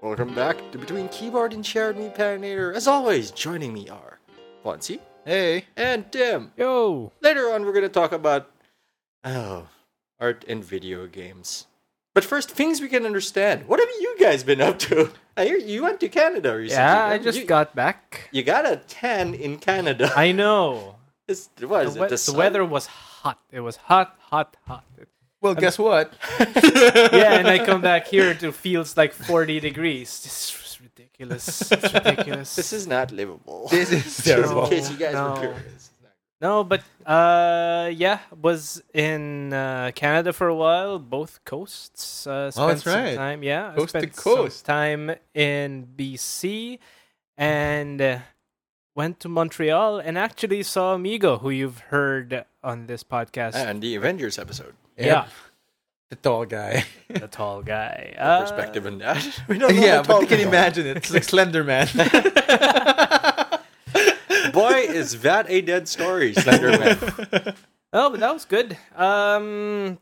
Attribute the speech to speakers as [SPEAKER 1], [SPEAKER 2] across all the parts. [SPEAKER 1] Welcome back to Between Keyboard and Shared Meat Patinator. As always, joining me are Fonzie
[SPEAKER 2] Hey.
[SPEAKER 1] and Tim.
[SPEAKER 3] Yo.
[SPEAKER 1] Later on, we're going to talk about oh, art and video games. But first, things we can understand. What have you guys been up to? I hear you went to Canada recently.
[SPEAKER 3] Yeah, I
[SPEAKER 1] right?
[SPEAKER 3] just
[SPEAKER 1] you,
[SPEAKER 3] got back.
[SPEAKER 1] You got a tan in Canada.
[SPEAKER 3] I know.
[SPEAKER 1] It's, what is
[SPEAKER 3] the, we-
[SPEAKER 1] it? The,
[SPEAKER 3] the
[SPEAKER 1] sun?
[SPEAKER 3] weather was hot. It was hot, hot, hot.
[SPEAKER 2] Well, guess what?
[SPEAKER 3] yeah, and I come back here to feels like 40 degrees. This is ridiculous. It's ridiculous.
[SPEAKER 1] This is not livable.
[SPEAKER 2] This is
[SPEAKER 1] Just in
[SPEAKER 2] terrible.
[SPEAKER 1] case you guys
[SPEAKER 3] No.
[SPEAKER 1] were curious.
[SPEAKER 3] No, but uh, yeah, was in uh, Canada for a while, both coasts. Uh, spent
[SPEAKER 2] that's right.
[SPEAKER 3] Some time, yeah, I
[SPEAKER 2] Coast to
[SPEAKER 3] spent
[SPEAKER 2] coast.
[SPEAKER 3] Some time in BC, and uh, went to Montreal, and actually saw Amigo, who you've heard on this podcast.
[SPEAKER 1] And the Avengers episode.
[SPEAKER 3] yeah,
[SPEAKER 2] The tall guy.
[SPEAKER 3] the tall guy.
[SPEAKER 1] Our
[SPEAKER 3] Uh,
[SPEAKER 1] Perspective on that. We don't know
[SPEAKER 2] yeah,
[SPEAKER 1] what
[SPEAKER 2] but
[SPEAKER 1] to
[SPEAKER 2] you can
[SPEAKER 1] talk
[SPEAKER 2] imagine it. It's like Slender Man.
[SPEAKER 1] about. Boy, is that a dead story, Slenderman.
[SPEAKER 3] Oh, but that was good. Um,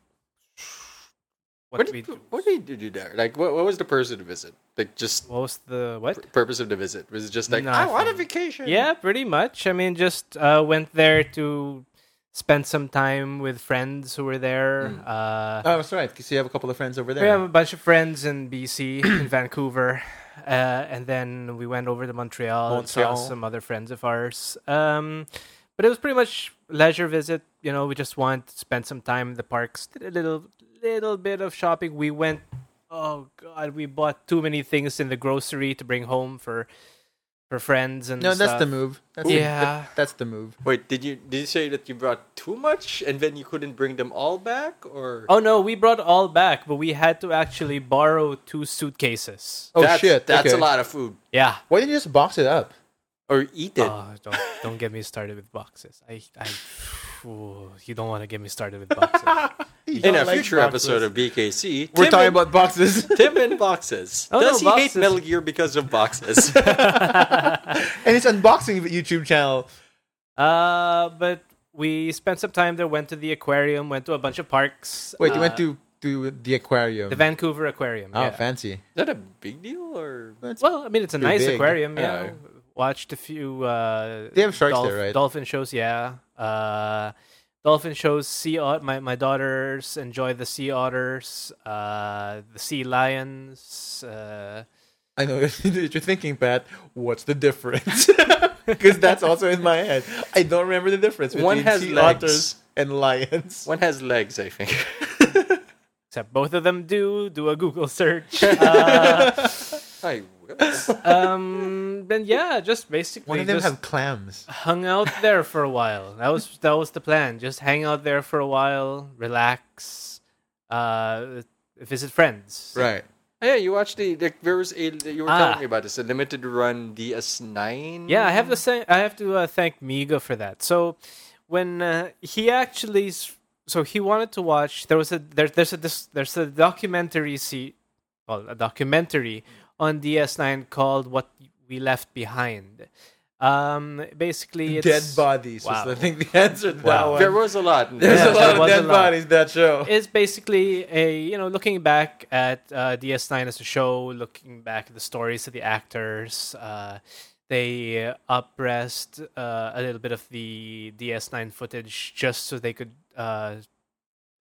[SPEAKER 3] what,
[SPEAKER 1] what,
[SPEAKER 3] did we?
[SPEAKER 1] did,
[SPEAKER 3] Do?
[SPEAKER 1] what did you do there? Like, what, what was the purpose of the visit? Like, just
[SPEAKER 3] What was the what?
[SPEAKER 1] purpose of the visit was it just like I want a
[SPEAKER 3] Nothing.
[SPEAKER 1] vacation.
[SPEAKER 3] Yeah, pretty much. I mean, just uh, went there to spend some time with friends who were there. Uh,
[SPEAKER 2] oh, that's right. Because you have a couple of friends over there.
[SPEAKER 3] we have a bunch of friends in BC, in Vancouver, uh, and then we went over to Montreal, and
[SPEAKER 2] Montreal.
[SPEAKER 3] saw some other friends of ours. Um, but it was pretty much leisure visit. You know, we just went, spent some time in the parks, did a little little bit of shopping. We went. Oh God, we bought too many things in the grocery to bring home for for friends and
[SPEAKER 2] no, that's
[SPEAKER 3] stuff.
[SPEAKER 2] the move. That's
[SPEAKER 3] Yeah.
[SPEAKER 2] The, that's the move.
[SPEAKER 1] Wait, did you did you say that you brought too much and then you couldn't bring them all back, or
[SPEAKER 3] Oh no, we brought all back, but we had to actually borrow two suitcases.
[SPEAKER 2] Oh,
[SPEAKER 1] that's,
[SPEAKER 2] shit.
[SPEAKER 1] That's
[SPEAKER 2] okay.
[SPEAKER 1] a lot of food.
[SPEAKER 3] Yeah.
[SPEAKER 2] Why didn't you just box it up?
[SPEAKER 1] Or eat it.
[SPEAKER 3] Oh, don't don't get me started with boxes. I, I ooh, you don't want to get me started with boxes.
[SPEAKER 1] In a future episode of BKC,
[SPEAKER 2] We're
[SPEAKER 1] Tim
[SPEAKER 2] talking
[SPEAKER 1] and-
[SPEAKER 2] about boxes.
[SPEAKER 1] Tim and boxes.
[SPEAKER 3] Oh,
[SPEAKER 1] Does
[SPEAKER 3] no,
[SPEAKER 1] he
[SPEAKER 3] boxes.
[SPEAKER 1] hate Metal Gear because of boxes?
[SPEAKER 2] and it's unboxing of a YouTube channel.
[SPEAKER 3] uh, but we spent some time there. Went to the aquarium. Went to a bunch of parks.
[SPEAKER 2] Wait, you went
[SPEAKER 3] uh,
[SPEAKER 2] to, to the aquarium.
[SPEAKER 3] the Vancouver Aquarium.
[SPEAKER 2] oh,
[SPEAKER 3] yeah.
[SPEAKER 2] fancy.
[SPEAKER 1] Is that a big deal or
[SPEAKER 2] That's-
[SPEAKER 3] Well, I mean, it's a
[SPEAKER 2] Pretty
[SPEAKER 3] nice
[SPEAKER 2] big.
[SPEAKER 3] aquarium. Yeah.
[SPEAKER 1] Yeah.
[SPEAKER 3] Watched a few. Uh,
[SPEAKER 2] They have sharks there, right?
[SPEAKER 3] Dolphin shows, yeah. Uh, dolphin shows. Sea. Ot- my my daughters enjoy the sea otters. Uh, the sea lions. Uh,
[SPEAKER 2] I know that you're thinking, Pat. What's the difference? Because that's also in my head. I don't remember the difference between
[SPEAKER 1] One has
[SPEAKER 2] sea
[SPEAKER 1] legs.
[SPEAKER 2] otters and lions.
[SPEAKER 1] one has legs, I think.
[SPEAKER 3] except both of them do. Do a Google search. Uh,
[SPEAKER 1] I will.
[SPEAKER 3] um, then yeah, just basically
[SPEAKER 2] One of them
[SPEAKER 3] just
[SPEAKER 2] have clams.
[SPEAKER 3] hung out there for a while. That was that was the plan. Just hang out there for a while, relax, uh, visit friends.
[SPEAKER 2] Right.
[SPEAKER 1] yeah, you watched the, the there was a you were
[SPEAKER 3] Ah.
[SPEAKER 1] telling me about this, a limited run DS9.
[SPEAKER 3] Yeah, I have to say I have to uh, thank Miga for that. So when uh, he actually s- so he wanted to watch there was a there, there's a this, there's a documentary see well a documentary on DS9 called What We Left Behind. Um basically it's
[SPEAKER 2] Dead bodies
[SPEAKER 3] Wow.
[SPEAKER 2] was, I think, the answer to that
[SPEAKER 3] Wow.
[SPEAKER 4] Oh,
[SPEAKER 2] one.
[SPEAKER 1] There was a lot. in
[SPEAKER 2] There's
[SPEAKER 3] Yeah,
[SPEAKER 2] a
[SPEAKER 3] there
[SPEAKER 2] lot of
[SPEAKER 3] was
[SPEAKER 2] dead
[SPEAKER 3] a lot.
[SPEAKER 2] bodies in that show.
[SPEAKER 3] is basically a you know looking back at uh, DS9 as a show, looking back at the stories of the actors. Uh, they uprest uh, a little bit of the DS9 footage just so they could uh,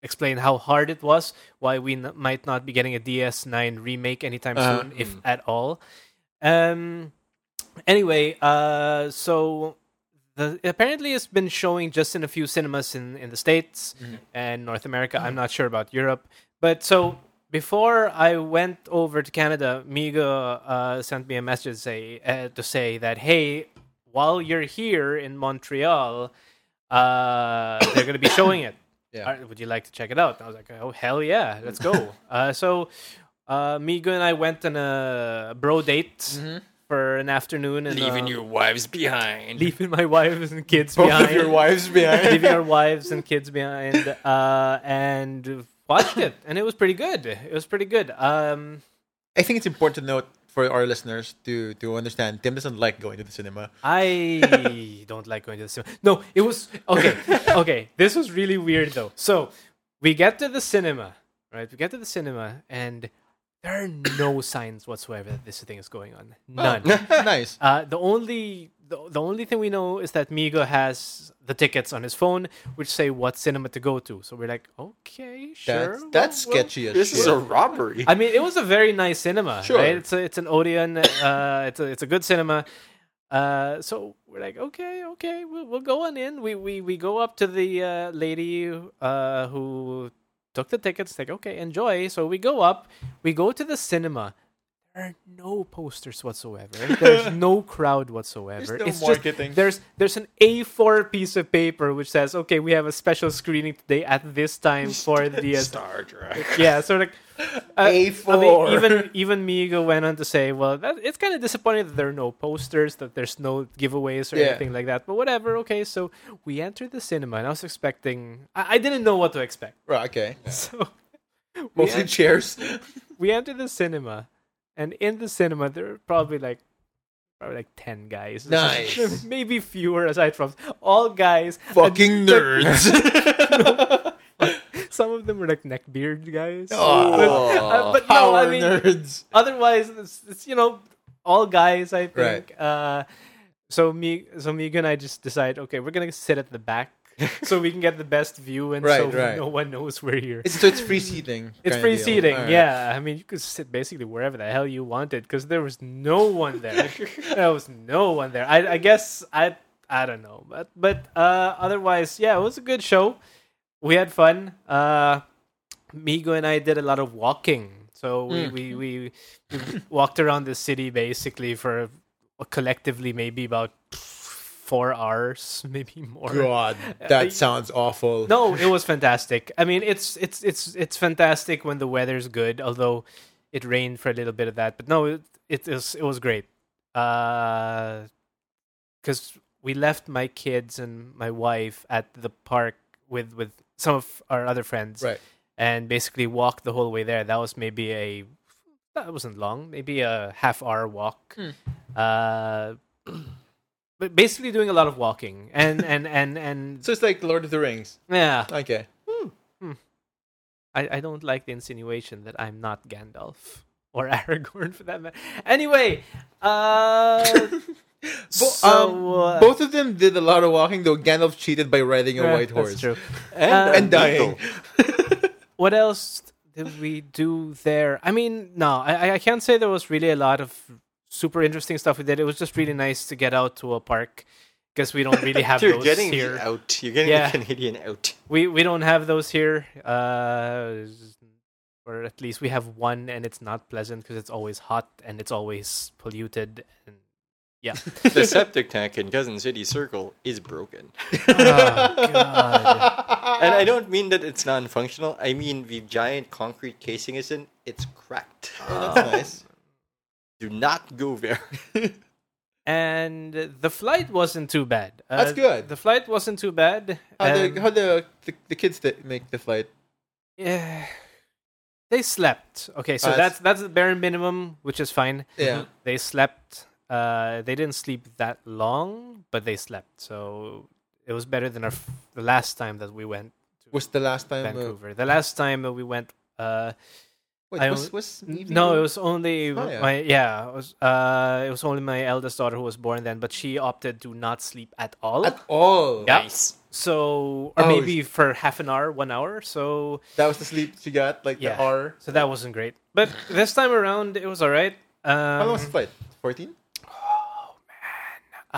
[SPEAKER 3] explain how hard it was, why we n- might not be getting a DS9 remake anytime
[SPEAKER 2] Uh,
[SPEAKER 3] soon, if at all. Um. Anyway, uh, so the apparently it's been showing just in a few cinemas in in the states and North America. I'm not sure about Europe, but so before I went over to Canada, Miga uh, sent me a message say uh, to say that hey, while you're here in Montreal, uh, they're going to be showing it.
[SPEAKER 2] Yeah.
[SPEAKER 3] Are- would you like to check it out? And I was like, oh hell yeah, let's go. uh, so uh, Miga and I went on a bro date for an afternoon, and uh,
[SPEAKER 1] leaving your wives behind.
[SPEAKER 3] leaving my wives and kids
[SPEAKER 2] Both
[SPEAKER 3] behind
[SPEAKER 2] of your wives behind.
[SPEAKER 3] leaving our wives and kids behind uh, and watched it, and it was pretty good. It was pretty good. Um,
[SPEAKER 2] I think it's important to note for our listeners to to understand Tim doesn't like going to the cinema.
[SPEAKER 3] I don't like going to the cinema. No, it was okay. Okay, this was really weird though. So we get to the cinema, right? We get to the cinema, and there are no signs whatsoever that this thing is going on. None.
[SPEAKER 2] nice.
[SPEAKER 3] Uh, the only the, the only thing we know is that Migo has the tickets on his phone, which say what cinema to go to. So we're like, okay, sure.
[SPEAKER 2] That's, that's
[SPEAKER 3] well, well.
[SPEAKER 2] sketchy as
[SPEAKER 4] This
[SPEAKER 2] shit.
[SPEAKER 4] is a robbery.
[SPEAKER 3] I mean, it was a very nice cinema.
[SPEAKER 2] Sure.
[SPEAKER 3] Right? It's a, it's an Odeon. Uh, it's a it's a good cinema. Uh, so we're like, okay, okay, we'll we'll go on in. We we we go up to the uh, lady uh, who took the tickets. Like, okay, enjoy. So we go up. We go to the cinema. There are no posters whatsoever. There's no crowd whatsoever.
[SPEAKER 2] There's no
[SPEAKER 3] it's
[SPEAKER 2] marketing.
[SPEAKER 3] just there's there's an A4 piece of paper which says, okay, we have a special screening today at this time for the uh,
[SPEAKER 4] Star Trek.
[SPEAKER 3] yeah, sort of. Uh, I mean,
[SPEAKER 2] A4.
[SPEAKER 3] even even Migo went on to say, "Well, that, it's kind of disappointing that there are no posters, that there's no giveaways or
[SPEAKER 2] Yeah.
[SPEAKER 3] anything like that. But whatever. Okay, so we entered the cinema, and I was expecting. I, I didn't know what to expect.
[SPEAKER 2] Right, okay.
[SPEAKER 3] So we,
[SPEAKER 2] Mostly
[SPEAKER 3] en-
[SPEAKER 2] chairs.
[SPEAKER 3] we entered the cinema, and in the cinema there were probably like probably like ten guys.
[SPEAKER 2] Nice.
[SPEAKER 3] maybe fewer aside from all guys.
[SPEAKER 2] Fucking nerds.
[SPEAKER 3] Some of them were like neck beard guys.
[SPEAKER 2] Oh,
[SPEAKER 3] Uh, but no, I
[SPEAKER 2] power
[SPEAKER 3] mean-
[SPEAKER 2] nerds.
[SPEAKER 3] otherwise it's, it's you know all guys i think
[SPEAKER 2] Right.
[SPEAKER 3] uh so me so Miga and i just decide okay we're gonna sit at the back so we can get the best view and so
[SPEAKER 2] Right, right.
[SPEAKER 3] no one knows we're here
[SPEAKER 2] It's, so it's free seating.
[SPEAKER 3] it's
[SPEAKER 2] kinda
[SPEAKER 3] free
[SPEAKER 2] deal.
[SPEAKER 3] seating
[SPEAKER 2] Alright.
[SPEAKER 3] yeah i mean you could sit basically wherever the hell you wanted because there was no one there there was no one there i, I guess i i don't know but but uh otherwise yeah it was a good show we had fun uh Migo and I did a lot of walking. So
[SPEAKER 2] Mm.
[SPEAKER 3] we, we, we, we walked around the city basically for collectively maybe about four hours, maybe more.
[SPEAKER 2] God,
[SPEAKER 3] Uh,
[SPEAKER 2] that sounds awful.
[SPEAKER 3] No, it was fantastic. I mean, it's it's it's it's fantastic when the weather's good. Although it rained for a little bit of that, but no, it it was it was great. Because we left my kids and my wife at the park with with some of our other friends,
[SPEAKER 2] Right.
[SPEAKER 3] and basically walked the whole way there. That was maybe a that wasn't long, maybe a half hour walk.
[SPEAKER 2] Hmm.
[SPEAKER 3] Uh, but basically doing a lot of walking and and and and
[SPEAKER 2] So it's like Lord of the Rings.
[SPEAKER 3] yeah.
[SPEAKER 2] Okay.
[SPEAKER 3] I, I don't like the insinuation that I'm not Gandalf or Aragorn for that matter. Anyway, uh,
[SPEAKER 2] Bo- um,
[SPEAKER 3] so, uh,
[SPEAKER 2] both of them did a lot of walking, though Gandalf cheated by riding a
[SPEAKER 3] yeah,
[SPEAKER 2] white
[SPEAKER 3] eh, that's
[SPEAKER 2] horse
[SPEAKER 3] true.
[SPEAKER 4] Um, And,
[SPEAKER 2] and dying.
[SPEAKER 3] What else did we do there? I mean, no, I, I- I can't say there was really a lot of super interesting stuff we did. It was just really nice to get out to a park because we don't really have
[SPEAKER 4] You're
[SPEAKER 3] those
[SPEAKER 4] getting the
[SPEAKER 3] here.
[SPEAKER 4] out. You're getting
[SPEAKER 3] Yeah.
[SPEAKER 4] the Canadian out.
[SPEAKER 3] We we don't have those here. Uh, or at least we have one, and it's not pleasant because it's always hot and it's always polluted. And yeah,
[SPEAKER 4] The septic tank in Cousin City Circle is broken.
[SPEAKER 2] Oh,
[SPEAKER 4] And I don't mean that it's non functional. I mean the giant concrete casing is in, it's cracked.
[SPEAKER 3] Ah.
[SPEAKER 2] That's
[SPEAKER 4] Do not go there.
[SPEAKER 2] nice.
[SPEAKER 3] and the flight wasn't too bad. Uh,
[SPEAKER 2] That's good.
[SPEAKER 3] The flight wasn't too bad.
[SPEAKER 2] how
[SPEAKER 3] Um,
[SPEAKER 2] the, how the, the, the kids that make the flight?
[SPEAKER 3] yeah. They slept. Okay, so
[SPEAKER 2] Uh,
[SPEAKER 3] that's that's the bare minimum, which is fine.
[SPEAKER 2] Yeah.
[SPEAKER 3] They slept. Uh, they didn't sleep that long, but they slept. So it was better than our f- the last time that we went
[SPEAKER 2] Was the last time? uh,
[SPEAKER 3] Vancouver. The last time that we went, uh,
[SPEAKER 2] wait,
[SPEAKER 3] I
[SPEAKER 2] was,
[SPEAKER 3] don't-
[SPEAKER 2] was
[SPEAKER 3] n-
[SPEAKER 2] Evie
[SPEAKER 3] no,
[SPEAKER 2] there?
[SPEAKER 3] it was only
[SPEAKER 2] Oh, yeah.
[SPEAKER 3] my yeah, it was uh, it was only my eldest daughter who was born then, but she opted to not sleep at all.
[SPEAKER 2] at all.
[SPEAKER 3] Yeah.
[SPEAKER 4] Nice.
[SPEAKER 3] so or
[SPEAKER 2] Oh,
[SPEAKER 3] maybe for half an hour, one hour. So
[SPEAKER 2] That was the sleep she got, like
[SPEAKER 3] Yeah.
[SPEAKER 2] the R.
[SPEAKER 3] so that wasn't great, but this time around it was all right.
[SPEAKER 2] How long was the
[SPEAKER 3] Um,
[SPEAKER 2] flight? 14?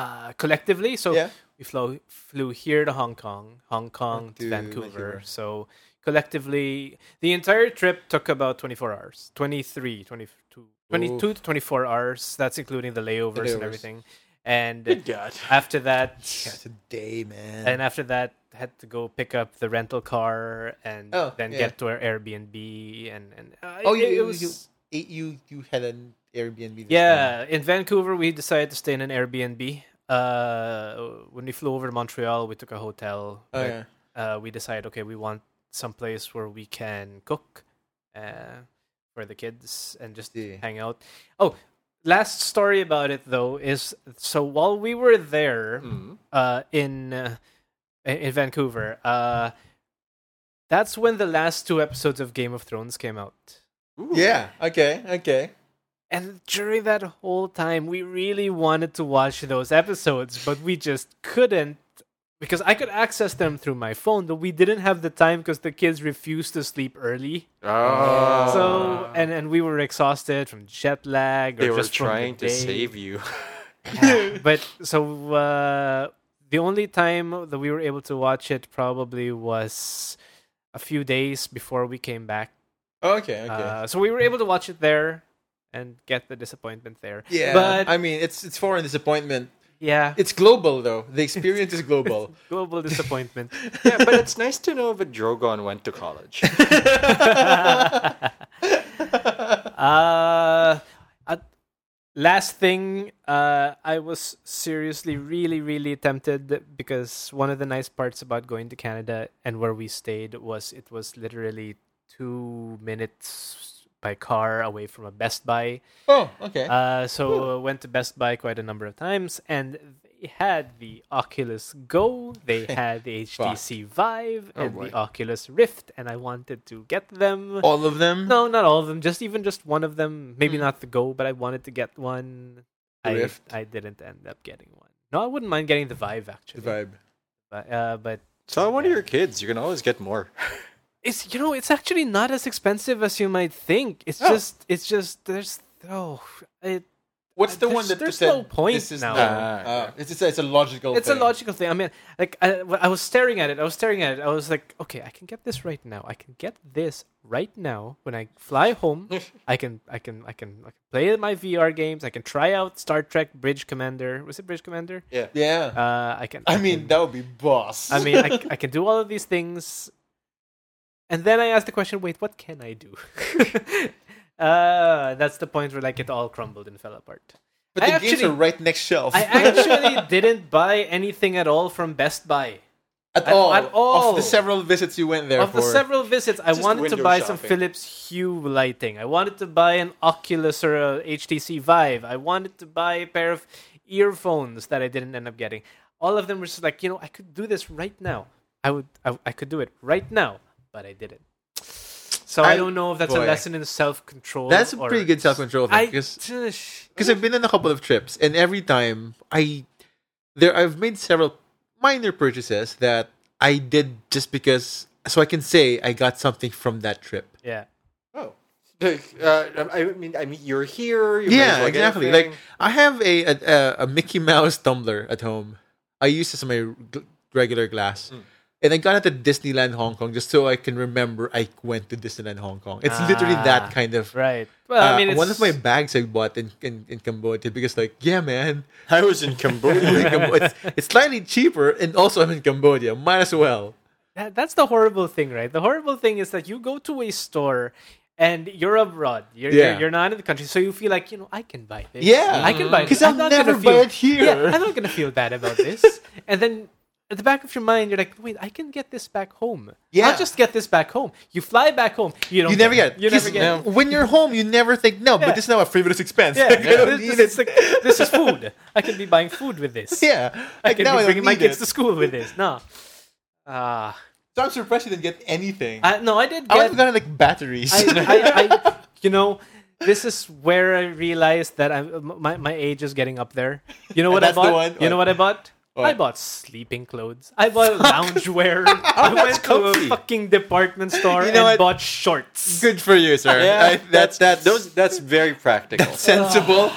[SPEAKER 3] uh, collectively, so
[SPEAKER 2] Yeah.
[SPEAKER 3] we flew flew here to Hong Kong, Hong Kong to
[SPEAKER 2] To
[SPEAKER 3] Vancouver.
[SPEAKER 2] Vancouver.
[SPEAKER 3] So collectively, the entire trip took about 24 hours, 23, 22, 22 to 24 hours. That's including the layovers, and
[SPEAKER 2] layovers.
[SPEAKER 3] everything. And
[SPEAKER 4] Good God.
[SPEAKER 3] after that,
[SPEAKER 2] That's a day, man.
[SPEAKER 3] and after that, had to go pick up the rental car and
[SPEAKER 2] Oh,
[SPEAKER 3] then
[SPEAKER 2] yeah.
[SPEAKER 3] get to our Airbnb and and uh,
[SPEAKER 2] oh,
[SPEAKER 3] it-
[SPEAKER 2] you,
[SPEAKER 3] it
[SPEAKER 2] you-
[SPEAKER 3] was-
[SPEAKER 2] you, eight, you, you had an Airbnb. this time.
[SPEAKER 3] yeah, in Vancouver, we decided to stay in an Airbnb. Uh, when we flew over to Montreal, we took a hotel.
[SPEAKER 2] Oh,
[SPEAKER 3] but,
[SPEAKER 2] yeah.
[SPEAKER 3] uh, we decided, okay, we want someplace where we can cook uh, for the kids and just
[SPEAKER 2] See.
[SPEAKER 3] hang out. Oh, last story about it though is so while we were there
[SPEAKER 4] Mm.
[SPEAKER 3] uh, in uh, in in Vancouver, uh, that's when the last two episodes of Game of Thrones came out.
[SPEAKER 4] Ooh.
[SPEAKER 2] Yeah. Okay. Okay.
[SPEAKER 3] And during that whole time, we really wanted to watch those episodes, but we just couldn't because I could access them through my phone, but we didn't have the time because the kids refused to sleep early.
[SPEAKER 4] Oh.
[SPEAKER 3] So and and we were exhausted from jet lag. Or
[SPEAKER 4] they were
[SPEAKER 3] just from the
[SPEAKER 4] trying to
[SPEAKER 3] day.
[SPEAKER 4] save you.
[SPEAKER 3] Yeah, but so uh, the only time that we were able to watch it probably was a few days before we came back.
[SPEAKER 2] Okay. Okay.
[SPEAKER 3] Uh, so we were able to watch it there and get the disappointment there.
[SPEAKER 2] yeah.
[SPEAKER 3] but-
[SPEAKER 2] I mean, it's it's foreign disappointment.
[SPEAKER 3] Yeah,
[SPEAKER 2] It's global though. The experience is global.
[SPEAKER 3] global disappointment.
[SPEAKER 4] yeah, but it's nice to know that Drogon went to college.
[SPEAKER 3] Uh, uh, last thing, uh, I was seriously, really, really tempted because one of the nice parts about going to Canada and where we stayed was it was literally two minutes by car away from a Best Buy.
[SPEAKER 2] oh. Okay.
[SPEAKER 3] Uh, so uh, went to Best Buy quite a number of times, and they had the Oculus Go, they had the HTC Vive,
[SPEAKER 4] Oh,
[SPEAKER 3] and
[SPEAKER 4] boy.
[SPEAKER 3] the Oculus Rift, and I wanted to get them.
[SPEAKER 2] All of them. Hmm.
[SPEAKER 3] No, not all of them. Just even just one of them. Maybe not the Go, but I wanted to get one. I,
[SPEAKER 2] Rift.
[SPEAKER 3] I didn't end up getting one. No, I wouldn't mind getting the Vive
[SPEAKER 2] The
[SPEAKER 3] actually.
[SPEAKER 2] vibe.
[SPEAKER 3] But, uh, but
[SPEAKER 4] Tell one of your kids. You can always get more.
[SPEAKER 3] it's you know it's actually not as expensive as you might think. It's
[SPEAKER 2] Oh.
[SPEAKER 3] just it's just there's oh it
[SPEAKER 2] What's the
[SPEAKER 3] There's-
[SPEAKER 2] one that
[SPEAKER 3] there's
[SPEAKER 2] said,
[SPEAKER 3] no point
[SPEAKER 2] this is
[SPEAKER 3] now.
[SPEAKER 2] not-
[SPEAKER 4] Ah,
[SPEAKER 2] uh, it's, it's, a, it's a logical.
[SPEAKER 3] it's a
[SPEAKER 2] thing.
[SPEAKER 3] logical thing. I mean, like I, when I was staring at it. I was staring at it. I was like, okay, I can get this right now. I can get this right now. When I fly home, I can, I can, I can, I can play my VR games. I can try out Star Trek Bridge Commander. Was it Bridge Commander?
[SPEAKER 4] Yeah.
[SPEAKER 2] Yeah.
[SPEAKER 3] Uh, I can.
[SPEAKER 2] I
[SPEAKER 3] can-
[SPEAKER 2] mean, that would be boss.
[SPEAKER 3] I mean, I, I can do all of these things. And then I asked the question, wait, what can I do? uh, that's the point where like it all crumbled and fell apart.
[SPEAKER 2] but
[SPEAKER 3] I
[SPEAKER 2] the games
[SPEAKER 3] actually-
[SPEAKER 2] are right next shelf.
[SPEAKER 3] I actually didn't buy anything at all from Best Buy.
[SPEAKER 2] at,
[SPEAKER 3] at-
[SPEAKER 2] all,
[SPEAKER 3] at all.
[SPEAKER 2] of the several visits you went there
[SPEAKER 3] of the
[SPEAKER 2] for.
[SPEAKER 3] several visits, I
[SPEAKER 4] Just
[SPEAKER 3] wanted to
[SPEAKER 4] window
[SPEAKER 3] buy some
[SPEAKER 4] shopping.
[SPEAKER 3] Philips Hue lighting. I wanted to buy an Oculus or a HTC Vive. I wanted to buy a pair of earphones that I didn't end up getting. All of them were just like, you know, I could do this right now. I would, I, I could do it right now, but I didn't. So I,
[SPEAKER 2] I-
[SPEAKER 3] don't know if that's
[SPEAKER 2] boy.
[SPEAKER 3] a lesson in self control.
[SPEAKER 2] That's a pretty good self-control thing.
[SPEAKER 3] I
[SPEAKER 2] Because
[SPEAKER 3] tsh-
[SPEAKER 2] I've been on a couple of trips, and every time I there, I've made several minor purchases that I did just because, so I can say I got something from that trip.
[SPEAKER 3] yeah.
[SPEAKER 4] Oh. Like, uh, I mean, I mean, you're here. You may as
[SPEAKER 2] yeah,
[SPEAKER 4] well get a
[SPEAKER 2] exactly.
[SPEAKER 4] thing.
[SPEAKER 2] Like I have a, a a- a Mickey Mouse tumbler at home. I use this on my gl- regular glass.
[SPEAKER 3] Hmm.
[SPEAKER 2] And I got it at Disneyland Hong Kong just so I can remember I went to Disneyland Hong Kong. It's literally
[SPEAKER 3] Ah,
[SPEAKER 2] that kind of.
[SPEAKER 3] Right. Well,
[SPEAKER 2] Uh,
[SPEAKER 3] I mean, it's,
[SPEAKER 2] one of my bags I bought in, in, in Cambodia because, like, yeah, man,
[SPEAKER 4] I was in
[SPEAKER 2] I'm in
[SPEAKER 4] Cambodia.
[SPEAKER 2] Cambo- it's, it's slightly cheaper, and also I'm in Cambodia. Might as well.
[SPEAKER 3] That, that's the horrible thing, right? The horrible thing is that you go to a store and you're abroad. You're,
[SPEAKER 2] Yeah.
[SPEAKER 3] you're, you're not in the country. So you feel like, you know, I can buy this.
[SPEAKER 2] Yeah.
[SPEAKER 3] I can buy this.
[SPEAKER 2] Because
[SPEAKER 3] I'm
[SPEAKER 2] I'll
[SPEAKER 3] not
[SPEAKER 2] never
[SPEAKER 3] gonna feel,
[SPEAKER 2] buy it here.
[SPEAKER 3] Yeah, I'm not going to feel bad about this. and then at the back of your mind, you're like, wait, I can get this back home.
[SPEAKER 2] Yeah.
[SPEAKER 3] I'll just get this back home. You fly back home. You don't
[SPEAKER 2] You never
[SPEAKER 3] get it.
[SPEAKER 2] get.
[SPEAKER 3] You never
[SPEAKER 2] Because
[SPEAKER 3] get it.
[SPEAKER 2] When you're home, you never think, no,
[SPEAKER 3] Yeah.
[SPEAKER 2] but this is now a frivolous expense.
[SPEAKER 3] Yeah,
[SPEAKER 2] Like, I don't
[SPEAKER 3] this,
[SPEAKER 2] need
[SPEAKER 3] this, is
[SPEAKER 2] it.
[SPEAKER 3] like, this is food. I can be buying food with this.
[SPEAKER 2] Yeah.
[SPEAKER 3] I
[SPEAKER 2] Like,
[SPEAKER 3] can
[SPEAKER 2] now
[SPEAKER 3] be
[SPEAKER 2] I
[SPEAKER 3] bringing
[SPEAKER 2] don't
[SPEAKER 3] my
[SPEAKER 2] need
[SPEAKER 3] kids
[SPEAKER 2] it.
[SPEAKER 3] to school with this. No. Ah,
[SPEAKER 2] So I'm surprised you didn't get anything.
[SPEAKER 3] I no, I did
[SPEAKER 2] I
[SPEAKER 3] get.
[SPEAKER 2] would have gotten like batteries.
[SPEAKER 3] I, I, I, you know, this is where I realized that I'm, my my age is getting up there. You know what I
[SPEAKER 2] that's the
[SPEAKER 3] bought?
[SPEAKER 2] one?
[SPEAKER 3] You know what I bought? I
[SPEAKER 2] What? Oh,
[SPEAKER 3] bought sleeping clothes. I bought loungewear. I went to a
[SPEAKER 4] comfy.
[SPEAKER 3] fucking department store
[SPEAKER 2] You know
[SPEAKER 3] and
[SPEAKER 2] what?
[SPEAKER 3] bought shorts.
[SPEAKER 2] Good for you, sir.
[SPEAKER 4] yeah,
[SPEAKER 2] I-
[SPEAKER 4] that's that's those. That's very practical.
[SPEAKER 2] sensible.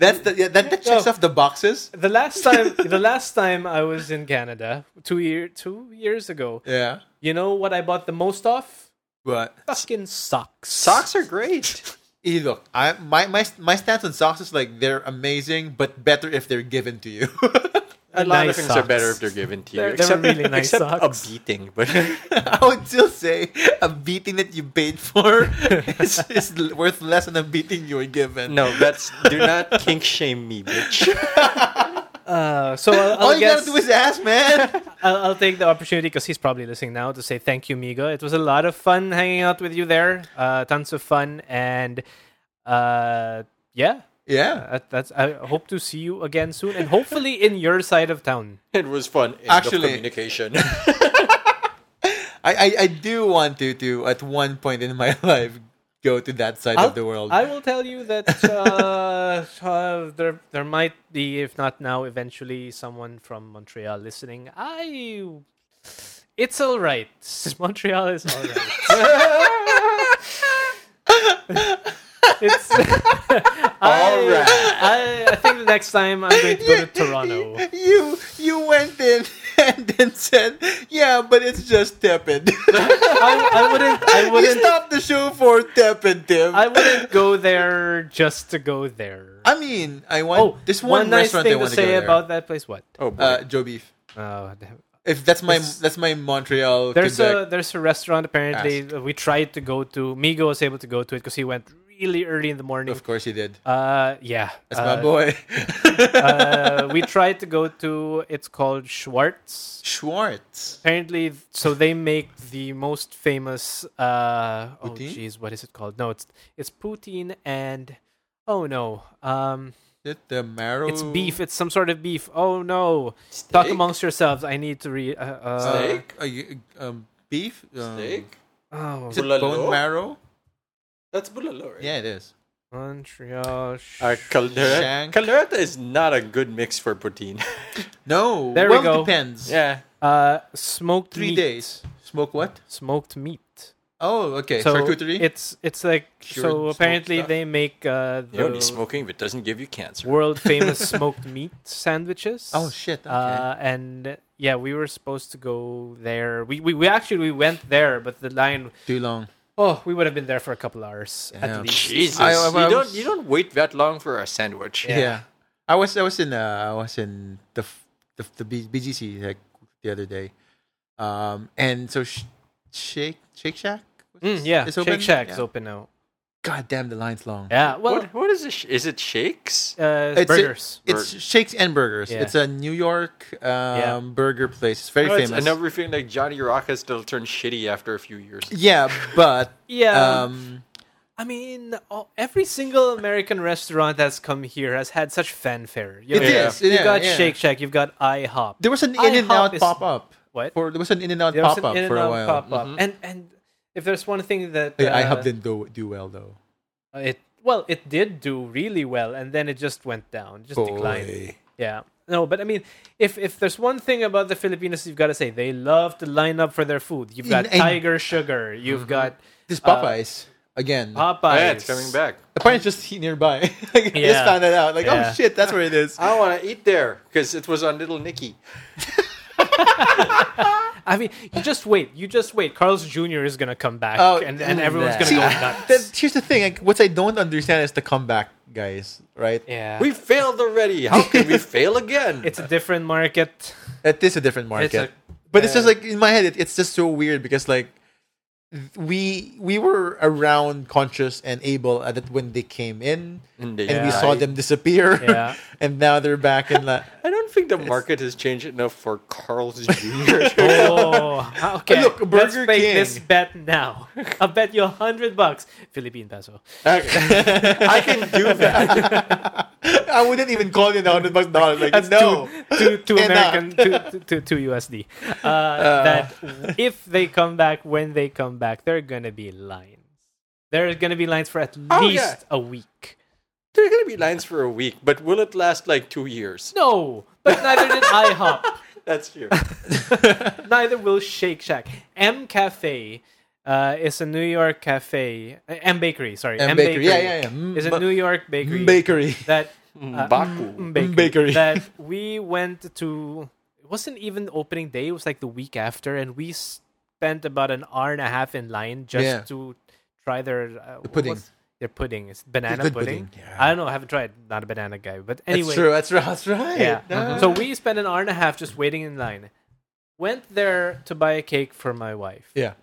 [SPEAKER 2] That's the, yeah, that, that checks
[SPEAKER 3] No.
[SPEAKER 2] off the boxes.
[SPEAKER 3] The last time, the last time I was in Canada, two year two years ago.
[SPEAKER 2] Yeah,
[SPEAKER 3] You know what I bought the most of?
[SPEAKER 2] but
[SPEAKER 3] Fucking socks.
[SPEAKER 4] Socks are great.
[SPEAKER 2] eh, look, I my, my my stance on socks is like they're amazing, but better if they're given to you.
[SPEAKER 4] A lot
[SPEAKER 3] Nice
[SPEAKER 4] of things are
[SPEAKER 3] socks.
[SPEAKER 4] better if they're given to you.
[SPEAKER 3] They're- they're
[SPEAKER 4] except
[SPEAKER 3] really nice
[SPEAKER 4] except
[SPEAKER 3] socks.
[SPEAKER 4] a beating, but
[SPEAKER 2] I would still say a beating that you paid for is, is l- worth less than a beating you were given.
[SPEAKER 4] no, that's do not kink shame me, bitch.
[SPEAKER 3] Uh, so I'll,
[SPEAKER 2] All
[SPEAKER 3] I'll,
[SPEAKER 2] you
[SPEAKER 3] guess,
[SPEAKER 2] gotta do is ask, man.
[SPEAKER 3] I'll, I'll take the opportunity because he's probably listening now to say thank you, Migo. It was a lot of fun hanging out with you there. Uh, tons of fun, and uh, yeah,
[SPEAKER 2] yeah.
[SPEAKER 3] that, that's. I hope to see you again soon, and hopefully in your side of town.
[SPEAKER 4] It was fun. End
[SPEAKER 2] Actually-
[SPEAKER 4] of communication.
[SPEAKER 2] I, I, I do want to, to, at one point in my life, go to that side
[SPEAKER 3] I'll-
[SPEAKER 2] of the world.
[SPEAKER 3] I will tell you that uh, uh, there there might be, if not now, eventually someone from Montreal listening. I, it's all right. Montreal is all right. it's
[SPEAKER 4] All
[SPEAKER 3] I-
[SPEAKER 4] right.
[SPEAKER 3] I, I think the next time I'm going to go to Toronto.
[SPEAKER 2] You you went in and then said, "Yeah, but it's just tepid."
[SPEAKER 3] I, I wouldn't. I
[SPEAKER 2] you
[SPEAKER 3] wouldn't.
[SPEAKER 2] stopped the show for tepid, Tim.
[SPEAKER 3] I wouldn't go there just to go there.
[SPEAKER 2] I mean, I want
[SPEAKER 3] Oh,
[SPEAKER 2] this one,
[SPEAKER 3] nice
[SPEAKER 2] restaurant
[SPEAKER 3] thing
[SPEAKER 2] I
[SPEAKER 3] to
[SPEAKER 2] want to,
[SPEAKER 3] say
[SPEAKER 2] go there.
[SPEAKER 3] about that place. What?
[SPEAKER 4] oh boy.
[SPEAKER 2] uh, Joe Beef.
[SPEAKER 3] Oh, damn.
[SPEAKER 2] If that's my
[SPEAKER 3] This-
[SPEAKER 2] that's my Montreal.
[SPEAKER 3] There's
[SPEAKER 2] Quebec.
[SPEAKER 3] a there's a restaurant apparently that we tried to go to. Migo was able to go to it because he went really early in the morning.
[SPEAKER 2] of course you did.
[SPEAKER 3] Uh, yeah,
[SPEAKER 2] That's
[SPEAKER 3] uh,
[SPEAKER 2] my boy.
[SPEAKER 3] uh, we tried to go to. It's called Schwartz.
[SPEAKER 2] Schwartz.
[SPEAKER 3] Apparently, so they make the most famous. Uh, oh,
[SPEAKER 2] Poutine?
[SPEAKER 3] jeez, what is it called? No, it's it's poutine and oh no, um,
[SPEAKER 2] Is it the marrow?
[SPEAKER 3] it's beef. It's some sort of beef. Oh no,
[SPEAKER 4] Steak?
[SPEAKER 3] talk amongst yourselves. I need to re. Uh, uh,
[SPEAKER 4] Steak?
[SPEAKER 2] Uh, you- um, beef. Um,
[SPEAKER 4] Steak?
[SPEAKER 3] Oh,
[SPEAKER 2] Is it
[SPEAKER 4] Bulalo?
[SPEAKER 2] bone marrow?
[SPEAKER 4] That's bulalo, right?
[SPEAKER 2] Yeah, it is.
[SPEAKER 3] Montreal. Sh-
[SPEAKER 4] Uh, caldereta.
[SPEAKER 2] Shank.
[SPEAKER 4] caldereta is not a good mix for poutine.
[SPEAKER 2] No.
[SPEAKER 3] There we
[SPEAKER 2] well,
[SPEAKER 3] go.
[SPEAKER 2] Depends.
[SPEAKER 4] yeah.
[SPEAKER 3] Uh, smoked
[SPEAKER 2] Three
[SPEAKER 3] meat.
[SPEAKER 2] days. Smoke what?
[SPEAKER 3] Smoked meat.
[SPEAKER 2] Oh, okay.
[SPEAKER 3] So
[SPEAKER 2] Charcuterie.
[SPEAKER 3] It's it's like
[SPEAKER 2] Cured
[SPEAKER 3] so.
[SPEAKER 2] smoked
[SPEAKER 3] Apparently,
[SPEAKER 2] stuff?
[SPEAKER 3] they make uh,
[SPEAKER 4] You're only
[SPEAKER 3] the
[SPEAKER 4] smoking if it doesn't give you cancer.
[SPEAKER 3] world famous smoked meat sandwiches.
[SPEAKER 2] oh shit. Okay.
[SPEAKER 3] Uh, and yeah, we were supposed to go there. We, we we actually we went there, but the line.
[SPEAKER 2] Too long.
[SPEAKER 3] Oh, we would have been there for a couple hours
[SPEAKER 2] Yeah.
[SPEAKER 3] at least.
[SPEAKER 4] Jesus.
[SPEAKER 2] I- I
[SPEAKER 4] you, don't,
[SPEAKER 2] was-
[SPEAKER 4] you don't wait that long for a sandwich.
[SPEAKER 3] Yeah.
[SPEAKER 2] Yeah. I was I was in uh, I was in the f- the, the B- BGC like the other day, um, and so sh- Shake Shake Shack.
[SPEAKER 3] Mm, yeah,
[SPEAKER 2] It's
[SPEAKER 3] Shake
[SPEAKER 2] open?
[SPEAKER 3] Shack's
[SPEAKER 2] Yeah.
[SPEAKER 3] open now.
[SPEAKER 2] God damn, the line's long.
[SPEAKER 3] Yeah, well,
[SPEAKER 4] what, what is it? Is it shakes?
[SPEAKER 3] uh,
[SPEAKER 2] It's-
[SPEAKER 3] burgers.
[SPEAKER 2] It's Shakes and Burgers.
[SPEAKER 3] Yeah.
[SPEAKER 2] It's a New York um, burger place. It's very
[SPEAKER 4] Oh, it's
[SPEAKER 2] famous.
[SPEAKER 4] another thing like Johnny Rock still turned shitty after a few years.
[SPEAKER 2] Yeah, but
[SPEAKER 3] yeah,
[SPEAKER 2] um,
[SPEAKER 3] I mean, all, every single American restaurant that's come here has had such fanfare. You know,
[SPEAKER 2] it
[SPEAKER 4] Yeah.
[SPEAKER 2] is.
[SPEAKER 3] You've
[SPEAKER 2] yeah,
[SPEAKER 3] got
[SPEAKER 2] yeah.
[SPEAKER 3] Shake Shack. You've got IHOP.
[SPEAKER 2] There was an In and
[SPEAKER 3] IHOP
[SPEAKER 2] Out
[SPEAKER 3] is-
[SPEAKER 2] pop up.
[SPEAKER 3] What?
[SPEAKER 2] For there was an In and Out
[SPEAKER 3] There was an
[SPEAKER 2] pop up for a
[SPEAKER 3] In-N-Out
[SPEAKER 2] while. Mm-hmm.
[SPEAKER 3] pop-up. And and if there's one thing that
[SPEAKER 2] Yeah,
[SPEAKER 3] uh,
[SPEAKER 2] IHOP didn't do, do well though.
[SPEAKER 3] it well, it did do really well, and then it just went down, just declined.
[SPEAKER 2] Boy.
[SPEAKER 3] Yeah. No, but I mean, if if there's one thing about the Filipinos, you've got to say they love to line up for their food. You've got
[SPEAKER 2] And- and-
[SPEAKER 3] Tiger Sugar. You've
[SPEAKER 2] Mm-hmm.
[SPEAKER 3] got
[SPEAKER 2] This
[SPEAKER 3] Uh,
[SPEAKER 2] Popeyes again.
[SPEAKER 3] Popeyes.
[SPEAKER 4] Yeah, it's coming back.
[SPEAKER 2] Apparently, it's just he- nearby. like, I
[SPEAKER 3] Yeah.
[SPEAKER 2] just found that out. Like,
[SPEAKER 3] Yeah.
[SPEAKER 2] oh shit, that's where it is.
[SPEAKER 4] I want to eat there because it was on Little Nicky.
[SPEAKER 3] I mean, you just wait. You just wait. Carl's Jr. is gonna come back,
[SPEAKER 2] Oh,
[SPEAKER 3] and, and everyone's gonna
[SPEAKER 2] See,
[SPEAKER 3] go nuts.
[SPEAKER 2] that- here's the thing. Like, what I don't understand is the comeback, guys. Right?
[SPEAKER 3] yeah,
[SPEAKER 4] We failed already. How can we fail again?
[SPEAKER 3] it's a different market.
[SPEAKER 2] It is a different market,
[SPEAKER 3] a-
[SPEAKER 2] but it's just
[SPEAKER 3] yeah.
[SPEAKER 2] like in my head, it, it's just so weird because like we we were around conscious and able at it when they came in,
[SPEAKER 4] and, they
[SPEAKER 2] and we
[SPEAKER 4] died.
[SPEAKER 2] saw them disappear.
[SPEAKER 3] Yeah.
[SPEAKER 2] and now they're back in. La-
[SPEAKER 4] I don't think the market has changed enough for Carl's Jr.
[SPEAKER 3] Oh, okay.
[SPEAKER 2] Look,
[SPEAKER 3] Let's
[SPEAKER 2] Burger
[SPEAKER 3] make
[SPEAKER 2] King.
[SPEAKER 3] this bet now. I'll bet you a hundred bucks, Philippine peso.
[SPEAKER 4] Okay. I can do that.
[SPEAKER 2] I wouldn't even call it a hundred bucks dollar. Like, no,
[SPEAKER 3] two, two
[SPEAKER 2] Cannot.
[SPEAKER 3] American, two, two, two USD. Uh, that if they come back, when they come back, there are gonna be lines. There are gonna be lines for at
[SPEAKER 4] Oh,
[SPEAKER 3] least
[SPEAKER 4] yeah.
[SPEAKER 3] a week.
[SPEAKER 4] There are going to be lines for a week, but will it last like two years?
[SPEAKER 3] No, but neither did IHOP.
[SPEAKER 4] That's true.
[SPEAKER 3] Neither will Shake Shack. M Cafe uh, is a New York cafe. uh, M Bakery, sorry.
[SPEAKER 2] M Bakery. Yeah, yeah, yeah. Mm,
[SPEAKER 3] Is a
[SPEAKER 2] ba-
[SPEAKER 3] New York bakery.
[SPEAKER 2] bakery.
[SPEAKER 3] that
[SPEAKER 4] Mm,
[SPEAKER 3] uh,
[SPEAKER 4] Baku.
[SPEAKER 3] mm, bakery,
[SPEAKER 2] Bakery.
[SPEAKER 3] that we went to it wasn't even opening day it was like the week after and we spent about an hour and a half in line just
[SPEAKER 2] Yeah.
[SPEAKER 3] to try their uh, what
[SPEAKER 2] pudding.
[SPEAKER 3] was their pudding it's banana
[SPEAKER 2] good
[SPEAKER 3] pudding,
[SPEAKER 2] pudding, yeah.
[SPEAKER 3] i don't know i haven't tried not a banana guy but anyway
[SPEAKER 2] That's true. That's right. That's right.
[SPEAKER 3] yeah
[SPEAKER 2] Ah.
[SPEAKER 3] so we spent an hour and a half just waiting in line went there to buy a cake for my wife
[SPEAKER 2] yeah.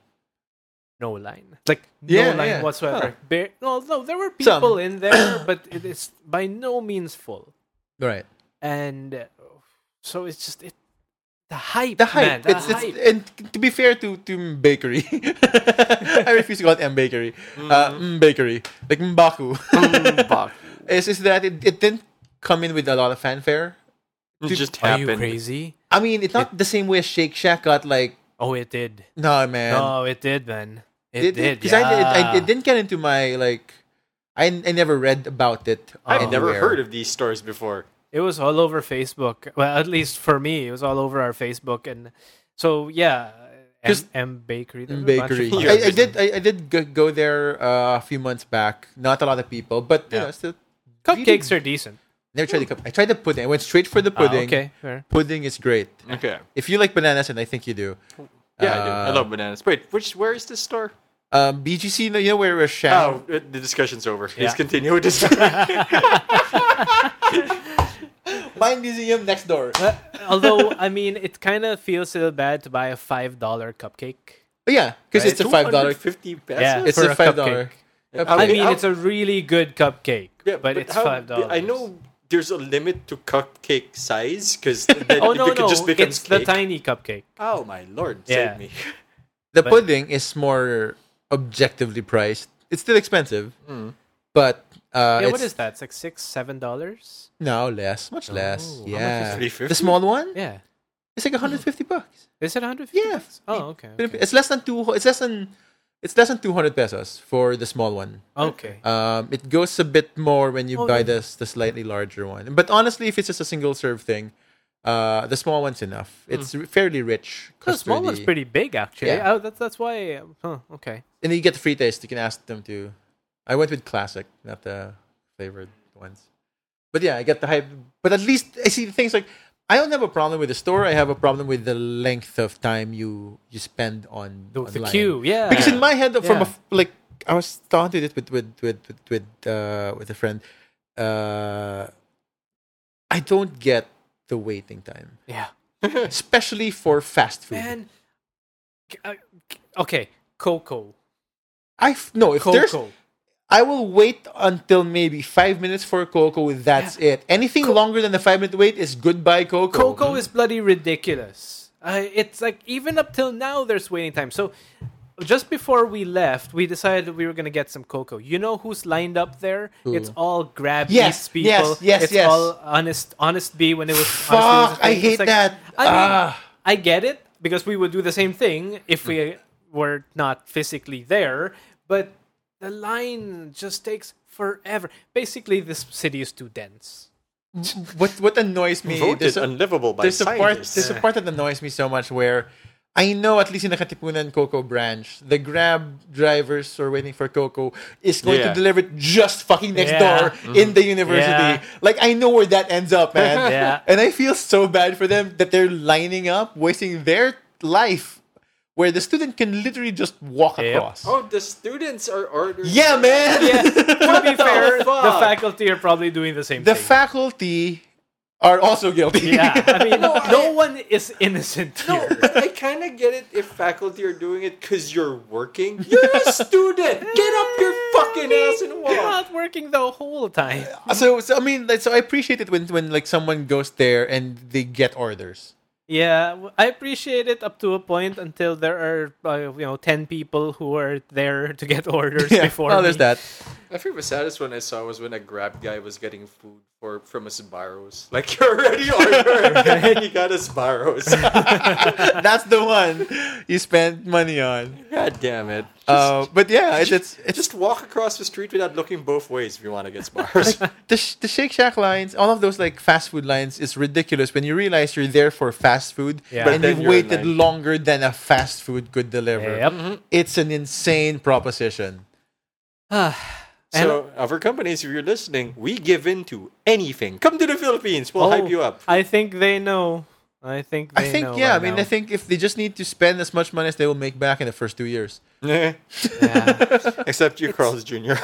[SPEAKER 3] no line. Like no
[SPEAKER 2] Yeah,
[SPEAKER 3] line
[SPEAKER 2] yeah.
[SPEAKER 3] whatsoever.
[SPEAKER 2] Huh.
[SPEAKER 3] Bare- no, no, there were
[SPEAKER 2] Some.
[SPEAKER 3] people in there, but it is by no means full.
[SPEAKER 2] Right.
[SPEAKER 3] And uh, So it's just it, the hype,
[SPEAKER 2] The hype.
[SPEAKER 3] man, the
[SPEAKER 2] it's,
[SPEAKER 3] hype.
[SPEAKER 2] It's, and to be fair to to M Bakery, I refuse to call it M Bakery. Uh,
[SPEAKER 3] Mm-hmm.
[SPEAKER 2] M Bakery, like Mbaku. Hmm,
[SPEAKER 4] Mbaku.
[SPEAKER 2] is is that it, it didn't come in with a lot of fanfare.
[SPEAKER 4] It
[SPEAKER 2] Did-
[SPEAKER 4] just
[SPEAKER 3] Are
[SPEAKER 4] happened.
[SPEAKER 3] you crazy?
[SPEAKER 2] I mean, it's not the same way as Shake Shack got like
[SPEAKER 3] Oh, it did.
[SPEAKER 2] no man.
[SPEAKER 3] No, it did, man. It, did.
[SPEAKER 2] because I, did- I
[SPEAKER 3] yeah.
[SPEAKER 2] it didn't get into my like. I, I never read about it.
[SPEAKER 4] I've never
[SPEAKER 2] anywhere.
[SPEAKER 4] heard of these stories before.
[SPEAKER 3] It was all over Facebook. Well, at least for me, it was all over our Facebook, and so yeah, M,
[SPEAKER 2] 'Cause-
[SPEAKER 3] M Bakery. there
[SPEAKER 2] Mm,
[SPEAKER 3] were a bunch of
[SPEAKER 2] bakery.
[SPEAKER 3] places.
[SPEAKER 4] Yeah.
[SPEAKER 2] I, I did. I, I did go, go there uh, a few months back. Not a lot of people, but you
[SPEAKER 4] Yeah.
[SPEAKER 2] know, still.
[SPEAKER 3] Cupcakes
[SPEAKER 2] really-
[SPEAKER 3] are decent.
[SPEAKER 2] Never tried the cup. I tried the pudding. I went straight for the
[SPEAKER 3] Ah,
[SPEAKER 2] pudding.
[SPEAKER 3] okay, fair.
[SPEAKER 2] Pudding is great.
[SPEAKER 4] Okay.
[SPEAKER 2] If you like bananas, and I think you do.
[SPEAKER 4] Yeah, I do. I
[SPEAKER 2] Uh,
[SPEAKER 4] love bananas. Wait, which where is this store?
[SPEAKER 2] Um, BGC, you know, you know where we're
[SPEAKER 4] Oh,
[SPEAKER 2] Shang.
[SPEAKER 4] uh, the discussion's over. Please
[SPEAKER 3] Yeah.
[SPEAKER 4] continue with this. yeah, Oh.
[SPEAKER 2] Mind Museum next door. Oh,
[SPEAKER 3] Uh, Although I mean, it kind of feels a little bad to buy a five dollar cupcake.
[SPEAKER 2] Oh, yeah, because it's a five dollar.
[SPEAKER 4] fifty pesos.
[SPEAKER 3] Yeah,
[SPEAKER 2] It's
[SPEAKER 3] for
[SPEAKER 2] a
[SPEAKER 3] a
[SPEAKER 2] five dollar.
[SPEAKER 4] I
[SPEAKER 3] I
[SPEAKER 4] mean,
[SPEAKER 3] mean,
[SPEAKER 4] how-
[SPEAKER 3] it's a really good cupcake, but, it's
[SPEAKER 4] how-
[SPEAKER 3] five dollars.
[SPEAKER 4] I know there's a limit to cupcake size because then
[SPEAKER 3] Oh no,
[SPEAKER 4] it
[SPEAKER 3] no,
[SPEAKER 4] just becomes
[SPEAKER 3] it's the
[SPEAKER 4] cake.
[SPEAKER 3] tiny cupcake.
[SPEAKER 4] Oh my lord, save
[SPEAKER 3] Yeah.
[SPEAKER 4] me!
[SPEAKER 2] The
[SPEAKER 3] But-
[SPEAKER 2] pudding is more objectively priced. It's still expensive,
[SPEAKER 4] Hmm.
[SPEAKER 2] but uh,
[SPEAKER 3] yeah,
[SPEAKER 2] it's
[SPEAKER 3] what is that? It's like six, seven dollars.
[SPEAKER 2] no less, much less.
[SPEAKER 3] Oh, how much
[SPEAKER 2] Yeah,
[SPEAKER 4] is it?
[SPEAKER 2] the small one.
[SPEAKER 3] Yeah,
[SPEAKER 2] It's like 150 bucks.
[SPEAKER 3] is it one hundred fifty?
[SPEAKER 2] Yeah.
[SPEAKER 3] Oh, okay.
[SPEAKER 2] But
[SPEAKER 3] Okay.
[SPEAKER 2] It's less than two. It's less than. It's less than 200 pesos for the small one.
[SPEAKER 3] okay.
[SPEAKER 2] Um, it goes a bit more when you
[SPEAKER 3] Oh,
[SPEAKER 2] buy
[SPEAKER 3] yeah.
[SPEAKER 2] this the slightly larger one. But honestly, if it's just a single serve thing, uh, the small one's enough. It's r- fairly rich.
[SPEAKER 3] Hmm. The small one's pretty
[SPEAKER 2] custardy.
[SPEAKER 3] big, actually.
[SPEAKER 2] Yeah.
[SPEAKER 3] Oh, that's that's why. um, Huh, okay.
[SPEAKER 2] And you get the free taste. You can ask them to. I went with classic, not the flavored ones. But yeah, I get the hype. But at least I see things like I don't have a problem with the store. I have a problem with the length of time you you spend on
[SPEAKER 3] The, the
[SPEAKER 2] online.
[SPEAKER 3] queue, yeah.
[SPEAKER 2] because in my head from a
[SPEAKER 3] Yeah.
[SPEAKER 2] f like I was talking to it with with with with with, uh, with a friend. Uh, I don't get the waiting time,
[SPEAKER 3] yeah,
[SPEAKER 2] especially for fast food.
[SPEAKER 3] man. K- uh, k- Okay, Coco,
[SPEAKER 2] I f- no if there's
[SPEAKER 3] Coco.
[SPEAKER 2] I will wait until maybe five minutes for Coco. That's it. Anything longer than the five minute wait is goodbye Coco.
[SPEAKER 3] Coco is bloody ridiculous. Uh, it's like even up till now there's waiting time. So just before we left, we decided we were gonna get some Coco. You know who's lined up there? It's all grab
[SPEAKER 2] Yes,
[SPEAKER 3] Eats people.
[SPEAKER 2] yes, yes,
[SPEAKER 3] it's
[SPEAKER 2] yes.
[SPEAKER 3] all honest honest B when it was honest
[SPEAKER 2] Fuck, I hate that.
[SPEAKER 3] I mean,
[SPEAKER 2] Ah.
[SPEAKER 3] I get it because we would do the same thing if we were not physically there, but the line just takes forever. Basically this city is too dense.
[SPEAKER 2] what what annoys me.
[SPEAKER 4] Voted
[SPEAKER 2] there's a-
[SPEAKER 4] unlivable by
[SPEAKER 2] there's a part
[SPEAKER 4] scientists.
[SPEAKER 2] there's a part that annoys me so much where I know at least in the Katipunan Coco branch, the Grab drivers who are waiting for Coco is going to
[SPEAKER 4] Yeah.
[SPEAKER 2] deliver it just fucking next
[SPEAKER 3] Yeah. Mm-hmm.
[SPEAKER 2] door in the university.
[SPEAKER 3] Yeah.
[SPEAKER 2] Like I know where that ends up, man.
[SPEAKER 3] Yeah.
[SPEAKER 2] And I feel so bad for them that they're lining up, wasting their life where the student can literally just walk
[SPEAKER 3] Yep.
[SPEAKER 2] across.
[SPEAKER 4] oh, the students are ordering.
[SPEAKER 2] Yeah, man.
[SPEAKER 3] Yeah, to be fair, the
[SPEAKER 4] fuck?
[SPEAKER 3] faculty are probably doing the same
[SPEAKER 2] The
[SPEAKER 3] thing.
[SPEAKER 2] faculty are also guilty.
[SPEAKER 3] Yeah, I mean,
[SPEAKER 4] No, I-
[SPEAKER 3] no, one is innocent
[SPEAKER 4] No,
[SPEAKER 3] here.
[SPEAKER 4] but I kind of get it if faculty are doing it because you're working. You're a student. Get up your fucking ass and
[SPEAKER 3] You're
[SPEAKER 4] walk.
[SPEAKER 3] not working the whole time.
[SPEAKER 2] so, so I mean, like, so I appreciate it when when like someone goes there and they get orders.
[SPEAKER 3] Yeah, w- I appreciate it up to a point until there are uh, you know ten people who are there to get orders before.
[SPEAKER 2] oh, there's
[SPEAKER 3] me.
[SPEAKER 2] that.
[SPEAKER 4] I think the saddest one I saw was when a grab guy was getting food for from a Sbarro's. Like you're already ordering, and you got a Sbarro's.
[SPEAKER 2] That's the one you spend money on.
[SPEAKER 4] God damn it! Um,
[SPEAKER 2] Uh, but yeah, it's it's, it's
[SPEAKER 4] Just walk across the street without looking both ways if you want to get Sbarro's.
[SPEAKER 2] the sh- the Shake Shack lines, all of those like fast food lines is ridiculous when you realize you're there for fast food
[SPEAKER 3] Yeah. But
[SPEAKER 2] and
[SPEAKER 4] then
[SPEAKER 2] you've
[SPEAKER 4] you're in
[SPEAKER 2] waited
[SPEAKER 4] line.
[SPEAKER 2] longer than a fast food could deliver.
[SPEAKER 3] Yep.
[SPEAKER 4] Mm-hmm.
[SPEAKER 2] It's an insane proposition.
[SPEAKER 3] And-
[SPEAKER 4] so, other companies, if you're listening, we give in to anything. Come to the Philippines. We'll
[SPEAKER 3] Oh,
[SPEAKER 4] hype you up.
[SPEAKER 3] I think they know. I think they
[SPEAKER 2] I think
[SPEAKER 3] know
[SPEAKER 2] yeah, I
[SPEAKER 3] right
[SPEAKER 2] mean
[SPEAKER 3] now.
[SPEAKER 2] I think if they just need to spend as much money as they will make back in the first two years.
[SPEAKER 3] Yeah.
[SPEAKER 4] Except you, Carl's Jr.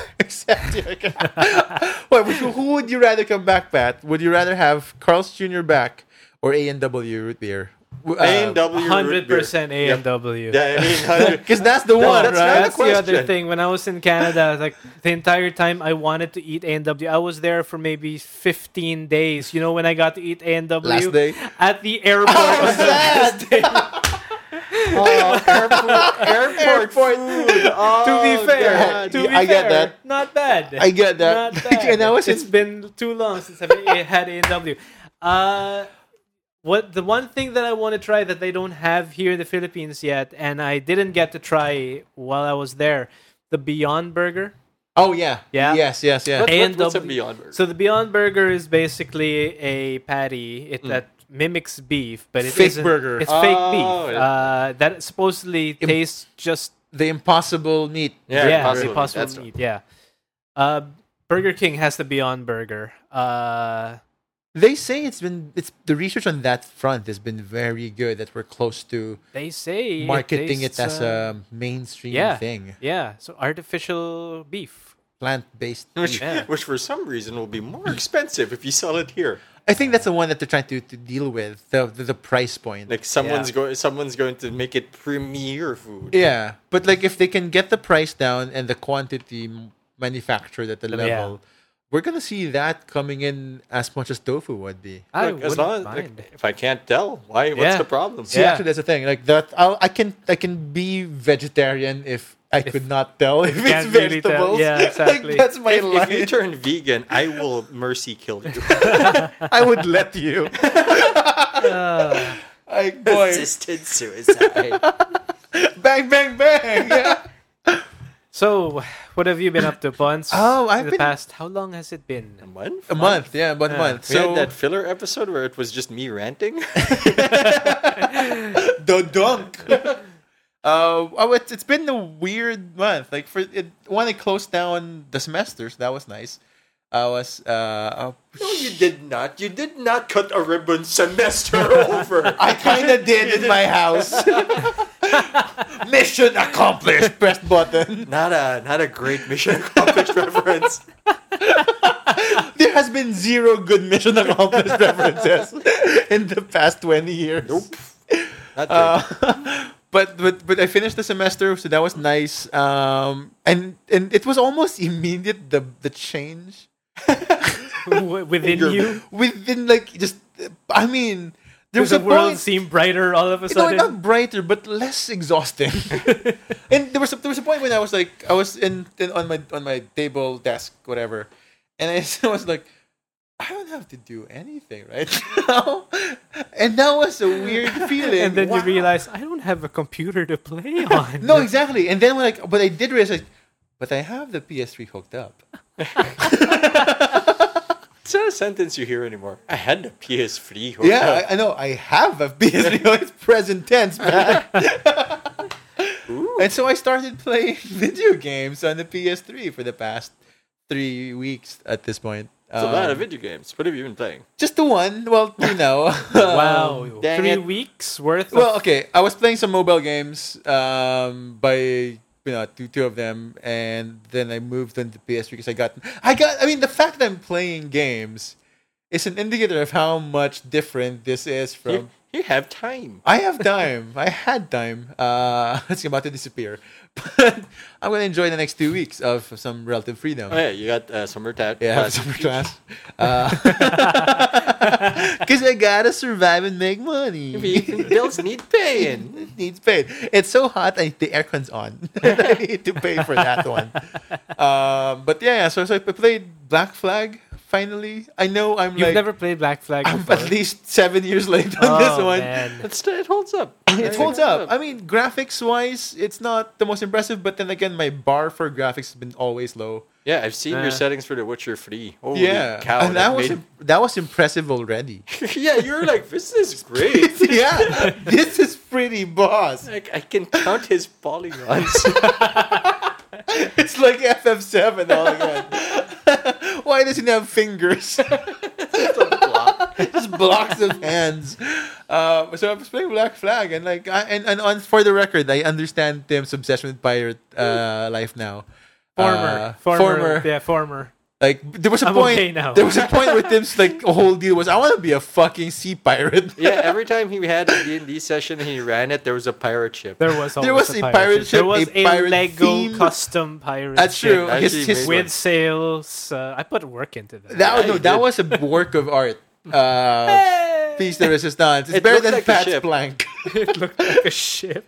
[SPEAKER 2] Except Wait, who who would you rather come back, Pat? Would you rather have Carl's Jr. back or A and W uh, root beer?
[SPEAKER 1] AMW. root
[SPEAKER 3] Hundred
[SPEAKER 1] beer.
[SPEAKER 3] percent
[SPEAKER 1] Yep.
[SPEAKER 3] AMW.
[SPEAKER 1] Yeah, I mean, 100
[SPEAKER 2] Because that's the
[SPEAKER 1] No,
[SPEAKER 2] one,
[SPEAKER 1] that's
[SPEAKER 2] right?
[SPEAKER 1] not
[SPEAKER 3] That's
[SPEAKER 1] the
[SPEAKER 3] the, other
[SPEAKER 1] question.
[SPEAKER 3] thing. When I was in Canada, like the entire time I wanted to eat AW. I was there for maybe 15 days. You know when I got to eat AW?
[SPEAKER 2] Last day. Oh,
[SPEAKER 3] At the airport. was the
[SPEAKER 2] sad.
[SPEAKER 3] best day.
[SPEAKER 1] Oh, airport, airport food. Oh,
[SPEAKER 3] to be fair.
[SPEAKER 2] God.
[SPEAKER 3] To be
[SPEAKER 2] I get
[SPEAKER 3] fair,
[SPEAKER 2] that.
[SPEAKER 3] Not bad.
[SPEAKER 2] I get that.
[SPEAKER 3] Not bad.
[SPEAKER 2] and I was
[SPEAKER 3] it's
[SPEAKER 2] in-
[SPEAKER 3] been too long since I've e-, had AW. Uh, what the one thing that I want to try that they don't have here in the Philippines yet, and I didn't get to try while I was there, the Beyond Burger.
[SPEAKER 2] Oh yeah.
[SPEAKER 3] Yeah.
[SPEAKER 2] Yes. Yes. Yeah.
[SPEAKER 1] What, what, what's a
[SPEAKER 3] AMW.
[SPEAKER 1] Beyond Burger?
[SPEAKER 3] So the Beyond Burger is basically a patty
[SPEAKER 1] Hmm.
[SPEAKER 3] it, that mimics beef, but it's
[SPEAKER 2] Fake burger.
[SPEAKER 3] It's fake
[SPEAKER 1] Oh,
[SPEAKER 3] beef
[SPEAKER 1] yeah.
[SPEAKER 3] uh, that supposedly
[SPEAKER 2] Im-
[SPEAKER 3] tastes just
[SPEAKER 2] the impossible meat.
[SPEAKER 1] Yeah,
[SPEAKER 3] yeah,
[SPEAKER 1] impossible
[SPEAKER 3] the
[SPEAKER 1] meat,
[SPEAKER 3] impossible
[SPEAKER 1] that's right.
[SPEAKER 3] meat, Yeah. Uh, Burger King has the Beyond Burger. Uh,
[SPEAKER 2] They say it's been it's the research on that front has been very good. That we're close to
[SPEAKER 3] they say
[SPEAKER 2] marketing it,
[SPEAKER 3] tastes,
[SPEAKER 2] as
[SPEAKER 3] uh,
[SPEAKER 2] a mainstream
[SPEAKER 3] yeah.
[SPEAKER 2] thing,
[SPEAKER 3] yeah, so artificial beef.
[SPEAKER 2] plant based.
[SPEAKER 1] which,
[SPEAKER 3] yeah.
[SPEAKER 1] which for some reason will be more expensive if you sell it here.
[SPEAKER 2] I think that's the one that they're trying to, to deal with the the, the price point.
[SPEAKER 1] Like someone's going,
[SPEAKER 3] Yeah.
[SPEAKER 1] someone's going to make it premier food.
[SPEAKER 2] yeah, but like if they can get the price down and the quantity m- manufactured at the
[SPEAKER 3] Yeah.
[SPEAKER 2] level, we're gonna see that coming in as much as tofu would be.
[SPEAKER 3] I
[SPEAKER 1] Like, as
[SPEAKER 3] wouldn't
[SPEAKER 1] long as,
[SPEAKER 3] mind.
[SPEAKER 1] like, if I can't tell, why? What's
[SPEAKER 3] Yeah.
[SPEAKER 1] the problem?
[SPEAKER 2] See,
[SPEAKER 3] Yeah.
[SPEAKER 2] actually, that's the thing. Like that, I'll, I can I can be vegetarian if I could not tell if it's
[SPEAKER 3] can't really tell.
[SPEAKER 2] vegetables.
[SPEAKER 3] Yeah,
[SPEAKER 2] Like,
[SPEAKER 3] exactly.
[SPEAKER 2] that's my
[SPEAKER 1] If,
[SPEAKER 2] life.
[SPEAKER 1] if you turn vegan, I will mercy kill you.
[SPEAKER 2] I would let you.
[SPEAKER 3] Uh,
[SPEAKER 2] Like, boy,
[SPEAKER 1] Assisted suicide.
[SPEAKER 2] bang, bang, bang. Yeah.
[SPEAKER 3] so, what have you been up to, Ponce?
[SPEAKER 2] Oh, I've
[SPEAKER 3] in the
[SPEAKER 2] been-
[SPEAKER 3] past. How long has it been?
[SPEAKER 1] A month?
[SPEAKER 2] A month, yeah, one
[SPEAKER 3] Yeah.
[SPEAKER 2] month.
[SPEAKER 1] We
[SPEAKER 2] So
[SPEAKER 1] had that filler episode where it was just me ranting.
[SPEAKER 2] the dunk. uh, oh, it's, it's been a weird month. Like for it, when I closed down the semesters, that was nice. I was uh, uh,
[SPEAKER 1] no, you did not. You did not cut a ribbon semester over.
[SPEAKER 2] I kind of did in my house. Mission accomplished. Press button.
[SPEAKER 1] Not a not a great mission accomplished reference.
[SPEAKER 2] There has been zero good mission accomplished references in the past twenty years.
[SPEAKER 1] Nope. Not good.
[SPEAKER 2] Uh, but but but I finished the semester, so that was nice. Um, and and it was almost immediate the the change
[SPEAKER 3] W- Within
[SPEAKER 1] Your-
[SPEAKER 3] you,
[SPEAKER 2] within like just I mean there was
[SPEAKER 3] the
[SPEAKER 2] a
[SPEAKER 3] world
[SPEAKER 2] point.
[SPEAKER 3] seemed brighter all of a
[SPEAKER 2] No,
[SPEAKER 3] sudden.
[SPEAKER 2] not brighter, but less exhausting. and there was a, there was a point when I was like I was in, in on my on my table desk whatever, and I was like. I don't have to do anything right now, and that was a weird feeling.
[SPEAKER 3] and then you
[SPEAKER 2] Wow.
[SPEAKER 3] realize I don't have a computer to play on.
[SPEAKER 2] No, exactly. And then when like, but I did realize, like, but I have the PS3 hooked up.
[SPEAKER 1] It's not a sentence you hear anymore. I had a PS3. hooked
[SPEAKER 2] Yeah,
[SPEAKER 1] up.
[SPEAKER 2] I, I know. I have a PS3. it's present tense, man. and so I started playing video games on the PS3 for the past three weeks at this point.
[SPEAKER 1] It's a lot
[SPEAKER 2] Um,
[SPEAKER 1] of video games. What have you been playing?
[SPEAKER 2] Just the one. Well, you know. Um,
[SPEAKER 3] Wow,
[SPEAKER 1] dang
[SPEAKER 3] three
[SPEAKER 1] it.
[SPEAKER 3] weeks worth.
[SPEAKER 2] well,
[SPEAKER 3] of,
[SPEAKER 2] okay. I was playing some mobile games um, by you know two two of them, and then I moved on to PS3 because I got I got. I mean, the fact that I'm playing games is an indicator of how much different this is
[SPEAKER 1] You,
[SPEAKER 2] from.
[SPEAKER 1] you have time.
[SPEAKER 2] I have time. I had time. Uh, it's about to disappear, but I'm gonna enjoy the next two weeks of some relative freedom.
[SPEAKER 1] Oh yeah, you got uh, summer tat.
[SPEAKER 2] Yeah, have
[SPEAKER 1] class.
[SPEAKER 2] summer class. Because I gotta survive and make money.
[SPEAKER 1] Bills need paying.
[SPEAKER 2] It needs paid. It's so hot. I, the aircon's on. I need to pay for that one. Um, but yeah, so, so I played Black Flag finally. I know I'm
[SPEAKER 3] you've
[SPEAKER 2] like
[SPEAKER 3] never played Black Flag.
[SPEAKER 2] I'm
[SPEAKER 3] before.
[SPEAKER 2] at least seven years late on
[SPEAKER 3] oh,
[SPEAKER 2] this one.
[SPEAKER 3] Man.
[SPEAKER 1] It's, it holds up.
[SPEAKER 2] It holds up. I mean, graphics wise, it's not the most impressive. But then again, my bar for graphics has been always low.
[SPEAKER 1] yeah, I've seen
[SPEAKER 3] Uh.
[SPEAKER 1] your settings for The Witcher 3. Holy
[SPEAKER 2] yeah,
[SPEAKER 1] cow.
[SPEAKER 2] and that was
[SPEAKER 1] made-
[SPEAKER 2] im- that was impressive already.
[SPEAKER 1] yeah, you're like, this is great.
[SPEAKER 2] yeah, this is pretty boss.
[SPEAKER 1] Like, I can count his polygons.
[SPEAKER 2] It's like FF7 all again. Why doesn't he have fingers? Just blocks of hands. Uh, so I was playing Black Flag, and like, I, and and on for the record, I understand Tim's obsession with pirate uh, life now.
[SPEAKER 3] Former,
[SPEAKER 2] Uh,
[SPEAKER 3] former,
[SPEAKER 2] former.
[SPEAKER 3] yeah, former.
[SPEAKER 2] Like there was a
[SPEAKER 3] I'm
[SPEAKER 2] point.
[SPEAKER 3] okay now.
[SPEAKER 2] There was a point where Tim's like whole deal was, I want to be a fucking sea pirate.
[SPEAKER 1] Yeah, every time he had a D&D session and he ran it, there was a pirate ship.
[SPEAKER 3] There was
[SPEAKER 2] There
[SPEAKER 3] always
[SPEAKER 2] was
[SPEAKER 3] a
[SPEAKER 2] a
[SPEAKER 3] pirate,
[SPEAKER 2] pirate
[SPEAKER 3] ship.
[SPEAKER 2] ship,
[SPEAKER 3] There was
[SPEAKER 2] a
[SPEAKER 3] a,
[SPEAKER 2] pirate
[SPEAKER 3] Lego
[SPEAKER 2] theme.
[SPEAKER 3] custom pirate
[SPEAKER 2] That's
[SPEAKER 3] ship
[SPEAKER 2] true. His,
[SPEAKER 1] Actually
[SPEAKER 2] his,
[SPEAKER 1] made
[SPEAKER 3] with sails. Uh, I put work into that.
[SPEAKER 2] that was,
[SPEAKER 1] Yeah,
[SPEAKER 2] no,
[SPEAKER 1] he
[SPEAKER 2] that
[SPEAKER 1] did.
[SPEAKER 2] was a work of art. Uh, piece de resistance. It's
[SPEAKER 1] It
[SPEAKER 2] better
[SPEAKER 1] looked
[SPEAKER 2] than
[SPEAKER 1] like a
[SPEAKER 2] Pat's
[SPEAKER 1] ship.
[SPEAKER 2] plank.
[SPEAKER 3] it looked like a ship.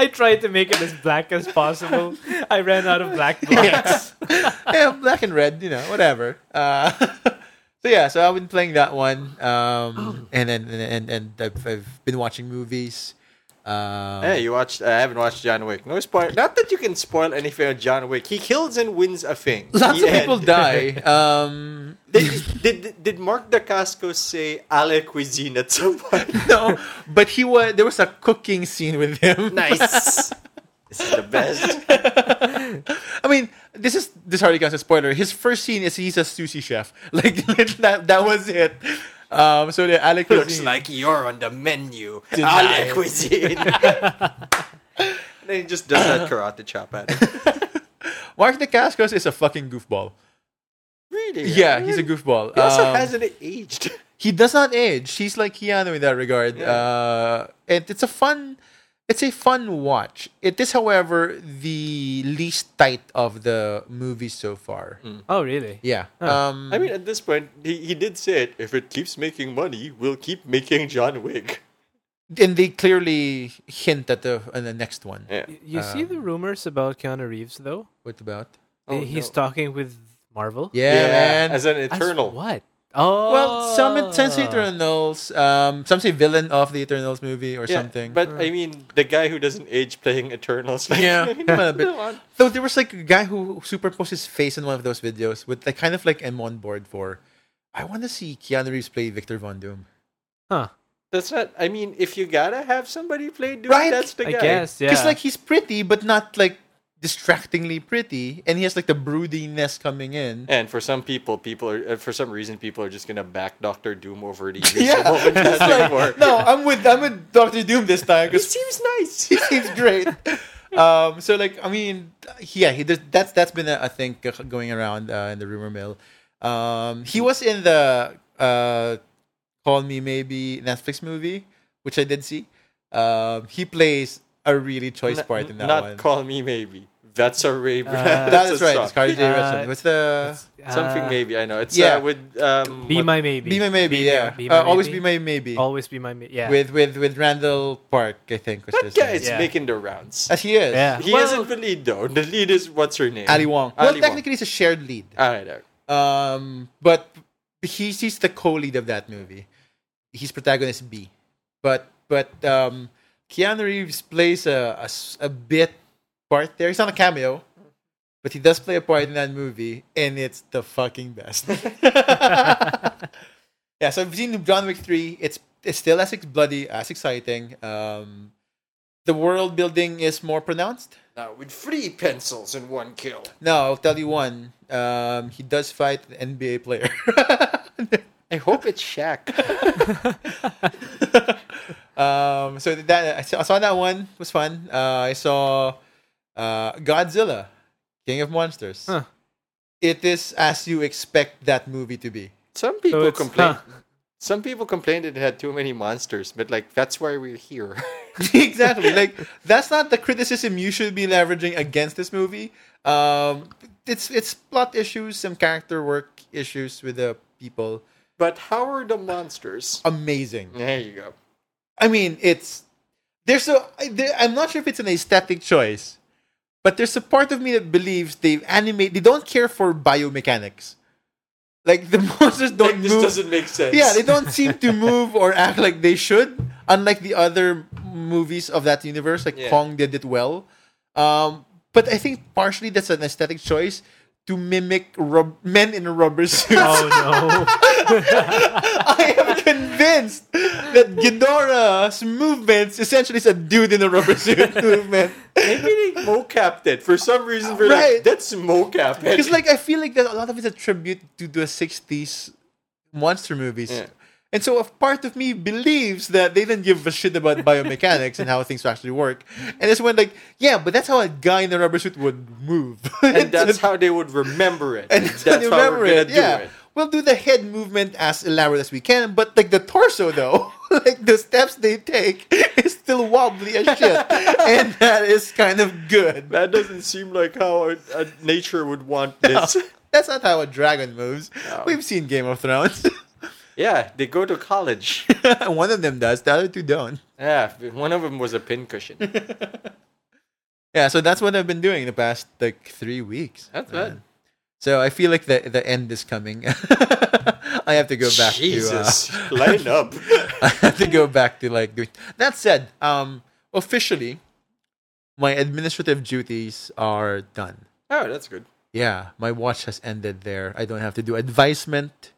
[SPEAKER 3] I tried to make it as black as possible. I ran out of black blocks.
[SPEAKER 2] yeah, black and red, you know, whatever. Uh, so yeah, so I've been playing that one,
[SPEAKER 3] Oh.
[SPEAKER 2] um, and then and and, and I've, I've been watching movies. Um,
[SPEAKER 1] Hey, you watched? I haven't watched John Wick. No spoil. Not that you can spoil anything on John Wick. He kills and wins a thing.
[SPEAKER 2] lots
[SPEAKER 1] The
[SPEAKER 2] of people
[SPEAKER 1] end.
[SPEAKER 2] die. Um,
[SPEAKER 1] Did, did, did Mark Dacascos say "Ale cuisine" at some point?
[SPEAKER 2] no, but he was there was a cooking scene with him.
[SPEAKER 1] Nice. this is the best.
[SPEAKER 2] I mean, this is this already counts as a spoiler. His first scene is he's a sushi chef. Like that, that was it. Um, so the Alec
[SPEAKER 1] Looks
[SPEAKER 2] cuisine-
[SPEAKER 1] like you're on the menu.
[SPEAKER 2] Denied.
[SPEAKER 1] Ale cuisine. and then he just does that karate chop at him.
[SPEAKER 2] Mark DeCascos is a fucking goofball.
[SPEAKER 1] Really?
[SPEAKER 2] Yeah, he's a goofball.
[SPEAKER 1] He also
[SPEAKER 2] Um,
[SPEAKER 1] hasn't aged.
[SPEAKER 2] he does not age. He's like Keanu in that regard.
[SPEAKER 1] Yeah.
[SPEAKER 2] Uh, and it's a fun, it's a fun watch. It is, however, the least tight of the movies so far.
[SPEAKER 3] oh, really?
[SPEAKER 2] Yeah. Um,
[SPEAKER 1] Hmm. I mean, at this point, he, he did say it. If it keeps making money, we'll keep making John Wick.
[SPEAKER 2] and they clearly hint at the on the next one.
[SPEAKER 1] Yeah.
[SPEAKER 3] Y- You see the
[SPEAKER 2] Um,
[SPEAKER 3] rumors about Keanu Reeves, though?
[SPEAKER 2] What about?
[SPEAKER 1] Oh,
[SPEAKER 3] he's
[SPEAKER 1] no.
[SPEAKER 3] talking with Marvel?
[SPEAKER 2] Yeah, man.
[SPEAKER 1] As an
[SPEAKER 3] As
[SPEAKER 1] eternal.
[SPEAKER 3] What? Oh.
[SPEAKER 2] well, some some say Eternals. Um, some say villain of the Eternals movie or
[SPEAKER 1] Yeah,
[SPEAKER 2] something.
[SPEAKER 1] But I mean, the guy who doesn't age playing Eternals. Like,
[SPEAKER 2] Yeah, a bit.
[SPEAKER 1] come on.
[SPEAKER 2] Though there was like a guy who superposed his face in one of those videos, with like kind of like I'm on board for. I want to see Keanu Reeves play Victor Von Doom.
[SPEAKER 3] Huh.
[SPEAKER 1] That's not. I mean, if you gotta have somebody play Doom,
[SPEAKER 2] Right?
[SPEAKER 1] that's the
[SPEAKER 3] I
[SPEAKER 1] guy.
[SPEAKER 3] guess, yeah.
[SPEAKER 2] Because like he's pretty, but not like distractingly pretty, and he has like the broodiness coming in.
[SPEAKER 1] And for some people, people are uh, for some reason people are just gonna back Doctor Doom over the years.
[SPEAKER 2] Yeah,
[SPEAKER 1] Someone does
[SPEAKER 2] It's
[SPEAKER 1] it
[SPEAKER 2] like,
[SPEAKER 1] for-
[SPEAKER 2] no, I'm with I'm with Doctor Doom this time
[SPEAKER 1] he
[SPEAKER 2] because
[SPEAKER 1] seems
[SPEAKER 2] he
[SPEAKER 1] nice.
[SPEAKER 2] seems great. Um, so like I mean, yeah, he does, that's that's been a, a thing going around uh, in the rumor mill. Um, he was in the uh, Call Me Maybe Netflix movie, which I did see. Um, he plays a really choice part in that
[SPEAKER 1] not
[SPEAKER 2] one.
[SPEAKER 1] call me maybe. That's a rave.
[SPEAKER 3] Uh,
[SPEAKER 2] that
[SPEAKER 1] that's
[SPEAKER 2] is
[SPEAKER 1] a
[SPEAKER 2] right.
[SPEAKER 1] song.
[SPEAKER 2] It's Carly J.
[SPEAKER 3] Uh,
[SPEAKER 2] Jepsen. What's the
[SPEAKER 1] Something
[SPEAKER 3] Uh,
[SPEAKER 1] maybe I know. It's
[SPEAKER 2] yeah.
[SPEAKER 1] uh, with um.
[SPEAKER 3] Be
[SPEAKER 1] what-
[SPEAKER 3] my maybe.
[SPEAKER 2] Be my maybe,
[SPEAKER 3] Be my-
[SPEAKER 2] yeah.
[SPEAKER 3] Be My
[SPEAKER 2] uh, Always
[SPEAKER 3] Maybe.
[SPEAKER 2] be my maybe.
[SPEAKER 3] Always be my maybe. Yeah.
[SPEAKER 2] With with with Randall Park, I think was
[SPEAKER 1] that
[SPEAKER 2] his
[SPEAKER 1] guy
[SPEAKER 2] name.
[SPEAKER 1] is
[SPEAKER 3] Yeah.
[SPEAKER 1] making the rounds.
[SPEAKER 2] As he is.
[SPEAKER 3] yeah.
[SPEAKER 1] He
[SPEAKER 3] Well,
[SPEAKER 1] isn't the lead though. The lead is what's her name?
[SPEAKER 2] Ali Wong.
[SPEAKER 1] Ali
[SPEAKER 2] well,
[SPEAKER 1] Wong.
[SPEAKER 2] technically, it's a shared lead.
[SPEAKER 1] All right. all right.
[SPEAKER 2] Um, but he he's the co-lead of that movie. He's protagonist B, but but um, Keanu Reeves plays a, a s- a bit part there. He's not a cameo, but he does play a part in that movie, and it's the fucking best. yeah, so I've seen John Wick three. It's it's still as ex- bloody as exciting. Um, the world building is more pronounced.
[SPEAKER 1] Now with three pencils and one kill.
[SPEAKER 2] No, I'll tell you one. Um, he does fight an NBA player.
[SPEAKER 1] I hope it's Shaq.
[SPEAKER 2] um, so that I saw, I saw that one It was fun. Uh, I saw uh, Godzilla, King of Monsters.
[SPEAKER 3] Huh.
[SPEAKER 2] It is as you expect that movie to be.
[SPEAKER 1] Some people
[SPEAKER 3] it's-
[SPEAKER 1] complain.
[SPEAKER 3] huh.
[SPEAKER 1] Some people complained it had too many monsters, but like that's why we're here.
[SPEAKER 2] exactly. Like that's not the criticism you should be leveraging against this movie. Um, it's it's plot issues, some character work issues with the people.
[SPEAKER 1] but how are the monsters?
[SPEAKER 2] Amazing.
[SPEAKER 1] There you go.
[SPEAKER 2] I mean, it's there's a. I- There, I'm not sure if it's an aesthetic choice, but there's a part of me that believes they've animate. They don't care for biomechanics. Like the monsters don't
[SPEAKER 1] Like, this
[SPEAKER 2] move.
[SPEAKER 1] doesn't make sense.
[SPEAKER 2] Yeah, they don't seem to move or act like they should. Unlike the other movies of that universe, like
[SPEAKER 1] Yeah.
[SPEAKER 2] Kong did it well. Um, but I think partially that's an aesthetic choice to mimic rub- men in rubber suits.
[SPEAKER 3] oh no.
[SPEAKER 2] I am convinced that Ghidorah's movements essentially is a dude in a rubber suit movement.
[SPEAKER 1] Maybe they mocapped it for some reason. We're
[SPEAKER 2] Right.
[SPEAKER 1] like, that's mocapped.
[SPEAKER 2] Because like I feel like that a lot of it's a tribute to the '60s monster movies,
[SPEAKER 1] Yeah.
[SPEAKER 2] And so a part of me believes that they didn't give a shit about biomechanics and how things actually work. And it's when like, yeah, but that's how a guy in a rubber suit would move.
[SPEAKER 1] and that's how they would remember it.
[SPEAKER 2] and
[SPEAKER 1] that's
[SPEAKER 2] that's
[SPEAKER 1] how we're
[SPEAKER 2] remember
[SPEAKER 1] gonna
[SPEAKER 2] it. Yeah. We'll do the head movement as elaborate as we can, but like the torso though, like the steps they take is still wobbly as shit. and that is kind of good.
[SPEAKER 1] That doesn't seem like how a, a nature would want this.
[SPEAKER 2] Oh, That's not how a dragon moves.
[SPEAKER 1] No.
[SPEAKER 2] We've seen Game of Thrones.
[SPEAKER 1] Yeah, they go to college.
[SPEAKER 2] One of them does, the other two don't.
[SPEAKER 1] yeah, one of them was a pincushion.
[SPEAKER 2] Yeah, so that's what I've been doing the past like three weeks.
[SPEAKER 1] That's it.
[SPEAKER 2] So I feel like the the end is coming. I have to go back
[SPEAKER 1] Jesus,
[SPEAKER 2] to uh,
[SPEAKER 1] line up.
[SPEAKER 2] I have to go back to like doing. That said, um, officially, my administrative duties are done.
[SPEAKER 1] Oh, that's good.
[SPEAKER 2] Yeah, my watch has ended there. I don't have to do advisement.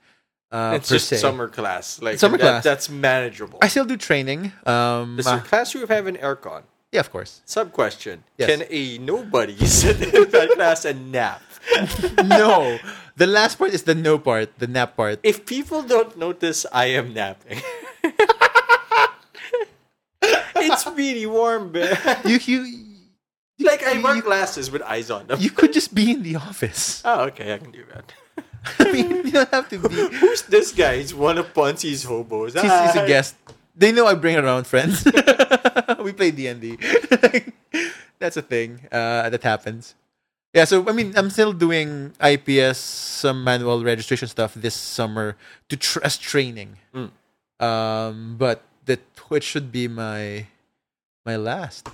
[SPEAKER 2] Uh,
[SPEAKER 1] it's
[SPEAKER 2] per
[SPEAKER 1] just
[SPEAKER 2] se.
[SPEAKER 1] summer class. Like
[SPEAKER 2] Summer
[SPEAKER 1] that-
[SPEAKER 2] class.
[SPEAKER 1] That's manageable.
[SPEAKER 2] I still do training. Um,
[SPEAKER 1] Does
[SPEAKER 2] uh,
[SPEAKER 1] your classroom have an aircon?
[SPEAKER 2] yeah, of course.
[SPEAKER 1] Sub question:
[SPEAKER 2] Yes.
[SPEAKER 1] Can a nobody sit in that class and nap?
[SPEAKER 2] no, the last part is the no part, the nap part.
[SPEAKER 1] If people don't notice, I am napping. it's really warm, man.
[SPEAKER 2] You you
[SPEAKER 1] Like I wear
[SPEAKER 2] You-
[SPEAKER 1] glasses with eyes on them.
[SPEAKER 2] you could just be in the office.
[SPEAKER 1] Oh, okay, I can do that.
[SPEAKER 2] I mean, you don't have to be. He's,
[SPEAKER 1] Who's this guy? He's one of Ponzi's hobos.
[SPEAKER 2] he's a guest. They know I bring around friends. we play D and D. That's a thing uh, that happens. Yeah, so I mean, I'm still doing IPS some manual registration stuff this summer to tr- as training.
[SPEAKER 3] Mm.
[SPEAKER 2] Um, but the Twitch should be my my last.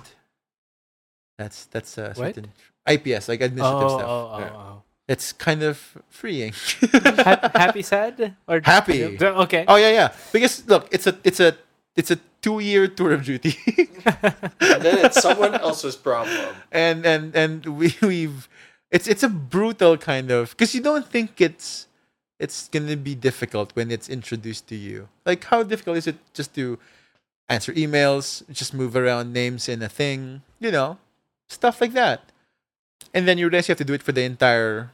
[SPEAKER 2] That's that's uh,
[SPEAKER 3] What?
[SPEAKER 2] certain IPS like administrative
[SPEAKER 3] Oh,
[SPEAKER 2] stuff.
[SPEAKER 3] oh,
[SPEAKER 1] Yeah.
[SPEAKER 3] oh,
[SPEAKER 2] It's kind of freeing.
[SPEAKER 3] oh. Ha- happy, sad, or
[SPEAKER 2] Happy.
[SPEAKER 3] Okay.
[SPEAKER 2] Oh yeah, yeah. Because look, it's a it's a it's a two year tour of duty,
[SPEAKER 1] And then it's someone else's problem.
[SPEAKER 2] and and and we we've it's it's a brutal kind of because you don't think it's it's gonna be difficult when it's introduced to you. Like how difficult is it just to answer emails, just move around names in a thing, you know, stuff like that. And then you realize you have to do it for the entire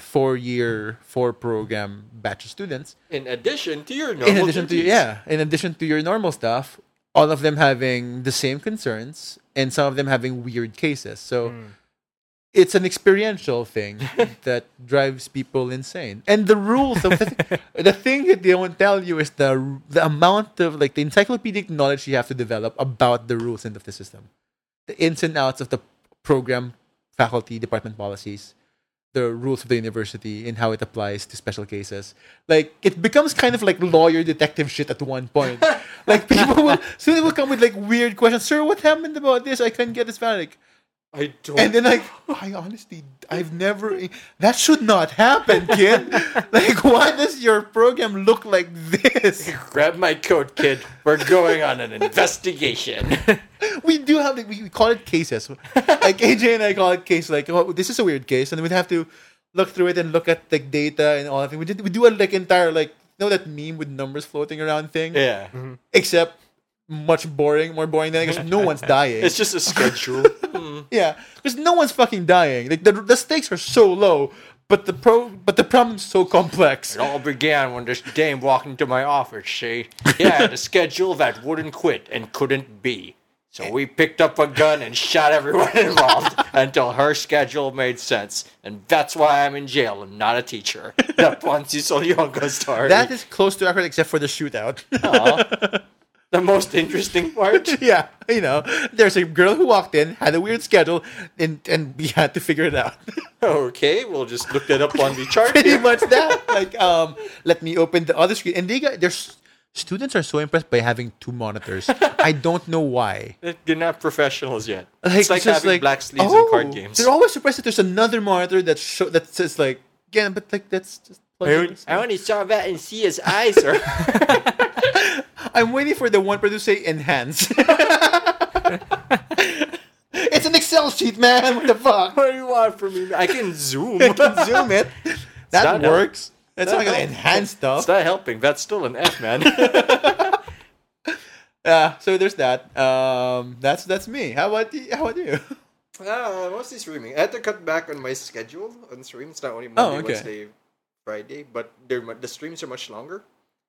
[SPEAKER 2] four year four program batch of students.
[SPEAKER 1] In addition to your normal
[SPEAKER 2] in addition to
[SPEAKER 1] duties.
[SPEAKER 2] yeah, in addition to your normal stuff, all of them having the same concerns and some of them having weird cases. So
[SPEAKER 1] Hmm.
[SPEAKER 2] it's an experiential thing that drives people insane. And the rules of the, the thing that they won't tell you is the the amount of like the encyclopedic knowledge you have to develop about the rules and of the system, the ins and outs of the program, faculty, department policies the rules of the university and how it applies to special cases. Like it becomes kind of like lawyer detective shit at one point. like people will soon they will come with like weird questions. Sir, what happened about this? I can't get this valid. Like,
[SPEAKER 1] I don't.
[SPEAKER 2] and then like I honestly I've never e-" that should not happen, kid. like why does your program look like this?
[SPEAKER 1] grab my coat, kid. We're going on an investigation.
[SPEAKER 2] we do have like, we we call it cases. Like AJ and I call it case. Like oh, this is a weird case, and we'd have to look through it and look at the data and all that. thing. We did we do a like entire like you know that meme with numbers floating around thing.
[SPEAKER 1] yeah,
[SPEAKER 2] Mm-hmm. Except much boring, more boring than because no one's dying.
[SPEAKER 1] it's just a schedule. Hmm.
[SPEAKER 2] yeah, because no one's fucking dying. Like the the stakes are so low, but the pro but the problem's so complex.
[SPEAKER 1] It all began when this dame walked into my office. She, yeah, the schedule that wouldn't quit and couldn't be. So we picked up a gun and shot everyone involved until her schedule made sense. And that's why I'm in jail and not a teacher. That Ponzi Soliongo story.
[SPEAKER 2] That is close to accurate, except for the shootout.
[SPEAKER 1] the most interesting part.
[SPEAKER 2] yeah, you know, there's a girl who walked in, had a weird schedule, and and we had to figure it out.
[SPEAKER 1] Okay, we'll just look that up on the chart.
[SPEAKER 2] pretty much that. Like, um, let me open the other screen. And they got their s- students are so impressed by having two monitors. I don't know why.
[SPEAKER 1] They're not professionals yet. it's like
[SPEAKER 2] just
[SPEAKER 1] having black sleeves in
[SPEAKER 2] oh,
[SPEAKER 1] card games.
[SPEAKER 2] They're always surprised that there's another monitor that show that says like, yeah, but like that's just.
[SPEAKER 1] I only saw that in CSI, sir.
[SPEAKER 2] I'm waiting for the one person to say enhance. it's an Excel sheet, man. What the fuck?
[SPEAKER 1] what do you want from me? I can zoom.
[SPEAKER 2] I can zoom it. That
[SPEAKER 1] not help-
[SPEAKER 2] works. That's
[SPEAKER 1] not
[SPEAKER 2] not gonna
[SPEAKER 1] help.
[SPEAKER 2] enhance stuff.
[SPEAKER 1] It's not helping. That's still an F, man.
[SPEAKER 2] Yeah, so there's that. Um, that's that's me. How about you? How about you?
[SPEAKER 1] uh, mostly streaming. I had to cut back on my schedule on stream. It's not only
[SPEAKER 2] Oh,
[SPEAKER 1] Monday,
[SPEAKER 2] okay.
[SPEAKER 1] Wednesday, Friday, but they're, mu- the streams are much longer.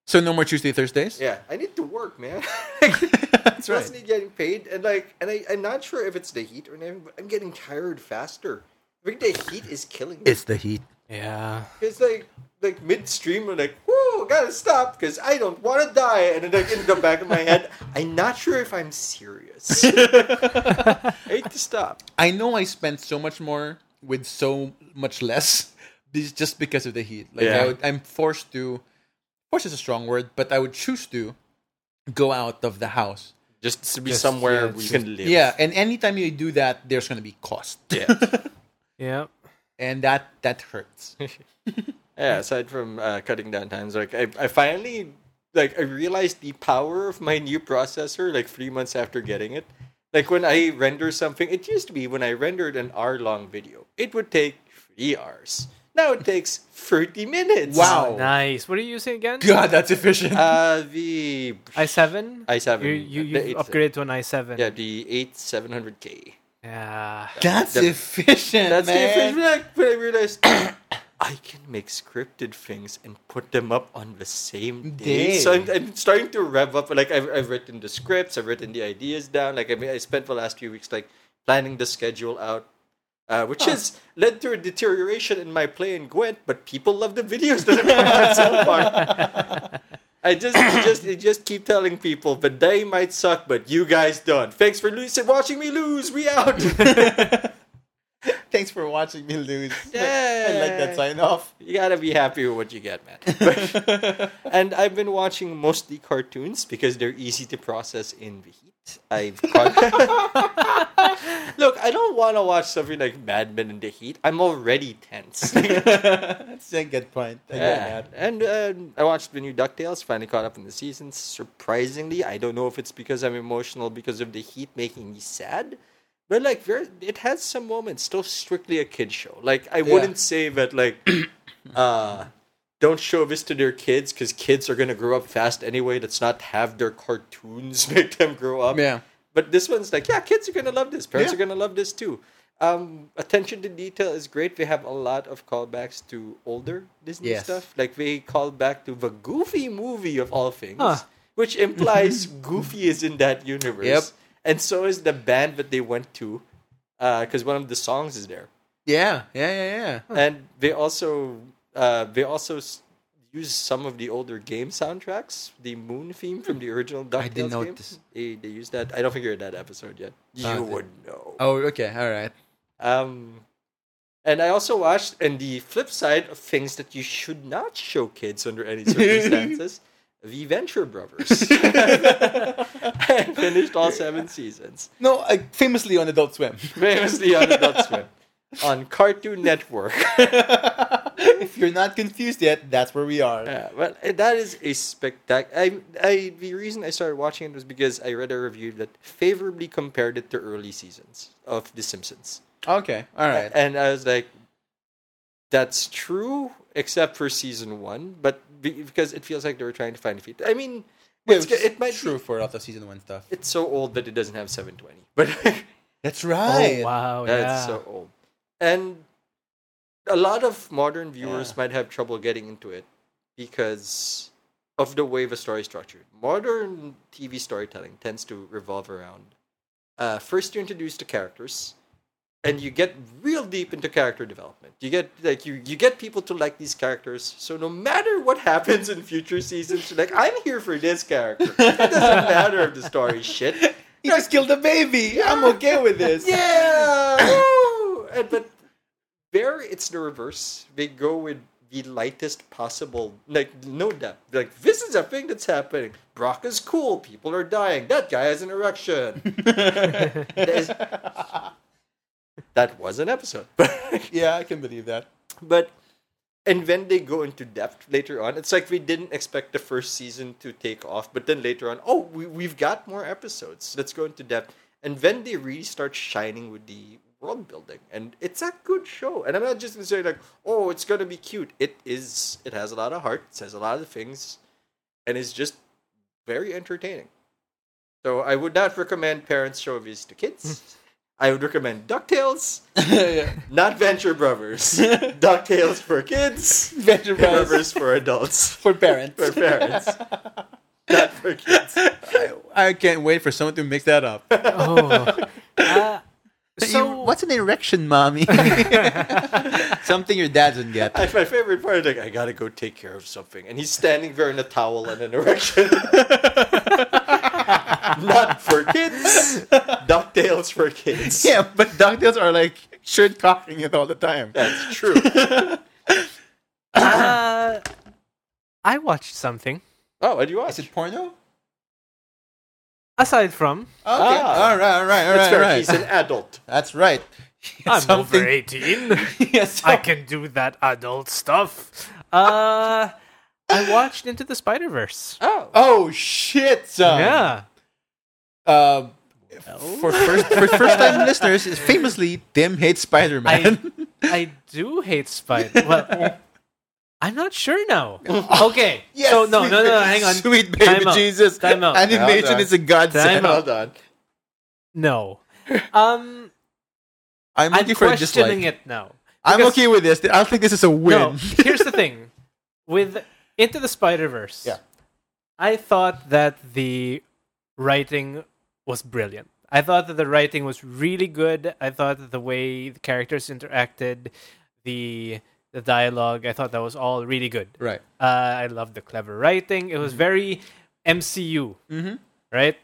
[SPEAKER 2] So no more Tuesday Thursdays.
[SPEAKER 1] Yeah, I need to work, man.
[SPEAKER 2] That's
[SPEAKER 1] That's
[SPEAKER 2] right.
[SPEAKER 1] me getting paid, and like, and I, I'm not sure if it's the heat or anything, but I'm getting tired faster. I think the heat is killing me.
[SPEAKER 2] It's the heat.
[SPEAKER 3] Yeah.
[SPEAKER 1] It's like, like midstream, I'm like, whoa, gotta stop because I don't want to die. And then like in the back of my head, I'm not sure if I'm serious. I need to stop.
[SPEAKER 2] I know I spent so much more with so much less be- just because of the heat. Like
[SPEAKER 1] Yeah.
[SPEAKER 2] I would, I'm forced to, forced is a strong word, but I would choose to go out of the house.
[SPEAKER 1] Just to be
[SPEAKER 3] Just, yeah,
[SPEAKER 1] somewhere where you
[SPEAKER 3] just-
[SPEAKER 1] can live.
[SPEAKER 2] Yeah, and anytime you do that, there's going to be cost.
[SPEAKER 1] Yeah.
[SPEAKER 3] Yeah.
[SPEAKER 2] and that that hurts.
[SPEAKER 1] Yeah, aside from uh, cutting down times, like I, I finally like I realized the power of my new processor like three months after getting it. Like when I render something, it used to be when I rendered an hour long video, it would take three hours. Now it takes thirty minutes.
[SPEAKER 2] Wow.
[SPEAKER 3] Nice. What are you using again?
[SPEAKER 2] God, that's efficient.
[SPEAKER 1] Uh, the
[SPEAKER 3] i7.
[SPEAKER 1] i7.
[SPEAKER 3] You you,
[SPEAKER 1] the
[SPEAKER 3] you
[SPEAKER 1] eight-
[SPEAKER 3] upgraded to an i7.
[SPEAKER 1] Yeah, the eight seven hundred K.
[SPEAKER 3] Yeah.
[SPEAKER 2] that's
[SPEAKER 1] that-
[SPEAKER 2] efficient,
[SPEAKER 1] That's
[SPEAKER 2] man.
[SPEAKER 1] the first like, when I realized I can make scripted things and put them up on the same day.
[SPEAKER 2] Day.
[SPEAKER 1] So I'm, I'm starting to rev up. Like I've, I've written the scripts, I've written the ideas down. Like I mean, I spent the last few weeks like planning the schedule out. Uh, which has led to a deterioration in my play in Gwent, but people love the videos that I've come out so far. I just, I just, I just keep telling people, the day might suck, but you guys don't. Thanks for losing, watching me lose. We out.
[SPEAKER 2] Thanks for watching me lose.
[SPEAKER 1] Yeah.
[SPEAKER 2] I like that sign off.
[SPEAKER 1] you gotta be happy with what you get, man. and I've been watching mostly cartoons because they're easy to process in the heat. I've con- look. I don't want to watch something like Mad Men in the heat. I'm already tense.
[SPEAKER 2] that's a good point. I
[SPEAKER 1] Yeah.
[SPEAKER 2] get that.
[SPEAKER 1] And um I watched the new DuckTales, finally caught up in the season. Surprisingly, I don't know if it's because I'm emotional because of the heat making me sad, but like there, it has some moments still strictly a kid show. Like I wouldn't say that like uh don't show this to their kids because kids are gonna grow up fast anyway. Let's not have their cartoons make them grow up.
[SPEAKER 2] Yeah.
[SPEAKER 1] But this one's like, yeah, kids are gonna love this. Parents
[SPEAKER 2] Yeah.
[SPEAKER 1] are gonna love this too. Um, attention to detail is great. They have a lot of callbacks to older Disney
[SPEAKER 2] Yes.
[SPEAKER 1] stuff. Like they call back to the Goofy movie of all things,
[SPEAKER 3] Huh.
[SPEAKER 1] which implies Goofy is in that universe.
[SPEAKER 2] Yep.
[SPEAKER 1] And so is the band that they went to, because one of the songs is there.
[SPEAKER 2] Yeah, yeah, yeah, yeah.
[SPEAKER 1] And they also uh, they also s- use some of the older game soundtracks. The moon theme from the original DuckTales
[SPEAKER 2] I didn't know
[SPEAKER 1] game.
[SPEAKER 2] this.
[SPEAKER 1] They, they use that. I don't think you're in that episode yet. You
[SPEAKER 2] Oh, did-
[SPEAKER 1] would know.
[SPEAKER 2] Oh, okay, all right.
[SPEAKER 1] Um, and I also watched, and the flip side of things that you should not show kids under any circumstances, The Venture Brothers. I finished all seven seasons,
[SPEAKER 2] No, I, famously on Adult Swim.
[SPEAKER 1] famously on Adult Swim, on Cartoon Network.
[SPEAKER 2] if you're not confused yet, that's where we are.
[SPEAKER 1] Yeah, well, uh, that is a spectacular. I, I, the reason I started watching it was because I read a review that favorably compared it to early seasons of The Simpsons.
[SPEAKER 2] Okay, all right.
[SPEAKER 1] And I was like, that's true, except for season one, but be- because it feels like they were trying to find a feat. I mean, it's,
[SPEAKER 2] Which
[SPEAKER 1] it might
[SPEAKER 2] true
[SPEAKER 1] be,
[SPEAKER 2] for a lot of season one stuff.
[SPEAKER 1] it's so old that it doesn't have 720, but
[SPEAKER 2] That's
[SPEAKER 3] Oh
[SPEAKER 2] right.
[SPEAKER 3] wow.
[SPEAKER 1] that's
[SPEAKER 3] Yeah.
[SPEAKER 1] so old. And a lot of modern viewers might have trouble getting into it because of the way the story is structured. Modern TV storytelling tends to revolve around uh, first you introduce the characters, and you get real deep into character development. You get like you you get people to like these characters. So no matter what happens in future seasons, you're like I'm here for this character. It doesn't matter if the story is shit.
[SPEAKER 2] He just killed a baby. I'm okay with this.
[SPEAKER 1] Yeah. woo! and, but there, it's the reverse. They go with the lightest possible, like no depth. Like this is a thing that's happening. Brock is cool. People are dying. That guy has an erection. That is- that was an episode.
[SPEAKER 2] yeah, I can believe that.
[SPEAKER 1] but and when they go into depth later on it's like we didn't expect the first season to take off but then later on oh we, we've got more episodes let's go into depth and then they really start shining with the world building and it's a good show and i'm not just saying like oh it's gonna be cute it is it has a lot of heart says a lot of things and is just very entertaining so i would not recommend parents show these to kids
[SPEAKER 4] I would recommend DuckTales,
[SPEAKER 1] yeah.
[SPEAKER 4] not Venture Brothers. DuckTales for kids,
[SPEAKER 1] Venture Brothers.
[SPEAKER 4] Brothers for adults,
[SPEAKER 1] For parents.
[SPEAKER 4] for parents, not for kids.
[SPEAKER 2] I can't wait for someone to mix that up.
[SPEAKER 3] Oh. Uh, so
[SPEAKER 2] what's an erection, mommy? Something your dad doesn't get.
[SPEAKER 4] I, my favorite part is like, I gotta go take care of something. And he's standing there in a towel and an erection. Not for kids. DuckTales for kids.
[SPEAKER 2] Yeah, but DuckTales are like shirt cocking it all the time.
[SPEAKER 4] That's true.
[SPEAKER 3] uh, I watched something
[SPEAKER 4] Oh, what do you
[SPEAKER 2] Is
[SPEAKER 4] watch?
[SPEAKER 2] it porno?
[SPEAKER 3] aside from
[SPEAKER 2] Okay. All right, all right, all
[SPEAKER 4] That's
[SPEAKER 2] right, all
[SPEAKER 4] fair.
[SPEAKER 2] right.
[SPEAKER 4] He's an adult.
[SPEAKER 2] That's right.
[SPEAKER 3] I'm
[SPEAKER 2] Something-
[SPEAKER 3] over 18.
[SPEAKER 1] yes.
[SPEAKER 3] I can do that adult stuff. Uh, I watched Into the Spider Verse.
[SPEAKER 4] Oh.
[SPEAKER 2] Oh shit! Son.
[SPEAKER 3] yeah. Oh.
[SPEAKER 2] Uh, for first for first time listeners, is famously Tim hates Spider Man.
[SPEAKER 3] I do hate Spider. Well, I'm not sure now. Okay. so no, no, no, hang on.
[SPEAKER 2] Sweet baby
[SPEAKER 3] Time out.
[SPEAKER 2] Jesus,
[SPEAKER 3] Time out.
[SPEAKER 4] Hold
[SPEAKER 2] animation
[SPEAKER 4] on.
[SPEAKER 2] is a godsend.
[SPEAKER 3] Time out.
[SPEAKER 4] Hold on.
[SPEAKER 3] No. Um, I'm
[SPEAKER 2] I'm looking for just
[SPEAKER 3] questioning
[SPEAKER 2] like
[SPEAKER 3] it now.
[SPEAKER 2] I'm
[SPEAKER 3] because-
[SPEAKER 2] okay with this. I don't think this is a win.
[SPEAKER 3] No, here's the thing. With Into the Spider Verse,
[SPEAKER 2] Yeah.
[SPEAKER 3] I thought that the writing was brilliant. I thought that the writing was really good. I thought that the way the characters interacted, the the dialogue, I thought that was all really good.
[SPEAKER 2] Right.
[SPEAKER 3] Uh, I loved the clever writing. It was very MCU,
[SPEAKER 2] Mhm.
[SPEAKER 3] right?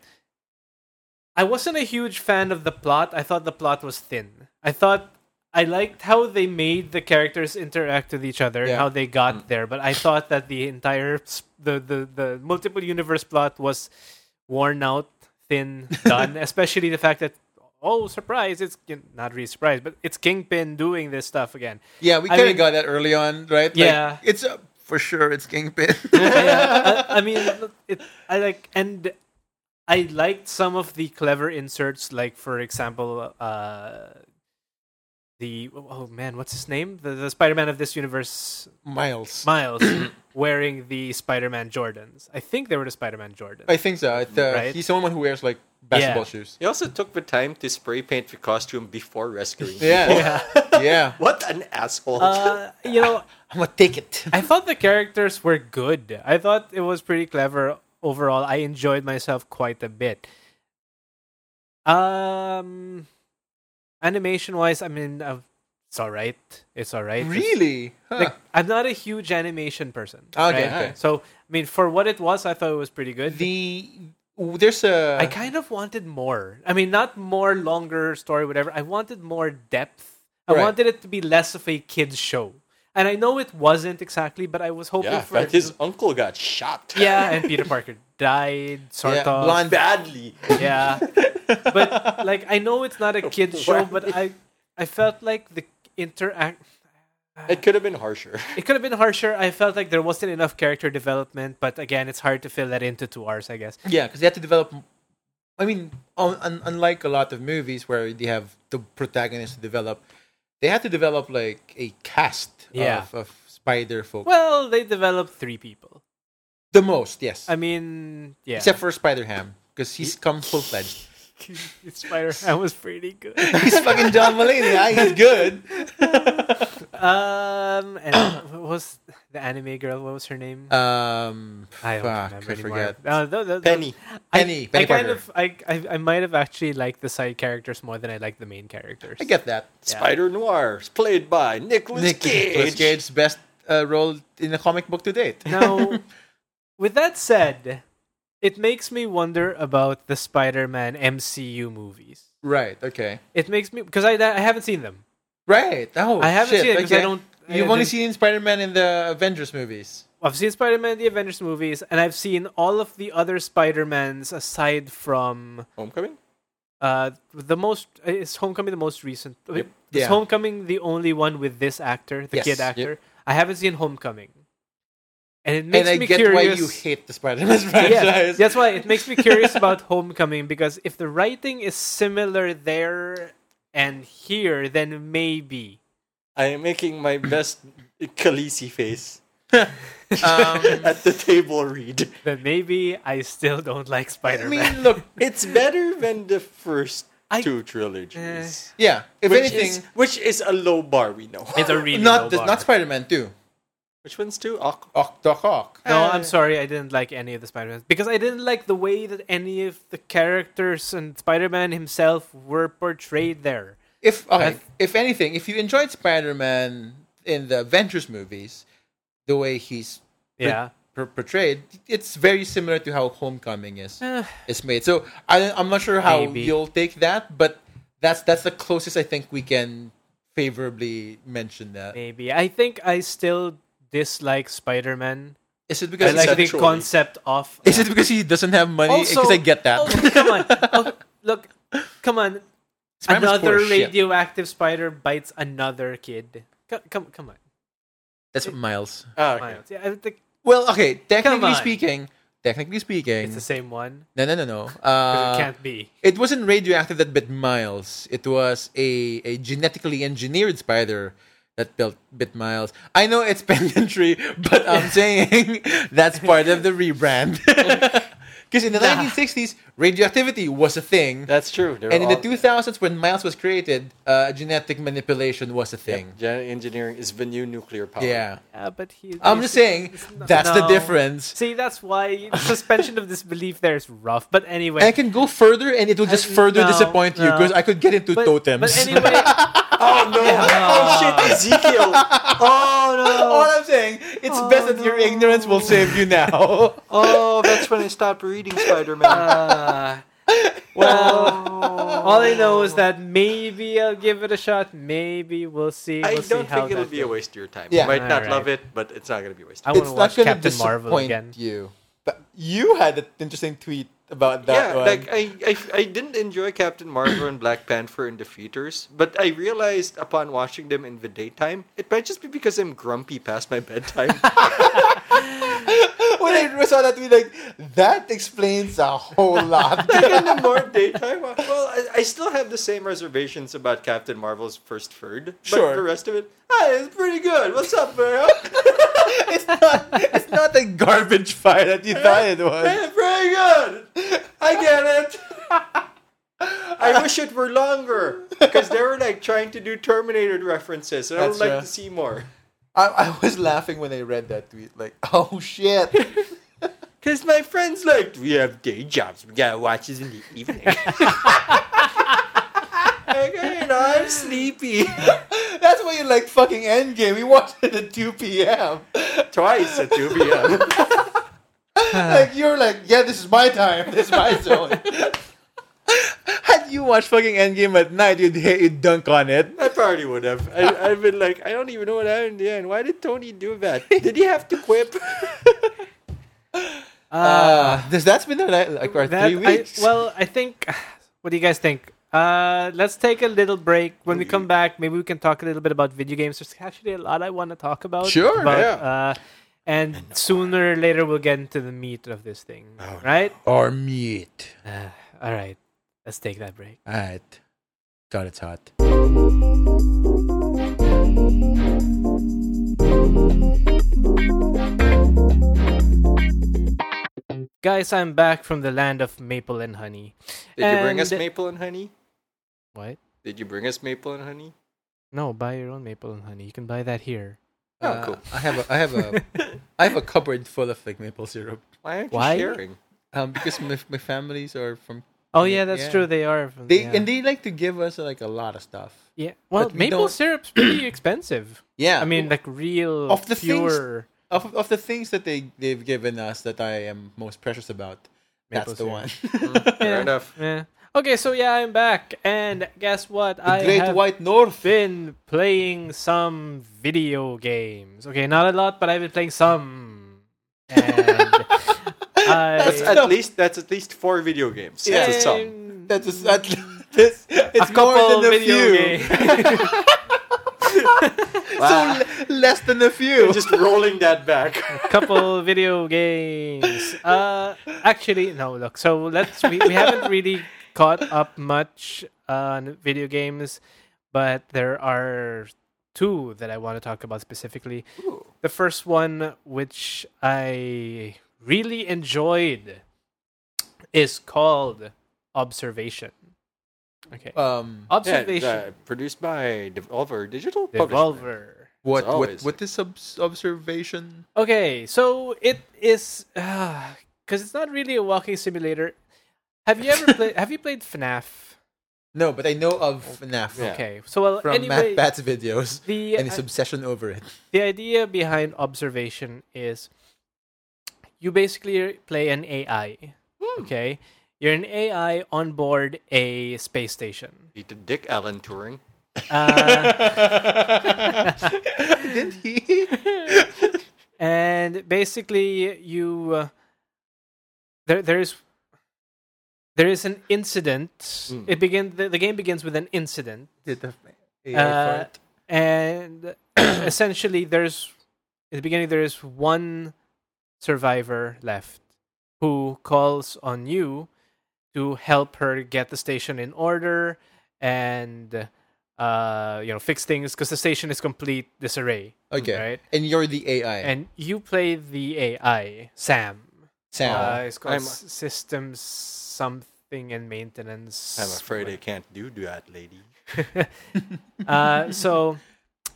[SPEAKER 3] I wasn't a huge fan of the plot. I thought the plot was thin. I thought I liked how they made the characters interact with each other,
[SPEAKER 2] Yeah.
[SPEAKER 3] how they got there. But I thought that the entire s- the the the multiple universe plot was worn out, thin, done. Especially the fact that oh, surprise! It's not really surprise, but it's Kingpin doing this stuff again.
[SPEAKER 2] Yeah, we
[SPEAKER 3] I
[SPEAKER 2] kind
[SPEAKER 3] mean-
[SPEAKER 2] of got that early on, right? Like,
[SPEAKER 3] Yeah.
[SPEAKER 2] it's uh, for sure. It's Kingpin.
[SPEAKER 3] yeah, I, I mean, look, it, I like, and I liked some of the clever inserts, like for example, uh, the oh man, what's his name? The, the Spider-Man of this universe,
[SPEAKER 2] Miles.
[SPEAKER 3] Miles, wearing the Spider-Man Jordans. I think they were the Spider-Man Jordans.
[SPEAKER 2] I think so. It, uh,
[SPEAKER 3] Right.
[SPEAKER 2] He's the one who wears like basketball
[SPEAKER 3] Yeah.
[SPEAKER 2] shoes.
[SPEAKER 4] He also took the time to spray paint the costume before rescuing people.
[SPEAKER 2] Yeah, yeah.
[SPEAKER 4] What an asshole.
[SPEAKER 3] Uh, you know,
[SPEAKER 2] I'm gonna take it.
[SPEAKER 3] I thought the characters were good. I thought it was pretty clever overall. I enjoyed myself quite a bit. Um, animation wise, I mean, uh, it's all right. It's all right. It's-
[SPEAKER 2] Really? Huh.
[SPEAKER 3] like, I'm not a huge animation person.
[SPEAKER 2] Okay,
[SPEAKER 3] right?
[SPEAKER 2] okay.
[SPEAKER 3] So, I mean, for what it was, I thought it was pretty good.
[SPEAKER 2] the there's a
[SPEAKER 3] I kind of wanted more. I mean, not more longer story, whatever. I wanted more depth. I
[SPEAKER 2] Right.
[SPEAKER 3] wanted it to be less of a kids show. And I know it wasn't exactly, but I was hoping
[SPEAKER 4] yeah,
[SPEAKER 3] for
[SPEAKER 4] but his uncle got shot.
[SPEAKER 3] yeah, and Peter Parker died, sort
[SPEAKER 2] yeah,
[SPEAKER 3] of.
[SPEAKER 2] blonde.
[SPEAKER 4] Badly.
[SPEAKER 3] Yeah, but like I know it's not a kids show, but I I felt like the interact.
[SPEAKER 4] It could have been harsher.
[SPEAKER 3] It could have been harsher. I felt like there wasn't enough character development, but again, it's hard to fill that into two hours, I guess.
[SPEAKER 2] Yeah, because they had to develop. I mean, un- un- unlike a lot of movies where they have the protagonist develop, they had to develop like a cast
[SPEAKER 3] Yeah.
[SPEAKER 2] of, of spider folk.
[SPEAKER 3] Well, they developed three people.
[SPEAKER 2] the most, yes,
[SPEAKER 3] I mean, yeah,
[SPEAKER 2] except for Spider Ham because he's come full fledged.
[SPEAKER 3] Spider Man was pretty good.
[SPEAKER 2] he's fucking John Mulaney. ah, He's good.
[SPEAKER 3] Um, and what was the anime girl? What was her name?
[SPEAKER 2] Um,
[SPEAKER 3] I don't
[SPEAKER 2] fuck,
[SPEAKER 3] remember
[SPEAKER 2] I
[SPEAKER 3] anymore. Uh,
[SPEAKER 2] forget.
[SPEAKER 3] No, th- th- th-
[SPEAKER 4] Penny.
[SPEAKER 3] I-
[SPEAKER 2] Penny-
[SPEAKER 3] I,
[SPEAKER 2] Penny
[SPEAKER 3] kind
[SPEAKER 2] Parker.
[SPEAKER 3] of, I, I, I might have actually liked the side characters more than I liked the main characters.
[SPEAKER 2] I get that.
[SPEAKER 4] Spider Noir, is played by Nicholas
[SPEAKER 2] Nick
[SPEAKER 4] Cage.
[SPEAKER 2] Cage. Cage's best uh, role in a comic book to date.
[SPEAKER 3] Now, with that said, it makes me wonder about the Spider-Man MCU movies.
[SPEAKER 2] Right. Okay. Right.
[SPEAKER 3] It makes me because I, I haven't seen them.
[SPEAKER 2] Oh,
[SPEAKER 3] I haven't
[SPEAKER 2] shit,
[SPEAKER 3] seen it because
[SPEAKER 2] okay.
[SPEAKER 3] I don't. I
[SPEAKER 2] You've only
[SPEAKER 3] didn't-
[SPEAKER 2] seen Spider-Man in the Avengers movies.
[SPEAKER 3] I've seen Spider-Man: The Avengers movies, and I've seen all of the other Spider-Mans aside from
[SPEAKER 4] Homecoming?
[SPEAKER 3] uh the most. Is Homecoming the most recent?
[SPEAKER 4] Yep.
[SPEAKER 3] Is
[SPEAKER 2] Yeah.
[SPEAKER 3] Homecoming the only one with this actor, the
[SPEAKER 2] Yes.
[SPEAKER 3] kid actor? I haven't seen Homecoming, and it makes
[SPEAKER 2] And I
[SPEAKER 3] me
[SPEAKER 2] get
[SPEAKER 3] curious.
[SPEAKER 2] why you hate the Spider-Man franchise. Um,
[SPEAKER 3] Yes, that's why it makes me curious about Homecoming because if the writing is similar there and here, then maybe.
[SPEAKER 4] I am making my best Khaleesi face
[SPEAKER 2] Um,
[SPEAKER 4] at the table read.
[SPEAKER 3] But maybe I still don't like
[SPEAKER 2] I
[SPEAKER 3] Spider Man.
[SPEAKER 2] mean, look,
[SPEAKER 4] It's better than the first
[SPEAKER 3] I-
[SPEAKER 1] two trilogies.
[SPEAKER 2] Yeah. Eh. If
[SPEAKER 1] which
[SPEAKER 2] anything,
[SPEAKER 1] is, which is a low bar, we know.
[SPEAKER 3] It's a really
[SPEAKER 2] not
[SPEAKER 3] low
[SPEAKER 2] the,
[SPEAKER 3] bar.
[SPEAKER 2] not Spider Man two.
[SPEAKER 1] which one's Ah, two? Aqu-
[SPEAKER 2] Ock, Doc Ock.
[SPEAKER 3] No, I'm sorry, I didn't like any of the Spider Man because I didn't like the way that any of the characters and Spider Man himself were portrayed there.
[SPEAKER 2] If okay,
[SPEAKER 3] I've-
[SPEAKER 2] if anything, if you enjoyed Spider Man in the Avengers movies, the way he's But-
[SPEAKER 3] Yeah,
[SPEAKER 2] per- portrayed, it's very similar to how Homecoming is
[SPEAKER 3] Eh.
[SPEAKER 2] is made. So I, I'm not sure how
[SPEAKER 3] Maybe.
[SPEAKER 2] you'll take that, but that's that's the closest I think we can favorably mention that. Is
[SPEAKER 3] maybe. I think I still dislike Spider Man.
[SPEAKER 2] it
[SPEAKER 3] I
[SPEAKER 2] because
[SPEAKER 3] like the
[SPEAKER 1] Conceptually.
[SPEAKER 3] concept of.
[SPEAKER 2] is it because he doesn't have money? Because I get that.
[SPEAKER 3] also, come on, Oh, look, come on.
[SPEAKER 2] Spider-Man's
[SPEAKER 3] another
[SPEAKER 2] poor as shit.
[SPEAKER 3] radioactive spider bites another kid. Come, come, come on,
[SPEAKER 2] That's Miles.
[SPEAKER 1] Ah, okay.
[SPEAKER 3] Miles. Yeah, I think
[SPEAKER 2] Well, okay. Technically
[SPEAKER 3] on.
[SPEAKER 2] speaking, technically speaking,
[SPEAKER 3] it's the same one.
[SPEAKER 2] no, no, no, no.
[SPEAKER 3] 'cause
[SPEAKER 2] Uh,
[SPEAKER 3] it can't be.
[SPEAKER 2] It wasn't radioactive that bit Miles. It was a, a genetically engineered spider that built bit Miles. I know it's pedantry, but I'm saying that's part of the rebrand. Because in the 1960s, radioactivity was a thing.
[SPEAKER 1] That's true. They're
[SPEAKER 2] And in the
[SPEAKER 1] all-
[SPEAKER 2] 2000s, when Miles was created, uh, genetic manipulation was a thing.
[SPEAKER 1] Genetic engineering is the new nuclear power.
[SPEAKER 2] Yeah.
[SPEAKER 3] Yeah, but he.
[SPEAKER 2] I'm
[SPEAKER 3] he's-
[SPEAKER 2] just saying,
[SPEAKER 3] he's not-
[SPEAKER 2] that's the
[SPEAKER 3] Oh. No.
[SPEAKER 2] difference.
[SPEAKER 3] See, that's why the suspension of disbelief there is rough. But anyway,
[SPEAKER 2] And I can go further, and it will just
[SPEAKER 3] Uh,
[SPEAKER 2] further
[SPEAKER 3] no,
[SPEAKER 2] disappoint
[SPEAKER 3] no.
[SPEAKER 2] you because I could get into
[SPEAKER 3] but,
[SPEAKER 2] totems.
[SPEAKER 3] But anyway,
[SPEAKER 1] Oh no!
[SPEAKER 3] Yeah.
[SPEAKER 1] Oh shit, Ezekiel!
[SPEAKER 2] All
[SPEAKER 1] Oh no!
[SPEAKER 2] I'm saying, it's best that your ignorance will save you now.
[SPEAKER 1] Oh, that's when I stopped reading Spider-Man. Oh.
[SPEAKER 3] uh, well, all I know is that maybe I'll give it a shot. Maybe we'll see.
[SPEAKER 1] I
[SPEAKER 3] we'll see
[SPEAKER 1] don't
[SPEAKER 3] how
[SPEAKER 1] think it'll
[SPEAKER 3] that
[SPEAKER 1] be a
[SPEAKER 3] goes.
[SPEAKER 1] waste of your time.
[SPEAKER 2] Yeah.
[SPEAKER 1] You might not
[SPEAKER 3] Alright.
[SPEAKER 1] love it, but it's not gonna be a waste.
[SPEAKER 3] I
[SPEAKER 1] Of
[SPEAKER 3] want to watch Captain Marvel again.
[SPEAKER 2] you. But you had an interesting tweet about
[SPEAKER 1] your
[SPEAKER 2] that
[SPEAKER 1] yeah,
[SPEAKER 2] one.
[SPEAKER 1] like I, I, I didn't enjoy Captain Marvel and Black Panther in the theaters, but I realized upon watching them in the daytime, it might just be because I'm grumpy past my bedtime.
[SPEAKER 2] when I saw that tweet, like that explains a whole lot.
[SPEAKER 1] like in the more daytime. Well, I, I still have the same reservations about Captain Marvel's first third, but
[SPEAKER 2] Sure.
[SPEAKER 1] the rest of it, hey, it's pretty good. What's up, bro?
[SPEAKER 2] it's not. It's not the garbage fire that you thought it was.
[SPEAKER 1] It's pretty good. I get it. I wish it were longer because they were like trying to do Terminator references, and I would
[SPEAKER 2] That's
[SPEAKER 1] like
[SPEAKER 2] right.
[SPEAKER 1] to see more.
[SPEAKER 2] I, I was laughing when I read that tweet. Like, oh shit.
[SPEAKER 1] Because my friends like we have day jobs, we gotta watch this in the evening. like, you know, I'm sleepy.
[SPEAKER 2] That's why you like fucking Endgame. We watched it at 2 p.m.
[SPEAKER 1] Twice at 2 p.m.
[SPEAKER 2] like you're like, yeah, this is my time. This is my zone. Had you watched fucking Endgame at night, you'd hit, you'd dunk on it.
[SPEAKER 1] I probably would have. I, I've been like, I don't even know what happened in the end. Why did Tony do that? Did he have to quip?
[SPEAKER 2] Uh, this that's been like, like our
[SPEAKER 3] That-
[SPEAKER 2] three weeks.
[SPEAKER 3] I, well, I think. What do you guys think? Uh, let's take a little break. When we come back, maybe we can talk a little bit about video games. There's actually a lot I want to talk about.
[SPEAKER 2] Sure,
[SPEAKER 3] about,
[SPEAKER 1] yeah.
[SPEAKER 3] Uh, and sooner or later, we'll get into the meat of this thing.
[SPEAKER 2] Oh,
[SPEAKER 3] right?
[SPEAKER 2] our meat.
[SPEAKER 3] Uh, all right. Let's take that break.
[SPEAKER 2] All right. God, it's hot.
[SPEAKER 3] Guys, I'm back from the land of maple and honey.
[SPEAKER 1] Did you bring us
[SPEAKER 3] And-
[SPEAKER 1] maple and honey?
[SPEAKER 3] What?
[SPEAKER 1] Did you bring us maple and honey?
[SPEAKER 3] No, buy your own maple and honey. You can buy that here.
[SPEAKER 1] Oh,
[SPEAKER 2] Uh,
[SPEAKER 1] cool.
[SPEAKER 2] I have a, I have a, I have a cupboard full of like maple syrup.
[SPEAKER 1] Why aren't
[SPEAKER 3] Why?
[SPEAKER 1] you sharing?
[SPEAKER 2] Um, because my, my families are from
[SPEAKER 3] Oh
[SPEAKER 2] Yeah,
[SPEAKER 3] yeah, that's
[SPEAKER 2] yeah.
[SPEAKER 3] true. They are. From,
[SPEAKER 2] they
[SPEAKER 3] yeah.
[SPEAKER 2] and they like to give us like a lot of stuff.
[SPEAKER 3] yeah. Well,
[SPEAKER 2] but we
[SPEAKER 3] maple
[SPEAKER 2] don't-
[SPEAKER 3] syrup's pretty expensive.
[SPEAKER 2] Yeah,
[SPEAKER 3] I mean, like real
[SPEAKER 2] Of the things-
[SPEAKER 3] pure
[SPEAKER 2] of of the things that they they've given us that I am most precious about.
[SPEAKER 3] maple
[SPEAKER 2] that's the
[SPEAKER 3] syrup.
[SPEAKER 2] one.
[SPEAKER 1] Fair enough.
[SPEAKER 3] Yeah. Okay, so yeah, I'm back, and guess what?
[SPEAKER 2] The
[SPEAKER 3] I
[SPEAKER 2] Great
[SPEAKER 3] have
[SPEAKER 2] White North.
[SPEAKER 3] been playing some video games. Okay, not a lot, but I've been playing some. And
[SPEAKER 1] That's
[SPEAKER 3] I,
[SPEAKER 1] at least that's at least four video games. Yeah. That's a sum.
[SPEAKER 2] That's just, that, this, it's more than a few.
[SPEAKER 1] Wow.
[SPEAKER 2] So l- less than a few.
[SPEAKER 1] Just rolling that back.
[SPEAKER 3] couple video games. Uh, actually, no. Look, so let's we, we haven't really caught up much on video games, but there are two that I want to talk about specifically. The first one, which I really enjoyed, is called Observation. Okay.
[SPEAKER 2] Um,
[SPEAKER 4] Yeah,
[SPEAKER 3] Observation.
[SPEAKER 4] uh, produced by Devolver Digital. published by-
[SPEAKER 3] Devolver.
[SPEAKER 2] what, what
[SPEAKER 4] always-
[SPEAKER 2] what is obs- observation?
[SPEAKER 3] Okay, so it is because it's not really a walking simulator. Have you ever played? Have you played FNAF?
[SPEAKER 2] No, but I know of FNAF
[SPEAKER 4] Yeah.
[SPEAKER 3] Okay, so well,
[SPEAKER 2] from
[SPEAKER 3] anyway,
[SPEAKER 2] Matt Bat's videos
[SPEAKER 3] the uh,
[SPEAKER 2] and his obsession over it.
[SPEAKER 3] the idea behind observation is you basically play an AI. Okay, you're an AI on board a space station.
[SPEAKER 4] He did Dick Allen touring.
[SPEAKER 3] Uh,
[SPEAKER 2] Didn't he?
[SPEAKER 3] and basically you uh, there there is there is an incident
[SPEAKER 2] Hmm.
[SPEAKER 3] it begin the, the game begins with an incident
[SPEAKER 2] Did the AI
[SPEAKER 3] Uh,
[SPEAKER 2] fart?
[SPEAKER 3] and essentially there's at the beginning there is one survivor left who calls on you to help her get the station in order and uh you know fix things because the station is complete disarray
[SPEAKER 2] Okay,
[SPEAKER 3] right
[SPEAKER 2] and you're the AI,
[SPEAKER 3] and you play the AI, Sam.
[SPEAKER 2] Sam.
[SPEAKER 3] Uh, it's called
[SPEAKER 4] I'm-
[SPEAKER 3] S- Systems Something and Maintenance.
[SPEAKER 4] I'm afraid I can't do that, lady.
[SPEAKER 3] Uh, so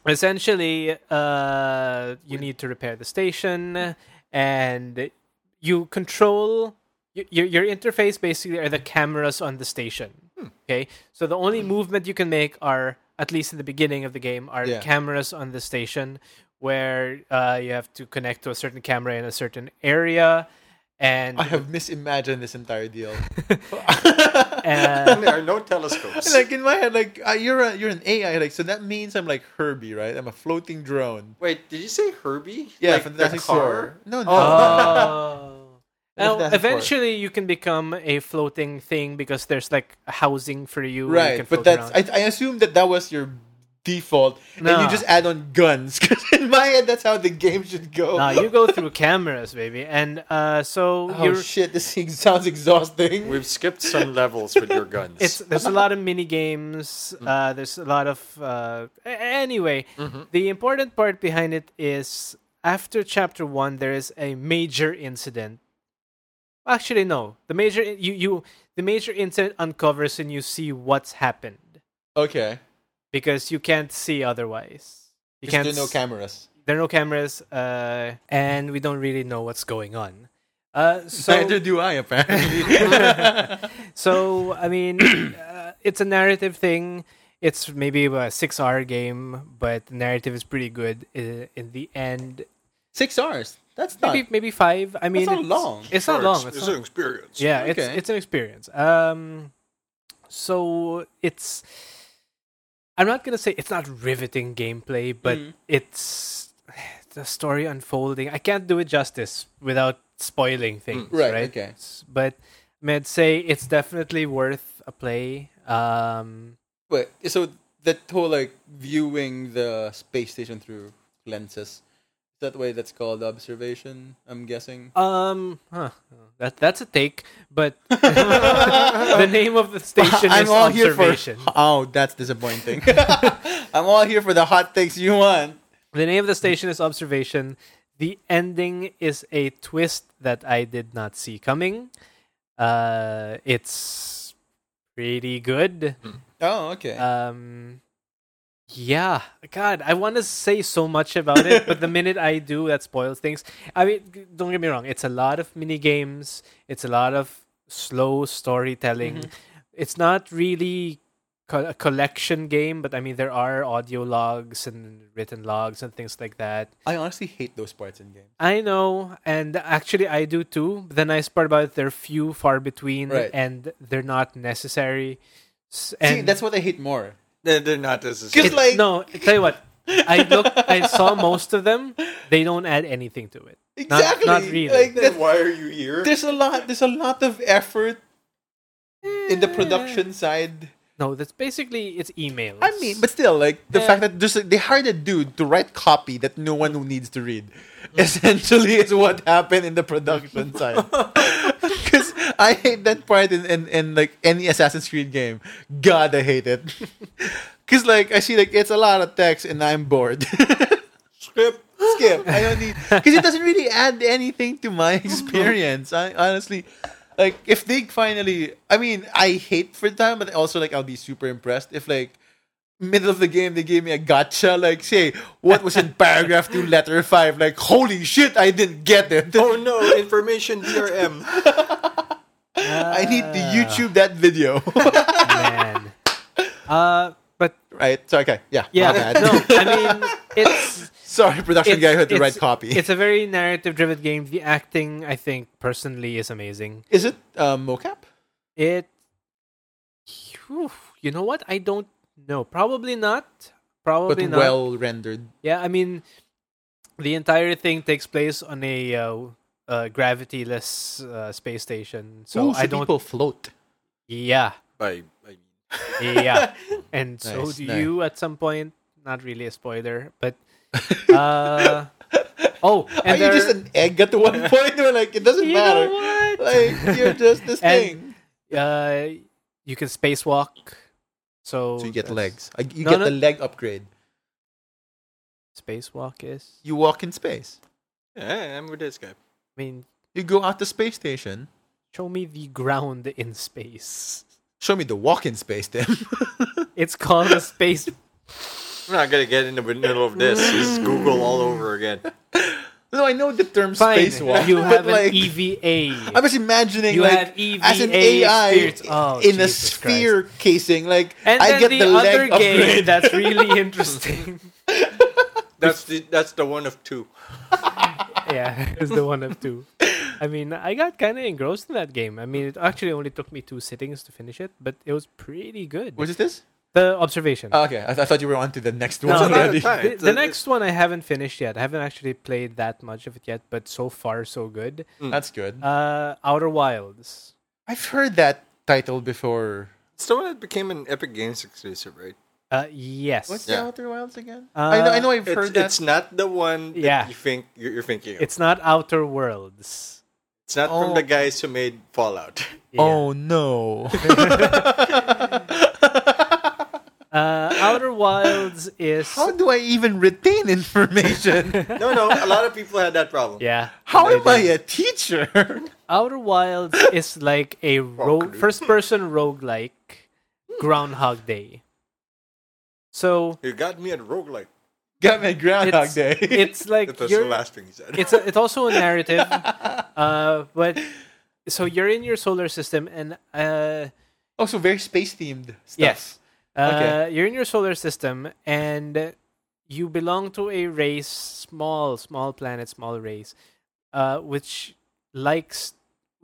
[SPEAKER 3] essentially, uh, you need to repair the station, and you control y- your your interface. Basically, are the cameras on the station. Okay, so the only movement you can make are at least in the beginning of the game are
[SPEAKER 2] Yeah.
[SPEAKER 3] the cameras on the station, where uh, you have to connect to a certain camera in a certain area, and
[SPEAKER 2] I have misimagined this entire deal.
[SPEAKER 3] uh,
[SPEAKER 4] There are no telescopes.
[SPEAKER 2] like in my head, like uh, you're a, you're an AI, like so that means I'm like Herbie, right? I'm a floating drone.
[SPEAKER 4] Wait, did you say Herbie?
[SPEAKER 2] Yeah,
[SPEAKER 4] like
[SPEAKER 2] Fantastic Four. No, no.
[SPEAKER 3] Oh.
[SPEAKER 2] That's
[SPEAKER 3] Now,
[SPEAKER 2] for it.
[SPEAKER 3] eventually, you can become a floating thing because there's like housing for you. where You can
[SPEAKER 2] right, but
[SPEAKER 3] float
[SPEAKER 2] that's
[SPEAKER 3] around.
[SPEAKER 2] I, I assume that that was your default, and
[SPEAKER 3] Nah.
[SPEAKER 2] you just add on guns. Because in my head, that's how the game should go.
[SPEAKER 3] Nah, you go through cameras, baby, and uh, so
[SPEAKER 2] oh
[SPEAKER 3] you're.
[SPEAKER 2] shit, this thing sounds exhausting.
[SPEAKER 4] We've skipped some levels with your guns.
[SPEAKER 3] It's there's a lot of mini games.
[SPEAKER 2] Mm-hmm.
[SPEAKER 3] Uh, there's a lot of uh, a- anyway. The important part behind it is after chapter one, there is a major incident. Actually, no. The major you you the major incident uncovers and you see what's happened.
[SPEAKER 2] okay,
[SPEAKER 3] because you can't see otherwise. You can't.
[SPEAKER 2] because there are no
[SPEAKER 3] s-
[SPEAKER 2] cameras.
[SPEAKER 3] there are no cameras, uh, and we don't really know what's going on. Uh, so,
[SPEAKER 2] do I, apparently.
[SPEAKER 3] so I mean, uh, it's a narrative thing. It's maybe a six-hour game, but the narrative is pretty good in, in the end.
[SPEAKER 2] Six hours. That's not.
[SPEAKER 3] Maybe maybe five. I mean,
[SPEAKER 2] not
[SPEAKER 3] it's
[SPEAKER 2] long.
[SPEAKER 3] It's not long. It's, not-
[SPEAKER 4] an experience.
[SPEAKER 3] yeah,
[SPEAKER 2] Okay.
[SPEAKER 3] it's it's an experience. Um, so it's. I'm not gonna say it's not riveting gameplay, but
[SPEAKER 2] Mm.
[SPEAKER 3] it's the story unfolding. I can't do it justice without spoiling things,
[SPEAKER 2] Mm, Right,
[SPEAKER 3] right?
[SPEAKER 2] okay.
[SPEAKER 3] S- But I'd say it's definitely worth a play. Um,
[SPEAKER 2] But so that whole like viewing the space station through lenses. That way, that's called observation. I'm guessing.
[SPEAKER 3] um, huh, that that's a take, but the name of the station is observation.
[SPEAKER 2] Oh, that's disappointing. I'm all here for the hot takes you want.
[SPEAKER 3] The name of the station is Observation. The ending is a twist that I did not see coming. Uh, it's pretty good.
[SPEAKER 2] Oh, okay.
[SPEAKER 3] Um, yeah, God, I want to say so much about it, but the minute I do, that spoils things. I mean, g- don't get me wrong; it's a lot of mini games. It's a lot of slow storytelling.
[SPEAKER 2] Mm-hmm.
[SPEAKER 3] It's not really co- a collection game, but I mean, there are audio logs and written logs and things like that.
[SPEAKER 2] I honestly hate those parts in games.
[SPEAKER 3] I know, and actually, I do too. The nice part about it, they're few, far between,
[SPEAKER 2] Right.
[SPEAKER 3] and they're not necessary. S-
[SPEAKER 2] See,
[SPEAKER 3] and-
[SPEAKER 2] that's what I hate more.
[SPEAKER 4] They're, they're not as
[SPEAKER 2] Because
[SPEAKER 3] it-
[SPEAKER 2] like,
[SPEAKER 3] no, I tell you what. I look. I saw most of them. They don't add anything to it. not
[SPEAKER 2] exactly.
[SPEAKER 3] really.
[SPEAKER 2] Like,
[SPEAKER 4] Then
[SPEAKER 2] that,
[SPEAKER 4] why are you here?
[SPEAKER 2] there's a lot. There's a lot of effort in the production side.
[SPEAKER 3] No, that's basically it's emails.
[SPEAKER 2] I mean, but still, like the
[SPEAKER 3] Yeah.
[SPEAKER 2] fact that just like, they hired a dude to write copy that no one who needs to read, essentially, is what happened in the production side. Because I hate that part in, in, in like any Assassin's Creed game. God, I hate it. Because like I see like it's a lot of text and I'm bored.
[SPEAKER 4] Skip.
[SPEAKER 2] Skip. I don't need because it doesn't really add anything to my experience. I honestly, like if they finally I mean, I hate for time, but also like I'll be super impressed if like middle of the game they gave me a gotcha like say what was in paragraph 2 letter 5 like holy shit I didn't get it.
[SPEAKER 4] Oh no, information DRM.
[SPEAKER 2] I need to YouTube that video.
[SPEAKER 3] man. Uh, but
[SPEAKER 2] right. So okay. Yeah.
[SPEAKER 3] yeah,
[SPEAKER 2] my bad.
[SPEAKER 3] no, I mean it's
[SPEAKER 2] Sorry production
[SPEAKER 3] it's,
[SPEAKER 2] guy who had the
[SPEAKER 3] it's-
[SPEAKER 2] right copy.
[SPEAKER 3] It's a very narrative-driven game. The acting, I think, personally, is amazing.
[SPEAKER 2] Is it um, mocap?
[SPEAKER 3] It, Phew, you know what? I don't know. Probably not. Probably
[SPEAKER 2] but
[SPEAKER 3] not.
[SPEAKER 2] well rendered.
[SPEAKER 3] Yeah, I mean, the entire thing takes place on a uh, uh, gravity-less uh, space station. So
[SPEAKER 2] Ooh,
[SPEAKER 3] I don't.
[SPEAKER 2] people float.
[SPEAKER 3] Yeah,
[SPEAKER 4] I, I,
[SPEAKER 3] yeah. And so
[SPEAKER 2] Nice,
[SPEAKER 3] do
[SPEAKER 2] nice.
[SPEAKER 3] you at some point. Not really a spoiler, but uh, oh,
[SPEAKER 2] Are
[SPEAKER 3] and
[SPEAKER 2] you just
[SPEAKER 3] there-
[SPEAKER 2] an egg at the one point? We're like, it doesn't
[SPEAKER 3] You
[SPEAKER 2] matter.
[SPEAKER 3] know what?
[SPEAKER 2] Like you're just this
[SPEAKER 3] And-
[SPEAKER 2] thing.
[SPEAKER 3] uh, you can spacewalk. So,
[SPEAKER 2] So you get
[SPEAKER 3] that's-
[SPEAKER 2] legs. Like, You
[SPEAKER 3] No,
[SPEAKER 2] get
[SPEAKER 3] no.
[SPEAKER 2] the leg upgrade.
[SPEAKER 3] Spacewalk is.
[SPEAKER 2] You walk in space.
[SPEAKER 4] yeah, I'm with this guy.
[SPEAKER 3] I mean,
[SPEAKER 2] You go out the space station.
[SPEAKER 3] show me the ground in space.
[SPEAKER 2] Show me the walk in space then.
[SPEAKER 3] It's called a space.
[SPEAKER 4] I'm not gonna get in the middle of this. This is Google all over again.
[SPEAKER 2] no, I know the term
[SPEAKER 3] Fine,
[SPEAKER 2] space walk.
[SPEAKER 3] you have
[SPEAKER 2] but,
[SPEAKER 3] an E
[SPEAKER 2] like,
[SPEAKER 3] EVA.
[SPEAKER 2] I'm just imagining
[SPEAKER 3] You
[SPEAKER 2] like
[SPEAKER 3] have E EVA
[SPEAKER 2] as an AI
[SPEAKER 3] experience. Oh,
[SPEAKER 2] in a
[SPEAKER 3] Jesus Christ.
[SPEAKER 2] sphere casing. Like
[SPEAKER 3] and then
[SPEAKER 2] I get
[SPEAKER 3] the,
[SPEAKER 2] the, leg
[SPEAKER 3] other game
[SPEAKER 2] upgrade.
[SPEAKER 3] that's really interesting.
[SPEAKER 4] That's the that's the one of two.
[SPEAKER 3] yeah, is the one of two. I mean, I got kind of engrossed in that game. I mean, it actually only took me two sittings to finish it, but it was pretty good.
[SPEAKER 2] What is this?
[SPEAKER 3] the observation.
[SPEAKER 2] Oh, okay, I, th- I thought you were on to the next one
[SPEAKER 3] No, no, no,
[SPEAKER 4] no.
[SPEAKER 2] already.
[SPEAKER 3] the,
[SPEAKER 4] Right,
[SPEAKER 3] the
[SPEAKER 4] uh,
[SPEAKER 3] next one I haven't finished yet. I haven't actually played that much of it yet, but so far so good.
[SPEAKER 2] That's good.
[SPEAKER 3] Uh, Outer Wilds.
[SPEAKER 2] I've heard that title before.
[SPEAKER 4] It's the one that became an Epic Games exclusive, right?
[SPEAKER 3] Uh, yes,
[SPEAKER 2] What's
[SPEAKER 4] Yeah.
[SPEAKER 2] the Outer Wilds again? I,
[SPEAKER 3] Uh,
[SPEAKER 2] know, I know I've
[SPEAKER 4] It's,
[SPEAKER 2] heard that.
[SPEAKER 4] it's not the one that
[SPEAKER 3] Yeah.
[SPEAKER 4] you think you're, you're thinking of. It's,
[SPEAKER 3] it's not Outer Worlds.
[SPEAKER 4] not
[SPEAKER 2] oh.
[SPEAKER 4] from the guys who made Fallout.
[SPEAKER 3] Yeah.
[SPEAKER 2] Oh no!
[SPEAKER 3] Uh, Outer Wilds is
[SPEAKER 2] How do I even retain information?
[SPEAKER 4] no, no, a lot of people had that problem.
[SPEAKER 3] yeah.
[SPEAKER 2] How am
[SPEAKER 3] do.
[SPEAKER 2] I a teacher?
[SPEAKER 3] Outer Wilds is like a ro-
[SPEAKER 4] dude.
[SPEAKER 3] first-person roguelike Groundhog Day. So
[SPEAKER 4] You got me at roguelike.
[SPEAKER 2] Got my Groundhog
[SPEAKER 3] it's,
[SPEAKER 2] Day.
[SPEAKER 3] it's like
[SPEAKER 4] That was
[SPEAKER 3] you're,
[SPEAKER 4] the last thing he said.
[SPEAKER 3] it's a, it's also a narrative uh but so you're in your solar system and uh
[SPEAKER 2] also very space themed stuff.
[SPEAKER 3] yes uh
[SPEAKER 2] Okay.
[SPEAKER 3] you're in your solar system and you belong to a race small small planet small race uh which likes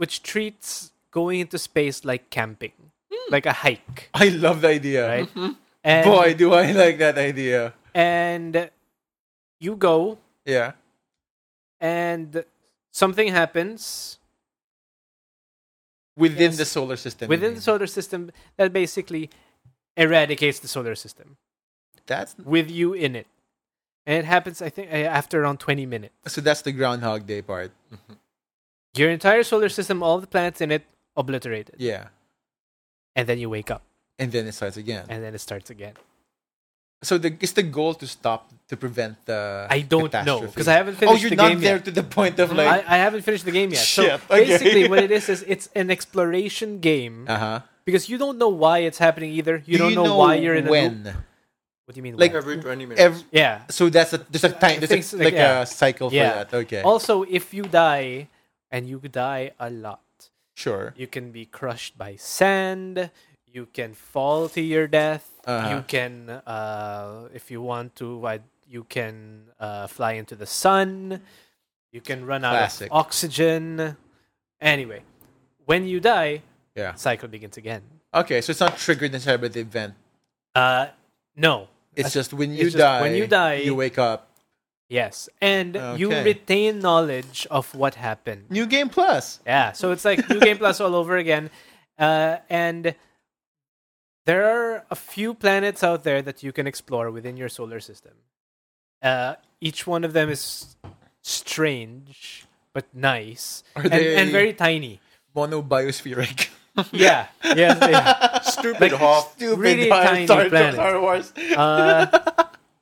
[SPEAKER 3] which treats going into space like camping
[SPEAKER 2] Hmm.
[SPEAKER 3] like a hike
[SPEAKER 2] I love the idea.
[SPEAKER 3] right and
[SPEAKER 2] Boy, do I like that idea.
[SPEAKER 3] and you go
[SPEAKER 2] Yeah.
[SPEAKER 3] and something happens
[SPEAKER 2] Within
[SPEAKER 3] Yes.
[SPEAKER 2] the solar system. you
[SPEAKER 3] within
[SPEAKER 2] mean.
[SPEAKER 3] the solar system that basically eradicates the solar system
[SPEAKER 2] that's
[SPEAKER 3] with you in it. And it happens, I think, uh, after around 20 minutes.
[SPEAKER 2] so that's the Groundhog Day part.
[SPEAKER 3] Your entire solar system, all the planets in it, obliterated.
[SPEAKER 2] Yeah.
[SPEAKER 3] And then you wake up,
[SPEAKER 2] And then it starts again.
[SPEAKER 3] and then it starts again.
[SPEAKER 2] So the is the goal to stop to prevent the
[SPEAKER 3] I don't know,
[SPEAKER 2] catastrophe?
[SPEAKER 3] because I haven't
[SPEAKER 2] Oh,
[SPEAKER 3] finished
[SPEAKER 2] you're
[SPEAKER 3] the
[SPEAKER 2] not
[SPEAKER 3] game
[SPEAKER 2] there
[SPEAKER 3] yet.
[SPEAKER 2] to the point of like
[SPEAKER 3] I, I haven't finished the game yet. So
[SPEAKER 2] Shit, okay.
[SPEAKER 3] basically, what it is is it's an exploration game
[SPEAKER 2] uh huh.
[SPEAKER 3] because you don't know why it's happening either. You don't know, why you're in a loop.
[SPEAKER 2] when.
[SPEAKER 3] What do you mean?
[SPEAKER 2] Like-
[SPEAKER 3] when?
[SPEAKER 4] every 20 minutes.
[SPEAKER 2] Ev-
[SPEAKER 3] yeah.
[SPEAKER 2] so that's a there's a time
[SPEAKER 3] I
[SPEAKER 2] there's
[SPEAKER 3] think
[SPEAKER 2] a,
[SPEAKER 3] so,
[SPEAKER 2] like,
[SPEAKER 3] like, yeah.
[SPEAKER 2] a cycle for
[SPEAKER 3] Yeah.
[SPEAKER 2] that. Okay,
[SPEAKER 3] Also, if you die, and you die a lot,
[SPEAKER 2] sure.
[SPEAKER 3] You can be crushed by sand. You can fall to your death.
[SPEAKER 2] Uh-huh.
[SPEAKER 3] You can, uh, if you want to, I, you can uh, fly into the sun. You can run out
[SPEAKER 2] Classic.
[SPEAKER 3] of oxygen. Anyway, when you die,
[SPEAKER 2] Yeah.
[SPEAKER 3] cycle begins again.
[SPEAKER 2] Okay, so it's not triggered necessarily by the event.
[SPEAKER 3] Uh, no.
[SPEAKER 2] It's
[SPEAKER 3] That's-
[SPEAKER 2] just when
[SPEAKER 3] it's
[SPEAKER 2] you
[SPEAKER 3] just
[SPEAKER 2] die.
[SPEAKER 3] when you die-
[SPEAKER 2] you wake up.
[SPEAKER 3] yes, and you
[SPEAKER 2] Okay.
[SPEAKER 3] retain knowledge of what happened.
[SPEAKER 2] New game plus.
[SPEAKER 3] Yeah, so it's like New Game Plus all over again. Uh, and there are a few planets out there that you can explore within your solar system. Uh, each one of them is strange but nice
[SPEAKER 2] Are
[SPEAKER 3] and,
[SPEAKER 2] they-
[SPEAKER 3] and very tiny.
[SPEAKER 2] Monobiospheric.
[SPEAKER 3] Yeah, yes, they are.
[SPEAKER 4] Stupid
[SPEAKER 3] like-
[SPEAKER 4] Hoff.
[SPEAKER 2] Stupid
[SPEAKER 3] Really
[SPEAKER 2] Star-
[SPEAKER 3] tiny
[SPEAKER 2] Star,
[SPEAKER 3] planet.
[SPEAKER 2] Star Wars.
[SPEAKER 3] Uh,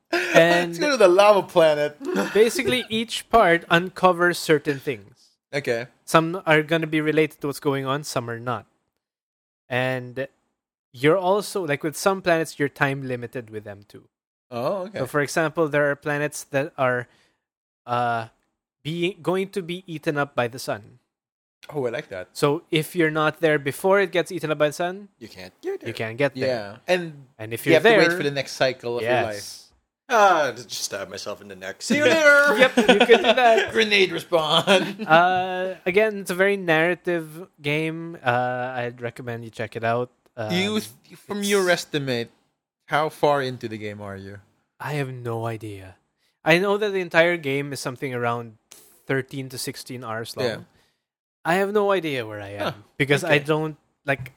[SPEAKER 2] Let's go
[SPEAKER 3] and
[SPEAKER 2] to the lava planet.
[SPEAKER 3] basically, each part uncovers certain things.
[SPEAKER 2] Okay.
[SPEAKER 3] Some are going to be related to what's going on, some are not. And you're also, like with some planets, you're time limited with them too.
[SPEAKER 2] Oh, okay.
[SPEAKER 3] So, for example, there are planets that are uh, be, going to be eaten up by the sun.
[SPEAKER 2] oh, I like that.
[SPEAKER 3] So, if you're not there before it gets eaten up by the sun,
[SPEAKER 1] You can't get
[SPEAKER 3] you can't get there.
[SPEAKER 2] Yeah. And
[SPEAKER 3] And if you're
[SPEAKER 2] you have
[SPEAKER 3] there,
[SPEAKER 2] to wait for the next cycle of your life.
[SPEAKER 3] yes.
[SPEAKER 1] Ah, just stab myself in the neck. See you later.
[SPEAKER 2] later.
[SPEAKER 3] yep, you can do that.
[SPEAKER 2] Grenade respond.
[SPEAKER 3] uh, again, it's a very narrative game. Uh, I'd recommend you check it out. Um,
[SPEAKER 2] you, th- from your estimate, how far into the game are you?
[SPEAKER 3] I have no idea. I know that the entire game is something around thirteen to sixteen hours long.
[SPEAKER 2] Yeah.
[SPEAKER 3] I have no idea where I am
[SPEAKER 2] Huh,
[SPEAKER 3] because I
[SPEAKER 2] okay.
[SPEAKER 3] don't like.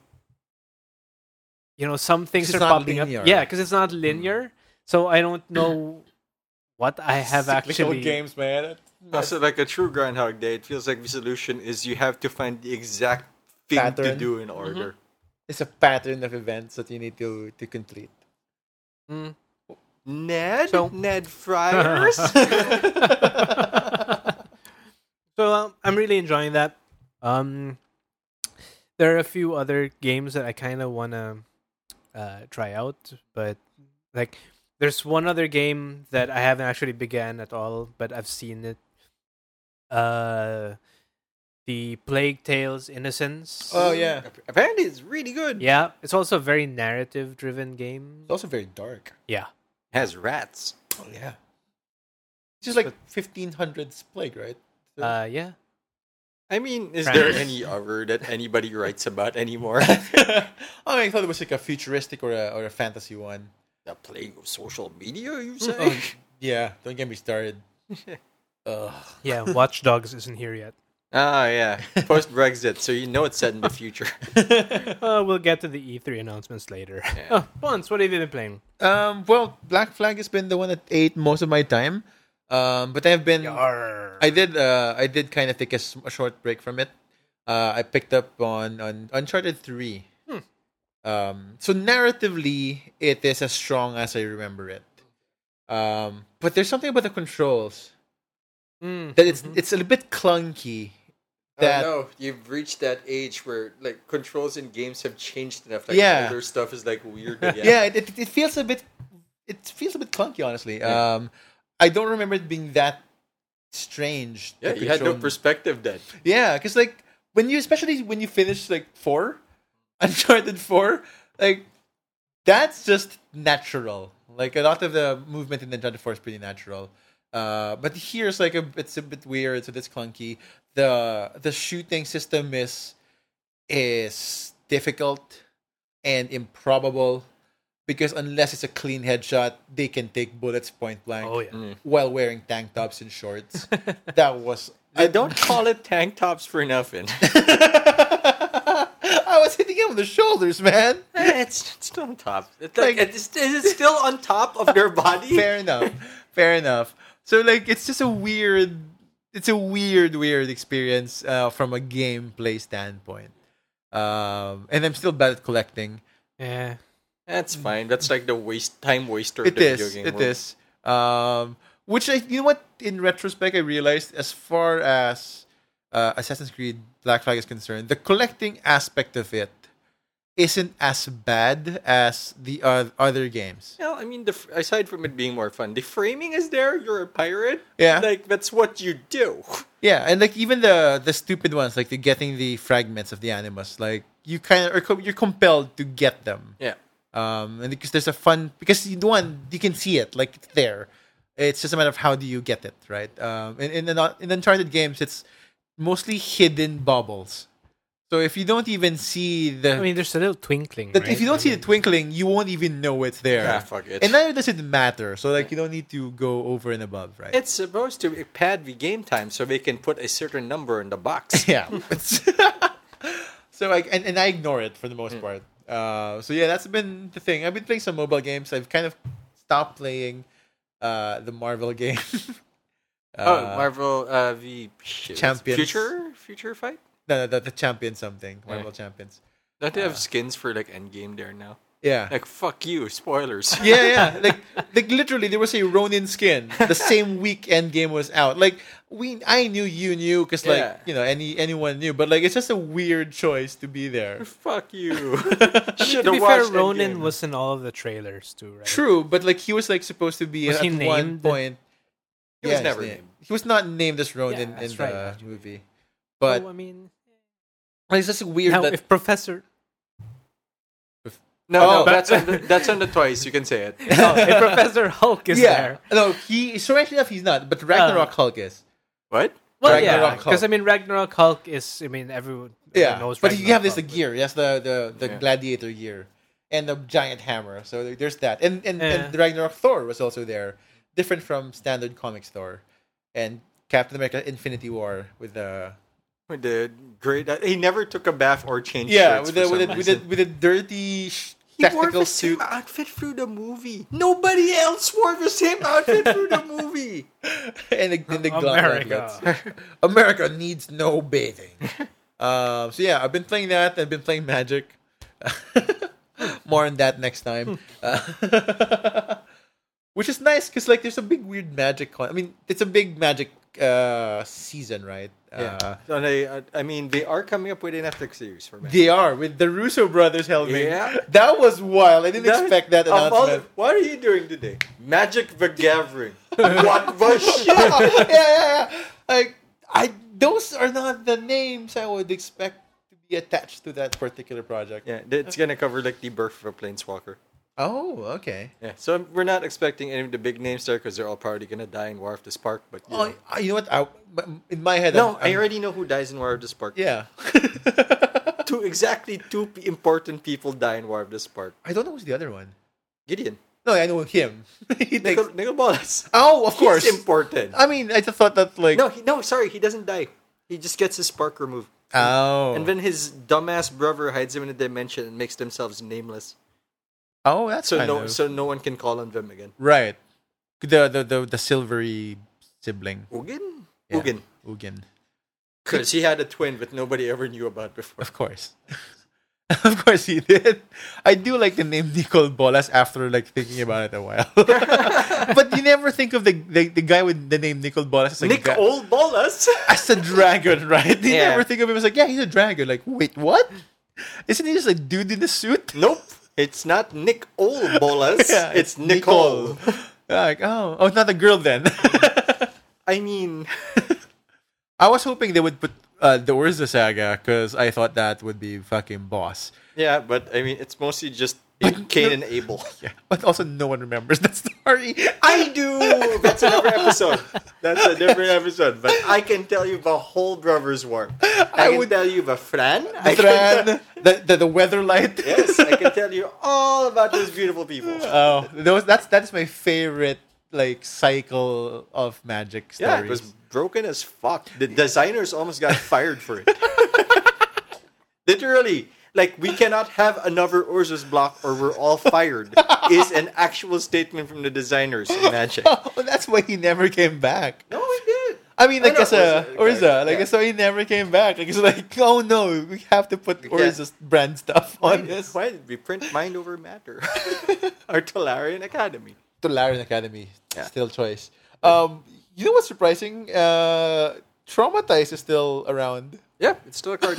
[SPEAKER 3] You know, some things
[SPEAKER 2] it's
[SPEAKER 3] are
[SPEAKER 2] not
[SPEAKER 3] popping
[SPEAKER 2] linear.
[SPEAKER 3] up.
[SPEAKER 2] Hmm.
[SPEAKER 3] Yeah, because it's not linear, so I don't know what I have
[SPEAKER 2] Cyclical
[SPEAKER 3] actually.
[SPEAKER 2] games, man.
[SPEAKER 1] Also, like a true Groundhog Day, it feels like the solution is you have to find the exact thing to
[SPEAKER 2] Pattern.
[SPEAKER 1] do in
[SPEAKER 3] Mm-hmm.
[SPEAKER 1] order.
[SPEAKER 2] It's a pattern of events that you need to to complete.
[SPEAKER 3] Mm.
[SPEAKER 1] Ned?
[SPEAKER 3] So-
[SPEAKER 1] Ned Fryers?
[SPEAKER 3] So um, I'm really enjoying that. Um, there are a few other games that I kind of want to uh, try out, but like there's one other game that I haven't actually began at all, but I've seen it. Uh, the Plague Tales Innocence.
[SPEAKER 2] oh yeah,
[SPEAKER 1] Apparently, it's really good.
[SPEAKER 3] yeah, it's also a very narrative-driven game.
[SPEAKER 2] it's also very dark.
[SPEAKER 3] Yeah,
[SPEAKER 1] has rats.
[SPEAKER 2] Oh yeah, it's just like fifteen hundreds plague, right?
[SPEAKER 3] uh, yeah.
[SPEAKER 1] I mean, is there
[SPEAKER 3] Rats.
[SPEAKER 1] any other that anybody writes about anymore?
[SPEAKER 2] oh, I thought it was like a futuristic or a or a fantasy one.
[SPEAKER 1] the plague of social media, you
[SPEAKER 2] Oh,
[SPEAKER 1] say?
[SPEAKER 2] yeah, don't get me started. Ugh.
[SPEAKER 3] Yeah, Watch Dogs isn't here yet.
[SPEAKER 1] Ah, yeah. Post Brexit, so you know it's set in the future.
[SPEAKER 3] Uh, we'll get to the E3 announcements later.
[SPEAKER 1] Yeah.
[SPEAKER 3] Oh, Ponce, what have you been playing?
[SPEAKER 2] Um, well, Black Flag has been the one that ate most of my time. Um, but I've been I did uh I did kind of take a, s- a short break from it. Uh, I picked up on on Uncharted Three.
[SPEAKER 1] Hmm.
[SPEAKER 2] Um, so narratively, it is as strong as I remember it. Um, but there's something about the controls
[SPEAKER 3] Mm.
[SPEAKER 2] that it's
[SPEAKER 1] Mm-hmm.
[SPEAKER 2] it's a little bit clunky. That
[SPEAKER 1] no, you've reached that age where like controls in games have changed enough.
[SPEAKER 2] like, Yeah. older
[SPEAKER 1] stuff is like weird. Again.
[SPEAKER 2] yeah, it, it, it feels a bit it feels a bit clunky honestly um i don't remember it being that strange
[SPEAKER 1] yeah.
[SPEAKER 2] to
[SPEAKER 1] You had no
[SPEAKER 2] control-
[SPEAKER 1] perspective then.
[SPEAKER 2] yeah because like when you especially when you finish like four uncharted four like that's just natural like a lot of the movement in uncharted four is pretty natural uh, but here's like a it's a bit weird it's a bit clunky the the shooting system is is difficult and improbable because unless it's a clean headshot, they can take bullets point blank
[SPEAKER 3] Oh, yeah.
[SPEAKER 2] while wearing tank tops and shorts. that was
[SPEAKER 1] I don't call it tank tops for nothing.
[SPEAKER 2] I was hitting him on the shoulders, man.
[SPEAKER 1] it's, it's still on top. It's
[SPEAKER 2] Like-
[SPEAKER 1] like, it's, is it still on top of their body?
[SPEAKER 2] Fair enough. Fair enough. So like it's just a weird it's a weird, weird experience uh, from a gameplay standpoint. Um, and I'm still bad at collecting.
[SPEAKER 3] Yeah.
[SPEAKER 1] That's fine. That's like the waste time waster. of
[SPEAKER 2] It
[SPEAKER 1] the
[SPEAKER 2] is.
[SPEAKER 1] Video game
[SPEAKER 2] It
[SPEAKER 1] world.
[SPEAKER 2] is. Um, which I, you know what? In retrospect, I realized as far as uh, Assassin's Creed Black Flag is concerned, the collecting aspect of it isn't as bad as the uh, other games.
[SPEAKER 1] Well, I mean, the, f- aside from it being more fun, the framing is there. You're a pirate.
[SPEAKER 2] Yeah.
[SPEAKER 1] Like that's what you do.
[SPEAKER 2] Yeah, and like even the the stupid ones, like the getting the fragments of the animus, like you kind of are co- you're compelled to get them.
[SPEAKER 1] Yeah.
[SPEAKER 2] Um, and because there's a fun because you one you can see it like it's there. It's just a matter of how do you get it right. Um, in in, the, in Uncharted games, it's mostly hidden bubbles. So if you don't even see the
[SPEAKER 3] I mean, there's a little twinkling.
[SPEAKER 2] that
[SPEAKER 3] right?
[SPEAKER 2] if you don't
[SPEAKER 3] I
[SPEAKER 2] see
[SPEAKER 3] mean,
[SPEAKER 2] the twinkling, you won't even know it's there.
[SPEAKER 1] Ah, fuck it.
[SPEAKER 2] And neither does it matter. So like you don't need to go over and above, right?
[SPEAKER 1] It's supposed to pad the game time so they can put a certain number in the box.
[SPEAKER 2] yeah. It's- so I and, and I ignore it for the
[SPEAKER 1] Hmm.
[SPEAKER 2] most part. Uh, so yeah, that's been the thing. I've been playing some mobile games. I've kind of stopped playing uh, the Marvel game.
[SPEAKER 1] oh, Marvel, uh, the shit, what's-
[SPEAKER 2] Champions.
[SPEAKER 1] future future fight.
[SPEAKER 2] Uh, No, no, the, the champion something. Marvel champions.
[SPEAKER 1] Don't they have skins for like Endgame there now?
[SPEAKER 2] Yeah.
[SPEAKER 1] Like fuck you, spoilers.
[SPEAKER 2] yeah, yeah. Like, like literally, there was a Ronin skin the same week Endgame was out. Like, we, I knew you knew because, like,
[SPEAKER 1] Yeah.
[SPEAKER 2] you know, any anyone knew. But like, it's just a weird choice to be there.
[SPEAKER 1] fuck you.
[SPEAKER 3] to be fair, Ronan was in all of the trailers too, right?
[SPEAKER 2] True, but like, he was like supposed to be
[SPEAKER 3] Was
[SPEAKER 2] at
[SPEAKER 3] he
[SPEAKER 2] one
[SPEAKER 3] named?
[SPEAKER 2] point.
[SPEAKER 1] He was
[SPEAKER 2] his
[SPEAKER 1] never
[SPEAKER 2] name-
[SPEAKER 1] named.
[SPEAKER 2] He was not named as Ronin
[SPEAKER 3] Yeah,
[SPEAKER 2] in
[SPEAKER 3] that's
[SPEAKER 2] the
[SPEAKER 3] right.
[SPEAKER 2] movie,
[SPEAKER 3] So,
[SPEAKER 2] but
[SPEAKER 3] I mean,
[SPEAKER 2] like, it's just weird
[SPEAKER 3] now
[SPEAKER 2] that
[SPEAKER 3] if Professor
[SPEAKER 1] No,
[SPEAKER 2] Oh.
[SPEAKER 1] no, that's on the, that's on the twice. You can say it.
[SPEAKER 3] oh, if Professor Hulk is
[SPEAKER 2] yeah,
[SPEAKER 3] there, Uh,
[SPEAKER 2] no, he. Strangely enough, he's not. But Ragnarok Hulk is.
[SPEAKER 1] What?
[SPEAKER 3] well, yeah,
[SPEAKER 2] Ragnarok Hulk.
[SPEAKER 3] because I mean Ragnarok Hulk is. I mean everyone,
[SPEAKER 2] Yeah,
[SPEAKER 3] everyone knows.
[SPEAKER 2] but
[SPEAKER 3] Ragnarok
[SPEAKER 2] you have this the
[SPEAKER 3] Hulk,
[SPEAKER 2] gear. That's the the, the
[SPEAKER 1] Yeah.
[SPEAKER 2] gladiator gear and the giant hammer. So there- there's that. And and,
[SPEAKER 3] Yeah.
[SPEAKER 2] and Ragnarok Thor was also there, different from standard comics Thor, and Captain America Infinity War with uh, the
[SPEAKER 1] With the great. He never took a bath or changed.
[SPEAKER 2] yeah
[SPEAKER 1] shirts
[SPEAKER 2] with
[SPEAKER 1] for
[SPEAKER 2] the
[SPEAKER 1] some
[SPEAKER 2] with the,
[SPEAKER 1] reason.
[SPEAKER 2] with the with the dirty sh-
[SPEAKER 1] He wore
[SPEAKER 2] tactical
[SPEAKER 1] the
[SPEAKER 2] suit.
[SPEAKER 1] same outfit through the movie. Nobody else wore the same outfit through the movie.
[SPEAKER 2] and the, and the gla-
[SPEAKER 3] America.
[SPEAKER 2] gauntlets. America needs no bathing. um, so yeah, I've been playing that. I've been playing Magic. More on that next time. Uh, which is nice because like there's a big weird Magic. Con- I mean, it's a big Magic uh, season, right? Uh,
[SPEAKER 1] So they, uh, I mean, they are coming up with a Netflix series for me.
[SPEAKER 2] they are with the Russo brothers helping.
[SPEAKER 1] Yeah.
[SPEAKER 2] That was wild. I didn't expect that
[SPEAKER 1] of all-
[SPEAKER 2] announcement.
[SPEAKER 1] what are you doing today? Magic the Gathering. what the shit?
[SPEAKER 2] yeah, yeah, yeah. Like I, those are not the names I would expect to be attached to that particular project.
[SPEAKER 1] Yeah, it's gonna cover like the birth of a planeswalker.
[SPEAKER 2] Oh, okay.
[SPEAKER 1] Yeah, so we're not expecting any of the big names there because they're all probably gonna die in War of the Spark. But you
[SPEAKER 2] Oh,
[SPEAKER 1] know.
[SPEAKER 2] I- you know what? I, in my head,
[SPEAKER 1] no,
[SPEAKER 2] I'm-
[SPEAKER 1] i
[SPEAKER 2] I'm-
[SPEAKER 1] already know who dies in War of the Spark.
[SPEAKER 2] Yeah.
[SPEAKER 1] two exactly two p- important people die in War of the Spark.
[SPEAKER 2] I don't know who's the other one.
[SPEAKER 1] Gideon,
[SPEAKER 2] No, I know him. he takes.
[SPEAKER 1] Nicol- Nicol Bolas.
[SPEAKER 2] Oh, of course.
[SPEAKER 1] He's important.
[SPEAKER 2] I mean, I just thought that like.
[SPEAKER 1] No, he, no, sorry, he doesn't die. He just gets his spark removed.
[SPEAKER 2] Oh.
[SPEAKER 1] And then his dumbass brother hides him in a dimension and makes themselves nameless.
[SPEAKER 2] oh, that's
[SPEAKER 1] So
[SPEAKER 2] kind
[SPEAKER 1] no,
[SPEAKER 2] of-
[SPEAKER 1] so no one can call on them again.
[SPEAKER 2] right. The the the, the silvery sibling.
[SPEAKER 1] Ugin?
[SPEAKER 2] Yeah.
[SPEAKER 1] Ugin.
[SPEAKER 2] Ugin.
[SPEAKER 1] Because he had a twin that nobody ever knew about before.
[SPEAKER 2] Of course. of course he did. I do like the name Nicole Bolas after like thinking about it a while. but you never think of the, the, the guy with the name Nicole Bolas as, like a
[SPEAKER 1] Nick
[SPEAKER 2] guy-
[SPEAKER 1] Old Bolas?
[SPEAKER 2] as a dragon, right? You
[SPEAKER 1] Yeah.
[SPEAKER 2] never think of him as like, yeah, he's a dragon. Like, wait, what? Isn't he just a dude in a suit?
[SPEAKER 1] nope. It's not Nick Old Bolas.
[SPEAKER 2] Yeah,
[SPEAKER 1] it's Nicole.
[SPEAKER 2] like, oh, oh, it's not a girl then.
[SPEAKER 1] I mean,
[SPEAKER 2] I was hoping they would put uh, the Urza Saga because I thought that would be fucking boss.
[SPEAKER 1] yeah, but I mean, it's mostly just Cain and Abel.
[SPEAKER 2] Yeah, but also no one remembers that story.
[SPEAKER 1] I do. That's another episode. That's a different episode. But I can tell you the whole brothers war. I,
[SPEAKER 2] I
[SPEAKER 1] can
[SPEAKER 2] would-
[SPEAKER 1] tell you the Fran. I can tell-
[SPEAKER 2] Thran, the, the the weather light.
[SPEAKER 1] yes, I can tell you all about those beautiful people.
[SPEAKER 2] Oh, those that's that's my favorite like cycle of magic stories.
[SPEAKER 1] Yeah, it was broken as fuck. The designers almost got fired for it. Literally, like we cannot have another Ursus block or we're all fired is an actual statement from the designers in Magic.
[SPEAKER 2] Oh, that's why he never came back.
[SPEAKER 1] No, we did.
[SPEAKER 2] I mean, like
[SPEAKER 1] know,
[SPEAKER 2] as a
[SPEAKER 1] Urza,
[SPEAKER 2] Orza,
[SPEAKER 1] exactly,
[SPEAKER 2] like
[SPEAKER 1] yeah.
[SPEAKER 2] so he never came back. Like it's like, oh no, we have to put Orza's brand stuff
[SPEAKER 1] Why
[SPEAKER 2] on
[SPEAKER 1] did,
[SPEAKER 2] this.
[SPEAKER 1] why did we print Mind Over Matter? Our Tolarian Academy.
[SPEAKER 2] To Larian Academy,
[SPEAKER 1] Yeah.
[SPEAKER 2] still choice. Um, you know what's surprising? Uh, Traumatize is still around.
[SPEAKER 1] Yeah, it's still a card.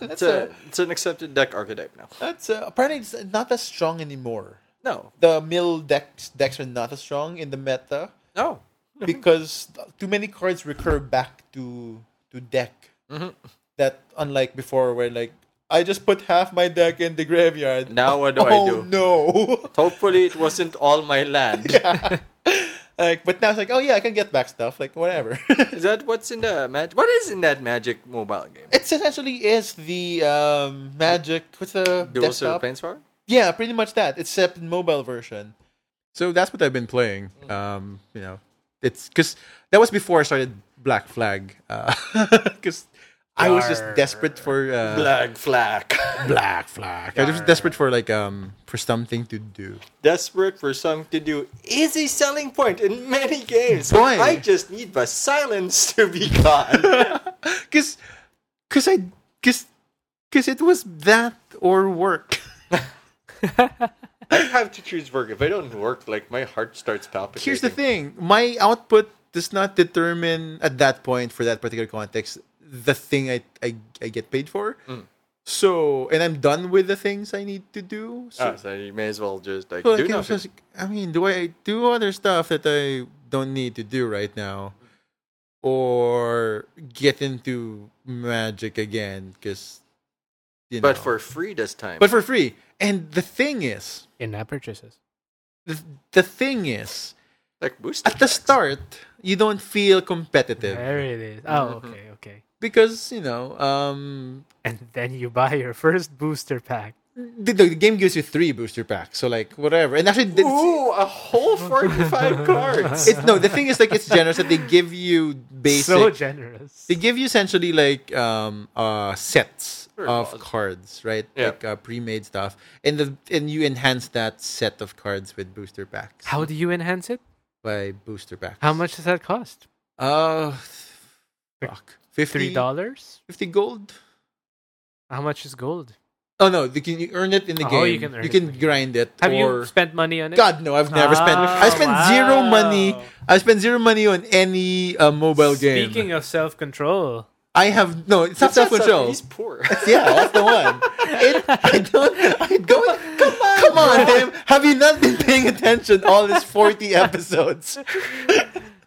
[SPEAKER 1] it's, a, it's an accepted deck archetype now.
[SPEAKER 2] that's uh apparently it's not that strong anymore.
[SPEAKER 1] No.
[SPEAKER 2] the mill decks decks are not as strong in the meta
[SPEAKER 1] No.
[SPEAKER 2] because too many cards recur back to to deck.
[SPEAKER 1] Mm-hmm.
[SPEAKER 2] That unlike before, where like I just put half my deck in the graveyard.
[SPEAKER 1] Now what do
[SPEAKER 2] oh
[SPEAKER 1] I do?
[SPEAKER 2] no!
[SPEAKER 1] Hopefully it wasn't all my land.
[SPEAKER 2] like, but now it's like, oh yeah, I can get back stuff. Like whatever.
[SPEAKER 1] Is that what's in the magic? What is in that magic mobile game?
[SPEAKER 2] it essentially is the um, magic. What's the
[SPEAKER 1] Dual Silver
[SPEAKER 2] desktop?
[SPEAKER 1] Planeswalker?
[SPEAKER 2] Yeah, pretty much that, except in mobile version. So that's what I've been playing. Um, you know, it's because that was before I started Black Flag. Because I was just desperate for uh,
[SPEAKER 1] Black Flag.
[SPEAKER 2] Black Flag. I was just desperate for like um for something to do.
[SPEAKER 1] Desperate for something to do is a selling point in many games.
[SPEAKER 2] Boy.
[SPEAKER 1] I just need the silence to be gone.
[SPEAKER 2] Because, because I, because, because it was that or work.
[SPEAKER 1] I have to choose work. If I don't work, like my heart starts palpitating.
[SPEAKER 2] Here's the thing my output does not determine at that point for that particular context the thing I, I, I get paid for.
[SPEAKER 1] Mm.
[SPEAKER 2] So, and I'm done with the things I need to do. So,
[SPEAKER 1] Ah, so you may as well just like
[SPEAKER 2] Well,
[SPEAKER 1] do
[SPEAKER 2] like, it was
[SPEAKER 1] nothing.
[SPEAKER 2] just- I mean, do I do other stuff that I don't need to do right now, or get into magic again? Because, you know,
[SPEAKER 1] But for free this time.
[SPEAKER 2] but for free. And the thing is,
[SPEAKER 3] in app purchases.
[SPEAKER 2] the, the thing is,
[SPEAKER 1] like boost.
[SPEAKER 2] at the start, you don't feel competitive
[SPEAKER 3] There it is.
[SPEAKER 2] Mm-hmm.
[SPEAKER 3] Oh, okay, okay.
[SPEAKER 2] because you know, um,
[SPEAKER 3] And then you buy your first booster pack.
[SPEAKER 2] the, the game gives you three booster packs, so like whatever. And actually, it's-
[SPEAKER 1] Ooh, a whole forty-five cards.
[SPEAKER 2] it's no. The thing is, like, it's generous that they give you basic.
[SPEAKER 3] So generous.
[SPEAKER 2] They give you essentially like um uh sets
[SPEAKER 1] Very
[SPEAKER 2] of
[SPEAKER 1] odd.
[SPEAKER 2] cards, right?
[SPEAKER 1] Yeah.
[SPEAKER 2] Like uh, pre-made stuff, and the and you enhance that set of cards with booster packs
[SPEAKER 3] How do you enhance it?
[SPEAKER 2] by booster packs.
[SPEAKER 3] How much does that cost?
[SPEAKER 2] Uh, fuck, 50,
[SPEAKER 3] Three dollars.
[SPEAKER 2] fifty gold.
[SPEAKER 3] How much is gold?
[SPEAKER 2] Oh no, you can you earn it in the
[SPEAKER 3] Oh,
[SPEAKER 2] game.
[SPEAKER 3] you can earn it in the game.
[SPEAKER 2] grind it.
[SPEAKER 3] Have
[SPEAKER 2] or,
[SPEAKER 3] you spent money on it?
[SPEAKER 2] God no, I've never spent. I
[SPEAKER 3] Oh,
[SPEAKER 2] spent zero money.
[SPEAKER 3] wow.
[SPEAKER 2] I spent zero money on any uh, mobile game.
[SPEAKER 3] Speaking of self control,
[SPEAKER 2] I have no. It's not
[SPEAKER 1] That's not
[SPEAKER 2] self control.
[SPEAKER 1] He's poor.
[SPEAKER 2] Yeah, that's the one. It, I don't. I don't. Come on, come on, Tim. Have you not been paying attention all these forty episodes?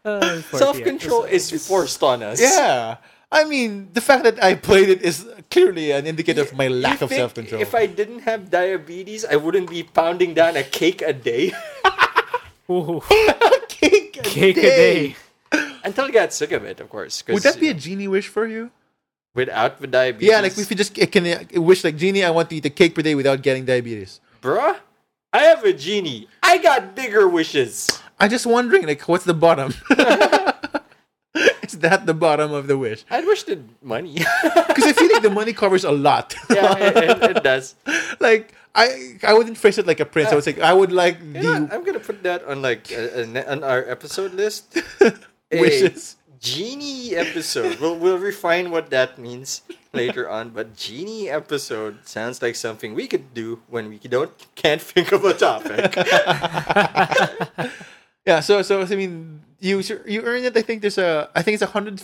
[SPEAKER 2] Uh,
[SPEAKER 1] Self control is forced on us.
[SPEAKER 2] Yeah. I mean, the fact that I played it is clearly an indicator of my lack
[SPEAKER 1] You
[SPEAKER 2] of
[SPEAKER 1] think
[SPEAKER 2] self control.
[SPEAKER 1] If I didn't have diabetes, I wouldn't be pounding down a cake a day
[SPEAKER 2] cake a
[SPEAKER 3] Cake a day.
[SPEAKER 1] until I got sick of it, of course. 'cause,
[SPEAKER 2] Would that be
[SPEAKER 1] you
[SPEAKER 2] a genie wish for you?
[SPEAKER 1] know, without the diabetes?
[SPEAKER 2] Yeah, like if you just can uh, wish like genie, I want to eat a cake per day without getting diabetes.
[SPEAKER 1] bruh, I have a genie. I got bigger wishes.
[SPEAKER 2] I'm just wondering, like, what's the bottom? is that the bottom of the wish?
[SPEAKER 1] I'd wish the money.
[SPEAKER 2] Because I feel like the money covers a lot.
[SPEAKER 1] yeah, it, it- it does.
[SPEAKER 2] like I I wouldn't phrase it like a prince. I would say I would like the
[SPEAKER 1] You know what? I'm gonna put that on like a, a, ne- on our episode list. A
[SPEAKER 2] wishes.
[SPEAKER 1] genie episode. We'll we'll refine what that means later on. But genie episode sounds like something we could do when we don't can't think of a topic.
[SPEAKER 2] Yeah. So so I mean you you earn it. I think there's a I think it's 150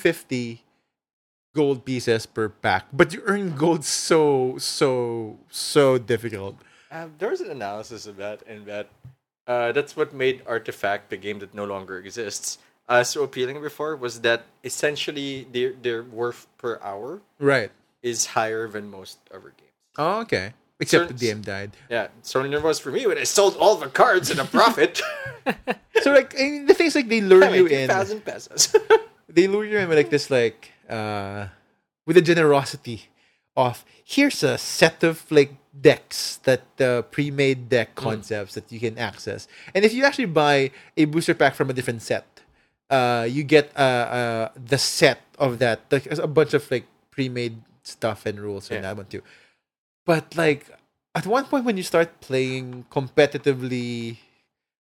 [SPEAKER 2] gold pieces per pack, but you earn gold so so so difficult.
[SPEAKER 1] Um, there was an analysis of that, and that uh, that's what made Artifact, the game that no longer exists, uh, so appealing before was that essentially their their worth per hour
[SPEAKER 2] Right.
[SPEAKER 1] is higher than most other games.
[SPEAKER 2] Oh, okay. Except
[SPEAKER 1] Certain-
[SPEAKER 2] the DM died.
[SPEAKER 1] Yeah, certainly there was for me when I sold all the cards at a profit.
[SPEAKER 2] So like I mean, the things like they lure you
[SPEAKER 1] Two
[SPEAKER 2] in,
[SPEAKER 1] thousand pesos.
[SPEAKER 2] they lure you in with like this like uh with the generosity of here's a set of like decks that uh, pre-made deck concepts that you can access and if you actually buy a booster pack from a different set uh you get uh, uh the set of that like there's a bunch of like pre-made stuff and rules and
[SPEAKER 1] Yeah.
[SPEAKER 2] that one too but like at one point when you start playing competitively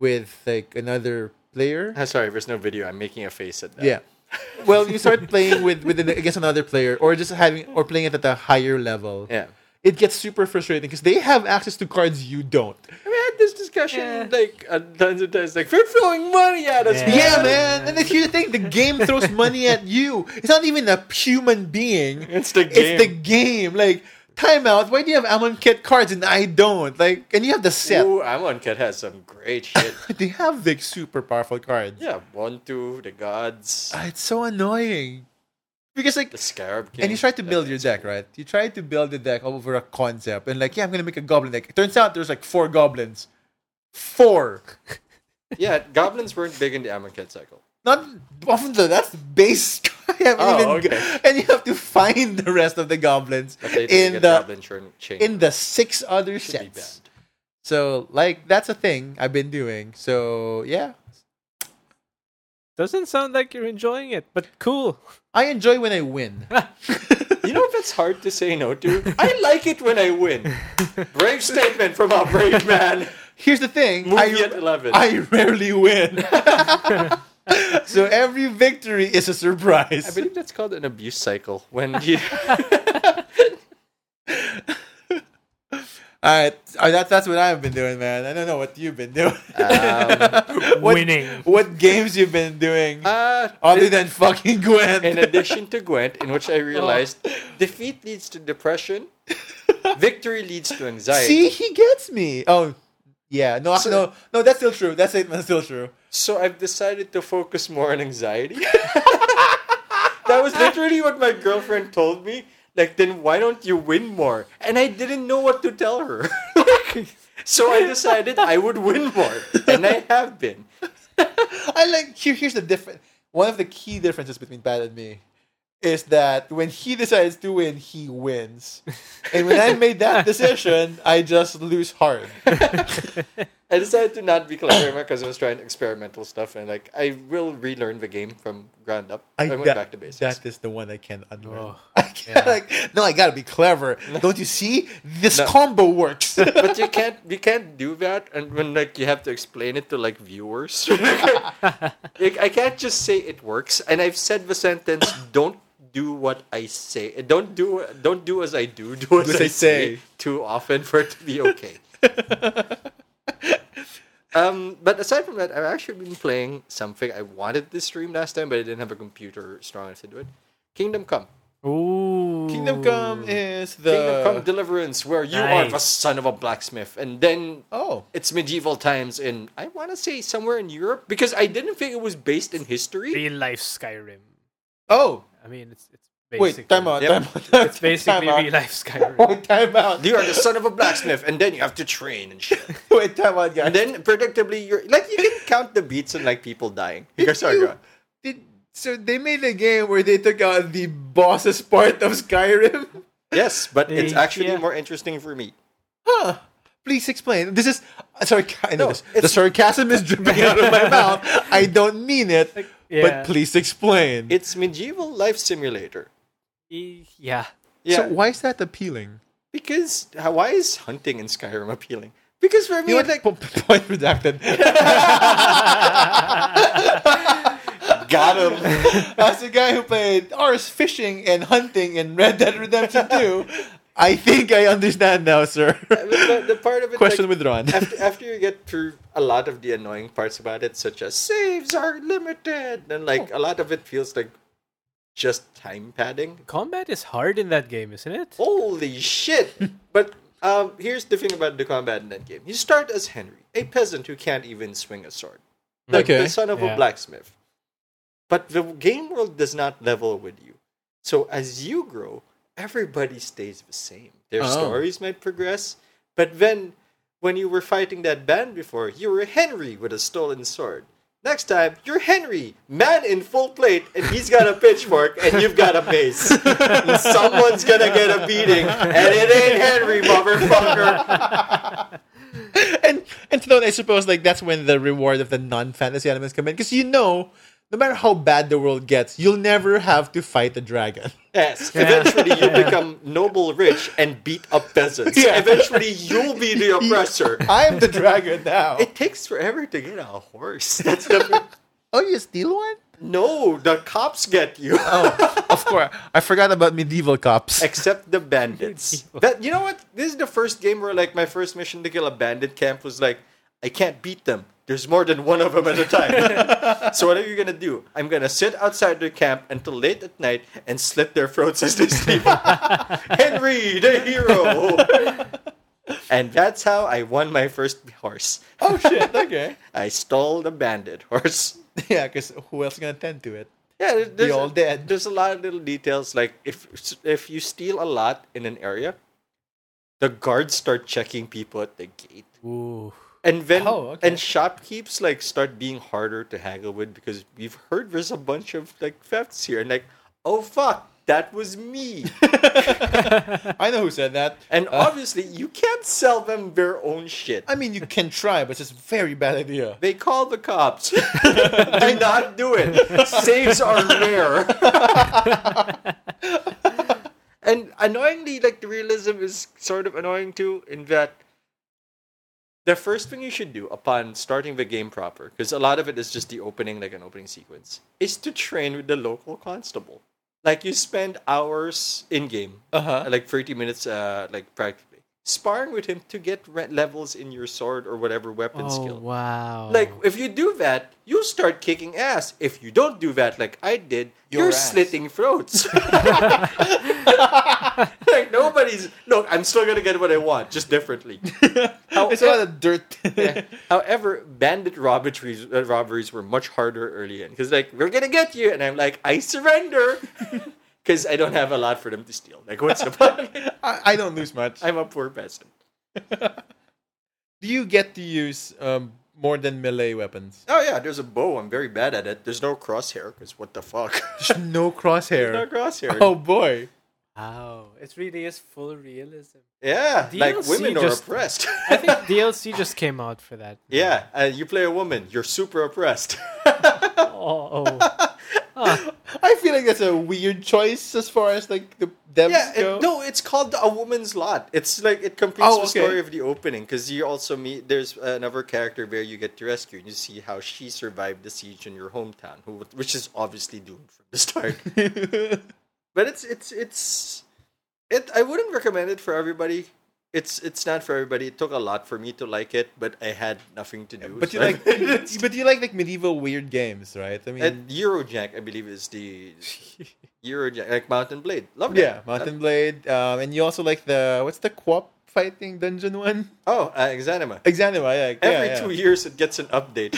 [SPEAKER 2] with like another player
[SPEAKER 1] I'm sorry, there's no video. I'm making a face at that.
[SPEAKER 2] yeah. Well, you start playing with with I guess another player, or just having or playing it at a higher level.
[SPEAKER 1] yeah.
[SPEAKER 2] It gets super frustrating because they have access to cards you don't.
[SPEAKER 1] I mean, I had this discussion like a tons of times. Like they're throwing money at us.
[SPEAKER 3] Yeah.
[SPEAKER 2] Yeah, man. And then here's the thing: the game throws money at you. It's not even a human being.
[SPEAKER 1] It's the game.
[SPEAKER 2] It's the game. Like timeout. Why do you have Amon Kit cards and I don't? Like, and you have the set.
[SPEAKER 1] Ooh, Amon Cat has some great shit.
[SPEAKER 2] They have like super powerful cards.
[SPEAKER 1] yeah, one, two, the gods.
[SPEAKER 2] Ah, It's so annoying because like
[SPEAKER 1] The Scarab King.
[SPEAKER 2] And you try to build your deck, right? You try to build the deck over a concept, and like, yeah, I'm gonna make a goblin deck. It turns out there's like four goblins, four.
[SPEAKER 1] Yeah, goblins weren't big in the Amonkhet cycle.
[SPEAKER 2] Not often though. That's the base. I haven't
[SPEAKER 1] Oh,
[SPEAKER 2] even-
[SPEAKER 1] okay.
[SPEAKER 2] And you have to find the rest of the goblins
[SPEAKER 1] But they didn't
[SPEAKER 2] in
[SPEAKER 1] get
[SPEAKER 2] the
[SPEAKER 1] goblin chain. chain.
[SPEAKER 2] in the six other
[SPEAKER 1] Should be
[SPEAKER 2] sets. So like, that's a thing I've been doing. So yeah,
[SPEAKER 3] doesn't sound like you're enjoying it, but cool.
[SPEAKER 2] I enjoy when I win.
[SPEAKER 1] bad. You know that's hard to say no to? I like it when I win. Brave statement from a brave man.
[SPEAKER 2] Here's the thing.
[SPEAKER 1] Movie
[SPEAKER 2] I,
[SPEAKER 1] at 11.
[SPEAKER 2] I rarely win. so every victory is a surprise.
[SPEAKER 1] I believe that's called an abuse cycle. When you
[SPEAKER 2] All right, Uh, that, that's what I've been doing, man. I don't know what you've been doing.
[SPEAKER 1] Ah. um,
[SPEAKER 2] what,
[SPEAKER 3] Winning.
[SPEAKER 2] What games you've been doing
[SPEAKER 1] Uh,
[SPEAKER 2] other than fucking Gwen?
[SPEAKER 1] in addition to Gwent, in which I realized
[SPEAKER 2] Oh.
[SPEAKER 1] defeat leads to depression, victory leads to anxiety.
[SPEAKER 2] See, he gets me. Oh, yeah. No,
[SPEAKER 1] So-
[SPEAKER 2] no, no. That's still true. That statement's still true.
[SPEAKER 1] So I've decided to focus more on anxiety. that was literally what my girlfriend told me. Like, then why don't you win more? And I didn't know what to tell her. so I decided I would win more, and I have been.
[SPEAKER 2] I like here. Here's the different. One of the key differences between Pat and me is that when he decides to win, he wins, and when I made that decision, I just lose hard.
[SPEAKER 1] I decided to not be clever because I was trying experimental stuff, and like I will relearn the game from ground up. I, went
[SPEAKER 2] that-
[SPEAKER 1] back to basics.
[SPEAKER 2] That is the one I can
[SPEAKER 3] Oh,
[SPEAKER 2] unlearn. I can't,
[SPEAKER 3] yeah.
[SPEAKER 2] like, no, I gotta be clever. Don't you see? This
[SPEAKER 1] No.
[SPEAKER 2] combo works.
[SPEAKER 1] but you can't you can't do that and when like you have to explain it to like viewers like, i can't just say it works and i've said the sentence don't do what i say don't do don't do as i do do as i, say. too often for it to be okay um but aside from that i've actually been playing something i wanted to stream last time but i didn't have a computer strong enough to do it kingdom come
[SPEAKER 3] Ooh.
[SPEAKER 2] Kingdom Come is the
[SPEAKER 1] kingdom come deliverance where you are the
[SPEAKER 3] Nice.
[SPEAKER 1] son of a blacksmith and then
[SPEAKER 2] oh
[SPEAKER 1] it's medieval times in I want to say somewhere in Europe because I didn't think it was based in history.
[SPEAKER 3] Real life Skyrim.
[SPEAKER 2] oh
[SPEAKER 3] I mean, it's it's
[SPEAKER 2] wait time out
[SPEAKER 1] Yep.
[SPEAKER 2] time out time
[SPEAKER 3] It's basically
[SPEAKER 2] out.
[SPEAKER 3] real life Skyrim.
[SPEAKER 2] Wait, time out.
[SPEAKER 1] You are the son of a blacksmith, and then you have to train and shit.
[SPEAKER 2] Wait, time out, guys.
[SPEAKER 1] And then predictably, you're like you can count the beats and like people dying. Because
[SPEAKER 2] You-
[SPEAKER 1] sorry, God.
[SPEAKER 2] Did, so they made a game where they took out the boss's part of Skyrim.
[SPEAKER 1] yes, but it's
[SPEAKER 3] Yeah.
[SPEAKER 1] actually more interesting for me.
[SPEAKER 2] Huh. Please explain. This is uh, sorry. I know
[SPEAKER 1] No,
[SPEAKER 2] this. The
[SPEAKER 1] it's-
[SPEAKER 2] sarcasm is dripping out of my mouth. I don't mean it,
[SPEAKER 3] yeah.
[SPEAKER 2] but please explain.
[SPEAKER 1] It's medieval life simulator.
[SPEAKER 3] E- yeah.
[SPEAKER 1] Yeah,
[SPEAKER 2] So why is that appealing?
[SPEAKER 1] because how- why is hunting in Skyrim appealing? Because for me,
[SPEAKER 2] You know
[SPEAKER 1] like
[SPEAKER 2] what? Po- point redacted.
[SPEAKER 1] got him.
[SPEAKER 2] As a guy who played Ars fishing and hunting in Red Dead Redemption 2, I think I understand now, sir.
[SPEAKER 1] the, the part of it,
[SPEAKER 2] Question
[SPEAKER 1] like,
[SPEAKER 2] withdrawn.
[SPEAKER 1] after, after you get through a lot of the annoying parts about it, such as saves are limited, and like a lot of it feels like just time padding.
[SPEAKER 3] Combat is hard in that game, isn't it?
[SPEAKER 1] Holy shit! but um, here's the thing about the combat in that game: you start as Henry, a peasant who can't even swing a sword, like
[SPEAKER 2] Okay.
[SPEAKER 1] the son of
[SPEAKER 3] Yeah.
[SPEAKER 1] a blacksmith. But the game world does not level with you, so as you grow, everybody stays the same. Their
[SPEAKER 2] Oh.
[SPEAKER 1] stories might progress, but then when you were fighting that band before, you were Henry with a stolen sword. Next time, you're Henry, man in full plate, and he's got a pitchfork and you've got a mace. And someone's gonna get a beating, and it ain't Henry, motherfucker.
[SPEAKER 2] and and so I suppose like that's when the reward of the non-fantasy elements come in because you know no matter how bad the world gets, you'll never have to fight a dragon.
[SPEAKER 1] Yes, eventually you become noble rich and beat up peasants.
[SPEAKER 2] Yeah.
[SPEAKER 1] Eventually you'll be the oppressor.
[SPEAKER 2] I am the dragon now.
[SPEAKER 1] It takes forever to get a horse. That's the,
[SPEAKER 2] oh, you steal one?
[SPEAKER 1] no, the cops get you.
[SPEAKER 2] Oh, of course. I forgot about medieval cops.
[SPEAKER 1] except the bandits. That you know what? This is the first game where like my first mission to kill a bandit camp was like, I can't beat them. There's more than one of them at a time. so what are you gonna do? I'm gonna sit outside their camp until late at night and slit their throats as they sleep. Henry, the hero. and that's how I won my first horse.
[SPEAKER 2] oh shit! Okay.
[SPEAKER 1] I stole the bandit horse.
[SPEAKER 2] Yeah, because who else is gonna tend to it?
[SPEAKER 1] Yeah, there- there's,
[SPEAKER 2] all dead.
[SPEAKER 1] There's a lot of little details. Like if if you steal a lot in an area, the guards start checking people at the gate,
[SPEAKER 3] Ooh.
[SPEAKER 1] and then
[SPEAKER 2] Oh, okay.
[SPEAKER 1] and shopkeeps like start being harder to haggle with because we've heard there's a bunch of like thefts here, and like oh fuck, that was me.
[SPEAKER 2] I know who said that.
[SPEAKER 1] and obviously, you can't sell them their own shit.
[SPEAKER 2] I mean, you can try, but it's just a very bad idea.
[SPEAKER 1] They call the cops. Do not do it. Saves are rare. and annoyingly, like the realism is sort of annoying too, in that the first thing you should do upon starting the game proper, because a lot of it is just the opening, like an opening sequence, is to train with the local constable. Like you spend hours in game,
[SPEAKER 2] Uh huh.
[SPEAKER 1] like thirty minutes, uh, like practically, sparring with him to get re- levels in your sword or whatever weapon
[SPEAKER 3] Oh
[SPEAKER 1] skill.
[SPEAKER 3] wow!
[SPEAKER 1] Like if you do that, you start kicking ass. If you don't do that, like I did,
[SPEAKER 4] Your
[SPEAKER 1] you're
[SPEAKER 4] ass.
[SPEAKER 1] slitting throats. like nobody's. Look, I'm still gonna get what I want, just differently.
[SPEAKER 2] it's a lot of dirt.
[SPEAKER 1] Yeah. However, bandit robberies uh, robberies were much harder early in because like we're gonna get you, and I'm like I surrender because I don't have a lot for them to steal. Like what's the point?
[SPEAKER 2] I, I don't lose much.
[SPEAKER 1] I'm a poor peasant.
[SPEAKER 2] Do you get to use um, more than melee weapons?
[SPEAKER 1] Oh yeah, there's a bow. I'm very bad at it. There's no crosshair because what the fuck?
[SPEAKER 2] There's no
[SPEAKER 1] no
[SPEAKER 2] crosshair.
[SPEAKER 1] crosshair.
[SPEAKER 2] Oh boy.
[SPEAKER 3] wow, it really is full realism.
[SPEAKER 1] Yeah, like
[SPEAKER 3] DLC
[SPEAKER 1] women
[SPEAKER 3] just-
[SPEAKER 1] are oppressed.
[SPEAKER 3] I think DLC just came out for that.
[SPEAKER 1] yeah, uh, you play a woman, you're super oppressed.
[SPEAKER 3] Oh, oh.
[SPEAKER 2] I feel like that's a weird choice as far as like the devs
[SPEAKER 1] yeah,
[SPEAKER 2] go.
[SPEAKER 1] it, no, it's called a woman's lot. It's like it completes
[SPEAKER 2] Oh,
[SPEAKER 1] the
[SPEAKER 2] okay.
[SPEAKER 1] story of the opening because you also meet. There's another character where you get to rescue and you see how she survived the siege in your hometown, who, which is obviously doomed from the start. but it's it's it's it. I wouldn't recommend it for everybody. It's it's not for everybody. It took a lot for me to like it, but I had nothing to do.
[SPEAKER 2] but you
[SPEAKER 1] so-
[SPEAKER 2] like, but you like like medieval weird games, right? I mean,
[SPEAKER 1] And Eurojack, I believe, is the Eurojack, like Mountain Blade. Love that.
[SPEAKER 2] yeah, Mountain Blade, um, and you also like the what's the co-op fighting dungeon one?
[SPEAKER 1] Oh, uh, Exanima.
[SPEAKER 2] Exanima, like yeah,
[SPEAKER 1] Every
[SPEAKER 2] yeah.
[SPEAKER 1] two years, it gets an update.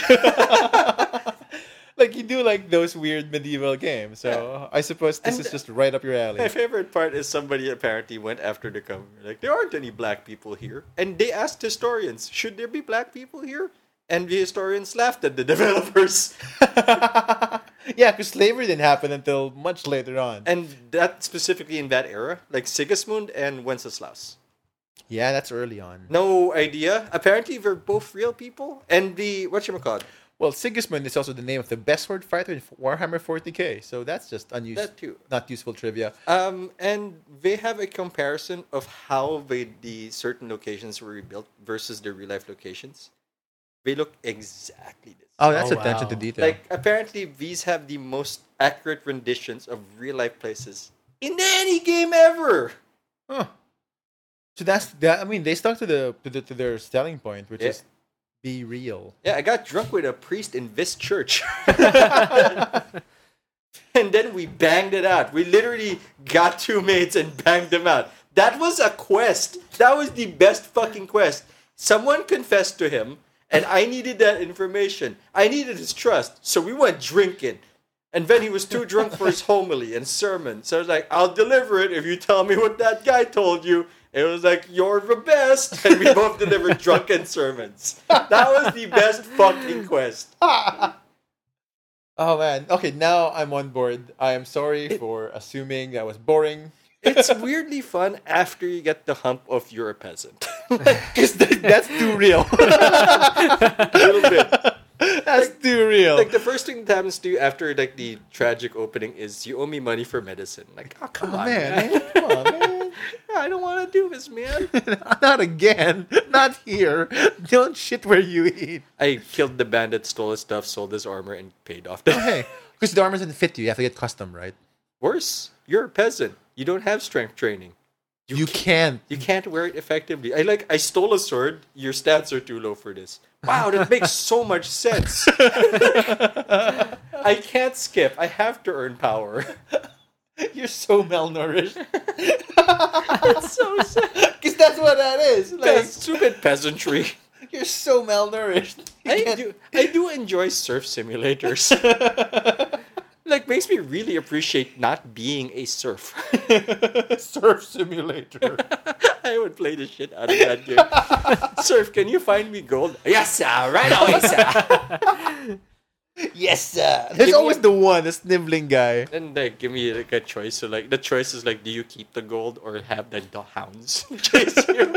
[SPEAKER 2] like you do like those weird medieval games. So I suppose this
[SPEAKER 1] And-
[SPEAKER 2] is just right up your
[SPEAKER 1] My
[SPEAKER 2] alley.
[SPEAKER 1] favorite part is somebody apparently went after the governor. Like, there aren't any black people here. And they asked historians, should there be black people here? And the historians laughed at the developers.
[SPEAKER 2] yeah, because slavery didn't happen until much later on.
[SPEAKER 1] And that specifically in that era, like Sigismund and Wenceslaus.
[SPEAKER 2] yeah, that's early on.
[SPEAKER 1] No idea. Apparently, they're both real people. And the, whatchamacallit,
[SPEAKER 2] Well, Sigismund is also the name of the best sword fighter in Warhammer 40k. So that's just unuseful,
[SPEAKER 1] that too.
[SPEAKER 2] not useful trivia.
[SPEAKER 1] Um, and they have a comparison of how they, the certain locations were rebuilt versus the real life locations. They look exactly the same.
[SPEAKER 2] Oh, that's
[SPEAKER 3] Oh,
[SPEAKER 2] attention to
[SPEAKER 3] wow.
[SPEAKER 2] detail.
[SPEAKER 1] Like apparently, these have the most accurate renditions of real life places in any game ever.
[SPEAKER 2] Huh. So that's that. I mean, they stuck to the to, the, to their selling point, which
[SPEAKER 1] Yeah.
[SPEAKER 2] is be real.
[SPEAKER 1] Yeah, I got drunk with a priest in this church. and then we banged it out. We literally got two mates and banged them out. That was a quest. That was the best fucking quest. Someone confessed to him, and I needed that information. I needed his trust. So we went drinking. And then he was too drunk for his homily and sermon. So I was like, I'll deliver it if you tell me what that guy told you. And it was like, you're the best. And we both delivered drunken sermons. That was the best fucking quest.
[SPEAKER 2] Oh man. Okay, now I'm on board. I am sorry for assuming that was boring.
[SPEAKER 1] It's weirdly fun after you get the hump of you're a peasant.
[SPEAKER 2] Cause that- that's too real.
[SPEAKER 1] a little bit.
[SPEAKER 2] that's too real.
[SPEAKER 1] Like the first thing that happens to you after like the tragic opening is you owe me money for medicine. Like, oh come
[SPEAKER 2] oh
[SPEAKER 1] on,
[SPEAKER 2] man. man. Come on, man.
[SPEAKER 1] Yeah, I don't want to do this, man.
[SPEAKER 2] Not again. Not here. Don't shit where you eat.
[SPEAKER 1] I killed the bandit, stole his stuff, sold his armor, and paid off the
[SPEAKER 2] Okay. Oh, Because the armor doesn't fit you. You have to get custom, right?
[SPEAKER 1] Worse, you're a peasant. You don't have strength training.
[SPEAKER 2] You, can't.
[SPEAKER 1] You can't wear it effectively. I like I stole a sword. Your stats are too low for this. Wow, that makes so much sense. I can't skip. I have to earn power.
[SPEAKER 2] You're so malnourished.
[SPEAKER 1] so sad.
[SPEAKER 2] Because that's what that is. Like,
[SPEAKER 1] stupid peasantry.
[SPEAKER 2] you're so malnourished. You
[SPEAKER 1] I
[SPEAKER 2] can't-
[SPEAKER 1] do, I do enjoy surf simulators. like makes me really appreciate not being a surf.
[SPEAKER 2] surf simulator.
[SPEAKER 1] I would play the shit out of that game. surf, can you find me gold? Yes, sir. Right away, sir.
[SPEAKER 2] yes, sir. There's always the one, the sniveling guy.
[SPEAKER 1] and like, give me like a choice. So like, the choice is like, do you keep the gold or have the do- hounds chase you?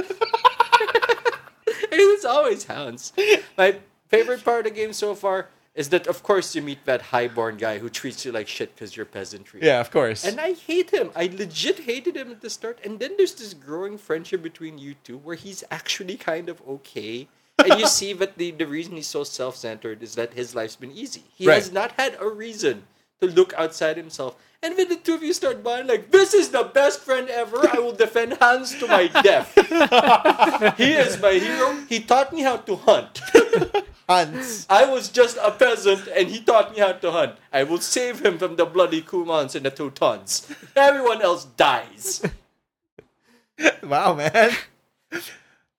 [SPEAKER 1] it is always hounds. My favorite part of the game so far is that, of course, you meet that highborn guy who treats you like shit because you're peasantry.
[SPEAKER 2] Yeah, of course.
[SPEAKER 1] And I hate him. I legit hated him at the start. And then there's this growing friendship between you two where he's actually kind of okay. And you see that the, the reason he's so self centered is that his life's been easy. He
[SPEAKER 2] Right.
[SPEAKER 1] has not had a reason to look outside himself. And when the two of you start buying, like, this is the best friend ever. I will defend Hans to my death. he is my hero. He taught me how to hunt.
[SPEAKER 2] Hans.
[SPEAKER 1] I was just a peasant, and he taught me how to hunt. I will save him from the bloody Kumans and the Teutons. Everyone else dies.
[SPEAKER 2] Wow, man.
[SPEAKER 1] And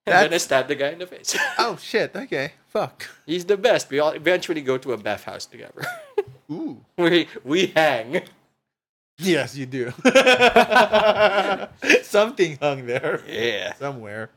[SPEAKER 1] then I stab the guy in the face.
[SPEAKER 2] Oh shit. Okay. Fuck.
[SPEAKER 1] He's the best. We all eventually go to a bathhouse together.
[SPEAKER 2] Ooh.
[SPEAKER 1] we we hang.
[SPEAKER 2] Yes, you do. Something hung there
[SPEAKER 1] Yeah.
[SPEAKER 2] somewhere.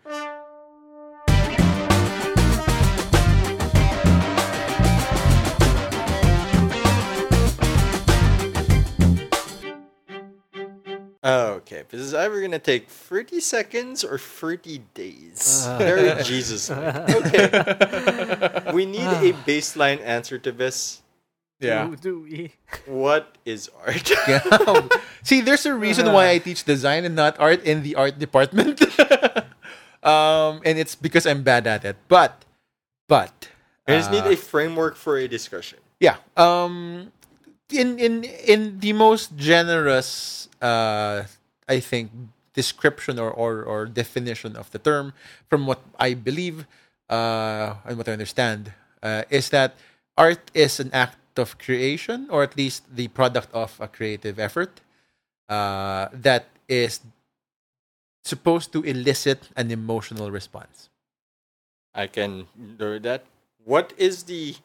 [SPEAKER 1] Okay, this is either gonna take thirty seconds or thirty days. Very Jesus. Okay. we need a baseline answer to this.
[SPEAKER 2] Yeah.
[SPEAKER 3] Ooh, do we?
[SPEAKER 1] What is art?
[SPEAKER 2] Yeah. See, there's a reason why I teach design and not art in the art department. um, and it's because I'm bad at it. But, but
[SPEAKER 1] I just need
[SPEAKER 2] uh,
[SPEAKER 1] a framework for a discussion.
[SPEAKER 2] yeah um in in in the most generous uh i think description or or, or definition of the term from what i believe uh and what i understand uh, is that art is an act of creation or at least the product of a creative effort uh that is supposed to elicit an emotional response
[SPEAKER 1] I can do that. What is the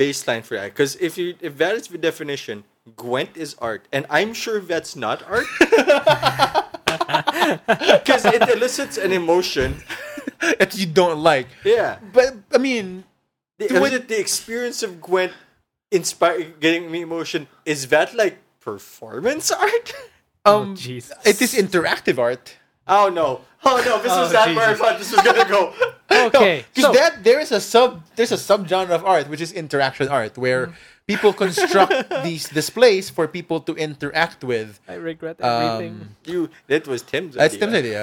[SPEAKER 1] baseline for that? Because if you if that is the definition, Gwent is art, and I'm sure that's not art. Because it elicits an emotion.
[SPEAKER 2] that you don't like
[SPEAKER 1] Yeah.
[SPEAKER 2] but i mean
[SPEAKER 1] The,
[SPEAKER 2] Do
[SPEAKER 1] was
[SPEAKER 2] it-
[SPEAKER 1] it the experience of Gwent inspiring, getting me emotion? Is that like performance art?
[SPEAKER 3] Oh,
[SPEAKER 2] um
[SPEAKER 3] jeez.
[SPEAKER 2] it is interactive art
[SPEAKER 1] Oh no! Oh no! This was
[SPEAKER 3] Oh,
[SPEAKER 1] that where I
[SPEAKER 3] Jesus.
[SPEAKER 1] thought this was gonna go.
[SPEAKER 3] Okay.
[SPEAKER 2] because
[SPEAKER 3] so,
[SPEAKER 2] that there is a sub there's a subgenre of art which is interaction art
[SPEAKER 3] Mm.
[SPEAKER 2] where people construct these displays for people to interact with
[SPEAKER 3] I regret everything.
[SPEAKER 2] um,
[SPEAKER 1] you that was Tim's.
[SPEAKER 2] that's
[SPEAKER 1] idea.
[SPEAKER 2] Tim's idea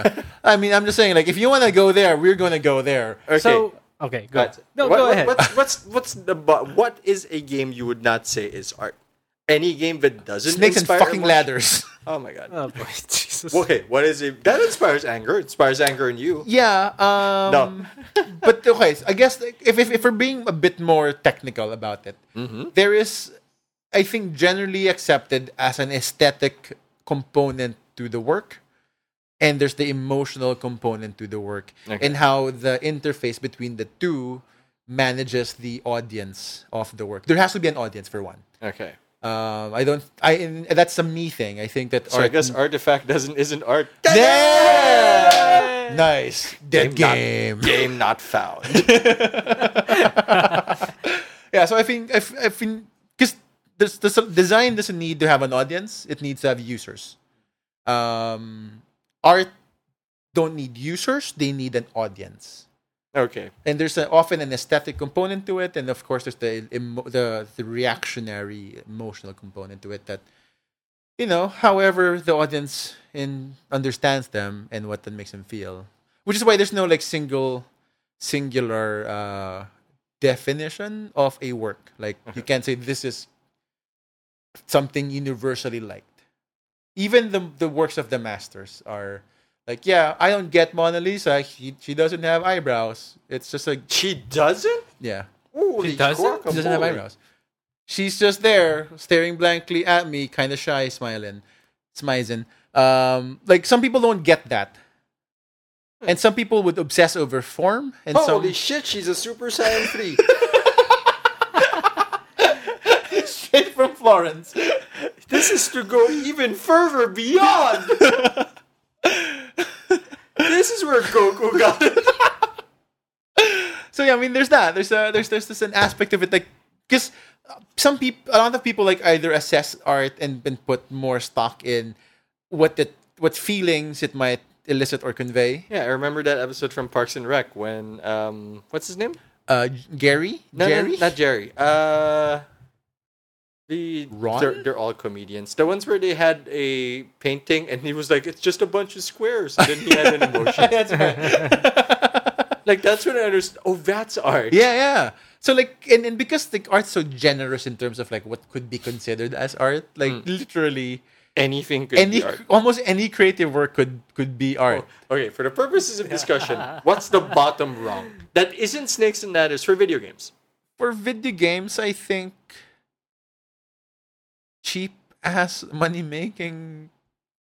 [SPEAKER 2] i mean i'm just saying like if you want to go there we're going to go there
[SPEAKER 1] Okay.
[SPEAKER 3] So okay, go.
[SPEAKER 1] but-
[SPEAKER 3] No,
[SPEAKER 1] what-
[SPEAKER 3] go
[SPEAKER 1] what-
[SPEAKER 3] ahead.
[SPEAKER 1] What's what's what's the bu- what is a game you would not say is art? Any game that doesn't
[SPEAKER 2] snakes and
[SPEAKER 1] inspire
[SPEAKER 2] fucking
[SPEAKER 1] emotion?
[SPEAKER 2] ladders
[SPEAKER 1] Oh my god.
[SPEAKER 3] oh boy, Jesus.
[SPEAKER 1] Okay, what is it that inspires anger? Inspires anger in you.
[SPEAKER 2] yeah um but okay so i guess like, if, if, if we're being a bit more technical about it
[SPEAKER 1] Mm-hmm.
[SPEAKER 2] there is i think generally accepted as an aesthetic component to the work and there's the emotional component to the work and how the interface between the two manages the audience of the work there has to be an audience for one
[SPEAKER 1] Okay.
[SPEAKER 2] um, i don't i and that's a me thing i think that
[SPEAKER 1] So I guess artifact doesn't isn't art.
[SPEAKER 2] Yeah! nice dead game
[SPEAKER 1] Game not found.
[SPEAKER 2] Yeah, so I think I, f- I think because the, the design doesn't need to have an audience; it needs to have users. Um, art don't need users; they need an audience.
[SPEAKER 1] okay.
[SPEAKER 2] And there's a, often an aesthetic component to it, and of course, there's the emo- the the reactionary emotional component to it that you know, however the audience in understands them and what that makes them feel, which is why there's no like single singular uh, definition of a work. Like you can't say this is something universally liked. Even the the works of the masters are like, yeah, I don't get Mona Lisa. She she doesn't have eyebrows. It's just like,
[SPEAKER 1] She doesn't?
[SPEAKER 2] yeah,
[SPEAKER 1] Holy
[SPEAKER 3] doesn't?
[SPEAKER 2] she doesn't have
[SPEAKER 1] guacamole.
[SPEAKER 2] eyebrows. She's just there, staring blankly at me, kind of shy, smiling, smizing. Um, like some people don't get that, and some people would obsess over form, and
[SPEAKER 1] Hmm. Holy
[SPEAKER 2] some
[SPEAKER 1] shit, she's a Super Saiyan 3.
[SPEAKER 2] shit from Florence.
[SPEAKER 1] this is to go even further beyond. this is where Goku got it.
[SPEAKER 2] so yeah, I mean, there's that. There's a there's there's this an aspect of it like because some people, a lot of people like either assess art and, and put more stock in what the what feelings it might elicit or convey.
[SPEAKER 1] Yeah, I remember that episode from Parks and Rec when, um, what's his name?
[SPEAKER 2] Uh, Gary,
[SPEAKER 1] No, no,
[SPEAKER 2] Jerry,
[SPEAKER 1] not Jerry. Uh, the
[SPEAKER 2] Ron?
[SPEAKER 1] They're, they're all comedians. The ones where they had a painting and he was like, "It's just a bunch of squares." And then he had an emotion.
[SPEAKER 2] That's right.
[SPEAKER 4] Like that's when I understood. Oh, that's art.
[SPEAKER 2] Yeah, yeah. So like, and, and because like art's so generous in terms of like what could be considered as art, like literally
[SPEAKER 4] Anything Mm. could
[SPEAKER 2] any
[SPEAKER 4] be art.
[SPEAKER 2] almost any creative work could could be art.
[SPEAKER 4] Okay, for the purposes of discussion, what's the bottom rung that isn't snakes and ladders for video games?
[SPEAKER 2] For video games, I think cheap ass money making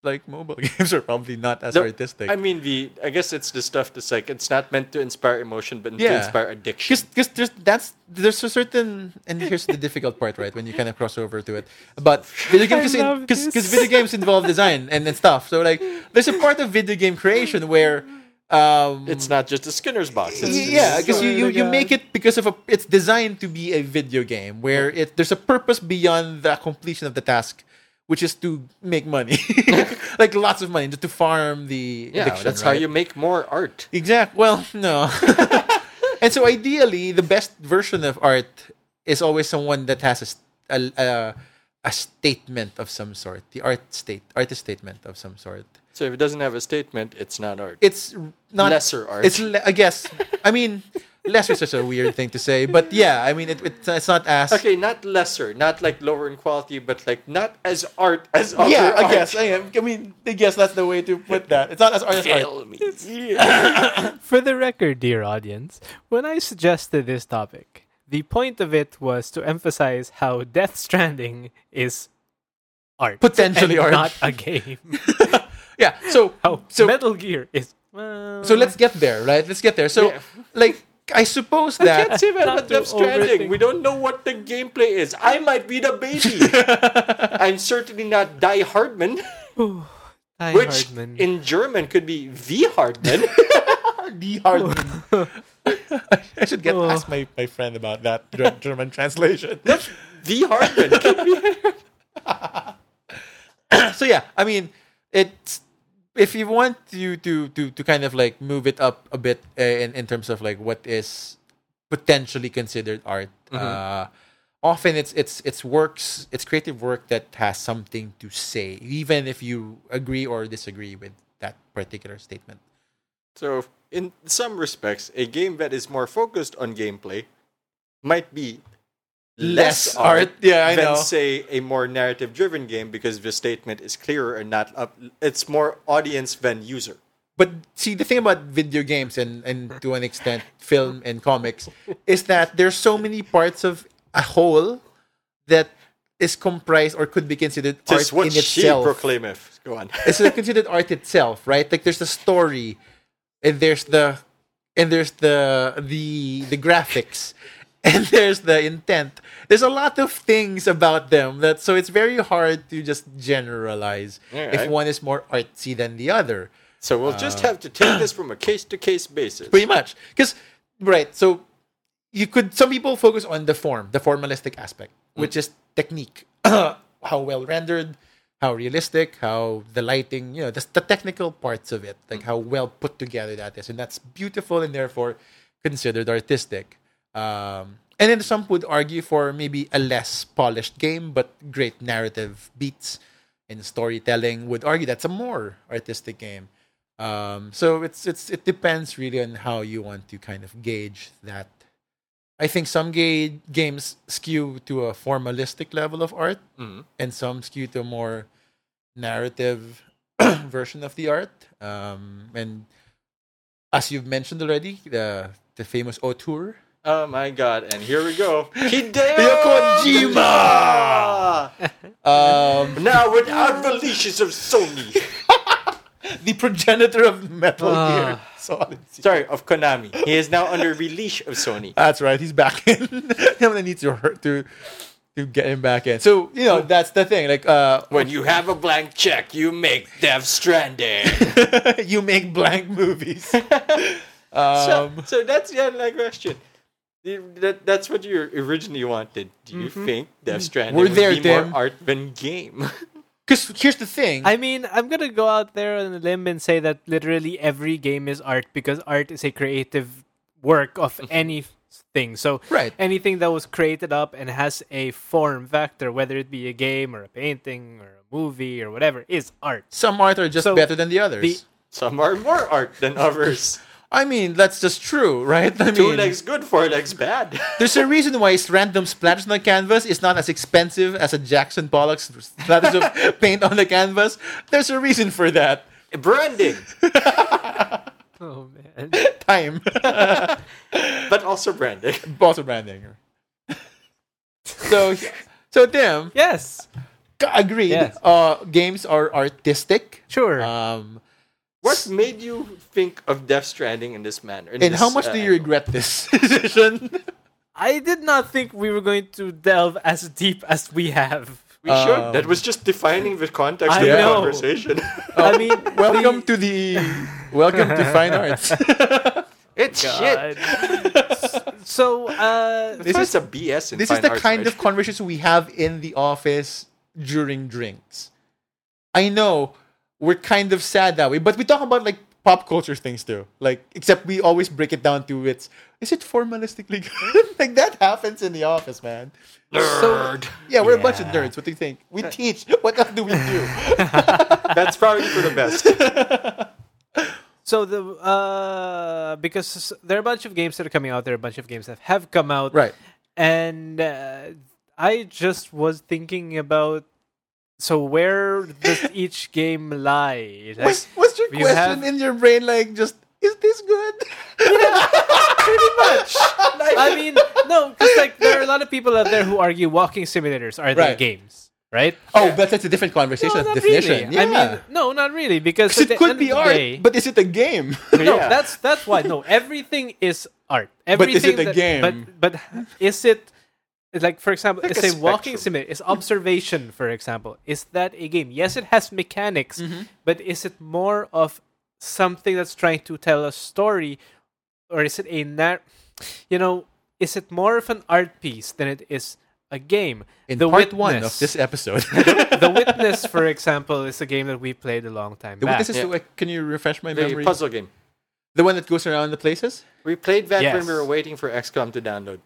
[SPEAKER 2] like mobile games are probably not as
[SPEAKER 4] The-
[SPEAKER 2] artistic.
[SPEAKER 4] I mean, the I guess it's the stuff that's like it's not meant to inspire emotion, but to
[SPEAKER 2] Yeah.
[SPEAKER 4] inspire addiction.
[SPEAKER 2] because there's that's there's a certain and here's the difficult part right when you kind of cross over to it but video games
[SPEAKER 3] love
[SPEAKER 2] because
[SPEAKER 3] this.
[SPEAKER 2] video games involve design and, and stuff so like there's a part of video game creation where um
[SPEAKER 4] It's not just a Skinner's box. It's
[SPEAKER 2] y- yeah because you,
[SPEAKER 3] Swear
[SPEAKER 2] you
[SPEAKER 3] to
[SPEAKER 2] you
[SPEAKER 3] God.
[SPEAKER 2] make it because of a it's designed to be a video game where it there's a purpose beyond the completion of the task which is to make money like lots of money just to farm the
[SPEAKER 4] yeah,
[SPEAKER 2] addiction,
[SPEAKER 4] that's how
[SPEAKER 2] right?
[SPEAKER 4] you make more art.
[SPEAKER 2] Exact. Well, no. and so, ideally, the best version of art is always someone that has a st- a, a, a statement of some sort, the art state, artist statement of some sort.
[SPEAKER 4] So if it doesn't have a statement, it's not art.
[SPEAKER 2] It's r- not
[SPEAKER 4] Lesser art.
[SPEAKER 2] It's le- I guess. I mean, lesser is such a weird thing to say, but yeah, I mean, it, it's it's not as
[SPEAKER 4] okay, not lesser, not like lower in quality, but like not as art as other
[SPEAKER 2] Yeah, I
[SPEAKER 4] art.
[SPEAKER 2] guess. I, am. I mean, I guess that's the way to put that. It's not as artist art.
[SPEAKER 4] me.
[SPEAKER 3] For the record, dear audience, when I suggested this topic, the point of it was to emphasize how Death Stranding is art,
[SPEAKER 2] Potentially
[SPEAKER 3] and
[SPEAKER 2] art.
[SPEAKER 3] not a game.
[SPEAKER 2] Yeah. So
[SPEAKER 3] How
[SPEAKER 2] so
[SPEAKER 3] Metal Gear is. Well,
[SPEAKER 2] so let's get there, right? Let's get there. So
[SPEAKER 4] Yeah.
[SPEAKER 2] like, I suppose that
[SPEAKER 4] Can't say that
[SPEAKER 3] Not
[SPEAKER 4] about
[SPEAKER 3] to
[SPEAKER 4] Death Stranding.
[SPEAKER 3] overthink.
[SPEAKER 4] We don't know what the gameplay is. I might be the baby. I'm certainly not Die Hardman,
[SPEAKER 3] Die
[SPEAKER 4] which
[SPEAKER 3] Hardman.
[SPEAKER 4] in German could be V Hardman.
[SPEAKER 2] the Hardman. I should get
[SPEAKER 3] Oh.
[SPEAKER 2] ask my, my friend about that Ger- German translation.
[SPEAKER 4] v Hardman could be
[SPEAKER 2] so yeah, I mean, it's if you want you to to to kind of like move it up a bit uh, in in terms of like what is potentially considered art. Uh, often it's it's it's works, it's creative work that has something to say, even if you agree or disagree with that particular statement.
[SPEAKER 1] So, in some respects, a game that is more focused on gameplay might be
[SPEAKER 2] Less art, yeah, I
[SPEAKER 1] than
[SPEAKER 2] know.
[SPEAKER 1] say a more narrative-driven game because the statement is clearer and not up. It's more audience than user.
[SPEAKER 2] but see the thing about video games and and to an extent film and comics is that there's so many parts of a whole that is comprised or could be considered
[SPEAKER 1] Tis
[SPEAKER 2] art
[SPEAKER 1] what
[SPEAKER 2] in
[SPEAKER 1] she
[SPEAKER 2] itself
[SPEAKER 1] proclaimeth. Go on.
[SPEAKER 2] it's like considered art itself, right? Like there's the story, and there's the and there's the the the graphics, and there's the intent. There's a lot of things about them that so it's very hard to just generalize if
[SPEAKER 4] right.
[SPEAKER 2] one is more artsy than the other.
[SPEAKER 1] So we'll just
[SPEAKER 2] Uh,
[SPEAKER 1] have to take this from a case-to-case basis.
[SPEAKER 2] Pretty much, because right, so you could some people focus on the form, the formalistic aspect, which is technique, how well rendered, how realistic, how the lighting, you know, the, the technical parts of it, like how well put together that is, and that's beautiful and therefore considered artistic. Um, and then some would argue for maybe a less polished game, but great narrative beats and storytelling. Would argue that's a more artistic game. Um, so it's it's it depends really on how you want to kind of gauge that I think some ga- games skew to a formalistic level of art,
[SPEAKER 4] Mm-hmm.
[SPEAKER 2] and some skew to a more narrative version of the art. Um, and as you've mentioned already, the the famous auteur,
[SPEAKER 1] Oh my god! And here we go.
[SPEAKER 2] Hideo
[SPEAKER 1] Hideo
[SPEAKER 2] Kojima. Um,
[SPEAKER 1] Now without the leashes of Sony.
[SPEAKER 2] the progenitor of Metal Gear
[SPEAKER 3] Ah.
[SPEAKER 2] Solid.
[SPEAKER 1] Sorry, of Konami. He is now under the leash of Sony.
[SPEAKER 2] That's right. He's back in. I'm gonna need to hurt to to get him back in. So you know that's the thing. Like uh,
[SPEAKER 4] when you have a blank check, you make Death Stranding.
[SPEAKER 2] you make blank movies.
[SPEAKER 1] So,
[SPEAKER 2] Um,
[SPEAKER 1] so that's the end of my question. You- That, that's what you originally wanted. Do you think Death Stranding
[SPEAKER 2] Mm-hmm. Mm. We're
[SPEAKER 1] would
[SPEAKER 2] there,
[SPEAKER 1] be
[SPEAKER 2] Tim.
[SPEAKER 1] more art than game?
[SPEAKER 2] Because here's the thing.
[SPEAKER 3] I mean, I'm gonna go out there on a limb and say that literally every game is art because art is a creative work of any thing. So
[SPEAKER 2] Mm-hmm. Right.
[SPEAKER 3] anything that was created up and has a form factor, whether it be a game or a painting or a movie or whatever, is art.
[SPEAKER 2] some art are just
[SPEAKER 3] So,
[SPEAKER 2] better than the others.
[SPEAKER 3] the-
[SPEAKER 1] Some are more art than others.
[SPEAKER 2] I mean, that's just true, right? I
[SPEAKER 1] Two
[SPEAKER 2] mean,
[SPEAKER 1] legs good, four legs bad.
[SPEAKER 2] there's a reason why his random splatters on the canvas is not as expensive as a Jackson Pollock's splatters of paint on the canvas. There's a reason for that.
[SPEAKER 1] Branding,
[SPEAKER 3] Oh man.
[SPEAKER 2] Time.
[SPEAKER 1] but also branding.
[SPEAKER 2] also branding. so, so Tim,
[SPEAKER 3] Yes.
[SPEAKER 2] c- agreed.
[SPEAKER 3] Yes.
[SPEAKER 2] Uh, games are artistic.
[SPEAKER 3] Sure.
[SPEAKER 2] Um,
[SPEAKER 1] What made you think of Death Stranding in this manner? in
[SPEAKER 2] and how
[SPEAKER 1] this,
[SPEAKER 2] much
[SPEAKER 1] uh,
[SPEAKER 2] do you regret this decision?
[SPEAKER 3] I did not think we were going to delve as deep as we have.
[SPEAKER 1] We should.
[SPEAKER 2] Um,
[SPEAKER 1] that was just defining the context
[SPEAKER 3] I
[SPEAKER 1] of the
[SPEAKER 3] know.
[SPEAKER 1] conversation.
[SPEAKER 3] I mean,
[SPEAKER 2] Oh, welcome to the welcome to fine arts.
[SPEAKER 1] it's shit.
[SPEAKER 3] God. so, uh,
[SPEAKER 1] This is a BS. In
[SPEAKER 2] this
[SPEAKER 1] fine
[SPEAKER 2] is the
[SPEAKER 1] arts,
[SPEAKER 2] kind
[SPEAKER 1] right?
[SPEAKER 2] of conversation we have in the office during drinks. I know we're kind of sad that way, but we talk about like pop culture things too. Like, except we always break it down to it's is it formalistically good? like that happens in the office, man.
[SPEAKER 1] nerd.
[SPEAKER 2] Yeah, we're a bunch of
[SPEAKER 3] Yeah.
[SPEAKER 2] nerds. What do you think? We teach. What else do we do?
[SPEAKER 1] That's probably for the best.
[SPEAKER 3] so the uh, because there are a bunch of games that are coming out, there are a bunch of games that have come out,
[SPEAKER 2] right.
[SPEAKER 3] And uh, I just was thinking about so where does each game lie? Like,
[SPEAKER 2] What's, what's your
[SPEAKER 3] you
[SPEAKER 2] question
[SPEAKER 3] have-
[SPEAKER 2] in your brain? Like, just is this good?
[SPEAKER 3] pretty much. I mean, no, because like there are a lot of people out there who argue walking simulators are they
[SPEAKER 2] Right.
[SPEAKER 3] games, right?
[SPEAKER 2] oh, but that's a different conversation.
[SPEAKER 3] No,
[SPEAKER 2] that's
[SPEAKER 3] not
[SPEAKER 2] definition.
[SPEAKER 3] really.
[SPEAKER 2] Yeah.
[SPEAKER 3] I mean, no, not really, because
[SPEAKER 2] 'Cause
[SPEAKER 3] at
[SPEAKER 2] it
[SPEAKER 3] the
[SPEAKER 2] could
[SPEAKER 3] end
[SPEAKER 2] be
[SPEAKER 3] of the
[SPEAKER 2] art,
[SPEAKER 3] day-
[SPEAKER 2] but is it a game?
[SPEAKER 3] no,
[SPEAKER 1] Yeah.
[SPEAKER 3] that's that's why. No, everything is art.
[SPEAKER 2] But
[SPEAKER 3] Everything
[SPEAKER 2] is it a
[SPEAKER 3] that-
[SPEAKER 2] game?
[SPEAKER 3] But but is it like, for example,
[SPEAKER 1] Like
[SPEAKER 3] is
[SPEAKER 1] a
[SPEAKER 3] a, walking
[SPEAKER 1] spectrum.
[SPEAKER 3] simulator? Is observation, for example, is that a game? Yes, it has mechanics,
[SPEAKER 2] Mm-hmm.
[SPEAKER 3] but is it more of something that's trying to tell a story, or is it a nar- You know, is it more of an art piece than it is a game?
[SPEAKER 2] in
[SPEAKER 3] the witness,
[SPEAKER 2] part one of this episode.
[SPEAKER 3] the witness, for example, is a game that we played a long time
[SPEAKER 2] the
[SPEAKER 3] back.
[SPEAKER 2] witness is
[SPEAKER 1] Yeah.
[SPEAKER 2] the- can you refresh my
[SPEAKER 1] The
[SPEAKER 2] memory?
[SPEAKER 1] puzzle game.
[SPEAKER 2] The one that goes around the places.
[SPEAKER 1] We played that
[SPEAKER 3] Yes.
[SPEAKER 1] when we were waiting for XCOM to download.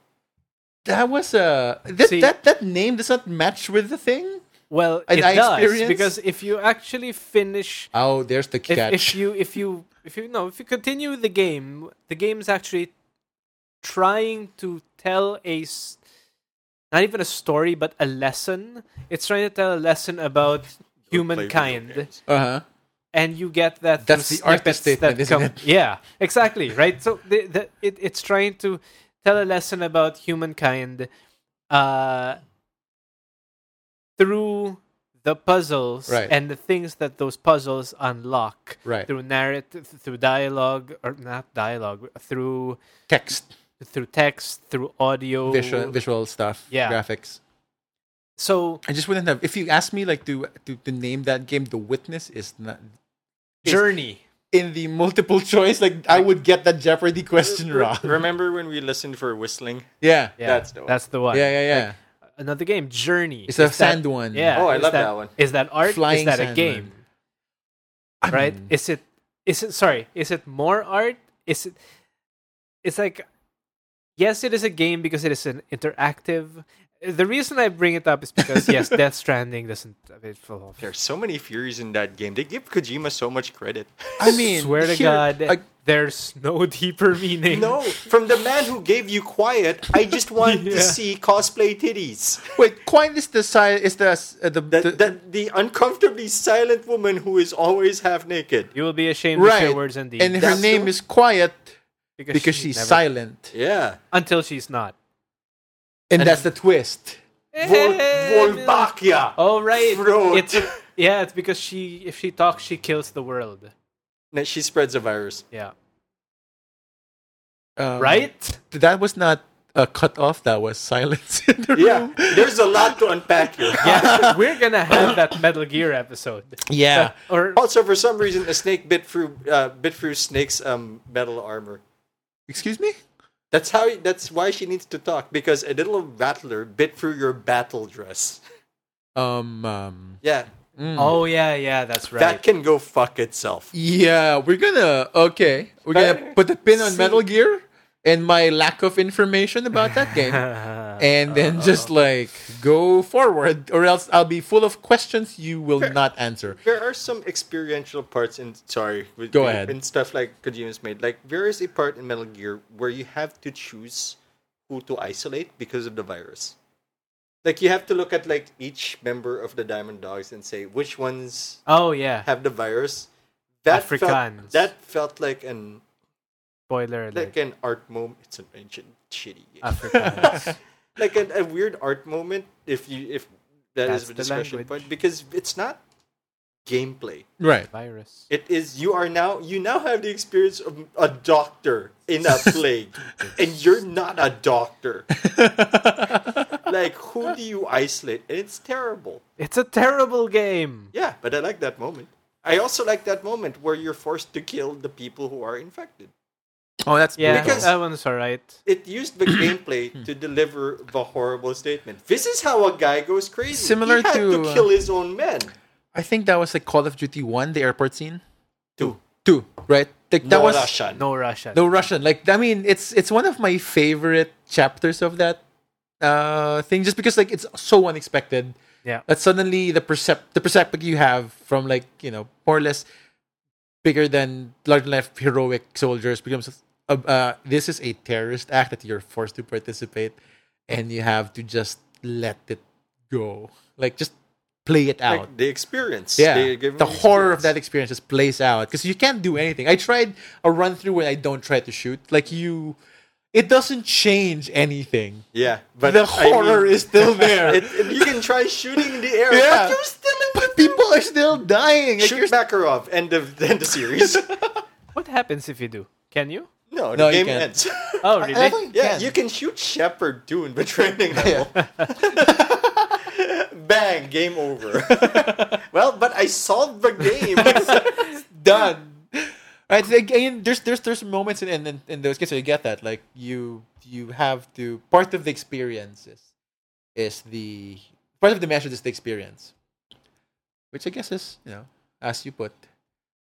[SPEAKER 2] That was uh, that,
[SPEAKER 3] See-
[SPEAKER 2] that that name does not match with the thing.
[SPEAKER 3] Well,
[SPEAKER 2] And
[SPEAKER 3] it
[SPEAKER 2] I
[SPEAKER 3] does
[SPEAKER 2] experience-
[SPEAKER 3] because if you actually finish,
[SPEAKER 2] Oh, there's the
[SPEAKER 3] if,
[SPEAKER 2] catch.
[SPEAKER 3] if you if you if you no, if you continue the game, the game's actually trying to tell a s- not even a story but a lesson. It's trying to tell a lesson about humankind,
[SPEAKER 2] uh huh.
[SPEAKER 3] and you get that.
[SPEAKER 2] That's
[SPEAKER 3] through
[SPEAKER 2] the
[SPEAKER 3] snippets
[SPEAKER 2] artist statement,
[SPEAKER 3] that
[SPEAKER 2] isn't
[SPEAKER 3] come-
[SPEAKER 2] it?
[SPEAKER 3] Yeah, exactly. Right. So the, the, it, it's trying to tell a lesson about humankind uh, through the puzzles
[SPEAKER 2] Right.
[SPEAKER 3] and the things that those puzzles unlock
[SPEAKER 2] Right.
[SPEAKER 3] through narrative, through dialogue, or not dialogue, through
[SPEAKER 2] Text,
[SPEAKER 3] through text, through audio,
[SPEAKER 2] visual, visual stuff,
[SPEAKER 3] Yeah.
[SPEAKER 2] graphics.
[SPEAKER 3] So
[SPEAKER 2] I just wouldn't have. If you asked me like to, to to name that game, The Witness is not It's-
[SPEAKER 3] journey.
[SPEAKER 2] in the multiple choice. Like I would get that Jeopardy question wrong.
[SPEAKER 1] Remember when we listened for whistling?
[SPEAKER 2] Yeah.
[SPEAKER 3] Yeah,
[SPEAKER 1] That's the one.
[SPEAKER 3] that's the
[SPEAKER 2] Yeah,
[SPEAKER 3] one.
[SPEAKER 2] yeah, yeah.
[SPEAKER 3] Another game, Journey.
[SPEAKER 2] It's a
[SPEAKER 3] Is that-
[SPEAKER 2] sand one.
[SPEAKER 3] Yeah.
[SPEAKER 1] Oh, I
[SPEAKER 3] is
[SPEAKER 1] love that one.
[SPEAKER 3] Is that art?
[SPEAKER 2] Flying
[SPEAKER 3] is that a
[SPEAKER 2] sand
[SPEAKER 3] game?
[SPEAKER 2] one.
[SPEAKER 3] right? Is it is it sorry, is it more art? Is it it's like yes, it is a game because it is an interactive. The reason I bring it up is because yes, Death Stranding doesn't I mean, full of-
[SPEAKER 1] There's so many furies in that game. They give Kojima so much credit.
[SPEAKER 2] I mean,
[SPEAKER 3] swear to
[SPEAKER 2] here,
[SPEAKER 3] God,
[SPEAKER 2] like,
[SPEAKER 3] there's no deeper meaning.
[SPEAKER 1] No, from the man who gave you Quiet, I just wanted
[SPEAKER 3] Yeah.
[SPEAKER 1] to see cosplay titties.
[SPEAKER 2] Wait, Quine is the si- is the uh, the,
[SPEAKER 1] That,
[SPEAKER 2] the-
[SPEAKER 1] that the uncomfortably silent woman who is always half naked.
[SPEAKER 3] You will be ashamed of
[SPEAKER 2] right,
[SPEAKER 3] your words indeed.
[SPEAKER 2] and her
[SPEAKER 1] That's
[SPEAKER 2] name
[SPEAKER 1] the-
[SPEAKER 2] is Quiet
[SPEAKER 3] because,
[SPEAKER 2] because she's
[SPEAKER 3] never-
[SPEAKER 2] silent,
[SPEAKER 1] Yeah.
[SPEAKER 3] until she's not.
[SPEAKER 2] and, that's the twist.
[SPEAKER 1] Vol- Volbakia.
[SPEAKER 3] Oh right.
[SPEAKER 1] Throat.
[SPEAKER 3] It's, yeah, it's because she if she talks she kills the world.
[SPEAKER 1] No, She spreads a virus.
[SPEAKER 3] Yeah.
[SPEAKER 2] Um,
[SPEAKER 3] Right?
[SPEAKER 2] That was not a cut off. That was silence in the
[SPEAKER 1] Yeah.
[SPEAKER 2] room.
[SPEAKER 1] There's a lot to unpack here.
[SPEAKER 3] yeah, we're gonna have that Metal Gear episode.
[SPEAKER 2] Yeah.
[SPEAKER 3] Or
[SPEAKER 1] Also, for some reason, a snake bit through uh, bit through Snake's um, metal armor.
[SPEAKER 2] Excuse me.
[SPEAKER 1] That's how. That's why she needs to talk because a little rattler bit through your battle dress.
[SPEAKER 2] Um. um
[SPEAKER 1] Yeah,
[SPEAKER 3] oh yeah, yeah, that's right.
[SPEAKER 1] that can go fuck itself.
[SPEAKER 2] yeah, we're gonna okay. We're
[SPEAKER 1] Better
[SPEAKER 2] gonna put the pin on
[SPEAKER 1] see-
[SPEAKER 2] Metal Gear. and my lack of information about that game, and then just like go forward, or else I'll be full of questions you will not answer.
[SPEAKER 1] There are some experiential parts in sorry, with,
[SPEAKER 2] Go ahead.
[SPEAKER 1] and stuff like Kojima's made. Like there is a part in Metal Gear where you have to choose who to isolate because of the virus. Like you have to look at like each member of the Diamond Dogs and say which ones
[SPEAKER 3] oh yeah,
[SPEAKER 1] have the virus. That
[SPEAKER 3] Afrikaans.
[SPEAKER 1] felt that felt like an
[SPEAKER 3] spoiler
[SPEAKER 1] like
[SPEAKER 3] alert.
[SPEAKER 1] an art moment. It's an ancient shitty game.
[SPEAKER 3] Afrikaans.
[SPEAKER 1] like an, a weird art moment if you if
[SPEAKER 3] That's
[SPEAKER 1] That's
[SPEAKER 3] the
[SPEAKER 1] the discussion
[SPEAKER 3] language.
[SPEAKER 1] point because it's not gameplay.
[SPEAKER 2] Right.
[SPEAKER 3] virus.
[SPEAKER 1] It is you are now you now have the experience of a doctor in a plague, and you're not a doctor. like who do you isolate? And it's terrible.
[SPEAKER 3] It's a terrible game.
[SPEAKER 1] Yeah, but I like that moment. I also like that moment where you're forced to kill the people who are infected.
[SPEAKER 2] Oh, that's
[SPEAKER 3] Yeah,
[SPEAKER 2] brutal.
[SPEAKER 1] Because-
[SPEAKER 3] that one's alright.
[SPEAKER 1] It used the gameplay to deliver the horrible statement. This is how a guy goes crazy.
[SPEAKER 2] Similar
[SPEAKER 1] he had to,
[SPEAKER 2] to, uh,
[SPEAKER 1] kill his own men.
[SPEAKER 2] I think that was like Call of Duty One, the airport scene.
[SPEAKER 1] Two.
[SPEAKER 2] Two, right? Like, that
[SPEAKER 1] No
[SPEAKER 2] was
[SPEAKER 1] Russian.
[SPEAKER 3] No Russia.
[SPEAKER 2] no Russian. Like I mean, it's it's one of my favorite chapters of that uh thing, just because like it's so unexpected
[SPEAKER 3] Yeah.
[SPEAKER 2] that suddenly the percept the perspective you have from like you know more or less bigger than large than life heroic soldiers becomes uh, uh, this is a terrorist act that you're forced to participate, and you have to just let it go, like just play it out.
[SPEAKER 1] Like, the experience.
[SPEAKER 2] Yeah,
[SPEAKER 1] They
[SPEAKER 2] the,
[SPEAKER 1] give him
[SPEAKER 2] horror of
[SPEAKER 1] experience.
[SPEAKER 2] that experience just plays out because you can't do anything. I tried a run through when I don't try to shoot. Like you, it doesn't change anything.
[SPEAKER 1] Yeah, but
[SPEAKER 2] the
[SPEAKER 1] I mean,
[SPEAKER 2] horror is still there.
[SPEAKER 1] It, it- you can try shooting in the air,
[SPEAKER 2] Yeah.
[SPEAKER 1] but you're still in
[SPEAKER 2] but people are still dying.
[SPEAKER 1] the
[SPEAKER 2] Like,
[SPEAKER 1] shoot
[SPEAKER 2] you're-
[SPEAKER 1] Makarov. End of end of series.
[SPEAKER 3] What happens if you do? Can you?
[SPEAKER 1] No, the
[SPEAKER 2] No, you
[SPEAKER 1] game
[SPEAKER 2] can't. Uh,
[SPEAKER 1] ends.
[SPEAKER 3] Oh,
[SPEAKER 2] I- I
[SPEAKER 3] really?
[SPEAKER 2] don't think
[SPEAKER 1] yeah, you can shoot Shepard too in the training level. Bang, game over. well, but I solved the game.
[SPEAKER 2] done. Right, so again, there's there's there's moments in in, in those cases where you get that like you you have to part of the experiences is the part of the measure is the experience, which I guess is you know as you put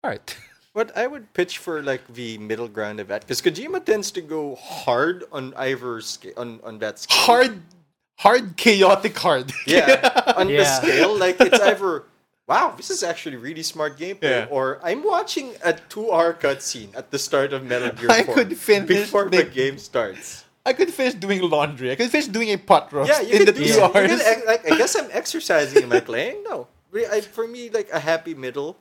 [SPEAKER 2] art.
[SPEAKER 1] What I would pitch for like the middle ground of that, because Kojima tends to go hard on either scale, on on that scale.
[SPEAKER 2] hard, hard, chaotic hard.
[SPEAKER 1] Yeah, on the
[SPEAKER 3] Yeah.
[SPEAKER 1] scale, like it's either wow, this is actually really smart gameplay,
[SPEAKER 2] Yeah.
[SPEAKER 1] or I'm watching a two-hour cutscene at the start of Metal Gear.
[SPEAKER 2] I
[SPEAKER 1] 4
[SPEAKER 2] could finish
[SPEAKER 1] before the
[SPEAKER 2] the-
[SPEAKER 1] game starts.
[SPEAKER 2] I could finish doing laundry. I could finish doing a pot roast
[SPEAKER 1] Yeah, you
[SPEAKER 2] in the
[SPEAKER 1] could do.
[SPEAKER 2] two
[SPEAKER 1] You
[SPEAKER 2] hours.
[SPEAKER 1] could, ex- like, I guess I'm exercising. Am I playing? No, Re- I, for me, like a happy middle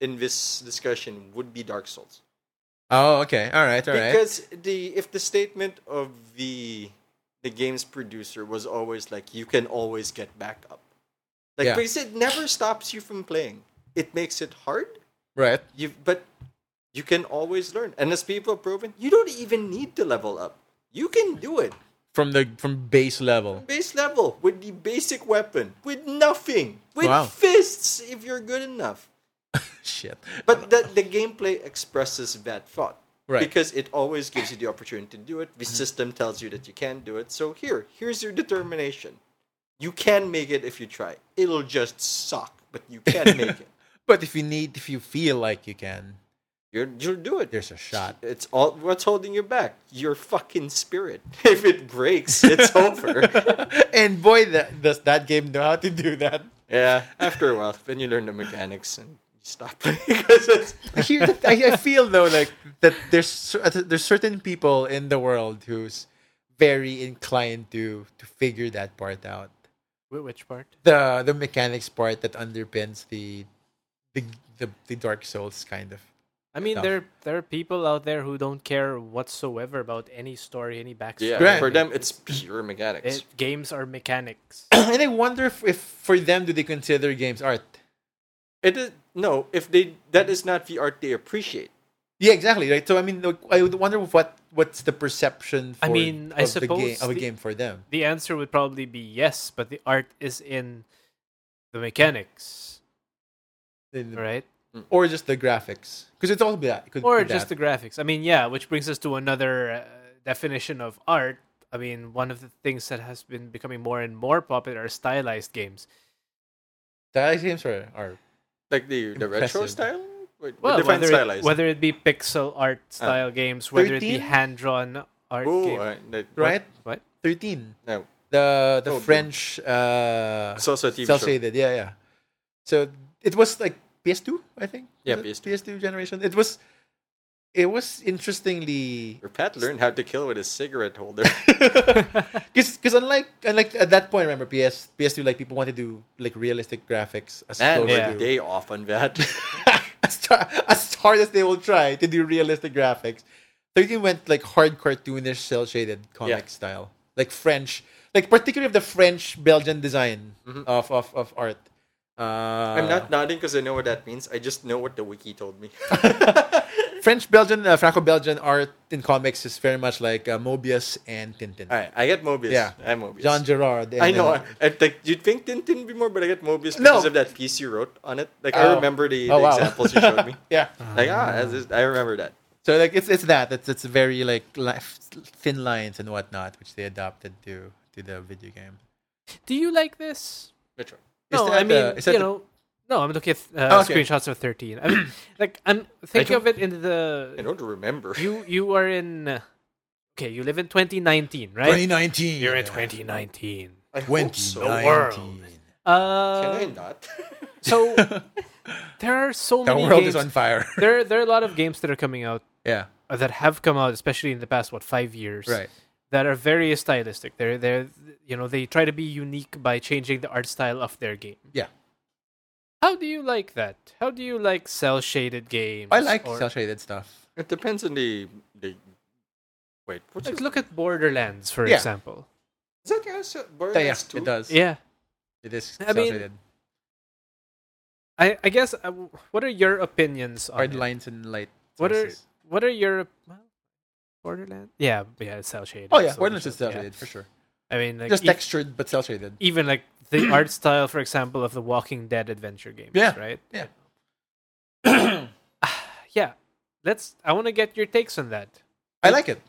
[SPEAKER 1] in this discussion would be Dark Souls.
[SPEAKER 2] oh, okay. All right. All right.
[SPEAKER 1] because the if the statement of the the game's producer was always like you can always get back up like
[SPEAKER 2] Yeah.
[SPEAKER 1] because it never stops you from playing it makes it hard
[SPEAKER 2] right.
[SPEAKER 1] you but you can always learn and as people have proven you don't even need to level up you can do it
[SPEAKER 2] From the from base level.
[SPEAKER 1] base level with the basic weapon with nothing with
[SPEAKER 2] Wow.
[SPEAKER 1] fists if you're good enough
[SPEAKER 2] Shit.
[SPEAKER 1] but the, the gameplay expresses that thought.
[SPEAKER 2] Right.
[SPEAKER 1] Because it always gives you the opportunity to do it. The system tells you that you can do it. So here, here's your determination. You can make it if you try. It'll just suck, but you can make it.
[SPEAKER 2] But if you need, if you feel like you can,
[SPEAKER 1] You're, you'll do it.
[SPEAKER 2] there's a shot.
[SPEAKER 1] It's all what's holding you back. Your fucking spirit. If it breaks, it's over.
[SPEAKER 2] and boy, that, does that game know how to do that?
[SPEAKER 1] Yeah. After a while, then you learn the mechanics and you stop playing. 'Cause it's-
[SPEAKER 2] I hear that, I, I feel though like that there's cer- uh, there's certain people in the world who's very inclined to to figure that part out.
[SPEAKER 3] Wh- Which part?
[SPEAKER 2] the the mechanics part that underpins the the the, the Dark Souls kind of.
[SPEAKER 3] I mean,
[SPEAKER 2] Stuff.
[SPEAKER 3] there there are people out there who don't care whatsoever about any story, any backstory.
[SPEAKER 2] Right.
[SPEAKER 1] For them, it's pure mechanics.
[SPEAKER 3] It- games are mechanics.
[SPEAKER 2] and I wonder if, if for them do they consider games art?
[SPEAKER 1] It is no. If they that is not the art they appreciate.
[SPEAKER 2] Yeah, exactly. Right. So I mean, like, I would wonder what what's the perception. For,
[SPEAKER 3] I mean,
[SPEAKER 2] of
[SPEAKER 3] I
[SPEAKER 2] the game,
[SPEAKER 3] suppose
[SPEAKER 2] of a
[SPEAKER 3] the-
[SPEAKER 2] game for them.
[SPEAKER 3] the answer would probably be yes, but the art is in the mechanics,
[SPEAKER 2] In-
[SPEAKER 3] right?
[SPEAKER 2] Or just the graphics, because it's all that. It could
[SPEAKER 3] Or
[SPEAKER 2] be
[SPEAKER 3] just the
[SPEAKER 2] that.
[SPEAKER 3] graphics. I mean, yeah, which brings us to another uh, definition of art. I mean, one of the things that has been becoming more and more popular are stylized games.
[SPEAKER 2] that games are, are
[SPEAKER 1] Like the the retro
[SPEAKER 2] Impressive.
[SPEAKER 1] style. Wait,
[SPEAKER 3] Well,
[SPEAKER 1] define
[SPEAKER 3] whether it,
[SPEAKER 1] stylized.
[SPEAKER 2] Ah.
[SPEAKER 3] whether it be pixel art style games, whether it be
[SPEAKER 2] 13?
[SPEAKER 3] hand drawn art
[SPEAKER 1] Ooh,
[SPEAKER 3] game.
[SPEAKER 1] uh, that-
[SPEAKER 2] right?
[SPEAKER 3] What?
[SPEAKER 2] Thirteen.
[SPEAKER 1] No.
[SPEAKER 2] The the
[SPEAKER 1] Oh, boom.
[SPEAKER 2] French uh,
[SPEAKER 1] It's also a TV
[SPEAKER 2] cell
[SPEAKER 1] show.
[SPEAKER 2] shaded. Yeah, yeah. So it was like PS2, I think.
[SPEAKER 1] Yeah,
[SPEAKER 2] Was
[SPEAKER 1] PS2.
[SPEAKER 2] it? PS2 generation. It was. It was interestingly
[SPEAKER 1] Your pet learned how to kill with a cigarette holder.
[SPEAKER 2] because unlike unlike at that point, remember PS PS2 like people wanted to do like realistic graphics as
[SPEAKER 1] Man,
[SPEAKER 2] close
[SPEAKER 3] yeah.
[SPEAKER 1] a
[SPEAKER 2] to
[SPEAKER 1] day off on that.
[SPEAKER 2] as, tar- as hard as they will try to do realistic graphics. 13 went like hard cartoonish, cell shaded comic
[SPEAKER 1] Yeah.
[SPEAKER 2] style. Like French, like particularly of the French Belgian design of, of, of art. Uh,
[SPEAKER 1] Mm-hmm. I'm not nodding because I know what that means. I just know what the wiki told me.
[SPEAKER 2] French Belgian, uh, Franco Belgian art in comics is very much like uh, Mobius and Tintin.
[SPEAKER 1] All right, I get Mobius.
[SPEAKER 2] Yeah.
[SPEAKER 1] I'm Mobius.
[SPEAKER 2] John Gerard. and uh,
[SPEAKER 1] I know.
[SPEAKER 2] then-
[SPEAKER 1] I, I think you'd think Tintin would be more, but I get Mobius
[SPEAKER 2] No.
[SPEAKER 1] because of that piece you wrote on it. Like
[SPEAKER 2] Oh.
[SPEAKER 1] I remember the,
[SPEAKER 2] Oh,
[SPEAKER 1] the
[SPEAKER 2] wow.
[SPEAKER 1] examples you showed me.
[SPEAKER 2] yeah.
[SPEAKER 1] Like ah, that's just- I remember that.
[SPEAKER 2] So like it's it's that it's it's very like li- thin lines and whatnot, which they adopted to to the video game.
[SPEAKER 3] Do you like this?
[SPEAKER 1] Which one?
[SPEAKER 2] Is
[SPEAKER 3] No,
[SPEAKER 2] that
[SPEAKER 3] I mean,
[SPEAKER 2] the- is that
[SPEAKER 3] you
[SPEAKER 2] the-
[SPEAKER 3] know, no, I'm looking at uh,
[SPEAKER 2] okay.
[SPEAKER 3] screenshots of 13. I mean, like, I'm thinking of it in
[SPEAKER 1] I
[SPEAKER 3] the
[SPEAKER 1] don't remember.
[SPEAKER 3] you you are in. uh, Okay, you live in 2019, right?
[SPEAKER 2] 2019.
[SPEAKER 3] You're in
[SPEAKER 2] Yeah.
[SPEAKER 3] 2019.
[SPEAKER 1] I hope so.
[SPEAKER 3] The world.
[SPEAKER 1] Can I
[SPEAKER 3] Uh,
[SPEAKER 1] not?
[SPEAKER 3] so there are so
[SPEAKER 2] The
[SPEAKER 3] many
[SPEAKER 2] world
[SPEAKER 3] games.
[SPEAKER 2] is on fire.
[SPEAKER 3] there there are a lot of games that are coming out
[SPEAKER 2] yeah.
[SPEAKER 3] uh, that have come out, especially in the past what five years,
[SPEAKER 2] Right.
[SPEAKER 3] That are very stylistic. They're they're you know they try to be unique by changing the art style of their game.
[SPEAKER 2] Yeah.
[SPEAKER 3] How do you like that? How do you like cell shaded games?
[SPEAKER 2] I like
[SPEAKER 3] or-
[SPEAKER 2] cell shaded stuff.
[SPEAKER 1] it depends on the the. Wait, what's
[SPEAKER 3] Like
[SPEAKER 1] it?
[SPEAKER 3] look at Borderlands for
[SPEAKER 2] Yeah.
[SPEAKER 3] example.
[SPEAKER 1] Is that uh, also
[SPEAKER 2] Yeah, yeah,
[SPEAKER 1] Borderlands
[SPEAKER 2] it
[SPEAKER 1] 2?
[SPEAKER 2] does.
[SPEAKER 3] Yeah.
[SPEAKER 2] It is
[SPEAKER 3] I
[SPEAKER 2] cell
[SPEAKER 3] mean,
[SPEAKER 2] shaded.
[SPEAKER 3] I I guess uh, w- what are your opinions on
[SPEAKER 2] Hard
[SPEAKER 3] it?
[SPEAKER 2] lines and light.
[SPEAKER 3] What are
[SPEAKER 2] sources.
[SPEAKER 3] what are your well, Borderlands? Yeah, yeah, it's cell shaded.
[SPEAKER 2] Oh yeah,
[SPEAKER 3] so
[SPEAKER 2] Borderlands
[SPEAKER 3] it's-
[SPEAKER 2] is cell
[SPEAKER 3] yeah.
[SPEAKER 2] shaded for sure.
[SPEAKER 3] I mean, like,
[SPEAKER 2] Just
[SPEAKER 3] e-
[SPEAKER 2] textured but cell shaded.
[SPEAKER 3] even like the art style, for example, of the Walking Dead adventure games.
[SPEAKER 2] Yeah.
[SPEAKER 3] Right.
[SPEAKER 2] Yeah.
[SPEAKER 3] Yeah. Let's. I want to get your takes on that.
[SPEAKER 2] I like it.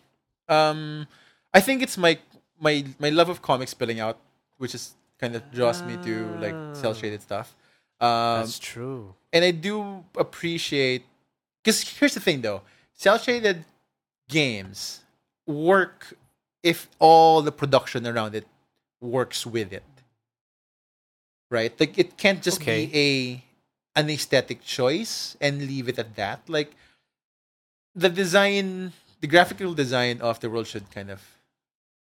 [SPEAKER 2] Um, I think it's my my my love of comics spilling out, which is kind of draws me to like cell shaded stuff. Um,
[SPEAKER 3] That's true.
[SPEAKER 2] and I do appreciate because here's the thing though, cell shaded games work if all the production around it works with it, right? Like it can't just be a an aesthetic choice and leave it at that. Like the design, the graphical design of the world should kind of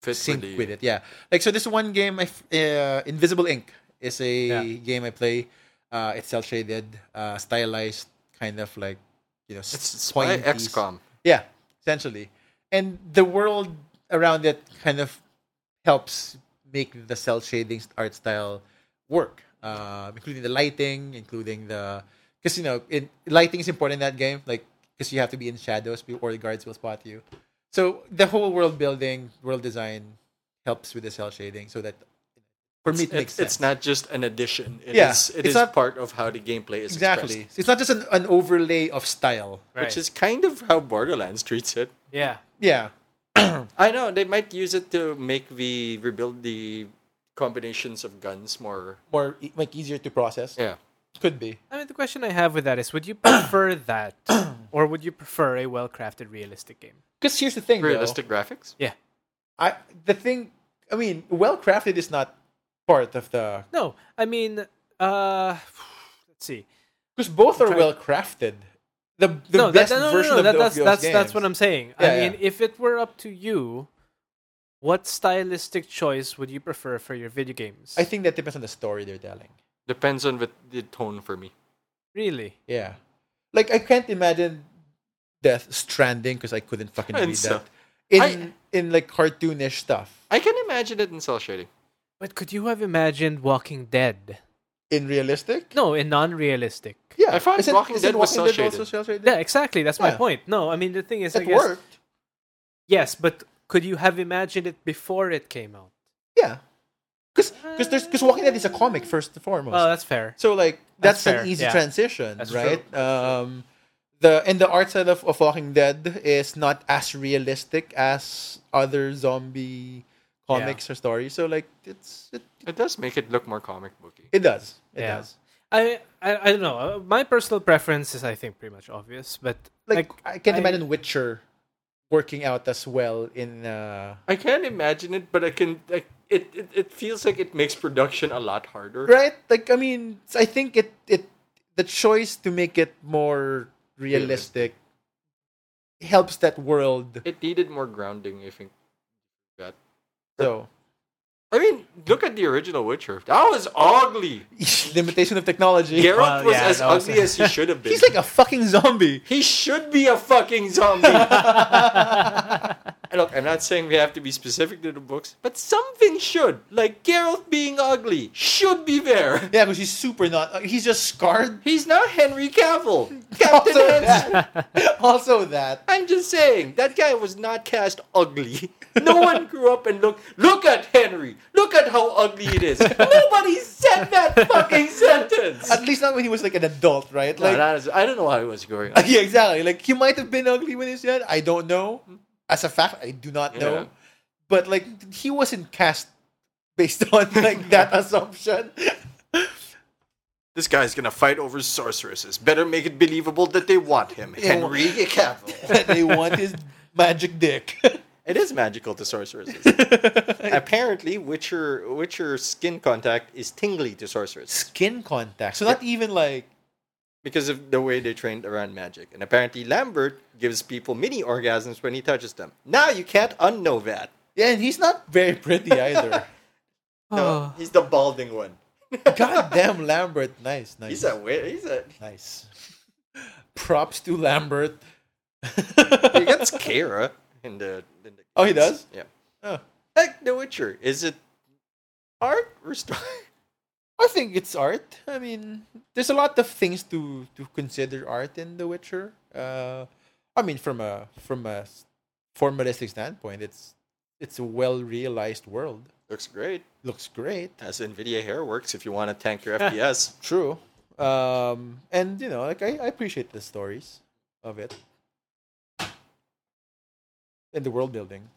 [SPEAKER 1] Fit
[SPEAKER 2] sync with it. Yeah, like so. This one game, I f- uh, Invisible Ink, is a
[SPEAKER 3] Yeah.
[SPEAKER 2] game I play. Uh, it's cell shaded, uh, stylized, kind of like you know,
[SPEAKER 1] It's, it's by
[SPEAKER 2] pointy-
[SPEAKER 1] XCOM.
[SPEAKER 2] Yeah, essentially, and the world around it kind of helps make the cell shading art style work, uh, including the lighting, including the because you know in, lighting is important in that game, like because you have to be in shadows or the guards will spot you. So the whole world building, world design helps with the cell shading, so that for me it
[SPEAKER 1] It's,
[SPEAKER 2] makes sense.
[SPEAKER 1] it's not just an addition. It is
[SPEAKER 2] Yeah,
[SPEAKER 1] it
[SPEAKER 2] it's
[SPEAKER 1] is
[SPEAKER 2] not-
[SPEAKER 1] part of how the gameplay is
[SPEAKER 2] exactly.
[SPEAKER 1] expressed,
[SPEAKER 2] It's not just an, an overlay of style.
[SPEAKER 3] Right.
[SPEAKER 1] which is kind of how Borderlands treats it.
[SPEAKER 3] yeah.
[SPEAKER 2] Yeah,
[SPEAKER 1] I know they might use it to make the rebuild the combinations of guns more.
[SPEAKER 2] more e- like easier to process.
[SPEAKER 1] Yeah,
[SPEAKER 2] Could be.
[SPEAKER 3] I mean, the question I have with that is: Would you prefer that, or would you prefer a well-crafted, realistic game?
[SPEAKER 2] Because here's the thing, though.
[SPEAKER 1] realistic graphics.
[SPEAKER 3] Yeah.
[SPEAKER 2] I the thing I mean, well crafted is not part of the
[SPEAKER 3] No. I mean, uh, let's see.
[SPEAKER 2] because both are
[SPEAKER 3] Try-
[SPEAKER 2] well crafted. The the
[SPEAKER 3] no,
[SPEAKER 2] best
[SPEAKER 3] that, no, no,
[SPEAKER 2] version
[SPEAKER 3] no,
[SPEAKER 2] of
[SPEAKER 3] that,
[SPEAKER 2] those
[SPEAKER 3] that's
[SPEAKER 2] those
[SPEAKER 3] that's
[SPEAKER 2] games.
[SPEAKER 3] that's what I'm saying.
[SPEAKER 2] Yeah,
[SPEAKER 3] I
[SPEAKER 2] yeah.
[SPEAKER 3] mean, if it were up to you, what stylistic choice would you prefer for your video games?
[SPEAKER 2] I think that depends on the story they're telling.
[SPEAKER 1] Depends on the, the tone for me.
[SPEAKER 3] really.
[SPEAKER 2] Yeah, like I can't imagine Death Stranding because I couldn't fucking
[SPEAKER 1] And
[SPEAKER 2] read
[SPEAKER 1] so-
[SPEAKER 2] that in
[SPEAKER 1] I-
[SPEAKER 2] in like cartoonish stuff
[SPEAKER 1] I can imagine it in cell shading.
[SPEAKER 3] But could you have imagined Walking Dead?
[SPEAKER 2] in realistic.
[SPEAKER 3] No, in non-realistic.
[SPEAKER 2] Yeah,
[SPEAKER 1] I found
[SPEAKER 2] Isn't-
[SPEAKER 1] Walking
[SPEAKER 2] isn't
[SPEAKER 1] Dead was
[SPEAKER 2] Walking Dead
[SPEAKER 1] cel-shaded.
[SPEAKER 2] also cel-shaded?
[SPEAKER 3] Yeah, exactly. That's my
[SPEAKER 2] Yeah.
[SPEAKER 3] point. No, I mean the thing is, I
[SPEAKER 2] It
[SPEAKER 3] guess
[SPEAKER 2] worked.
[SPEAKER 3] yes, but could you have imagined it before it came out?
[SPEAKER 2] Yeah, because there's because Walking Dead is a comic first and foremost.
[SPEAKER 3] Oh, that's fair.
[SPEAKER 2] So like
[SPEAKER 3] That's
[SPEAKER 2] that's,
[SPEAKER 3] fair,
[SPEAKER 2] an easy
[SPEAKER 3] yeah.
[SPEAKER 2] transition,
[SPEAKER 3] That's
[SPEAKER 2] right? Um, the and the art style of, of Walking Dead is not as realistic as other zombie comics or stories. So like it's it,
[SPEAKER 1] It does make it look more comic booky.
[SPEAKER 2] it does it
[SPEAKER 3] Yeah.
[SPEAKER 2] does.
[SPEAKER 3] I, I I don't know. Uh, My personal preference is, I think, pretty much obvious. But
[SPEAKER 2] Like, I can't
[SPEAKER 3] I-
[SPEAKER 2] imagine Witcher working out as well in uh,
[SPEAKER 1] I can't imagine it, but I can. I, it, it it feels like it makes production a lot harder.
[SPEAKER 2] right like i mean i think it it the choice to make it more realistic helps that world
[SPEAKER 1] It needed more grounding, I think. That.
[SPEAKER 2] so
[SPEAKER 1] I mean, look at the original Witcher. That was ugly.
[SPEAKER 2] limitation of technology
[SPEAKER 1] Geralt was
[SPEAKER 3] Well, yeah,
[SPEAKER 1] as
[SPEAKER 3] that was-
[SPEAKER 1] ugly as he should have been.
[SPEAKER 2] he's like a fucking zombie
[SPEAKER 1] he should be a fucking zombie. and look, I'm not saying we have to be specific to the books, but something should. Like Geralt being ugly should be there.
[SPEAKER 2] yeah because he's super not uh, he's just scarred
[SPEAKER 1] He's not Henry Cavill. Captain
[SPEAKER 2] Also
[SPEAKER 1] Henry.
[SPEAKER 2] also that
[SPEAKER 1] I'm just saying that guy was not cast ugly. No one grew up and look. Look at Henry. Look at how ugly it is. Nobody said that fucking sentence.
[SPEAKER 2] at least not when he was like an adult right
[SPEAKER 1] No,
[SPEAKER 2] like
[SPEAKER 1] that is- I don't know how it was going. on.
[SPEAKER 2] yeah exactly like he might have been ugly when he's young i don't know as a fact i do not
[SPEAKER 1] Yeah.
[SPEAKER 2] know but like he wasn't cast based on like that assumption
[SPEAKER 1] This guy's gonna fight over sorceresses. Better make it believable that they want him,
[SPEAKER 2] Yeah,
[SPEAKER 1] Henry Cavill.
[SPEAKER 2] that they want his magic dick.
[SPEAKER 1] It is magical to sorceresses. Apparently, Witcher Witcher skin contact is tingly to sorceresses
[SPEAKER 2] Skin contact. So not even like
[SPEAKER 1] because of the way they trained around magic. And apparently, Lambert gives people mini orgasms when he touches them. Now you can't unknow that.
[SPEAKER 2] yeah, and he's not very pretty either.
[SPEAKER 3] Oh. um,
[SPEAKER 1] No, he's the balding one.
[SPEAKER 2] God damn Lambert. Nice, nice.
[SPEAKER 1] He's a wi- he's a.
[SPEAKER 2] nice. Props to Lambert.
[SPEAKER 1] He gets Kara in the. In the
[SPEAKER 2] Oh, he does?
[SPEAKER 1] Yeah.
[SPEAKER 2] Oh.
[SPEAKER 1] Like The Witcher, is it art or story?
[SPEAKER 2] I think it's art. I mean, there's a lot of things to to consider art in The Witcher. Uh, I mean, from a from a s- formalistic standpoint, it's it's a well realized world.
[SPEAKER 1] Looks great.
[SPEAKER 2] Looks great.
[SPEAKER 1] That's NVIDIA Hairworks if you want to tank your FPS.
[SPEAKER 2] True. Um, and you know, like I, I appreciate the stories of it and the world building.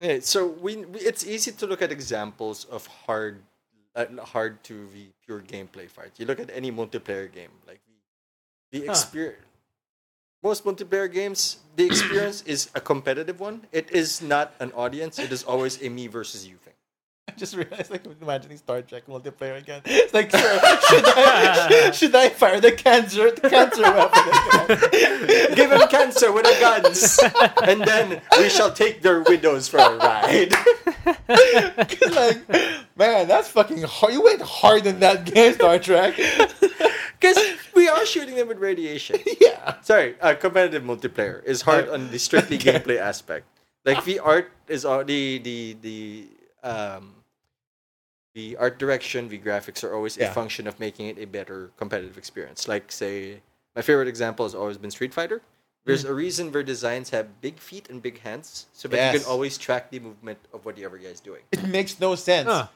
[SPEAKER 1] Yeah, so we, we it's easy to look at examples of hard uh, hard to the pure gameplay fight. You look at any multiplayer game, like the, the
[SPEAKER 3] Huh.
[SPEAKER 1] experience. Most multiplayer games, the experience is a competitive one. It is not an audience. It is always a me versus you thing.
[SPEAKER 2] I just realized, like, I'm imagining Star Trek multiplayer again. It's like, should I, should I fire the cancer the cancer weapon?
[SPEAKER 1] Give him cancer with our guns, and then we shall take their widows for a ride.
[SPEAKER 2] Again? like, man, that's fucking hard. You went hard in that game, Star Trek.
[SPEAKER 1] Because we are shooting them with radiation.
[SPEAKER 2] yeah.
[SPEAKER 1] Sorry, uh, competitive multiplayer is hard
[SPEAKER 2] Uh,
[SPEAKER 1] on the strictly gameplay aspect. Like the art is all the the the um the art direction, the graphics are always
[SPEAKER 2] Yeah.
[SPEAKER 1] a function of making it a better competitive experience. Like say my favorite example has always been Street Fighter. There's
[SPEAKER 2] Mm.
[SPEAKER 1] a reason their designs have big feet and big hands, so that you
[SPEAKER 2] Yes.
[SPEAKER 1] can always track the movement of what the other guy is doing.
[SPEAKER 2] It makes no sense.
[SPEAKER 3] Huh.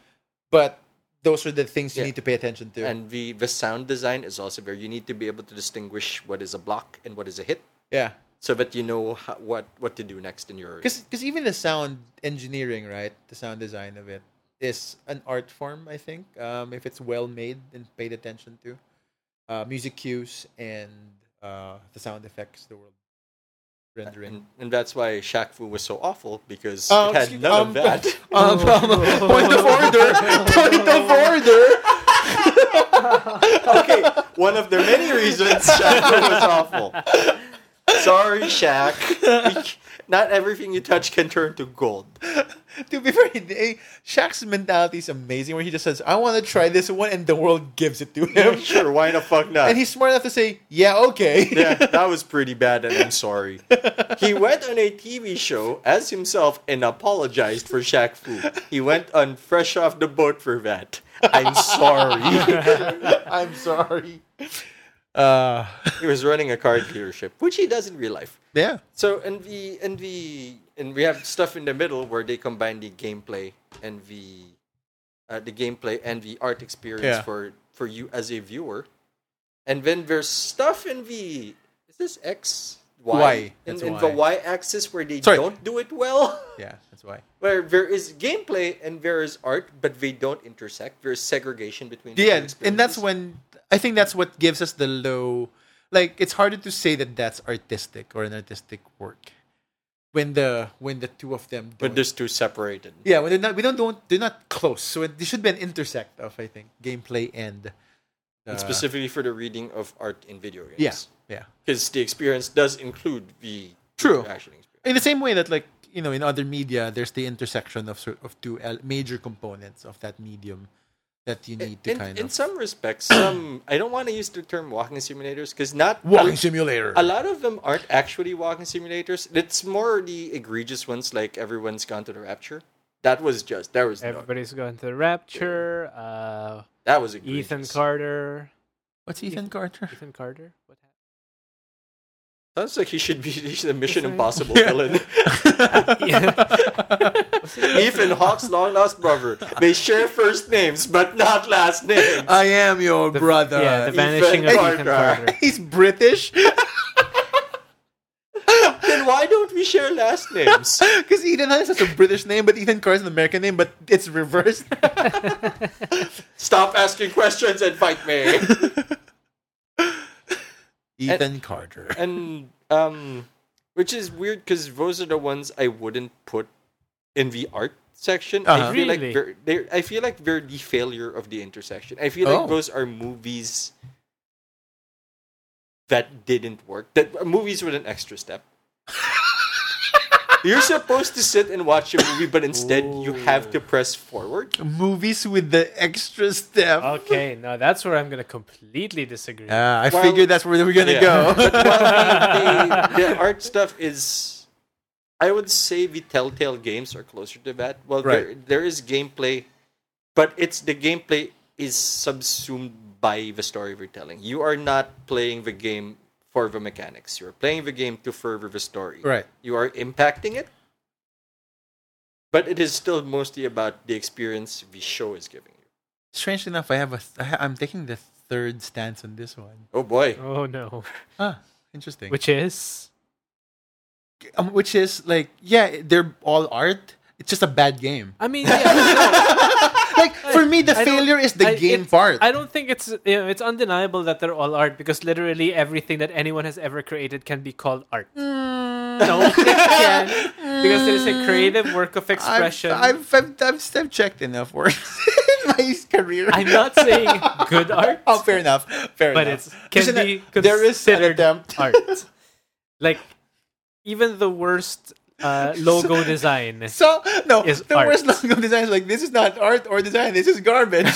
[SPEAKER 2] But those are the things you
[SPEAKER 1] Yeah.
[SPEAKER 2] need to pay attention to.
[SPEAKER 1] And the the sound design is also there. You need to be able to distinguish what is a block and what is a hit,
[SPEAKER 2] yeah.
[SPEAKER 1] so that you know how, what what to do next in your
[SPEAKER 2] because because even the sound engineering right the sound design of it is an art form i think um, if it's well made and paid attention to uh, music cues and uh, the sound effects the world rendering
[SPEAKER 1] And, and that's why Shaq Fu was so awful because it
[SPEAKER 2] Oh,
[SPEAKER 1] had
[SPEAKER 2] excuse-
[SPEAKER 1] none
[SPEAKER 2] um,
[SPEAKER 1] of that.
[SPEAKER 2] um, um, point of order point of order
[SPEAKER 1] okay, one of the many reasons Shaq Fu was awful. Sorry, Shaq. We c- Not everything you touch can turn to gold.
[SPEAKER 2] to be fair eh, Shaq's mentality is amazing where he just says i want to try this one and the world gives it to him
[SPEAKER 1] Sure, why the fuck not?
[SPEAKER 2] and he's smart enough to say yeah okay
[SPEAKER 1] yeah, that was pretty bad, and I'm sorry. He went on a TV show as himself and apologized for Shaq Fu. He went on Fresh Off the Boat for that. I'm sorry.
[SPEAKER 2] i'm sorry uh,
[SPEAKER 1] he was running a car dealership, which he does in real life.
[SPEAKER 2] yeah
[SPEAKER 1] So and the and the and we have stuff in the middle where they combine the gameplay and the uh, the gameplay and the art experience
[SPEAKER 2] Yeah.
[SPEAKER 1] for for you as a viewer. And then there's stuff in the is this X Y,
[SPEAKER 2] Y,
[SPEAKER 1] in,
[SPEAKER 2] that's
[SPEAKER 1] in the Y
[SPEAKER 2] Y.
[SPEAKER 1] axis where they
[SPEAKER 2] Sorry.
[SPEAKER 1] don't do it well.
[SPEAKER 2] yeah that's why
[SPEAKER 1] Where there is gameplay and there is art, but they don't intersect. There is segregation between. the two
[SPEAKER 2] yeah and that's
[SPEAKER 1] experiences.
[SPEAKER 2] when i think that's what gives us the low like it's harder to say that that's artistic or an artistic work when the when the two of them
[SPEAKER 1] But
[SPEAKER 2] don't-
[SPEAKER 1] there's two separated.
[SPEAKER 2] yeah when they're not we don't don't they're not close so it, there should be an intersect of I think gameplay and uh,
[SPEAKER 1] and specifically for the reading of art in video games.
[SPEAKER 2] yeah yeah
[SPEAKER 1] Because the experience does include the
[SPEAKER 2] True.
[SPEAKER 1] interaction experience.
[SPEAKER 2] in the same way that like you know in other media there's the intersection of sort of two el- major components of that medium that you need
[SPEAKER 1] In,
[SPEAKER 2] to kind
[SPEAKER 1] in
[SPEAKER 2] of
[SPEAKER 1] some respects, some I don't want to use the term walking simulators because not
[SPEAKER 2] walking
[SPEAKER 1] a-
[SPEAKER 2] simulator
[SPEAKER 1] A lot of them aren't actually walking simulators. It's more the egregious ones, like everyone's gone to the Rapture. That was just there was no,
[SPEAKER 3] Everybody's going to the Rapture. Uh,
[SPEAKER 1] that was egregious.
[SPEAKER 3] Ethan Carter.
[SPEAKER 2] what's Ethan Carter
[SPEAKER 3] Ethan Carter. What happened?
[SPEAKER 1] Sounds like he should be he's the Mission
[SPEAKER 3] Ethan-
[SPEAKER 1] Impossible
[SPEAKER 2] Yeah.
[SPEAKER 1] villain.
[SPEAKER 2] I
[SPEAKER 1] Ethan Hawke's long lost brother. They share first names, but not last names.
[SPEAKER 2] am your brother.
[SPEAKER 3] yeah, the vanishing of
[SPEAKER 1] Ethan
[SPEAKER 3] Ethan
[SPEAKER 1] Carter.
[SPEAKER 3] Carter.
[SPEAKER 2] He's British
[SPEAKER 1] then why don't we share last names?
[SPEAKER 2] because Ethan has such a British name, but Ethan Carter is an American name, but it's reversed.
[SPEAKER 1] Stop asking questions and fight me.
[SPEAKER 2] Ethan Carter.
[SPEAKER 1] and um, which is weird because those are the ones I wouldn't put in the art section.
[SPEAKER 2] Uh-huh.
[SPEAKER 1] I feel
[SPEAKER 3] Really?
[SPEAKER 1] like they're, they're, I feel like they're the failure of the intersection. I feel like
[SPEAKER 2] Oh.
[SPEAKER 1] those are movies that didn't work. That uh, movies with an extra step. You're supposed to sit and watch a movie, but instead you have to press forward.
[SPEAKER 2] Movies with the extra step.
[SPEAKER 3] Okay, now that's where I'm going to completely disagree.
[SPEAKER 2] Ah, I
[SPEAKER 1] Well,
[SPEAKER 2] figured that's where we're gonna
[SPEAKER 1] yeah.
[SPEAKER 2] go.
[SPEAKER 1] Well, the, the art stuff is I would say the Telltale games are closer to that. Well, there,
[SPEAKER 2] Right.
[SPEAKER 1] there is gameplay, but it's the gameplay is subsumed by the story we're telling. You are not playing the game for the mechanics. You're playing the game to further the story.
[SPEAKER 2] Right.
[SPEAKER 1] You are impacting it, but it is still mostly about the experience the show is giving you.
[SPEAKER 2] Strangely enough, I have a. I ha- I'm taking the third stance on this one.
[SPEAKER 1] Oh boy.
[SPEAKER 3] Oh no.
[SPEAKER 2] Ah, interesting.
[SPEAKER 3] Which is
[SPEAKER 2] um, which is like, yeah, they're all art. It's just a bad game.
[SPEAKER 3] I mean, yeah,
[SPEAKER 2] Like for me, the
[SPEAKER 3] I don't-
[SPEAKER 2] failure is the
[SPEAKER 3] I-
[SPEAKER 2] game
[SPEAKER 3] it-
[SPEAKER 2] part.
[SPEAKER 3] I don't think it's you know, it's undeniable that they're all art because literally everything that anyone has ever created can be called art.
[SPEAKER 2] Mm.
[SPEAKER 3] No, it can because it is a creative work of expression. I'm,
[SPEAKER 2] I've, I've, I've, I've, I've checked enough works in my career.
[SPEAKER 3] not saying good art,
[SPEAKER 2] Oh, fair enough. Fair
[SPEAKER 3] but
[SPEAKER 2] enough.
[SPEAKER 3] it's can
[SPEAKER 2] Isn't
[SPEAKER 3] be
[SPEAKER 2] it- there is an
[SPEAKER 3] considered
[SPEAKER 2] attempt.
[SPEAKER 3] art. Like even the worst uh, logo design
[SPEAKER 2] So no,
[SPEAKER 3] Is
[SPEAKER 2] the
[SPEAKER 3] art.
[SPEAKER 2] worst logo design is like this is not art or design. This is garbage.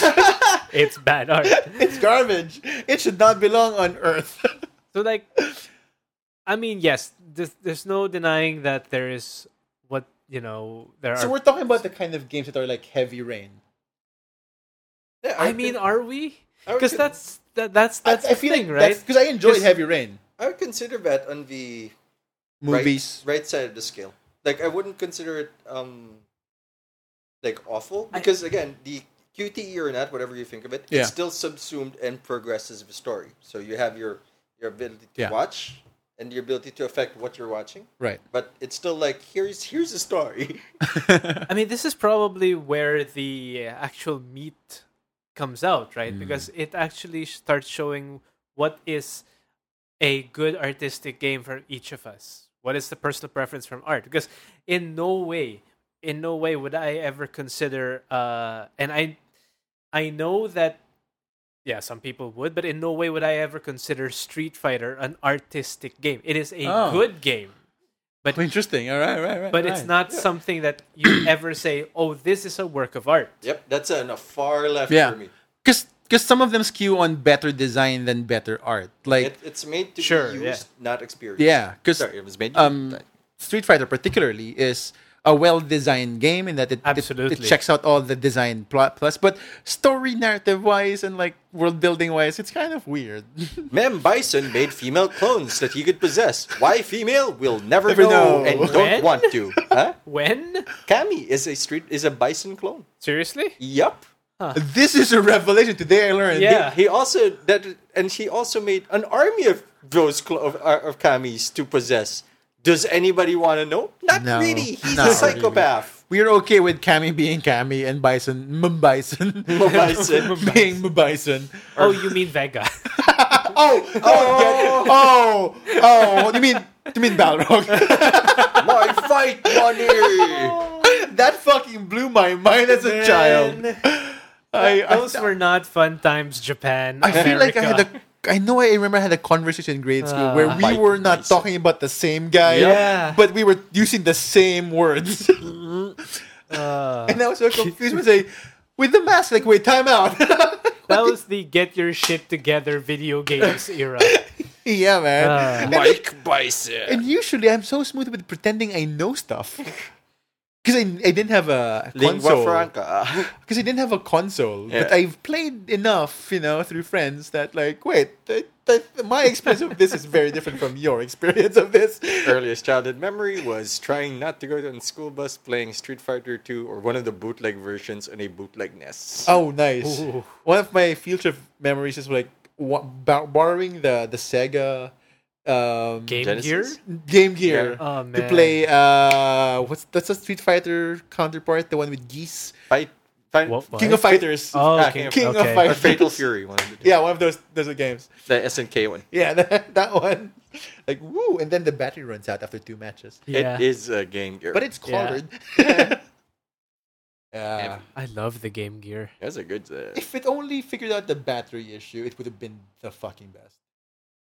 [SPEAKER 3] it's bad art.
[SPEAKER 2] it's garbage. It should not belong on Earth.
[SPEAKER 3] So like, I mean, yes, there's, there's no denying that there is what you know there
[SPEAKER 2] so
[SPEAKER 3] are.
[SPEAKER 2] we're talking about the kind of games that are like heavy rain.
[SPEAKER 1] Yeah,
[SPEAKER 3] I mean, are we?
[SPEAKER 1] would
[SPEAKER 3] Because
[SPEAKER 1] con-
[SPEAKER 3] that's that, that's that's
[SPEAKER 2] I,
[SPEAKER 3] the
[SPEAKER 2] I feel
[SPEAKER 3] thing,
[SPEAKER 2] like
[SPEAKER 3] right?
[SPEAKER 2] Because I enjoyed
[SPEAKER 3] Just-
[SPEAKER 2] heavy rain
[SPEAKER 1] I would consider that on the
[SPEAKER 2] movies.
[SPEAKER 1] right, right side of the scale like i wouldn't consider it um like awful because again the qte or not whatever you think of it
[SPEAKER 2] Yeah.
[SPEAKER 1] it's still subsumed and progresses the story so you have your your ability to
[SPEAKER 2] Yeah.
[SPEAKER 1] watch and the ability to affect what you're watching
[SPEAKER 2] Right.
[SPEAKER 1] but it's still like here's here's a story
[SPEAKER 3] I mean, this is probably where the actual meat comes out, right? Because it actually starts showing what is a good artistic game for each of us. What is the personal preference from art? Because in no way, in no way would I ever consider. Uh, and I, I know that, yeah, some people would, but in no way would I ever consider Street Fighter an artistic game. It is a
[SPEAKER 2] Oh.
[SPEAKER 3] good game
[SPEAKER 2] Interesting. All right. Right. Right.
[SPEAKER 3] but it's not something that you ever say, "Oh, this is a work of art."
[SPEAKER 1] yep that's on a far left for
[SPEAKER 2] Yeah.
[SPEAKER 1] me
[SPEAKER 2] Because because some of them skew on better design than better art. Like
[SPEAKER 1] it, it's made to
[SPEAKER 3] Sure,
[SPEAKER 1] be
[SPEAKER 3] yeah.
[SPEAKER 1] used not experienced
[SPEAKER 2] yeah. Because
[SPEAKER 1] sorry it was made
[SPEAKER 2] um, Street Fighter particularly is a well-designed game in that it, it- it
[SPEAKER 3] Absolutely.
[SPEAKER 2] checks out all the design plot plus, but story narrative wise and like world building wise, it's kind of weird.
[SPEAKER 1] Mem Bison made female clones that he could possess. Why female? We'll never,
[SPEAKER 2] Never
[SPEAKER 1] know,
[SPEAKER 2] know.
[SPEAKER 1] and
[SPEAKER 3] When?
[SPEAKER 1] don't want to. Huh?
[SPEAKER 3] When?
[SPEAKER 1] Cammy is a street is a bison clone.
[SPEAKER 3] Seriously?
[SPEAKER 1] Yup.
[SPEAKER 2] this is a revelation. Today I learned.
[SPEAKER 3] Yeah.
[SPEAKER 1] He also that and he also made an army of those clo- of, uh, of Cammies to possess. Does anybody want to know? Not
[SPEAKER 2] No.
[SPEAKER 1] really. He's a
[SPEAKER 2] Not
[SPEAKER 1] psychopath.
[SPEAKER 2] We're okay with Cammy being Cammy and Bison, M Bison,
[SPEAKER 1] Mem Bison.
[SPEAKER 2] being M Bison.
[SPEAKER 3] Oh, you mean Vega?
[SPEAKER 2] Oh, oh, oh, oh, you mean You mean Balrog?
[SPEAKER 4] My fight money.
[SPEAKER 2] that fucking blew my mind as a
[SPEAKER 3] Oh,
[SPEAKER 2] child. I, I,
[SPEAKER 3] Those were not fun times, Japan.
[SPEAKER 2] I feel like I had
[SPEAKER 3] America.
[SPEAKER 2] a. I know I remember I had a conversation in grade school
[SPEAKER 3] Ah.
[SPEAKER 2] where we
[SPEAKER 4] Mike
[SPEAKER 2] were not
[SPEAKER 4] Tyson.
[SPEAKER 2] talking about the same guy,
[SPEAKER 3] Yeah.
[SPEAKER 2] but we were using the same words.
[SPEAKER 3] Uh,
[SPEAKER 2] and I was so confused. I say, with the mask, like, wait, time out.
[SPEAKER 3] that was the get your shit together video games era.
[SPEAKER 2] yeah, man.
[SPEAKER 3] Ah.
[SPEAKER 2] And then-
[SPEAKER 4] Mike Bison.
[SPEAKER 2] And usually I'm so smooth with pretending I know stuff. Because I, I didn't have a
[SPEAKER 1] Lingua
[SPEAKER 2] console.
[SPEAKER 1] franca.
[SPEAKER 2] Because I didn't have a console. But
[SPEAKER 1] Yeah.
[SPEAKER 2] I've played enough, you know, through friends that, like, wait, th- th- my experience of this is very different from your experience of this.
[SPEAKER 1] Earliest childhood memory was trying not to go on school bus, playing Street Fighter 2 or one of the bootleg versions on a bootleg E NES.
[SPEAKER 2] Oh, nice.
[SPEAKER 3] Ooh.
[SPEAKER 2] One of my field trip memories is, like, wa- bor- borrowing the, the Sega um,
[SPEAKER 3] Game
[SPEAKER 1] Genesis?
[SPEAKER 3] Gear?
[SPEAKER 2] Game Gear
[SPEAKER 1] Yeah.
[SPEAKER 3] Oh,
[SPEAKER 2] to
[SPEAKER 3] man.
[SPEAKER 2] play uh what's that's a Street Fighter counterpart, the one with geese.
[SPEAKER 1] Fight, fight,
[SPEAKER 3] What- what?
[SPEAKER 2] King of Fighters.
[SPEAKER 3] Oh,
[SPEAKER 1] Ah,
[SPEAKER 3] okay.
[SPEAKER 1] King
[SPEAKER 2] of
[SPEAKER 3] okay.
[SPEAKER 2] Fighters.
[SPEAKER 1] or Fatal Fury, one of the two.
[SPEAKER 2] Yeah, one of those those games.
[SPEAKER 1] The SNK one.
[SPEAKER 2] Yeah, that, that one. Like woo, and then the battery runs out after two matches.
[SPEAKER 3] Yeah.
[SPEAKER 1] It is a game gear.
[SPEAKER 2] But it's
[SPEAKER 3] Yeah.
[SPEAKER 2] colored. yeah.
[SPEAKER 3] I love the Game Gear.
[SPEAKER 1] That's a good. Uh,
[SPEAKER 2] If it only figured out the battery issue, it would have been the fucking best.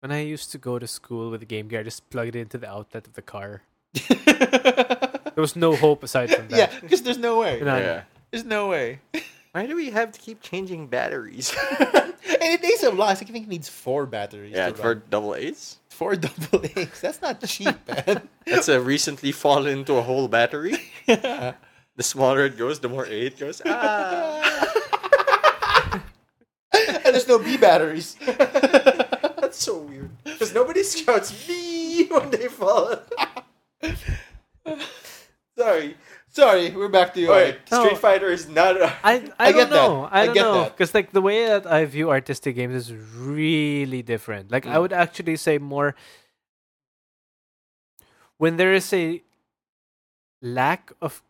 [SPEAKER 3] When I used to go to school with the Game Gear, I just plugged it into the outlet of the car. There was no hope aside from that.
[SPEAKER 2] yeah, because there's no way.
[SPEAKER 3] None.
[SPEAKER 1] yeah.
[SPEAKER 2] There's no way.
[SPEAKER 1] Why do we have to keep changing batteries?
[SPEAKER 2] and it takes a lot. I think it needs four batteries.
[SPEAKER 1] yeah,
[SPEAKER 2] to
[SPEAKER 1] for
[SPEAKER 2] run.
[SPEAKER 1] double A's?
[SPEAKER 2] four double A's. That's not cheap, man.
[SPEAKER 1] That's a recently fallen into a whole battery.
[SPEAKER 2] Yeah.
[SPEAKER 1] The smaller it goes, the more A it goes. Ah.
[SPEAKER 2] and there's no B batteries.
[SPEAKER 1] That's so weird. Because nobody shouts me when they fall. Sorry.
[SPEAKER 2] Sorry, we're back to you.
[SPEAKER 1] All right.
[SPEAKER 3] No.
[SPEAKER 1] Street Fighter is not. A...
[SPEAKER 3] I, I,
[SPEAKER 2] I
[SPEAKER 3] don't
[SPEAKER 2] get that.
[SPEAKER 3] know. I
[SPEAKER 2] I
[SPEAKER 3] don't
[SPEAKER 2] get
[SPEAKER 3] know.
[SPEAKER 2] that.
[SPEAKER 3] Because like the way that I view artistic games is really different. Like
[SPEAKER 2] Mm.
[SPEAKER 3] I would actually say more when there is a lack of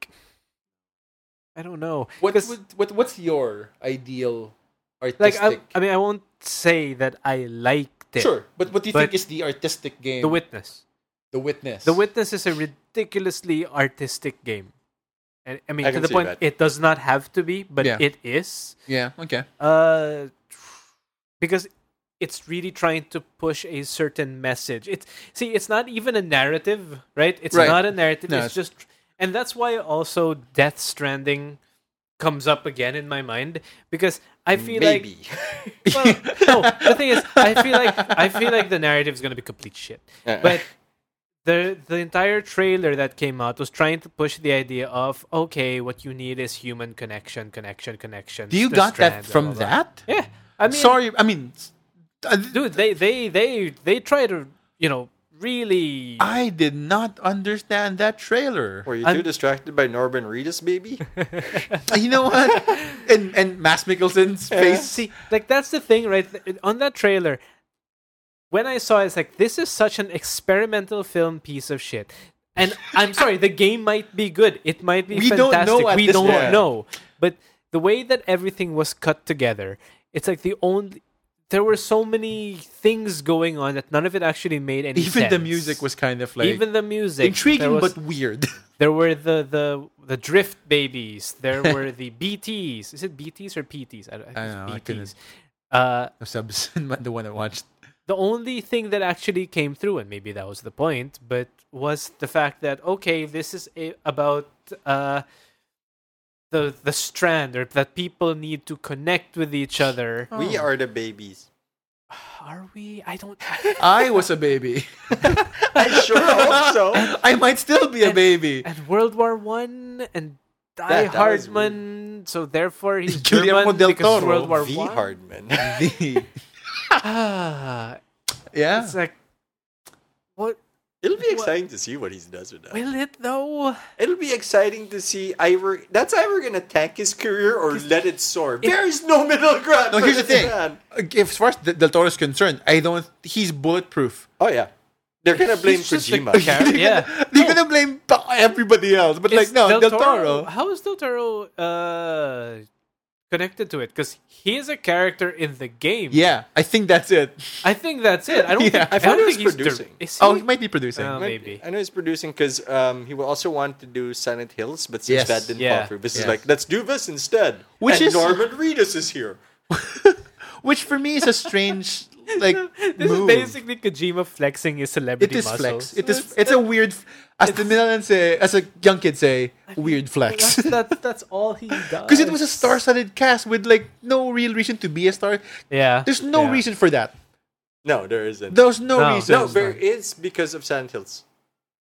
[SPEAKER 3] I don't know.
[SPEAKER 2] What,
[SPEAKER 3] 'Cause-
[SPEAKER 2] would- what, what's your ideal
[SPEAKER 3] Like
[SPEAKER 2] artistic?
[SPEAKER 3] I, I mean I won't say that I liked it.
[SPEAKER 2] sure, but what do you
[SPEAKER 3] But-
[SPEAKER 2] think is the artistic game?
[SPEAKER 3] The Witness.
[SPEAKER 2] The witness.
[SPEAKER 3] The Witness is a ridiculously artistic game. And I mean
[SPEAKER 1] I
[SPEAKER 3] to
[SPEAKER 1] can
[SPEAKER 3] the
[SPEAKER 1] see
[SPEAKER 3] point
[SPEAKER 1] that.
[SPEAKER 3] it does not have to be, but
[SPEAKER 2] Yeah.
[SPEAKER 3] it is.
[SPEAKER 2] Yeah. Okay.
[SPEAKER 3] Uh, because it's really trying to push a certain message. It's see, it's not even a narrative, right? It's
[SPEAKER 2] Right.
[SPEAKER 3] not a narrative.
[SPEAKER 2] No,
[SPEAKER 3] it's, just, and that's why also Death Stranding comes up again in my mind because I feel
[SPEAKER 1] Maybe.
[SPEAKER 3] like well, no, the thing is, I feel like I feel like the narrative is going to be complete shit, but. The, the entire trailer that came out was trying to push the idea of okay, what you need is human connection, connection, connection.
[SPEAKER 2] Do you
[SPEAKER 3] The
[SPEAKER 2] got
[SPEAKER 3] Strand,
[SPEAKER 2] that
[SPEAKER 3] blah,
[SPEAKER 2] from
[SPEAKER 3] blah, blah.
[SPEAKER 2] that?
[SPEAKER 3] Yeah, I mean,
[SPEAKER 2] Sorry, I mean, uh, I,
[SPEAKER 3] dude, they they they they try to you know really.
[SPEAKER 2] I did not understand that trailer.
[SPEAKER 1] Were you
[SPEAKER 3] I'm-
[SPEAKER 1] too distracted by Norman Reedus, baby?
[SPEAKER 2] you know what? and and Mass Mikkelsen's face.
[SPEAKER 3] See, like that's the thing, right? Th- On that trailer, when I saw it, it's like this is such an experimental film piece of shit. And I'm sorry, the game might be good. It might be
[SPEAKER 2] We don't know
[SPEAKER 3] fantastic.
[SPEAKER 2] at
[SPEAKER 3] we
[SPEAKER 2] this
[SPEAKER 3] don't
[SPEAKER 2] point.
[SPEAKER 3] know. But the way that everything was cut together, it's like the only there were so many things going on that none of it actually made any
[SPEAKER 2] Even the
[SPEAKER 3] sense.
[SPEAKER 2] music was kind of like
[SPEAKER 3] even the music
[SPEAKER 2] intriguing
[SPEAKER 3] there was-
[SPEAKER 2] but weird.
[SPEAKER 3] There were the the the drift babies. There were the BTS. Is it BTS or PTs? I, don't- I
[SPEAKER 2] I
[SPEAKER 3] think
[SPEAKER 2] don't know, I
[SPEAKER 3] it's
[SPEAKER 2] couldn't-
[SPEAKER 3] BTS. uh,
[SPEAKER 2] Subs, the one I watched.
[SPEAKER 3] the only thing that actually came through, and maybe that was the point, but was the fact that okay, this is a, about uh, the the strand, or that people need to connect with each other.
[SPEAKER 1] We are the babies.
[SPEAKER 3] Are we? I don't.
[SPEAKER 2] I was a baby.
[SPEAKER 1] I sure hope so.
[SPEAKER 2] I might still be a baby.
[SPEAKER 3] And World War One and Die
[SPEAKER 1] That- that was
[SPEAKER 3] Hardman. So therefore, he's
[SPEAKER 2] Guillermo
[SPEAKER 3] German
[SPEAKER 2] del
[SPEAKER 3] because
[SPEAKER 2] Toro,
[SPEAKER 3] World War
[SPEAKER 1] Oh, V
[SPEAKER 3] One.
[SPEAKER 1] Hardman.
[SPEAKER 3] Ah,
[SPEAKER 2] yeah.
[SPEAKER 3] it's like what
[SPEAKER 1] It'll be exciting to see what he does with that.
[SPEAKER 3] will it though
[SPEAKER 1] It'll be exciting to see either that's either gonna tank his career or let it soar. there is no middle ground. for
[SPEAKER 2] No, here's the
[SPEAKER 1] this
[SPEAKER 2] thing.
[SPEAKER 1] man.
[SPEAKER 2] If, as far as Del Toro is concerned, I don't. He's bulletproof.
[SPEAKER 1] Oh yeah, they're gonna blame
[SPEAKER 3] He's just a
[SPEAKER 1] Kojima.
[SPEAKER 3] character. yeah
[SPEAKER 2] They're gonna blame everybody else, but
[SPEAKER 3] It's
[SPEAKER 2] like no, Del, Toro.
[SPEAKER 3] how is del toro uh connected to it because he is a character in the game.
[SPEAKER 2] Yeah, I think that's it.
[SPEAKER 3] I think that's it. I don't.
[SPEAKER 2] Yeah.
[SPEAKER 3] Think,
[SPEAKER 2] I
[SPEAKER 3] I,
[SPEAKER 1] thought
[SPEAKER 3] don't
[SPEAKER 1] he
[SPEAKER 3] think
[SPEAKER 1] was
[SPEAKER 3] he's dir-
[SPEAKER 1] producing.
[SPEAKER 3] is
[SPEAKER 2] Oh,
[SPEAKER 3] he?
[SPEAKER 2] he might be producing.
[SPEAKER 3] Um,
[SPEAKER 1] Might-
[SPEAKER 3] maybe.
[SPEAKER 1] I know he's producing because um, he also wanted to do Silent Hills, but since
[SPEAKER 2] Yes.
[SPEAKER 1] that didn't
[SPEAKER 3] Yeah.
[SPEAKER 1] fall through, this is
[SPEAKER 2] Yes.
[SPEAKER 1] like let's do this instead.
[SPEAKER 2] Which
[SPEAKER 1] And
[SPEAKER 2] is-
[SPEAKER 1] Norman Reedus is here.
[SPEAKER 2] Which for me is a strange like
[SPEAKER 3] This
[SPEAKER 2] move.
[SPEAKER 3] is basically Kojima flexing his
[SPEAKER 2] it
[SPEAKER 3] celebrity
[SPEAKER 2] is
[SPEAKER 3] muscles.
[SPEAKER 2] flex. It is. It's a weird. f- As the Milanans say, as a young kid say, weird flex.
[SPEAKER 3] That's, that's, that's all he does.
[SPEAKER 2] Because it was a star-studded cast with like no real reason to be a star.
[SPEAKER 3] Yeah.
[SPEAKER 2] There's no
[SPEAKER 3] yeah.
[SPEAKER 2] reason for that.
[SPEAKER 1] No, there isn't.
[SPEAKER 2] There's no,
[SPEAKER 3] No.
[SPEAKER 2] reason.
[SPEAKER 1] No, there is because of Silent Hills.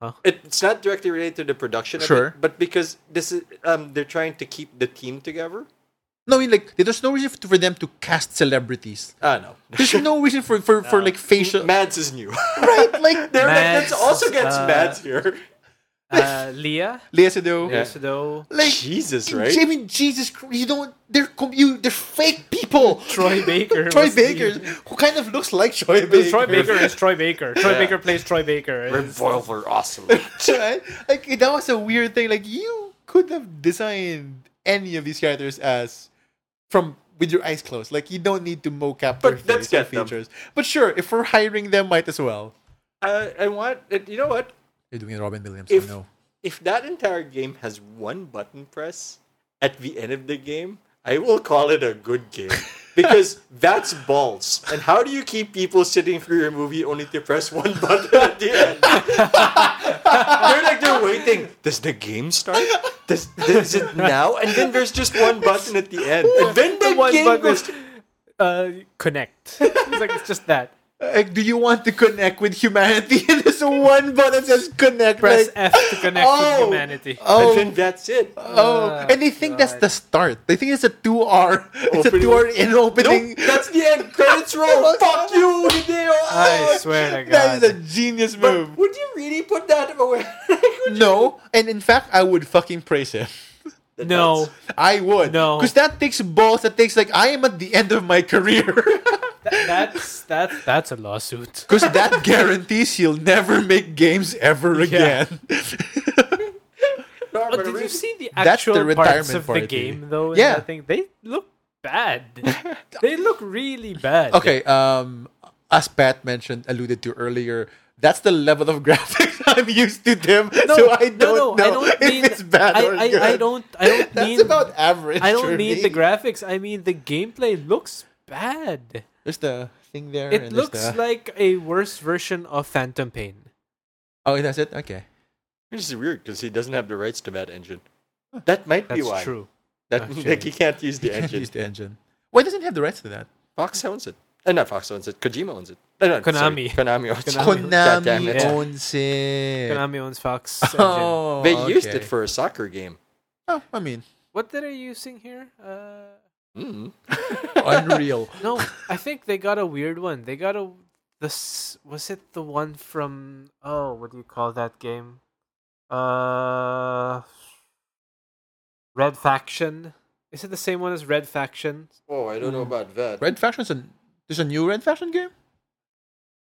[SPEAKER 3] Huh?
[SPEAKER 1] It- It's not directly related to the production, of
[SPEAKER 2] Sure.
[SPEAKER 1] it, but because this is um, they're trying to keep the team together.
[SPEAKER 2] No, I mean, like there's no reason for them to cast celebrities.
[SPEAKER 1] Ah, no,
[SPEAKER 2] There's no reason for for, for like facial.
[SPEAKER 1] Mads is new.
[SPEAKER 2] Right, like
[SPEAKER 1] they're
[SPEAKER 3] Mads,
[SPEAKER 1] like, let's also get
[SPEAKER 3] uh,
[SPEAKER 1] Mads here.
[SPEAKER 3] Uh, Leah.
[SPEAKER 2] Lea Seydoux.
[SPEAKER 3] Leah Seydoux.
[SPEAKER 2] Like
[SPEAKER 1] Jesus, right?
[SPEAKER 2] I mean, Jesus, Christ, you don't. They're com- you. They're fake people.
[SPEAKER 3] Troy Baker
[SPEAKER 2] Troy
[SPEAKER 3] was the-
[SPEAKER 2] Baker, who kind of looks like Troy Baker.
[SPEAKER 3] Because Troy Baker is Troy Baker. Troy Baker plays Troy Baker. It's-
[SPEAKER 4] Revolver Ocelot.
[SPEAKER 2] right? Like that was a weird thing. Like you could have designed any of these characters as from with your eyes closed. Like you don't need to mocap their
[SPEAKER 1] But let's
[SPEAKER 2] face or
[SPEAKER 1] get them.
[SPEAKER 2] features. But sure, if we're hiring them, might as well.
[SPEAKER 1] Uh, I want. It, you know what?
[SPEAKER 2] They're doing Robin Williams.
[SPEAKER 1] If-
[SPEAKER 2] I know.
[SPEAKER 1] If that entire game has one button press at the end of the game, I will call it a good game. Because that's balls. And how do you keep people sitting through your movie only to press one button at the end? they're like they're waiting. Does the game start? Does, does it now? And then there's just one button at the end. And then the,
[SPEAKER 3] The one
[SPEAKER 1] game
[SPEAKER 3] button
[SPEAKER 1] goes
[SPEAKER 3] is, uh, connect. It's like it's just that.
[SPEAKER 2] Like, do you want to connect with humanity? And there's one button that says connect.
[SPEAKER 3] Press
[SPEAKER 2] like,
[SPEAKER 3] F to connect
[SPEAKER 2] oh,
[SPEAKER 3] with humanity.
[SPEAKER 2] Oh,
[SPEAKER 1] And then that's it.
[SPEAKER 2] oh,
[SPEAKER 3] Ah,
[SPEAKER 2] and they think that's the start. They think it's a two R. It's a two R in opening.
[SPEAKER 3] Oh
[SPEAKER 1] Nope, that's the end. Credits roll. Fuck you, Hideo. Ah.
[SPEAKER 3] I swear to God.
[SPEAKER 2] that is a genius move.
[SPEAKER 1] Would you really put that away?
[SPEAKER 2] No, and in fact, I would fucking praise him.
[SPEAKER 3] no.
[SPEAKER 2] I would.
[SPEAKER 3] No.
[SPEAKER 2] Because that takes balls. That takes, like, I am at the end of my career.
[SPEAKER 3] That's that's that's a lawsuit.
[SPEAKER 2] Because that guarantees you'll never make games ever
[SPEAKER 3] Yeah.
[SPEAKER 2] again.
[SPEAKER 3] But did you see the
[SPEAKER 2] That's
[SPEAKER 3] actual
[SPEAKER 2] the
[SPEAKER 3] parts
[SPEAKER 2] retirement
[SPEAKER 3] of
[SPEAKER 2] party.
[SPEAKER 3] the game though? in
[SPEAKER 2] Yeah.
[SPEAKER 3] that thing? they look bad. they look really bad.
[SPEAKER 2] okay, um, as Pat mentioned, alluded to earlier, that's the level of graphics I'm used to, Tim. so I
[SPEAKER 3] no, no,
[SPEAKER 2] don't know
[SPEAKER 3] I don't
[SPEAKER 2] if
[SPEAKER 3] mean,
[SPEAKER 2] it's bad
[SPEAKER 3] I,
[SPEAKER 2] or
[SPEAKER 3] I,
[SPEAKER 2] good.
[SPEAKER 3] I don't. I don't
[SPEAKER 2] That's
[SPEAKER 3] mean.
[SPEAKER 2] about average.
[SPEAKER 3] I don't
[SPEAKER 2] for
[SPEAKER 3] mean
[SPEAKER 2] me.
[SPEAKER 3] the graphics. I mean the gameplay looks bad.
[SPEAKER 2] There's the thing there.
[SPEAKER 3] It
[SPEAKER 2] and there's
[SPEAKER 3] looks
[SPEAKER 2] the-
[SPEAKER 3] like a worse version of Phantom Pain.
[SPEAKER 2] Oh, that's it? Okay.
[SPEAKER 1] Which is weird because he doesn't have the rights to that engine. That might be why.
[SPEAKER 3] That's true.
[SPEAKER 1] That
[SPEAKER 2] Actually.
[SPEAKER 1] like he can't use the
[SPEAKER 2] Can't
[SPEAKER 1] engine.
[SPEAKER 2] use the engine. Why doesn't it have the rights to that?
[SPEAKER 1] Fox owns it. Uh, not Fox owns it. Kojima owns it. Uh, no, sorry,
[SPEAKER 3] Konami.
[SPEAKER 1] Konami owns it. God damn
[SPEAKER 2] Konami
[SPEAKER 1] it.
[SPEAKER 3] yeah.
[SPEAKER 2] owns it.
[SPEAKER 3] Konami owns Fox. engine.
[SPEAKER 2] Oh,
[SPEAKER 1] They used
[SPEAKER 2] okay.
[SPEAKER 1] it for a soccer game.
[SPEAKER 2] Oh, I mean,
[SPEAKER 3] What did I using here? Uh,
[SPEAKER 1] Mm.
[SPEAKER 2] Unreal.
[SPEAKER 3] no, I think they got a weird one. They got a this was it the one from oh what do you call that game? Uh, Red Faction. Is it the same one as Red Faction?
[SPEAKER 1] Oh, I don't know about that.
[SPEAKER 2] Red Faction's a there's a new Red Faction game.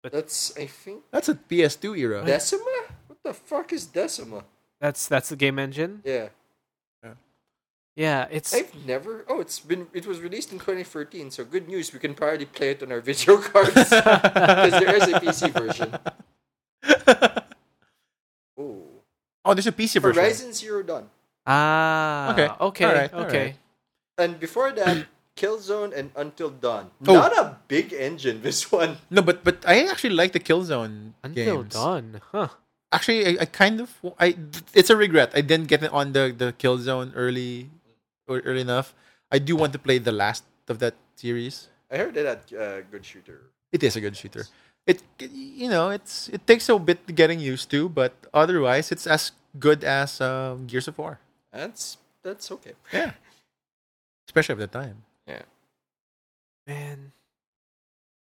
[SPEAKER 1] That's I think
[SPEAKER 2] That's a PS2 era.
[SPEAKER 1] Decima. What the fuck is Decima?
[SPEAKER 3] That's that's the game engine.
[SPEAKER 1] Yeah,
[SPEAKER 3] Yeah, it's
[SPEAKER 1] I've never. Oh, it's been. It was released in 2013. So good news. We can probably play it on our video cards. Because there is a PC version. Oh.
[SPEAKER 2] oh, there's a PC version.
[SPEAKER 1] Horizon Zero Dawn.
[SPEAKER 3] ah
[SPEAKER 2] Okay,
[SPEAKER 3] okay okay
[SPEAKER 2] alright,
[SPEAKER 3] okay.
[SPEAKER 2] alright.
[SPEAKER 1] And before that, Killzone and Until Dawn.
[SPEAKER 2] Oh.
[SPEAKER 1] Not a big engine, this one.
[SPEAKER 2] No, but but I actually like the Killzone
[SPEAKER 3] Until
[SPEAKER 2] games.
[SPEAKER 3] dawn, huh?
[SPEAKER 2] Actually, I, I kind of I it's a regret I didn't get it on the the Killzone early or early enough. I do want to play the last of that series.
[SPEAKER 1] I heard that at uh, Good Shooter.
[SPEAKER 2] It is a good shooter. It you know it's it takes a bit getting used to, but otherwise it's as good as um, Gears of War,
[SPEAKER 1] That's that's okay.
[SPEAKER 2] Yeah. especially at the time.
[SPEAKER 3] Man,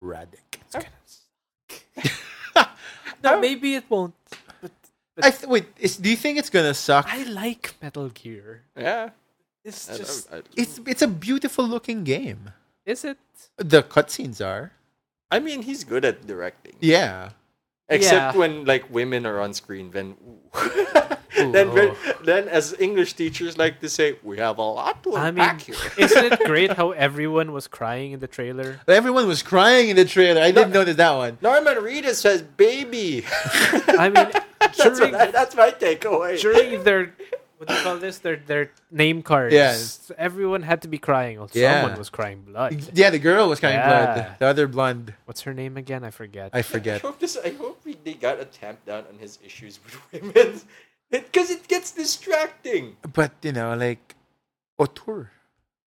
[SPEAKER 2] Radic.
[SPEAKER 3] no, maybe it won't. But
[SPEAKER 2] I th- wait. Is, do you think it's gonna suck?
[SPEAKER 3] I like Metal Gear.
[SPEAKER 1] Yeah.
[SPEAKER 3] It's
[SPEAKER 1] I-
[SPEAKER 3] just
[SPEAKER 1] I, I-
[SPEAKER 2] It's it's a beautiful looking game.
[SPEAKER 3] is it?
[SPEAKER 2] The cutscenes are.
[SPEAKER 1] I mean, he's good at directing.
[SPEAKER 2] Yeah.
[SPEAKER 1] Except
[SPEAKER 3] Yeah.
[SPEAKER 1] when like women are on screen, then. ooh. then,
[SPEAKER 3] Ooh.
[SPEAKER 1] when- then as English teachers like to say, we have a lot to
[SPEAKER 3] I
[SPEAKER 1] unpack
[SPEAKER 3] mean,
[SPEAKER 1] here.
[SPEAKER 3] isn't it great how everyone was crying in the trailer?
[SPEAKER 2] Everyone was crying in the trailer. I didn't notice that one.
[SPEAKER 1] Norman Reedus says, baby.
[SPEAKER 3] I mean,
[SPEAKER 1] that's,
[SPEAKER 3] during,
[SPEAKER 1] what I- that's my takeaway.
[SPEAKER 3] during their what do you call this? Their their name cards.
[SPEAKER 2] Yes.
[SPEAKER 3] everyone had to be crying. or
[SPEAKER 2] Yeah.
[SPEAKER 3] Someone was crying blood.
[SPEAKER 2] Yeah, the girl was crying
[SPEAKER 3] Yeah.
[SPEAKER 2] blood. The other blonde,
[SPEAKER 3] What's her name again? I forget.
[SPEAKER 2] I
[SPEAKER 1] I
[SPEAKER 2] forget.
[SPEAKER 1] hope, this, I hope we- they got a tamp down on his issues with women. Because it gets distracting.
[SPEAKER 2] But you know, like auteur,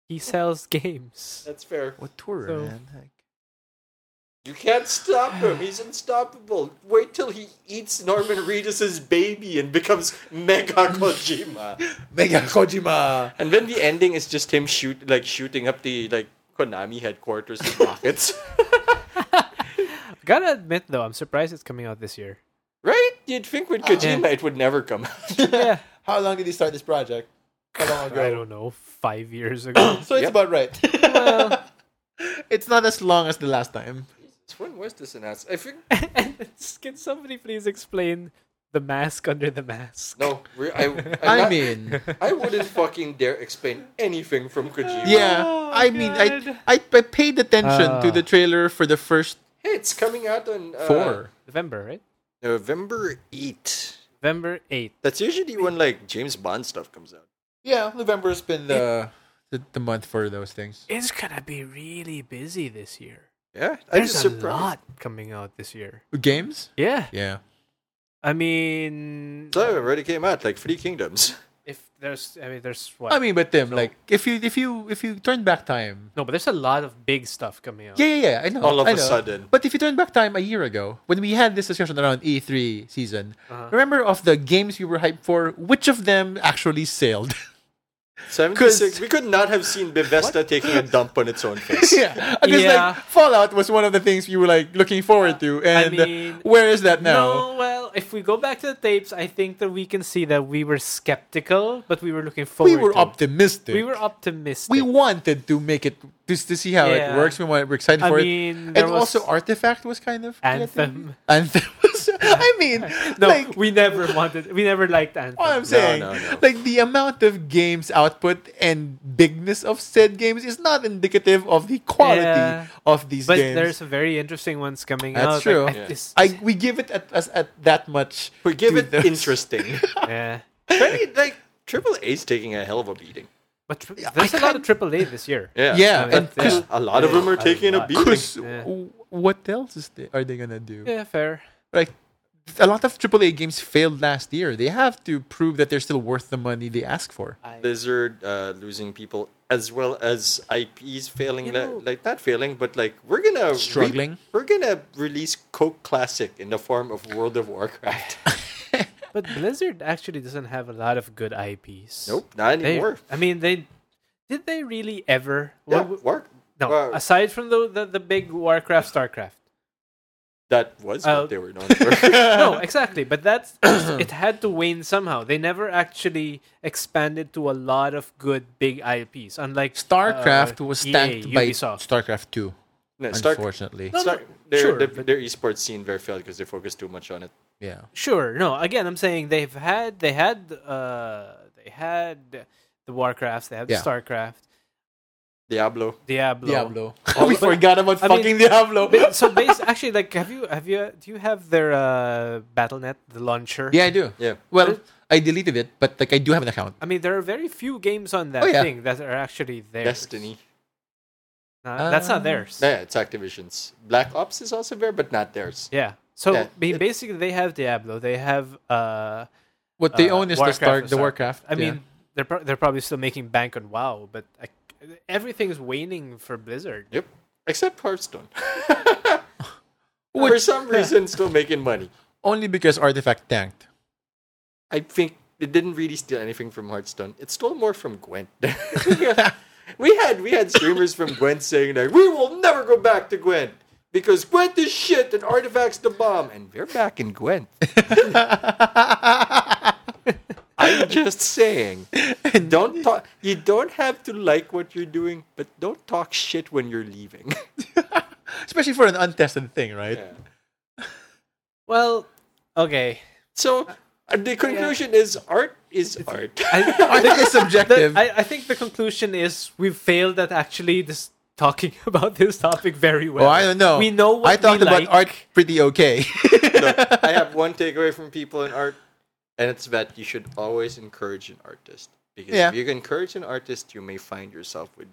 [SPEAKER 3] he sells games.
[SPEAKER 1] That's fair.
[SPEAKER 2] auteur,
[SPEAKER 3] So-
[SPEAKER 2] man. Like,
[SPEAKER 1] You can't stop him. He's unstoppable. Wait till he eats Norman Reedus's baby and becomes Mega Kojima.
[SPEAKER 2] Mega Kojima.
[SPEAKER 1] And then the ending is just him shoot like shooting up the like Konami headquarters with rockets.
[SPEAKER 3] Gotta admit though, I'm surprised it's coming out this year.
[SPEAKER 1] right? You'd think with Kojima it would never come out.
[SPEAKER 3] Yeah,
[SPEAKER 2] How long did he start this project? How long
[SPEAKER 3] I
[SPEAKER 2] ago?
[SPEAKER 3] don't know, five years ago.
[SPEAKER 2] So it's
[SPEAKER 1] Yep.
[SPEAKER 2] about right. it's not as long as the last time.
[SPEAKER 1] when was this announced? I think
[SPEAKER 3] Can somebody please explain the mask under the mask?
[SPEAKER 1] no. We're, I I'm
[SPEAKER 2] I
[SPEAKER 1] not-
[SPEAKER 2] mean,
[SPEAKER 1] I wouldn't fucking dare explain anything from Kojima.
[SPEAKER 2] yeah.
[SPEAKER 3] Oh,
[SPEAKER 2] I mean,
[SPEAKER 3] God.
[SPEAKER 2] I, I I paid attention to
[SPEAKER 3] Ah.
[SPEAKER 2] the trailer for the first
[SPEAKER 1] Hey, it's coming out on uh,
[SPEAKER 2] four.
[SPEAKER 3] November, right?
[SPEAKER 1] November 8th.
[SPEAKER 3] November eighth.
[SPEAKER 1] That's usually when like James Bond stuff comes out.
[SPEAKER 2] yeah, November's been the, the the month for those things.
[SPEAKER 3] It's gonna be really busy this year.
[SPEAKER 1] Yeah, I'm
[SPEAKER 3] There's
[SPEAKER 1] just
[SPEAKER 3] a
[SPEAKER 1] surprised.
[SPEAKER 3] lot coming out this year.
[SPEAKER 2] Games?
[SPEAKER 3] Yeah,
[SPEAKER 2] Yeah.
[SPEAKER 3] I mean,
[SPEAKER 1] So it already came out like Three Kingdoms.
[SPEAKER 3] if there's, I mean, there's what?
[SPEAKER 2] I mean, but
[SPEAKER 3] So-
[SPEAKER 2] them like if you if you if you turn back time.
[SPEAKER 3] no, but there's a lot of big stuff coming out.
[SPEAKER 2] Yeah, yeah, yeah. I know.
[SPEAKER 1] All of a
[SPEAKER 2] I know.
[SPEAKER 1] sudden.
[SPEAKER 2] But if you turn back time a year ago, when we had this discussion around E3 season,
[SPEAKER 3] Uh-huh.
[SPEAKER 2] remember of the games you were hyped for, which of them actually sailed?
[SPEAKER 1] 76. We could not have seen Bethesda taking a dump on its own face.
[SPEAKER 2] yeah. Because
[SPEAKER 3] Yeah.
[SPEAKER 2] like Fallout was one of the things you were like looking forward to. And
[SPEAKER 3] mean-
[SPEAKER 2] where is that now?
[SPEAKER 3] No, well, if we go back to the tapes, I think that we can see that we were skeptical, but we were looking forward.
[SPEAKER 2] we were
[SPEAKER 3] to it.
[SPEAKER 2] optimistic.
[SPEAKER 3] We were optimistic.
[SPEAKER 2] we wanted to make it just to see how
[SPEAKER 3] Yeah.
[SPEAKER 2] it works. We wanted, we're excited
[SPEAKER 3] I
[SPEAKER 2] for
[SPEAKER 3] mean,
[SPEAKER 2] it.
[SPEAKER 3] there
[SPEAKER 2] And
[SPEAKER 3] was
[SPEAKER 2] also, Artifact was kind of
[SPEAKER 3] Anthem.
[SPEAKER 2] Anthem. Was, I mean,
[SPEAKER 3] No,
[SPEAKER 2] like,
[SPEAKER 3] we never wanted. We never liked Anthem.
[SPEAKER 2] all I'm saying,
[SPEAKER 1] no, no.
[SPEAKER 2] like the amount of games output and bigness of said games is not indicative of the quality
[SPEAKER 3] Yeah.
[SPEAKER 2] of these
[SPEAKER 3] but
[SPEAKER 2] games.
[SPEAKER 3] there's some very interesting ones coming
[SPEAKER 2] That's
[SPEAKER 3] out.
[SPEAKER 2] true.
[SPEAKER 3] Like, I-
[SPEAKER 2] Yeah.
[SPEAKER 3] this-
[SPEAKER 2] I we give it at us at that much.
[SPEAKER 1] We give
[SPEAKER 2] to
[SPEAKER 1] it
[SPEAKER 2] those.
[SPEAKER 1] interesting.
[SPEAKER 3] yeah.
[SPEAKER 1] Really, like, Triple A's taking a hell of a beating.
[SPEAKER 3] But tri- there's a lot of AAA this year.
[SPEAKER 1] Yeah.
[SPEAKER 2] Yeah,
[SPEAKER 3] I mean,
[SPEAKER 2] and
[SPEAKER 3] yeah.
[SPEAKER 2] cause,
[SPEAKER 1] A lot of them are
[SPEAKER 3] A
[SPEAKER 1] taking a
[SPEAKER 3] lot.
[SPEAKER 1] beating.
[SPEAKER 2] 'cause
[SPEAKER 3] Yeah.
[SPEAKER 2] w- what else is they, are they gonna do?
[SPEAKER 3] Yeah, fair.
[SPEAKER 2] Like a lot of AAA games failed last year. They have to prove that they're still worth the money they ask for.
[SPEAKER 1] Blizzard uh, losing people, as well as IPs failing,
[SPEAKER 3] You
[SPEAKER 1] li-
[SPEAKER 3] know-
[SPEAKER 1] like not failing, but like we're gonna re-
[SPEAKER 2] Struggling.
[SPEAKER 1] we're gonna release Coke Classic in the form of World of Warcraft.
[SPEAKER 3] But Blizzard actually doesn't have a lot of good IPs.
[SPEAKER 1] nope, not
[SPEAKER 3] They,
[SPEAKER 1] anymore.
[SPEAKER 3] I mean, they did they really ever?
[SPEAKER 1] Yeah,
[SPEAKER 3] What-
[SPEAKER 1] War-
[SPEAKER 3] no,
[SPEAKER 1] well-
[SPEAKER 3] aside from the, the the big Warcraft, Starcraft.
[SPEAKER 1] that was
[SPEAKER 3] Uh,
[SPEAKER 1] what they were known for.
[SPEAKER 3] no, exactly. But that's it had to wane somehow. They never actually expanded to a lot of good big IPs. Unlike
[SPEAKER 2] StarCraft
[SPEAKER 3] uh,
[SPEAKER 2] was
[SPEAKER 3] EA,
[SPEAKER 2] stamped by
[SPEAKER 3] Ubisoft.
[SPEAKER 2] StarCraft Two,
[SPEAKER 1] No, Stark-
[SPEAKER 2] unfortunately.
[SPEAKER 3] No,
[SPEAKER 1] Sorry,
[SPEAKER 3] no,
[SPEAKER 1] their,
[SPEAKER 3] sure,
[SPEAKER 1] their,
[SPEAKER 3] but-
[SPEAKER 1] their esports scene very failed because they focused too much on it.
[SPEAKER 2] Yeah.
[SPEAKER 3] Sure. No. Again, I'm saying they've had they had uh they had the Warcrafts. They had
[SPEAKER 2] Yeah.
[SPEAKER 3] the Starcraft.
[SPEAKER 1] Diablo.
[SPEAKER 3] Diablo.
[SPEAKER 2] Diablo.
[SPEAKER 3] All
[SPEAKER 2] we
[SPEAKER 3] of-
[SPEAKER 2] forgot about
[SPEAKER 3] I mean,
[SPEAKER 2] fucking Diablo.
[SPEAKER 3] But- so base actually like have you have you do you have their uh BattleNet the launcher?
[SPEAKER 2] yeah, I do.
[SPEAKER 1] Yeah.
[SPEAKER 2] Well, I deleted it, but like I do have an account.
[SPEAKER 3] I mean, there are very few games on that
[SPEAKER 2] Oh, yeah.
[SPEAKER 3] thing that are actually there.
[SPEAKER 1] Destiny.
[SPEAKER 3] that's
[SPEAKER 2] Um,
[SPEAKER 3] not theirs.
[SPEAKER 1] Yeah, it's Activision's. Black Ops is also there, but not theirs.
[SPEAKER 3] Yeah. So
[SPEAKER 1] Yeah,
[SPEAKER 3] I mean,
[SPEAKER 1] it-
[SPEAKER 3] basically, they have Diablo. They have. uh
[SPEAKER 2] What they
[SPEAKER 3] uh,
[SPEAKER 2] own is
[SPEAKER 3] Warcraft
[SPEAKER 2] the Star,
[SPEAKER 3] and
[SPEAKER 2] the
[SPEAKER 3] Star-
[SPEAKER 2] Warcraft.
[SPEAKER 3] I
[SPEAKER 2] yeah.
[SPEAKER 3] mean, they're pro- they're probably still making bank on WoW, but like, everything's waning for Blizzard.
[SPEAKER 1] Yep. Except Hearthstone.
[SPEAKER 2] Which-
[SPEAKER 1] for some reason, still making money.
[SPEAKER 2] only because Artifact tanked.
[SPEAKER 1] I think it didn't really steal anything from Hearthstone. It stole more from Gwent. we had we had streamers from Gwent saying like, "We will never go back to Gwent because Gwent is shit and artifacts the bomb," and they're back in Gwent. I'm just saying, don't talk. You don't have to like what you're doing, but don't talk shit when you're leaving.
[SPEAKER 2] Especially for an untested thing, right?
[SPEAKER 1] Yeah.
[SPEAKER 3] Well, okay.
[SPEAKER 1] So uh,
[SPEAKER 4] And the conclusion is art is art.
[SPEAKER 2] I think it's
[SPEAKER 3] The-
[SPEAKER 2] subjective.
[SPEAKER 3] I, I think the conclusion is we've failed at actually this talking about this topic very well.
[SPEAKER 2] oh, I don't know.
[SPEAKER 3] We know what
[SPEAKER 2] I talked
[SPEAKER 3] we
[SPEAKER 2] about
[SPEAKER 3] like.
[SPEAKER 2] art pretty okay.
[SPEAKER 1] I have one takeaway from people in art, and it's that you should always encourage an artist. Because
[SPEAKER 2] Yeah.
[SPEAKER 1] if you encourage an artist, you may find yourself with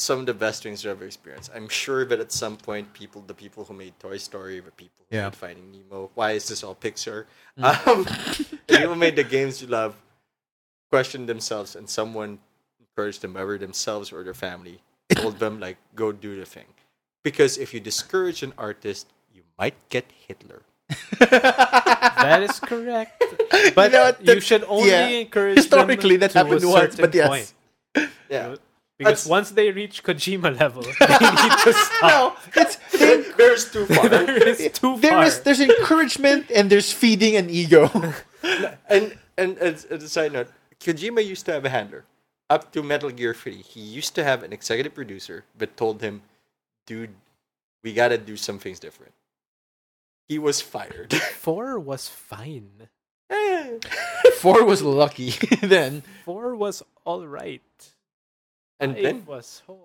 [SPEAKER 1] some of the best things you've ever experienced. I'm sure that at some point, people, the people who made Toy Story, the people who
[SPEAKER 2] Yeah. Mm.
[SPEAKER 1] made Finding Nemo, why is this all Pixar? Um, the people who made the games you love questioned themselves, and someone encouraged them, whether themselves or their family, told them, like, go do the thing. Because if you discourage an artist, you might get Hitler.
[SPEAKER 3] that is correct.
[SPEAKER 2] but you, know what?
[SPEAKER 3] you
[SPEAKER 2] That-
[SPEAKER 3] should only
[SPEAKER 2] yeah.
[SPEAKER 3] encourage
[SPEAKER 2] Historically,
[SPEAKER 3] them
[SPEAKER 2] that
[SPEAKER 3] to a
[SPEAKER 2] happened once,
[SPEAKER 3] certain
[SPEAKER 2] but yes.
[SPEAKER 3] point.
[SPEAKER 1] Yeah.
[SPEAKER 3] Because
[SPEAKER 1] That's-
[SPEAKER 3] once they reach Kojima level, they need to stop.
[SPEAKER 2] No, it's
[SPEAKER 1] There's too far.
[SPEAKER 3] There is too
[SPEAKER 2] there
[SPEAKER 3] far.
[SPEAKER 2] is there's encouragement and there's feeding an ego.
[SPEAKER 1] and, and as, as a side note, Kojima used to have a handler. Up to Metal Gear 3, he used to have an executive producer that told him, dude, we gotta do some things different. He was fired.
[SPEAKER 3] Four was fine.
[SPEAKER 2] Four was lucky then.
[SPEAKER 3] Four was all right.
[SPEAKER 1] and
[SPEAKER 3] Five
[SPEAKER 1] then
[SPEAKER 3] was oh.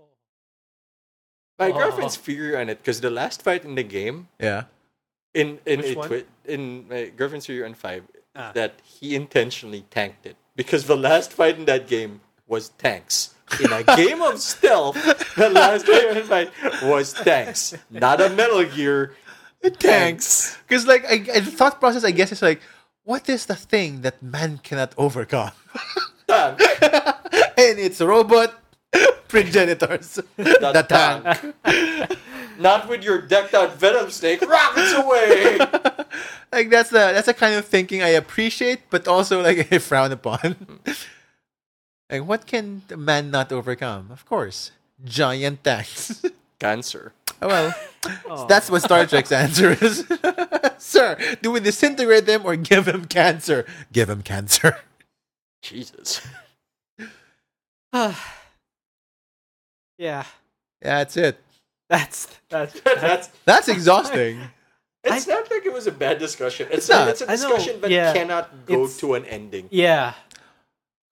[SPEAKER 1] my
[SPEAKER 3] Oh.
[SPEAKER 1] girlfriend's figure on it, because the last fight in the game,
[SPEAKER 2] Yeah.
[SPEAKER 1] in, in,
[SPEAKER 3] Which
[SPEAKER 1] a
[SPEAKER 3] one?
[SPEAKER 1] twi- in my girlfriend's figure on 5,
[SPEAKER 3] Ah.
[SPEAKER 1] that he intentionally tanked it. Because the last fight in that game was tanks. In a game of stealth, the last fight in fight was tanks. Not a Metal Gear.
[SPEAKER 2] Thanks. Because like I, I, the thought process, I guess, is like, what is the thing that man cannot overcome?
[SPEAKER 1] Tank.
[SPEAKER 2] and it's robot progenitors. The, tank.
[SPEAKER 1] Not with your decked out venom snake. Rockets away!
[SPEAKER 2] Like that's the that's the kind of thinking I appreciate, but also like I frown upon. like what can a man not overcome? Of course, giant tanks.
[SPEAKER 1] Cancer.
[SPEAKER 2] oh, well,
[SPEAKER 3] Aw.
[SPEAKER 2] that's what Star Trek's answer is. Sir, do we disintegrate them or give him cancer? Give him cancer.
[SPEAKER 1] Jesus.
[SPEAKER 3] yeah.
[SPEAKER 2] Yeah, that's it.
[SPEAKER 3] That's that's
[SPEAKER 1] That's,
[SPEAKER 2] That's exhausting.
[SPEAKER 1] it's not like it was a bad discussion. It's,
[SPEAKER 2] It's not.
[SPEAKER 1] not. It's a
[SPEAKER 3] I know,
[SPEAKER 1] discussion that
[SPEAKER 3] yeah.
[SPEAKER 1] cannot go
[SPEAKER 3] It's-
[SPEAKER 1] to an ending.
[SPEAKER 3] yeah.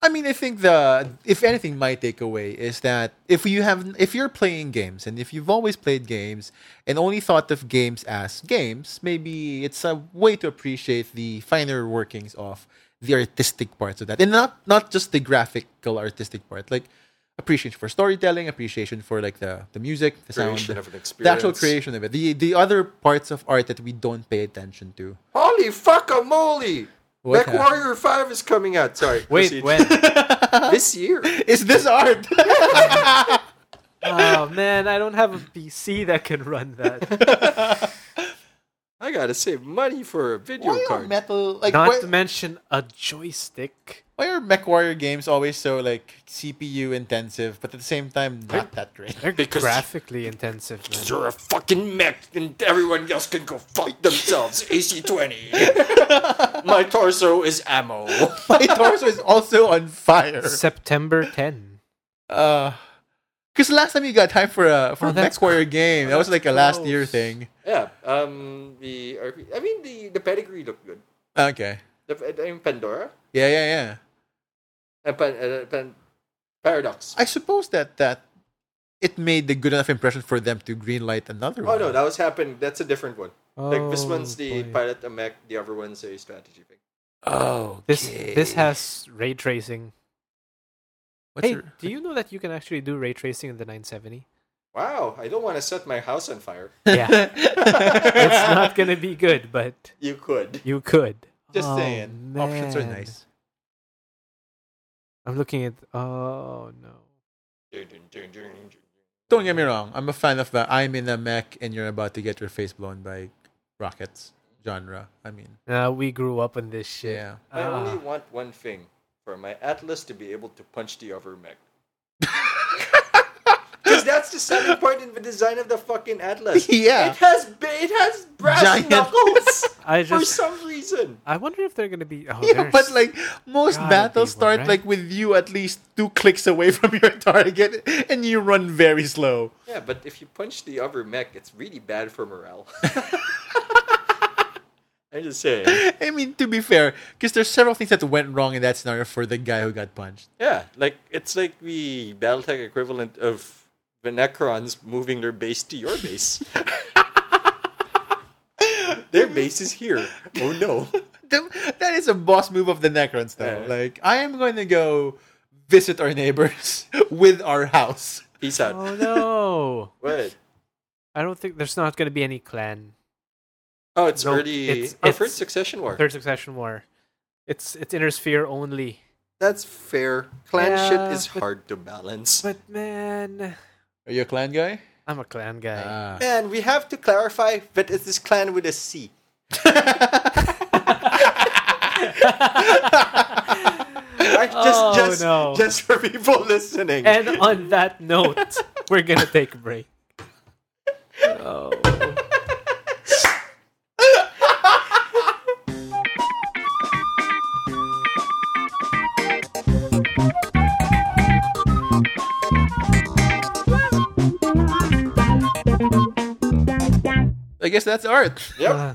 [SPEAKER 2] I mean, I think the if anything, my takeaway is that if you have if you're playing games and if you've always played games and only thought of games as games, maybe it's a way to appreciate the finer workings of the artistic parts of that, and not not just the graphical artistic part, like appreciation for storytelling, appreciation for like the the music, the sound,
[SPEAKER 1] Creation of an
[SPEAKER 2] the actual
[SPEAKER 1] experience.
[SPEAKER 2] creation of it, the the other parts of art that we don't pay attention to.
[SPEAKER 1] Holy fuck a moly!
[SPEAKER 2] What
[SPEAKER 1] Back
[SPEAKER 2] happened?
[SPEAKER 1] Warrior 5 is coming out. Sorry.
[SPEAKER 3] Wait,
[SPEAKER 1] proceed.
[SPEAKER 3] when?
[SPEAKER 1] This year.
[SPEAKER 2] Is this art?
[SPEAKER 3] oh man, I don't have a PC that can run that.
[SPEAKER 1] I gotta save money for a video
[SPEAKER 2] Why are
[SPEAKER 1] card.
[SPEAKER 2] metal like
[SPEAKER 3] Not
[SPEAKER 2] why-
[SPEAKER 3] to mention a joystick.
[SPEAKER 2] Why are MechWarrior games always so like CPU intensive, but at the same time not that great?
[SPEAKER 3] They're
[SPEAKER 1] Because-
[SPEAKER 3] graphically intensive, man.
[SPEAKER 1] You're a fucking mech, and everyone else can go fuck themselves. AC20. My torso is ammo.
[SPEAKER 2] My torso is also on fire.
[SPEAKER 3] September 10.
[SPEAKER 2] Uh, because last time you got time for a for
[SPEAKER 3] Oh,
[SPEAKER 2] a
[SPEAKER 3] that's
[SPEAKER 2] MechWarrior game, that was like a last year
[SPEAKER 3] close.
[SPEAKER 2] thing.
[SPEAKER 1] Yeah. Um. The RP- I mean, the the pedigree looked good.
[SPEAKER 2] Okay.
[SPEAKER 1] The I mean, Pandora
[SPEAKER 2] Yeah, yeah, yeah.
[SPEAKER 1] and Pan, uh, Pan, Paradox.
[SPEAKER 2] I suppose that that it made the good enough impression for them to greenlight another
[SPEAKER 1] oh
[SPEAKER 2] one.
[SPEAKER 1] no, that was happening. That's a different one. like this
[SPEAKER 3] Oh,
[SPEAKER 1] one's the
[SPEAKER 3] boy.
[SPEAKER 1] pilot a mech. The other one's a strategy thing.
[SPEAKER 2] Oh,
[SPEAKER 3] This this has ray tracing.
[SPEAKER 2] What's
[SPEAKER 3] hey,
[SPEAKER 2] your-
[SPEAKER 3] do you know that you can actually do ray tracing in the 970?
[SPEAKER 1] Wow. I don't want to set my house on fire.
[SPEAKER 3] Yeah. it's not going to be good, but
[SPEAKER 1] You could.
[SPEAKER 3] you could.
[SPEAKER 2] Just
[SPEAKER 3] Oh,
[SPEAKER 2] saying, options are
[SPEAKER 3] man.
[SPEAKER 2] nice.
[SPEAKER 3] I'm looking at Oh no.
[SPEAKER 2] Don't get me wrong. I'm a fan of the I'm in a mech and you're about to get your face blown by rockets genre. I mean,
[SPEAKER 3] Nah, we grew up on this shit.
[SPEAKER 2] yeah.
[SPEAKER 1] I only
[SPEAKER 3] Ah.
[SPEAKER 1] want one thing for my Atlas to be able to punch the other mech. Because that's the selling point in the design of the fucking Atlas.
[SPEAKER 2] Yeah.
[SPEAKER 1] It has ba- it has brass
[SPEAKER 2] Giant-
[SPEAKER 1] knuckles
[SPEAKER 3] I
[SPEAKER 1] for
[SPEAKER 3] just
[SPEAKER 1] some reason.
[SPEAKER 3] I wonder if they're going to be oh,
[SPEAKER 2] Yeah,
[SPEAKER 3] there's-
[SPEAKER 2] but like most
[SPEAKER 3] gotta
[SPEAKER 2] battles
[SPEAKER 3] be one,
[SPEAKER 2] start
[SPEAKER 3] right?
[SPEAKER 2] like with you at least two clicks away from your target and you run very slow.
[SPEAKER 1] Yeah, but if you punch the other mech, it's really bad for morale. I I'm just saying.
[SPEAKER 2] I mean, to be fair, because there's several things that went wrong in that scenario for the guy who got punched.
[SPEAKER 1] Yeah, like it's like the BattleTech equivalent of the Necrons moving their base to your base. their base is here. Oh no!
[SPEAKER 2] The- That is a boss move of the Necrons, though.
[SPEAKER 1] Yeah.
[SPEAKER 2] Like, I am going to go visit our neighbors with our house.
[SPEAKER 1] Peace out.
[SPEAKER 3] Oh no!
[SPEAKER 1] What?
[SPEAKER 3] I don't think there's not going to be any clan
[SPEAKER 1] Oh, it's
[SPEAKER 3] No,
[SPEAKER 1] already
[SPEAKER 3] it's-
[SPEAKER 1] our
[SPEAKER 3] it's-
[SPEAKER 1] first succession war.
[SPEAKER 3] third succession war. It's it's inner sphere only.
[SPEAKER 1] That's fair. Clan
[SPEAKER 3] Yeah,
[SPEAKER 1] shit is
[SPEAKER 3] but-
[SPEAKER 1] hard to balance.
[SPEAKER 3] But man,
[SPEAKER 2] Are you a clan guy?
[SPEAKER 3] I'm a clan guy.
[SPEAKER 2] Ah.
[SPEAKER 1] and we have to clarify that it's this clan with a C. Right? Just,
[SPEAKER 3] Oh,
[SPEAKER 1] just,
[SPEAKER 3] no.
[SPEAKER 1] just for people listening.
[SPEAKER 3] and on that note, we're gonna take a break. Oh.
[SPEAKER 2] I guess that's art.
[SPEAKER 1] Yep.
[SPEAKER 3] Uh,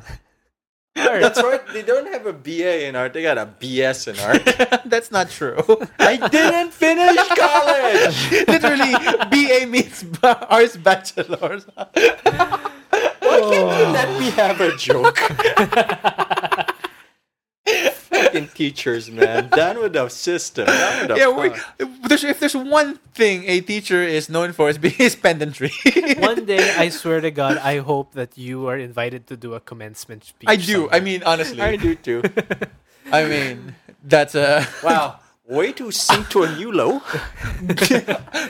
[SPEAKER 3] Alright.
[SPEAKER 1] That's right. They don't have a BA in art. They got a BS in art.
[SPEAKER 2] that's not true.
[SPEAKER 1] I didn't finish college.
[SPEAKER 2] Literally, BA means ba- arts bachelor's.
[SPEAKER 1] Let me have a joke. Fucking teachers, man. Down with the system. Down with the
[SPEAKER 2] yeah, we,
[SPEAKER 1] fuck.
[SPEAKER 2] if there's, if there's one thing a teacher is known for, it's being his pedantry.
[SPEAKER 3] One day, I swear to God, I hope that you are invited to do a commencement speech.
[SPEAKER 2] I do. I
[SPEAKER 3] somewhere.
[SPEAKER 2] mean, honestly.
[SPEAKER 1] I
[SPEAKER 2] I,
[SPEAKER 1] do too.
[SPEAKER 2] mean, that's uh, a.
[SPEAKER 1] Wow. Way to sink to a new low.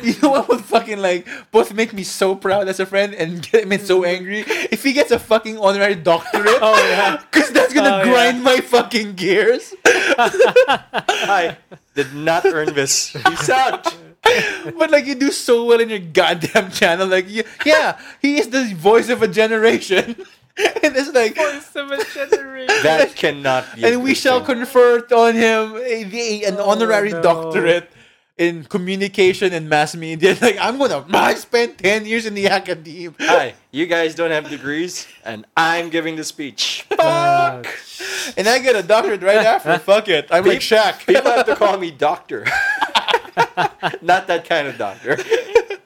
[SPEAKER 2] you know what would fucking like both make me so proud as a friend and get me so angry if he gets a fucking honorary doctorate.
[SPEAKER 3] Mm. Oh, yeah.
[SPEAKER 2] Cause that's gonna
[SPEAKER 3] Oh, yeah.
[SPEAKER 2] grind my fucking gears.
[SPEAKER 1] I did not earn this. Peace out.
[SPEAKER 2] but like you do so well in your goddamn channel, like you, yeah, he is the voice of a generation, and it's like,
[SPEAKER 1] That cannot be. a
[SPEAKER 2] and we
[SPEAKER 1] good
[SPEAKER 2] shall
[SPEAKER 1] thing.
[SPEAKER 2] confer on him a, the- an
[SPEAKER 1] Oh,
[SPEAKER 2] honorary
[SPEAKER 3] no.
[SPEAKER 2] doctorate in communication and mass media. Like I'm gonna, I spent ten years in the academe.
[SPEAKER 1] Hi, you guys don't have degrees, and I'm giving the speech.
[SPEAKER 3] Uh,
[SPEAKER 2] And I get a doctorate right after. Fuck it. I'm like Shaq.
[SPEAKER 1] People have to call me doctor. Not that kind of doctor.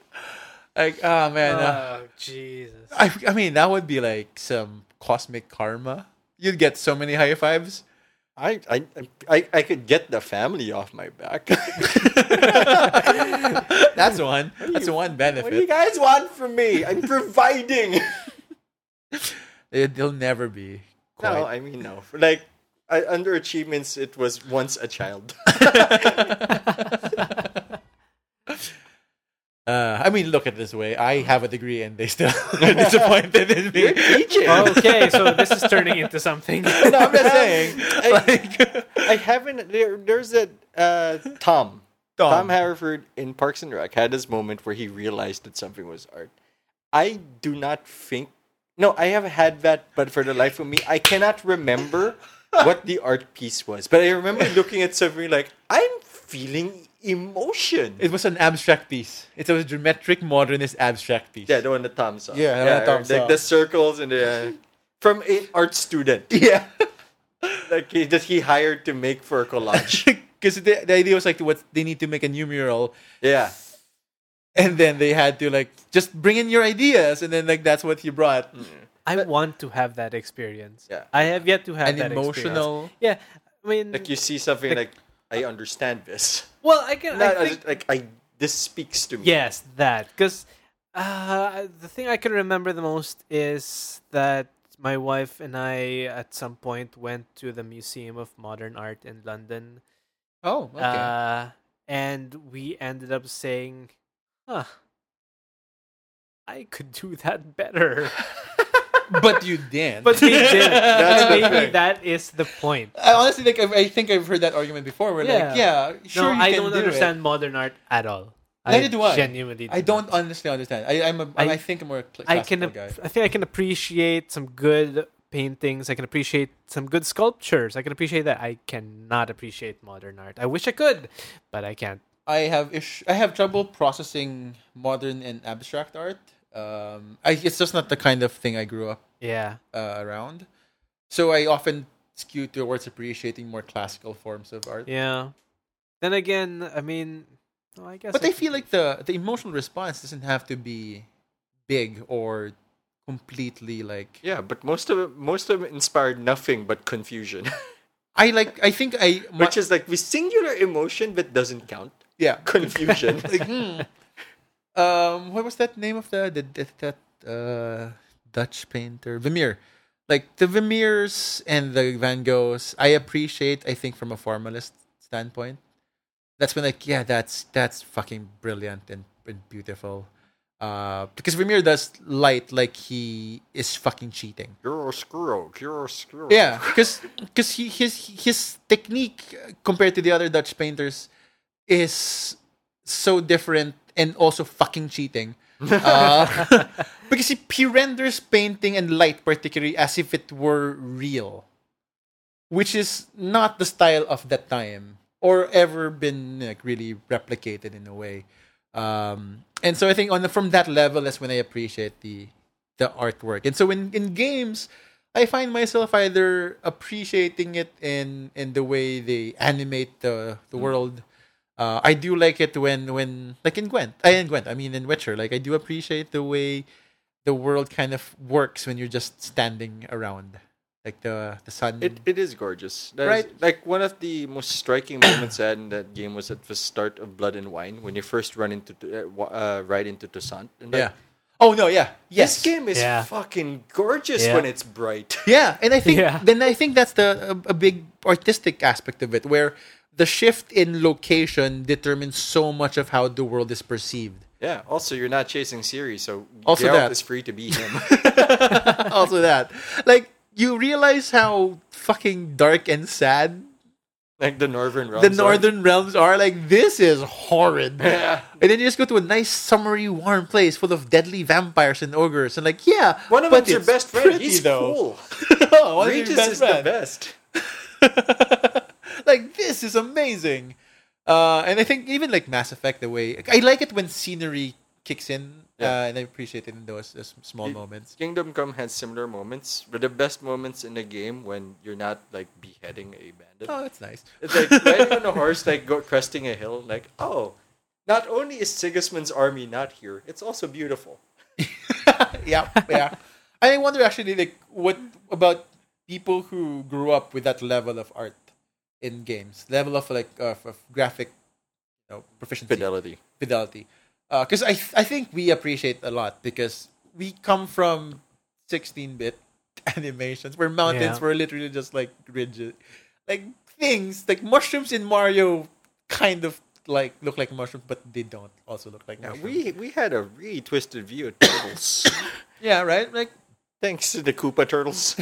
[SPEAKER 2] like, oh man. uh,
[SPEAKER 3] oh, Jesus.
[SPEAKER 2] I, I mean, that would be like some cosmic karma. You'd get so many high fives.
[SPEAKER 1] I, I, I, I could get the family off my back.
[SPEAKER 2] That's one. That's one
[SPEAKER 1] what do you
[SPEAKER 2] benefit.
[SPEAKER 1] guys want from me? I'm providing.
[SPEAKER 2] It, will never be. Quite.
[SPEAKER 1] No, I mean no. Like I, under achievements, it was once a child.
[SPEAKER 2] Uh, I mean, look at it this way. I have a degree, and they still are disappointed in me.
[SPEAKER 1] Teaching.
[SPEAKER 3] Okay, so this is turning into something.
[SPEAKER 2] No, I'm just saying. Um, Like,
[SPEAKER 1] I haven't. There, there's a uh, Tom. Tom. Haverford in Parks and Rec had this moment where he realized that something was art. I do not think. No, I have had that, but for the life of me, I cannot remember what the art piece was. But I remember looking at something like, I'm feeling emotion.
[SPEAKER 2] it was an abstract piece. It was a geometric modernist abstract piece.
[SPEAKER 1] yeah, the one that Tom saw.
[SPEAKER 2] Yeah, the one that Tom
[SPEAKER 1] like
[SPEAKER 2] saw.
[SPEAKER 1] the circles and the. uh, from an art student
[SPEAKER 2] yeah.
[SPEAKER 1] like he, that he hired to make for a collage.
[SPEAKER 2] Because the, the idea was like what they need to make a new mural,
[SPEAKER 1] yeah.
[SPEAKER 2] and then they had to like just bring in your ideas, and then like that's what you brought.
[SPEAKER 3] I want to have that experience.
[SPEAKER 1] Yeah.
[SPEAKER 3] I have yet to have
[SPEAKER 2] An
[SPEAKER 3] that
[SPEAKER 2] emotional.
[SPEAKER 3] experience. Yeah, I mean,
[SPEAKER 1] Like you see something like, I understand this.
[SPEAKER 3] well, I can.
[SPEAKER 1] Not,
[SPEAKER 3] I
[SPEAKER 1] I
[SPEAKER 3] think,
[SPEAKER 1] just- like I this speaks to me.
[SPEAKER 3] Yes, that. Because uh, the thing I can remember the most is that my wife and I at some point went to the Museum of Modern Art in London.
[SPEAKER 2] Oh, okay.
[SPEAKER 3] Uh, and we ended up saying, huh, I could do that better.
[SPEAKER 2] but you did.
[SPEAKER 3] But we did.
[SPEAKER 1] That's
[SPEAKER 3] And
[SPEAKER 1] the
[SPEAKER 3] maybe
[SPEAKER 1] thing.
[SPEAKER 3] that is the point.
[SPEAKER 2] I honestly like I've, I think I've heard that argument before. Where
[SPEAKER 3] Yeah.
[SPEAKER 2] like, yeah, sure,
[SPEAKER 3] no,
[SPEAKER 2] you
[SPEAKER 3] I
[SPEAKER 2] can
[SPEAKER 3] don't
[SPEAKER 2] do it.
[SPEAKER 3] understand modern art at all.
[SPEAKER 2] Neither do I.
[SPEAKER 3] Genuinely,
[SPEAKER 2] I
[SPEAKER 3] do
[SPEAKER 2] don't honestly understand. I, I'm a, I,
[SPEAKER 3] I-
[SPEAKER 2] I think I'm more cl-
[SPEAKER 3] I can.
[SPEAKER 2] classical
[SPEAKER 3] ap-
[SPEAKER 2] guy.
[SPEAKER 3] I think I can appreciate some good paintings. I can appreciate some good sculptures. I can appreciate that. I cannot appreciate modern art. I wish I could, but I can't.
[SPEAKER 2] I have ish- I have trouble processing modern and abstract art. Um, I, it's just not the kind of thing I grew up
[SPEAKER 3] Yeah.
[SPEAKER 2] uh, around. So I often skew towards appreciating more classical forms of art.
[SPEAKER 3] Yeah. Then again, I mean, well, I guess.
[SPEAKER 2] But
[SPEAKER 3] I
[SPEAKER 2] I feel like the the emotional response doesn't have to be big or completely like
[SPEAKER 1] Yeah, but most of it, most of it inspired nothing but confusion,
[SPEAKER 2] I like I think I my,
[SPEAKER 1] which is like the singular emotion that doesn't count.
[SPEAKER 2] yeah
[SPEAKER 1] Confusion.
[SPEAKER 2] like hmm. um what was that name of the the, the that uh Dutch painter Vermeer like the Vermeers and the Van Goghs I appreciate I think from a formalist standpoint that's when like yeah that's that's fucking brilliant and, and beautiful uh because Vermeer does light like he is fucking cheating
[SPEAKER 4] You're a screw. You're a screw.
[SPEAKER 2] Yeah, because because he, his his technique uh, compared to the other Dutch painters is so different and also fucking cheating. Uh, because he, he renders painting and light particularly as if it were real, which is not the style of that time or ever been like really replicated in a way. Um, and so I think on the, from that level, that's when I appreciate the the artwork. And so in, in games, I find myself either appreciating it in in the way they animate the the world. Uh, I do like it when when like in Gwent, I in Gwent, I mean in Witcher. Like I do appreciate the way the world kind of works when you're just standing around, like the the sun.
[SPEAKER 1] It it is gorgeous. That is-
[SPEAKER 2] Right.
[SPEAKER 1] like one of the most striking moments I had in that game was at the start of Blood and Wine when you first run into uh, wa- uh, right into Toussaint. And like,
[SPEAKER 2] yeah. Oh no, yeah, yes,
[SPEAKER 1] This game is
[SPEAKER 3] Yeah.
[SPEAKER 1] fucking gorgeous
[SPEAKER 3] Yeah.
[SPEAKER 1] when it's bright.
[SPEAKER 2] Yeah, and I think
[SPEAKER 3] Yeah.
[SPEAKER 2] then I think that's the a, a big artistic aspect of it, where the shift in location determines so much of how the world is perceived.
[SPEAKER 1] yeah. Also, you're not chasing Siri, so
[SPEAKER 2] Also
[SPEAKER 1] Geralt
[SPEAKER 2] that.
[SPEAKER 1] is free to be him.
[SPEAKER 2] also that, like you realize how fucking dark and sad
[SPEAKER 1] like the Northern Realms.
[SPEAKER 2] the
[SPEAKER 1] are.
[SPEAKER 2] northern realms are. Like this is horrid. And then you just go to a nice, summery, warm place full of deadly vampires and ogres, and like yeah,
[SPEAKER 1] One of
[SPEAKER 2] but
[SPEAKER 1] them's your
[SPEAKER 2] it's
[SPEAKER 1] best friend.
[SPEAKER 2] pretty,
[SPEAKER 1] He's cool.
[SPEAKER 2] Oh, one of your
[SPEAKER 1] Regis
[SPEAKER 2] best
[SPEAKER 1] is the
[SPEAKER 2] friend.
[SPEAKER 1] best.
[SPEAKER 2] like this is amazing. Uh, and I think even like Mass Effect, the way I like it when scenery kicks in, uh, and I appreciate it in those, those small
[SPEAKER 1] It-
[SPEAKER 2] moments.
[SPEAKER 1] Kingdom Come has similar moments, but the best moments in the game when you're not like beheading a bandit.
[SPEAKER 2] Oh, that's nice.
[SPEAKER 1] It's like riding on a horse, like go, cresting a hill. Like, oh, not only is Sigismund's army not here, it's also beautiful.
[SPEAKER 2] yeah, yeah. I wonder actually, like, what about people who grew up with that level of art in games, level of like of, of graphic you know, proficiency,
[SPEAKER 1] Fidelity.
[SPEAKER 2] fidelity. Because I I think we appreciate a lot because we come from 16-bit animations. We're mountains.
[SPEAKER 3] Yeah.
[SPEAKER 2] We're literally just like rigid, like things like mushrooms in Mario, kind of like look like mushrooms, but they don't also look like
[SPEAKER 1] Yeah,
[SPEAKER 2] mushrooms.
[SPEAKER 1] we we had a really twisted view of turtles,
[SPEAKER 2] yeah, right. Like
[SPEAKER 1] thanks to the Koopa turtles.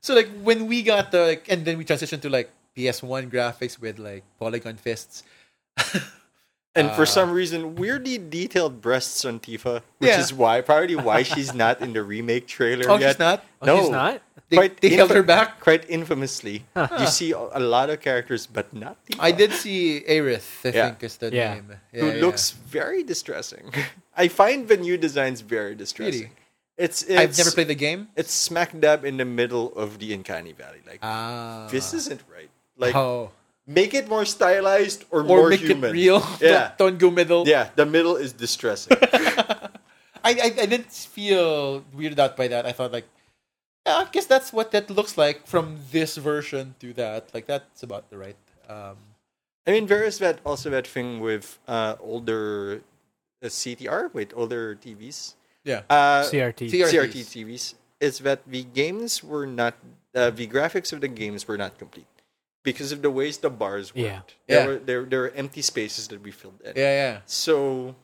[SPEAKER 2] so, like when we got the like, and then we transitioned to like PS1 graphics with like polygon fists.
[SPEAKER 1] And
[SPEAKER 2] Uh.
[SPEAKER 1] for some reason, weirdly detailed breasts on Tifa, which
[SPEAKER 2] Yeah.
[SPEAKER 1] is why probably why she's not in the remake trailer
[SPEAKER 2] Oh,
[SPEAKER 1] yet.
[SPEAKER 2] she's not.
[SPEAKER 3] Oh,
[SPEAKER 1] no,
[SPEAKER 3] he's not.
[SPEAKER 2] They,
[SPEAKER 1] Quite
[SPEAKER 2] they held
[SPEAKER 1] infa-
[SPEAKER 2] her back.
[SPEAKER 1] Quite infamously, you see a a lot of characters, but not Tifa.
[SPEAKER 2] I did see Aerith. I
[SPEAKER 1] Yeah.
[SPEAKER 2] think is the
[SPEAKER 3] Yeah.
[SPEAKER 2] name.
[SPEAKER 1] who
[SPEAKER 2] Yeah, yeah.
[SPEAKER 1] looks very distressing. I find the new designs very distressing.
[SPEAKER 2] Really?
[SPEAKER 1] It's, it's
[SPEAKER 2] I've never played the game.
[SPEAKER 1] It's smack dab in the middle of the Uncanny Valley. Like
[SPEAKER 2] Ah,
[SPEAKER 1] this isn't right. Like
[SPEAKER 2] oh,
[SPEAKER 1] make it more stylized or,
[SPEAKER 2] or
[SPEAKER 1] more
[SPEAKER 2] make
[SPEAKER 1] human.
[SPEAKER 2] it real.
[SPEAKER 1] Yeah,
[SPEAKER 2] don't, don't go middle.
[SPEAKER 1] yeah. The middle is distressing.
[SPEAKER 2] I, I I didn't feel weirded out by that. I thought like, yeah, I guess that's what that looks like from this version to that. Like that's about the right. Um,
[SPEAKER 1] I mean, there is that also that thing with uh, older uh, CTR, with older TVs,
[SPEAKER 2] yeah,
[SPEAKER 1] uh,
[SPEAKER 3] CRT.
[SPEAKER 2] CRT.
[SPEAKER 1] CRT TVs. Is that the games were not uh, the graphics of the games were not complete because of the ways the bars worked. There,
[SPEAKER 3] Yeah.
[SPEAKER 2] Yeah.
[SPEAKER 1] Were, there, there were empty spaces that we filled in.
[SPEAKER 2] yeah, yeah.
[SPEAKER 1] So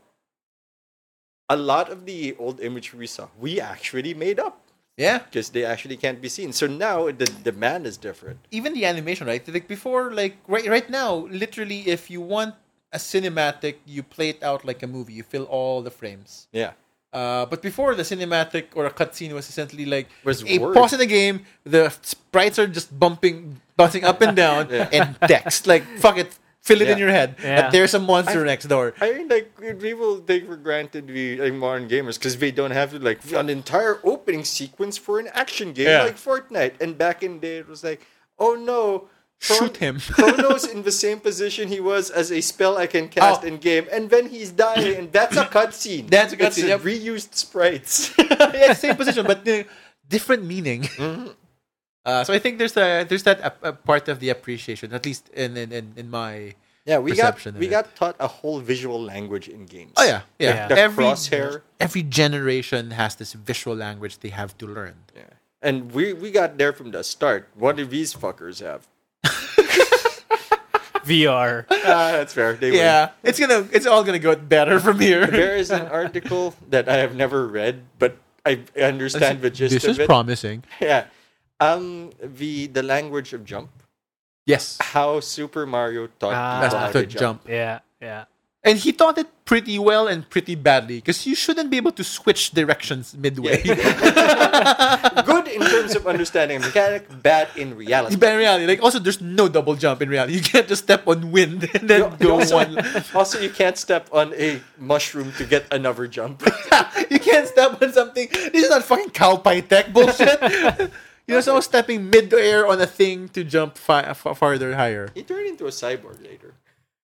[SPEAKER 1] a lot of the old imagery we saw, we actually made up
[SPEAKER 2] Yeah,
[SPEAKER 1] because they actually can't be seen. So now the demand is different.
[SPEAKER 2] even the animation, right? Like before, like right right now, literally, if you want a cinematic, you play it out like a movie. You fill all the frames.
[SPEAKER 1] Yeah.
[SPEAKER 2] Uh, but before the cinematic or a cutscene was essentially like
[SPEAKER 1] Was
[SPEAKER 2] a
[SPEAKER 1] word.
[SPEAKER 2] pause in the game, the sprites are just bumping, bouncing up and down,
[SPEAKER 1] Yeah.
[SPEAKER 2] and text like fuck it, fill it in
[SPEAKER 1] Yeah.
[SPEAKER 2] your head
[SPEAKER 3] Yeah.
[SPEAKER 2] that there's a monster next door.
[SPEAKER 1] I mean, like people take for granted we like modern gamers because they don't have to like an entire opening sequence for an action game
[SPEAKER 2] Yeah.
[SPEAKER 1] like Fortnite. And back in the day, it was like, oh no,
[SPEAKER 2] Shoot him.
[SPEAKER 1] Chrono's in the same position he was as a spell I can cast
[SPEAKER 2] Oh.
[SPEAKER 1] in game, and then he's dying, and that's a cutscene.
[SPEAKER 2] That's a
[SPEAKER 1] It's
[SPEAKER 2] cutscene, yep.
[SPEAKER 1] Reused sprites.
[SPEAKER 2] yeah, same position, but uh, different meaning.
[SPEAKER 1] Mm-hmm.
[SPEAKER 2] Uh, so I think there's a, there's that a, a part of the appreciation, at least in in, in, in my
[SPEAKER 1] yeah, we
[SPEAKER 2] Perception
[SPEAKER 1] got
[SPEAKER 2] of
[SPEAKER 1] we
[SPEAKER 2] it.
[SPEAKER 1] got taught a whole visual language in games.
[SPEAKER 2] oh yeah
[SPEAKER 3] Yeah.
[SPEAKER 2] yeah,
[SPEAKER 1] The
[SPEAKER 2] every
[SPEAKER 1] crosshair.
[SPEAKER 2] every generation has this visual language they have to learn.
[SPEAKER 1] Yeah. And we we got there from the start. What do these fuckers have?
[SPEAKER 3] VR.
[SPEAKER 1] Ah, that's fair. They win.
[SPEAKER 2] Yeah, it's gonna it's all gonna go better from here.
[SPEAKER 1] there is an article that I have never read, but I understand the gist
[SPEAKER 2] this
[SPEAKER 1] of
[SPEAKER 2] is
[SPEAKER 1] it.
[SPEAKER 2] promising.
[SPEAKER 1] yeah. Um, the the language of jump.
[SPEAKER 2] Yes,
[SPEAKER 1] How Super Mario taught
[SPEAKER 3] Ah.
[SPEAKER 2] that's
[SPEAKER 1] people how
[SPEAKER 2] the
[SPEAKER 1] to jump.
[SPEAKER 2] jump.
[SPEAKER 3] Yeah, yeah.
[SPEAKER 2] And he taught it pretty well and pretty badly because you shouldn't be able to switch directions midway.
[SPEAKER 1] Good in terms of understanding mechanic, bad in reality.
[SPEAKER 2] but in reality, like also there's no double jump in reality. You can't just step on wind and then
[SPEAKER 1] You- you
[SPEAKER 2] go
[SPEAKER 1] also,
[SPEAKER 2] one.
[SPEAKER 1] also, you can't step on a mushroom to get another jump.
[SPEAKER 2] you can't step on something. This is not fucking cowpie tech bullshit. you know, someone stepping mid-air on a thing to jump fi- fa- farther higher.
[SPEAKER 1] you turn into a cyborg later.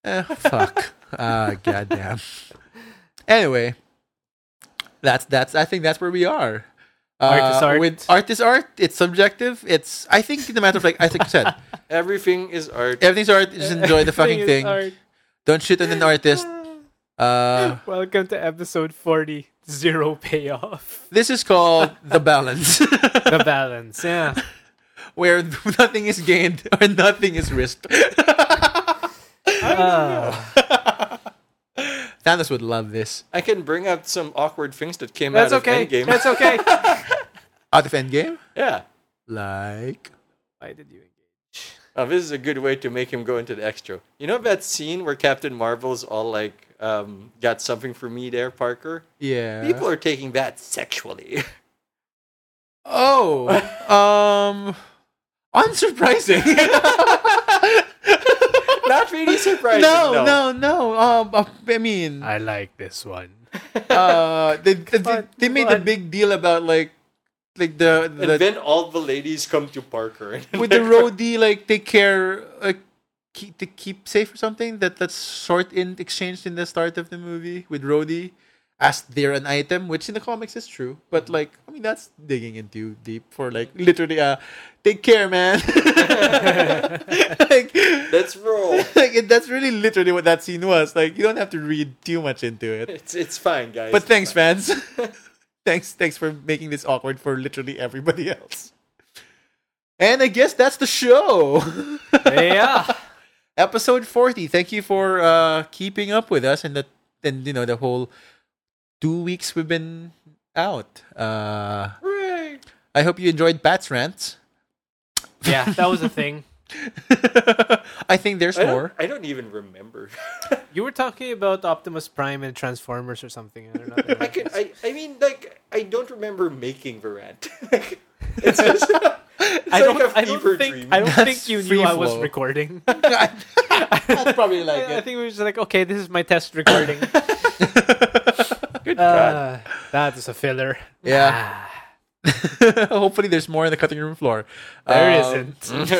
[SPEAKER 2] Eh, fuck. Ah, goddamn. Anyway, that's that's. I think that's where we are. Uh,
[SPEAKER 3] Art is art.
[SPEAKER 2] With art is art. It's subjective. It's. I think in the matter of like I think you said
[SPEAKER 1] Everything is art.
[SPEAKER 2] everything's art. Just enjoy the fucking thing. Don't shit on an artist. Uh,
[SPEAKER 3] Welcome to episode 40 Zero Payoff.
[SPEAKER 2] this is called the balance,
[SPEAKER 3] The balance, yeah.
[SPEAKER 2] where nothing is gained or nothing is risked.
[SPEAKER 3] Ah.
[SPEAKER 2] Thanos would love this.
[SPEAKER 1] I can bring up some awkward things that came
[SPEAKER 3] that's
[SPEAKER 1] out of
[SPEAKER 3] okay.
[SPEAKER 1] Endgame.
[SPEAKER 3] That's okay.
[SPEAKER 2] Out of Endgame,
[SPEAKER 1] yeah.
[SPEAKER 2] like
[SPEAKER 3] Why did you engage?
[SPEAKER 1] Oh, this is a good way to make him go into the extra. You know that scene where Captain Marvel's all like, um, got something for me there, Parker?
[SPEAKER 2] yeah.
[SPEAKER 1] People are taking that sexually.
[SPEAKER 2] Oh, um, unsurprising.
[SPEAKER 1] Not really surprising.
[SPEAKER 2] no,
[SPEAKER 1] No,
[SPEAKER 2] no, no. Um, uh, I mean,
[SPEAKER 3] I like this one.
[SPEAKER 2] uh, they they,
[SPEAKER 3] on,
[SPEAKER 2] they made
[SPEAKER 3] come
[SPEAKER 2] a
[SPEAKER 3] on.
[SPEAKER 2] big deal about like, like the
[SPEAKER 1] And
[SPEAKER 2] the
[SPEAKER 1] then all the ladies come to Parker.
[SPEAKER 2] with the roadie like they care like keep to keep safe or something that that's sort in exchanged in the start of the movie with roadie as they're an item, which in the comics is true, but like I mean that's digging into deep for like literally uh take care man. like
[SPEAKER 1] Let's roll.
[SPEAKER 2] like it, that's really literally what that scene was. Like you don't have to read too much into it.
[SPEAKER 1] It's it's fine, guys.
[SPEAKER 2] But thanks, fans. thanks, thanks for making this awkward for literally everybody else. And I guess that's the show.
[SPEAKER 3] yeah.
[SPEAKER 2] Episode forty. Thank you for uh, keeping up with us and the and you know the whole two weeks we've been out. Uh,
[SPEAKER 1] Hooray.
[SPEAKER 2] I hope you enjoyed Bat's rants.
[SPEAKER 3] Yeah, that was a thing.
[SPEAKER 2] I think there's
[SPEAKER 1] I don't,
[SPEAKER 2] more.
[SPEAKER 1] I don't even remember.
[SPEAKER 3] You were talking about Optimus Prime and Transformers or something. I don't know.
[SPEAKER 1] I can. I, I mean, like, I don't remember making the rant. it's just. It's
[SPEAKER 3] I
[SPEAKER 1] like
[SPEAKER 3] don't,
[SPEAKER 1] a
[SPEAKER 3] I
[SPEAKER 1] fever
[SPEAKER 3] don't think,
[SPEAKER 1] dream.
[SPEAKER 3] I don't think
[SPEAKER 2] That's
[SPEAKER 3] you knew
[SPEAKER 2] free
[SPEAKER 3] I was
[SPEAKER 2] flow.
[SPEAKER 3] recording.
[SPEAKER 2] That's probably like
[SPEAKER 3] I, I think we were just like, okay, this is my test recording.
[SPEAKER 1] Good God.
[SPEAKER 3] uh, that is a filler. Ah,
[SPEAKER 2] Yeah. Hopefully, there's more in the cutting room floor.
[SPEAKER 3] There
[SPEAKER 2] Um,
[SPEAKER 3] not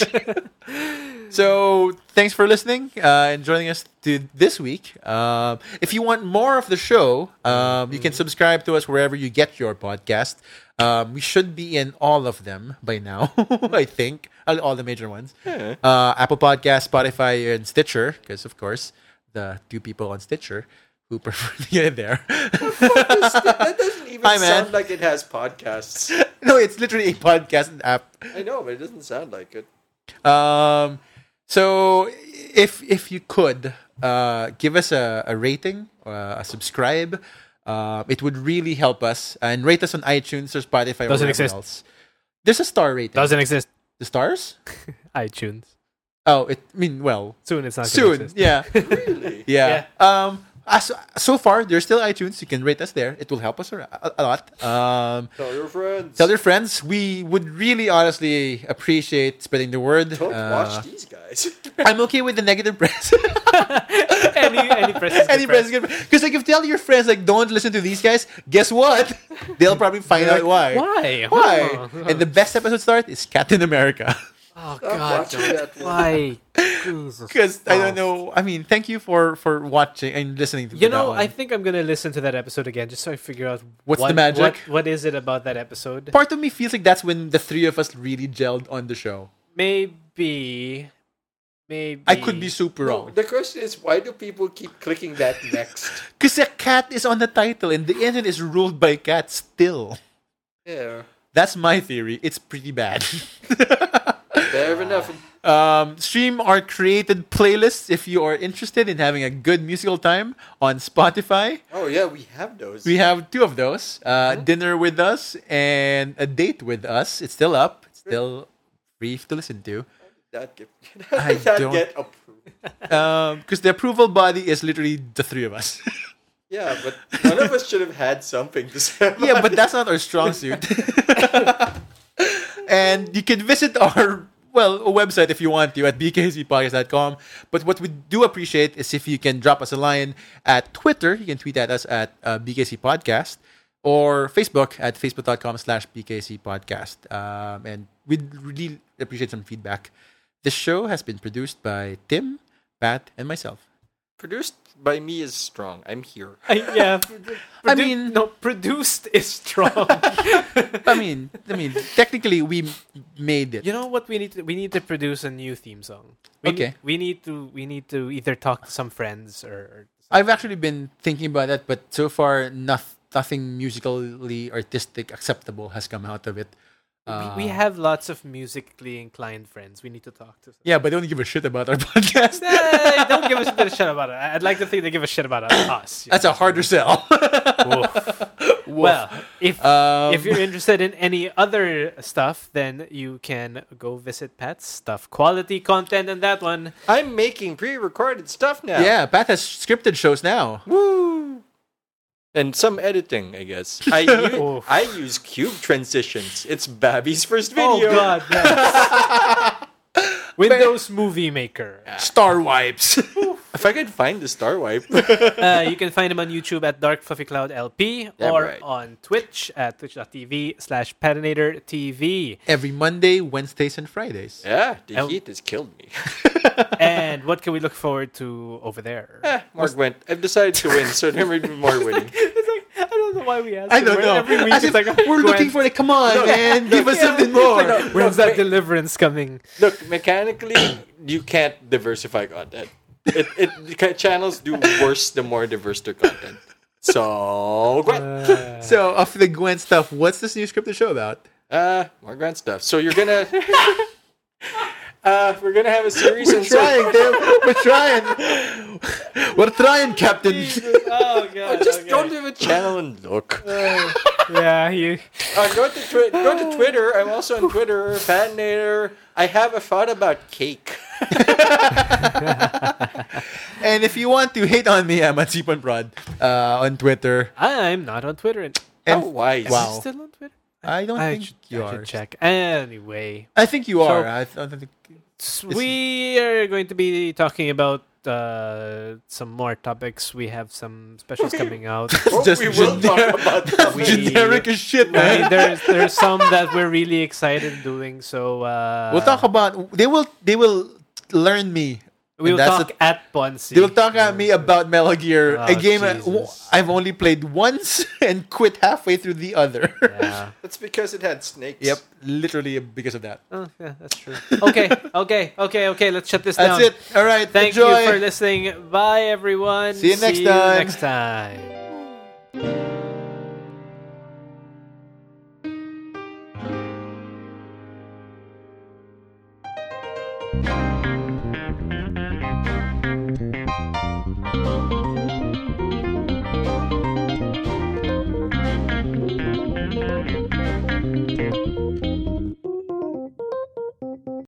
[SPEAKER 2] So, thanks for listening uh, and joining us to this week. Um, if you want more of the show, um, you can subscribe to us wherever you get your podcast. Um, we should be in all of them by now, I think, all, all the major ones: uh, Apple Podcast, Spotify, and Stitcher. Because of course, the two people on Stitcher who prefer to get it there.
[SPEAKER 1] that doesn't even
[SPEAKER 2] Hi, man.
[SPEAKER 1] sound like it has podcasts.
[SPEAKER 2] no, it's literally a podcast app.
[SPEAKER 1] I know, but it doesn't sound like it.
[SPEAKER 2] Um, so if if you could uh, give us a, a rating, uh, a subscribe, uh, it would really help us. And rate us on iTunes or
[SPEAKER 3] Doesn't
[SPEAKER 2] Spotify or wherever
[SPEAKER 3] exist.
[SPEAKER 2] else. There's a star rating.
[SPEAKER 3] Doesn't exist.
[SPEAKER 2] the stars?
[SPEAKER 3] iTunes.
[SPEAKER 2] Oh, it. I mean, well,
[SPEAKER 3] Soon it's not. gonna
[SPEAKER 2] soon.
[SPEAKER 3] Exist.
[SPEAKER 2] Yeah.
[SPEAKER 1] Really?
[SPEAKER 2] yeah, Um, As, so far, there's still iTunes. You can rate us there. It will help us a, a- a lot. Um,
[SPEAKER 1] Tell your friends.
[SPEAKER 2] tell your friends. We would really honestly appreciate spreading the word.
[SPEAKER 1] Don't
[SPEAKER 2] Uh,
[SPEAKER 1] watch these guys.
[SPEAKER 2] I'm okay with the negative press.
[SPEAKER 3] any any press. is
[SPEAKER 2] Any
[SPEAKER 3] good press.
[SPEAKER 2] press Because like if you tell your friends like don't listen to these guys, guess what? They'll probably find out why.
[SPEAKER 3] Why?
[SPEAKER 2] Why?
[SPEAKER 3] Huh.
[SPEAKER 2] and the best episode start is Captain America.
[SPEAKER 3] Oh
[SPEAKER 1] God,
[SPEAKER 3] God!
[SPEAKER 1] watching don't. that one.
[SPEAKER 3] Why? Jesus.
[SPEAKER 2] Because I don't
[SPEAKER 3] Oh.
[SPEAKER 2] know. I mean, thank you for for watching and listening to
[SPEAKER 3] You
[SPEAKER 2] that
[SPEAKER 3] know,
[SPEAKER 2] one.
[SPEAKER 3] I think I'm gonna listen to that episode again just so I figure out
[SPEAKER 2] What's
[SPEAKER 3] what-
[SPEAKER 2] the magic?
[SPEAKER 3] What, what is it about that episode?
[SPEAKER 2] part of me feels like that's when the three of us really gelled on the show.
[SPEAKER 3] Maybe, maybe
[SPEAKER 2] I could be super
[SPEAKER 1] No,
[SPEAKER 2] wrong.
[SPEAKER 1] the question is, why do people keep clicking that next?
[SPEAKER 2] Because a cat is on the title and the internet is ruled by cats still.
[SPEAKER 1] yeah.
[SPEAKER 2] That's my theory. It's pretty bad.
[SPEAKER 1] Fair
[SPEAKER 2] Uh,
[SPEAKER 1] enough.
[SPEAKER 2] Um, stream our created playlists if you are interested in having a good musical time on Spotify.
[SPEAKER 1] Oh yeah, we have those.
[SPEAKER 2] We have two of those: uh, dinner with us and a date with us. It's still up. It's still free to listen to.
[SPEAKER 1] that get,
[SPEAKER 2] I
[SPEAKER 1] that
[SPEAKER 2] don't-
[SPEAKER 1] get approved.
[SPEAKER 2] Because Um, the approval body is literally the three of us.
[SPEAKER 1] Yeah, but none of us should have had something to say. About
[SPEAKER 2] yeah, but
[SPEAKER 1] it.
[SPEAKER 2] that's not our strong suit. and you can visit our well website if you want to at bkcpodcast.com. But what we do appreciate is if you can drop us a line at Twitter. You can tweet at us at uh, bkc podcast or Facebook at facebook.com slash bkc podcast. Um, and we'd really appreciate some feedback. This show has been produced by Tim, Pat, and myself.
[SPEAKER 1] produced by me is strong. I'm here.
[SPEAKER 3] I, yeah,
[SPEAKER 2] I
[SPEAKER 3] I
[SPEAKER 2] mean-
[SPEAKER 3] mean, no, produced is strong.
[SPEAKER 2] I mean, I mean, technically we made it.
[SPEAKER 3] you know what we need? To, we need to produce a new theme song. We
[SPEAKER 2] Okay.
[SPEAKER 3] Need, we need to. We need to either talk to some friends or.
[SPEAKER 2] I've actually been thinking about that, but so far, noth- nothing musically artistic acceptable has come out of it.
[SPEAKER 3] we,
[SPEAKER 2] Ah.
[SPEAKER 3] we have lots of musically inclined friends. We need to talk to. Some.
[SPEAKER 2] Yeah, but they don't give a shit about our podcast.
[SPEAKER 3] Nah, don't give a shit- shit about it. I'd like to think they give a shit about us.
[SPEAKER 2] That's a harder sell.
[SPEAKER 3] Well, if
[SPEAKER 2] Um,
[SPEAKER 3] if you're interested in any other stuff, then you can go visit Pat's stuff. Quality content and that one.
[SPEAKER 1] I'm making pre-recorded stuff now.
[SPEAKER 2] yeah, Pat has scripted shows now.
[SPEAKER 1] Woo. And some editing, I guess. I use,
[SPEAKER 3] Oof.
[SPEAKER 1] I use cube transitions. It's Babby's first video.
[SPEAKER 3] Oh God! yes. Windows Movie Maker.
[SPEAKER 2] Star wipes.
[SPEAKER 1] If I could find the star wipe.
[SPEAKER 3] Uh, you can find him on YouTube at Dark Fluffy Cloud LP
[SPEAKER 1] Damn
[SPEAKER 3] or
[SPEAKER 1] right.
[SPEAKER 3] on Twitch at twitch.tv slash Patinator TV.
[SPEAKER 2] Every Monday, Wednesdays, and Fridays.
[SPEAKER 1] yeah, the
[SPEAKER 3] Oh.
[SPEAKER 1] heat has killed me.
[SPEAKER 3] and what can we look forward to over there?
[SPEAKER 1] Mark went. I've decided to win, so there may be more winning.
[SPEAKER 3] it's like, I don't know why we asked.
[SPEAKER 2] I
[SPEAKER 3] him.
[SPEAKER 2] don't
[SPEAKER 3] We're-
[SPEAKER 2] know.
[SPEAKER 3] Every week
[SPEAKER 2] As
[SPEAKER 3] it's
[SPEAKER 2] if
[SPEAKER 3] like,
[SPEAKER 2] we're
[SPEAKER 3] Gwen,
[SPEAKER 2] looking for it. Come on, man. Give us something more.
[SPEAKER 3] When's that deliverance coming?
[SPEAKER 1] Look, mechanically, you can't diversify content. It, it ca- channels do worse the more diverse their content. So
[SPEAKER 2] Uh,
[SPEAKER 1] Gwen,
[SPEAKER 2] So, off the Gwen stuff, what's this new scripted show about?
[SPEAKER 1] uh, more Gwen stuff. So you're gonna, uh, we're gonna have a series. and
[SPEAKER 2] We're
[SPEAKER 1] so-
[SPEAKER 2] trying, Tim. We're trying. We're trying, Captain.
[SPEAKER 3] Oh
[SPEAKER 1] Uh,
[SPEAKER 3] god!
[SPEAKER 1] Just go to the channel and look.
[SPEAKER 2] Uh,
[SPEAKER 3] Yeah, you.
[SPEAKER 1] Uh, go to twi- go to Twitter. I'm also on Twitter, Fatnator. I have a thought about cake.
[SPEAKER 2] And if you want to hate on me, I'm at Sipon Prod uh, on Twitter.
[SPEAKER 3] I'm not on Twitter. And
[SPEAKER 2] And
[SPEAKER 1] How wise.
[SPEAKER 2] Wow.
[SPEAKER 3] still on Twitter?
[SPEAKER 2] I
[SPEAKER 3] Oh,
[SPEAKER 2] don't
[SPEAKER 3] I
[SPEAKER 2] think
[SPEAKER 3] should,
[SPEAKER 2] you
[SPEAKER 3] I
[SPEAKER 2] are.
[SPEAKER 3] should check. Anyway,
[SPEAKER 2] I think you are.
[SPEAKER 3] So-
[SPEAKER 2] I don't think.
[SPEAKER 3] s- we are going to be talking about uh, some more topics. We have some specials coming out.
[SPEAKER 1] Hope
[SPEAKER 2] Just
[SPEAKER 1] we will
[SPEAKER 2] generic-
[SPEAKER 1] talk about that.
[SPEAKER 3] We-
[SPEAKER 2] Generic as
[SPEAKER 3] I
[SPEAKER 2] shit,
[SPEAKER 3] mean,
[SPEAKER 2] man.
[SPEAKER 3] there's there's some that we're really excited doing. So uh,
[SPEAKER 2] we'll talk about. They will. They will learn me.
[SPEAKER 3] We will
[SPEAKER 2] and that's
[SPEAKER 3] talk
[SPEAKER 2] the-
[SPEAKER 3] at Ponzi.
[SPEAKER 2] They will talk at me about Metal Gear, a
[SPEAKER 3] Oh,
[SPEAKER 2] game I-
[SPEAKER 3] Jesus.
[SPEAKER 2] I've only played once and quit halfway through the other.
[SPEAKER 3] Yeah.
[SPEAKER 1] That's because it had snakes.
[SPEAKER 2] yep, literally because of that.
[SPEAKER 3] Oh, yeah, that's true. Okay, okay, okay, okay. Let's shut this
[SPEAKER 2] That's
[SPEAKER 3] down.
[SPEAKER 2] it. All right.
[SPEAKER 3] Thank
[SPEAKER 2] enjoy.
[SPEAKER 3] you for listening. Bye, everyone.
[SPEAKER 2] See you next time.
[SPEAKER 3] next time.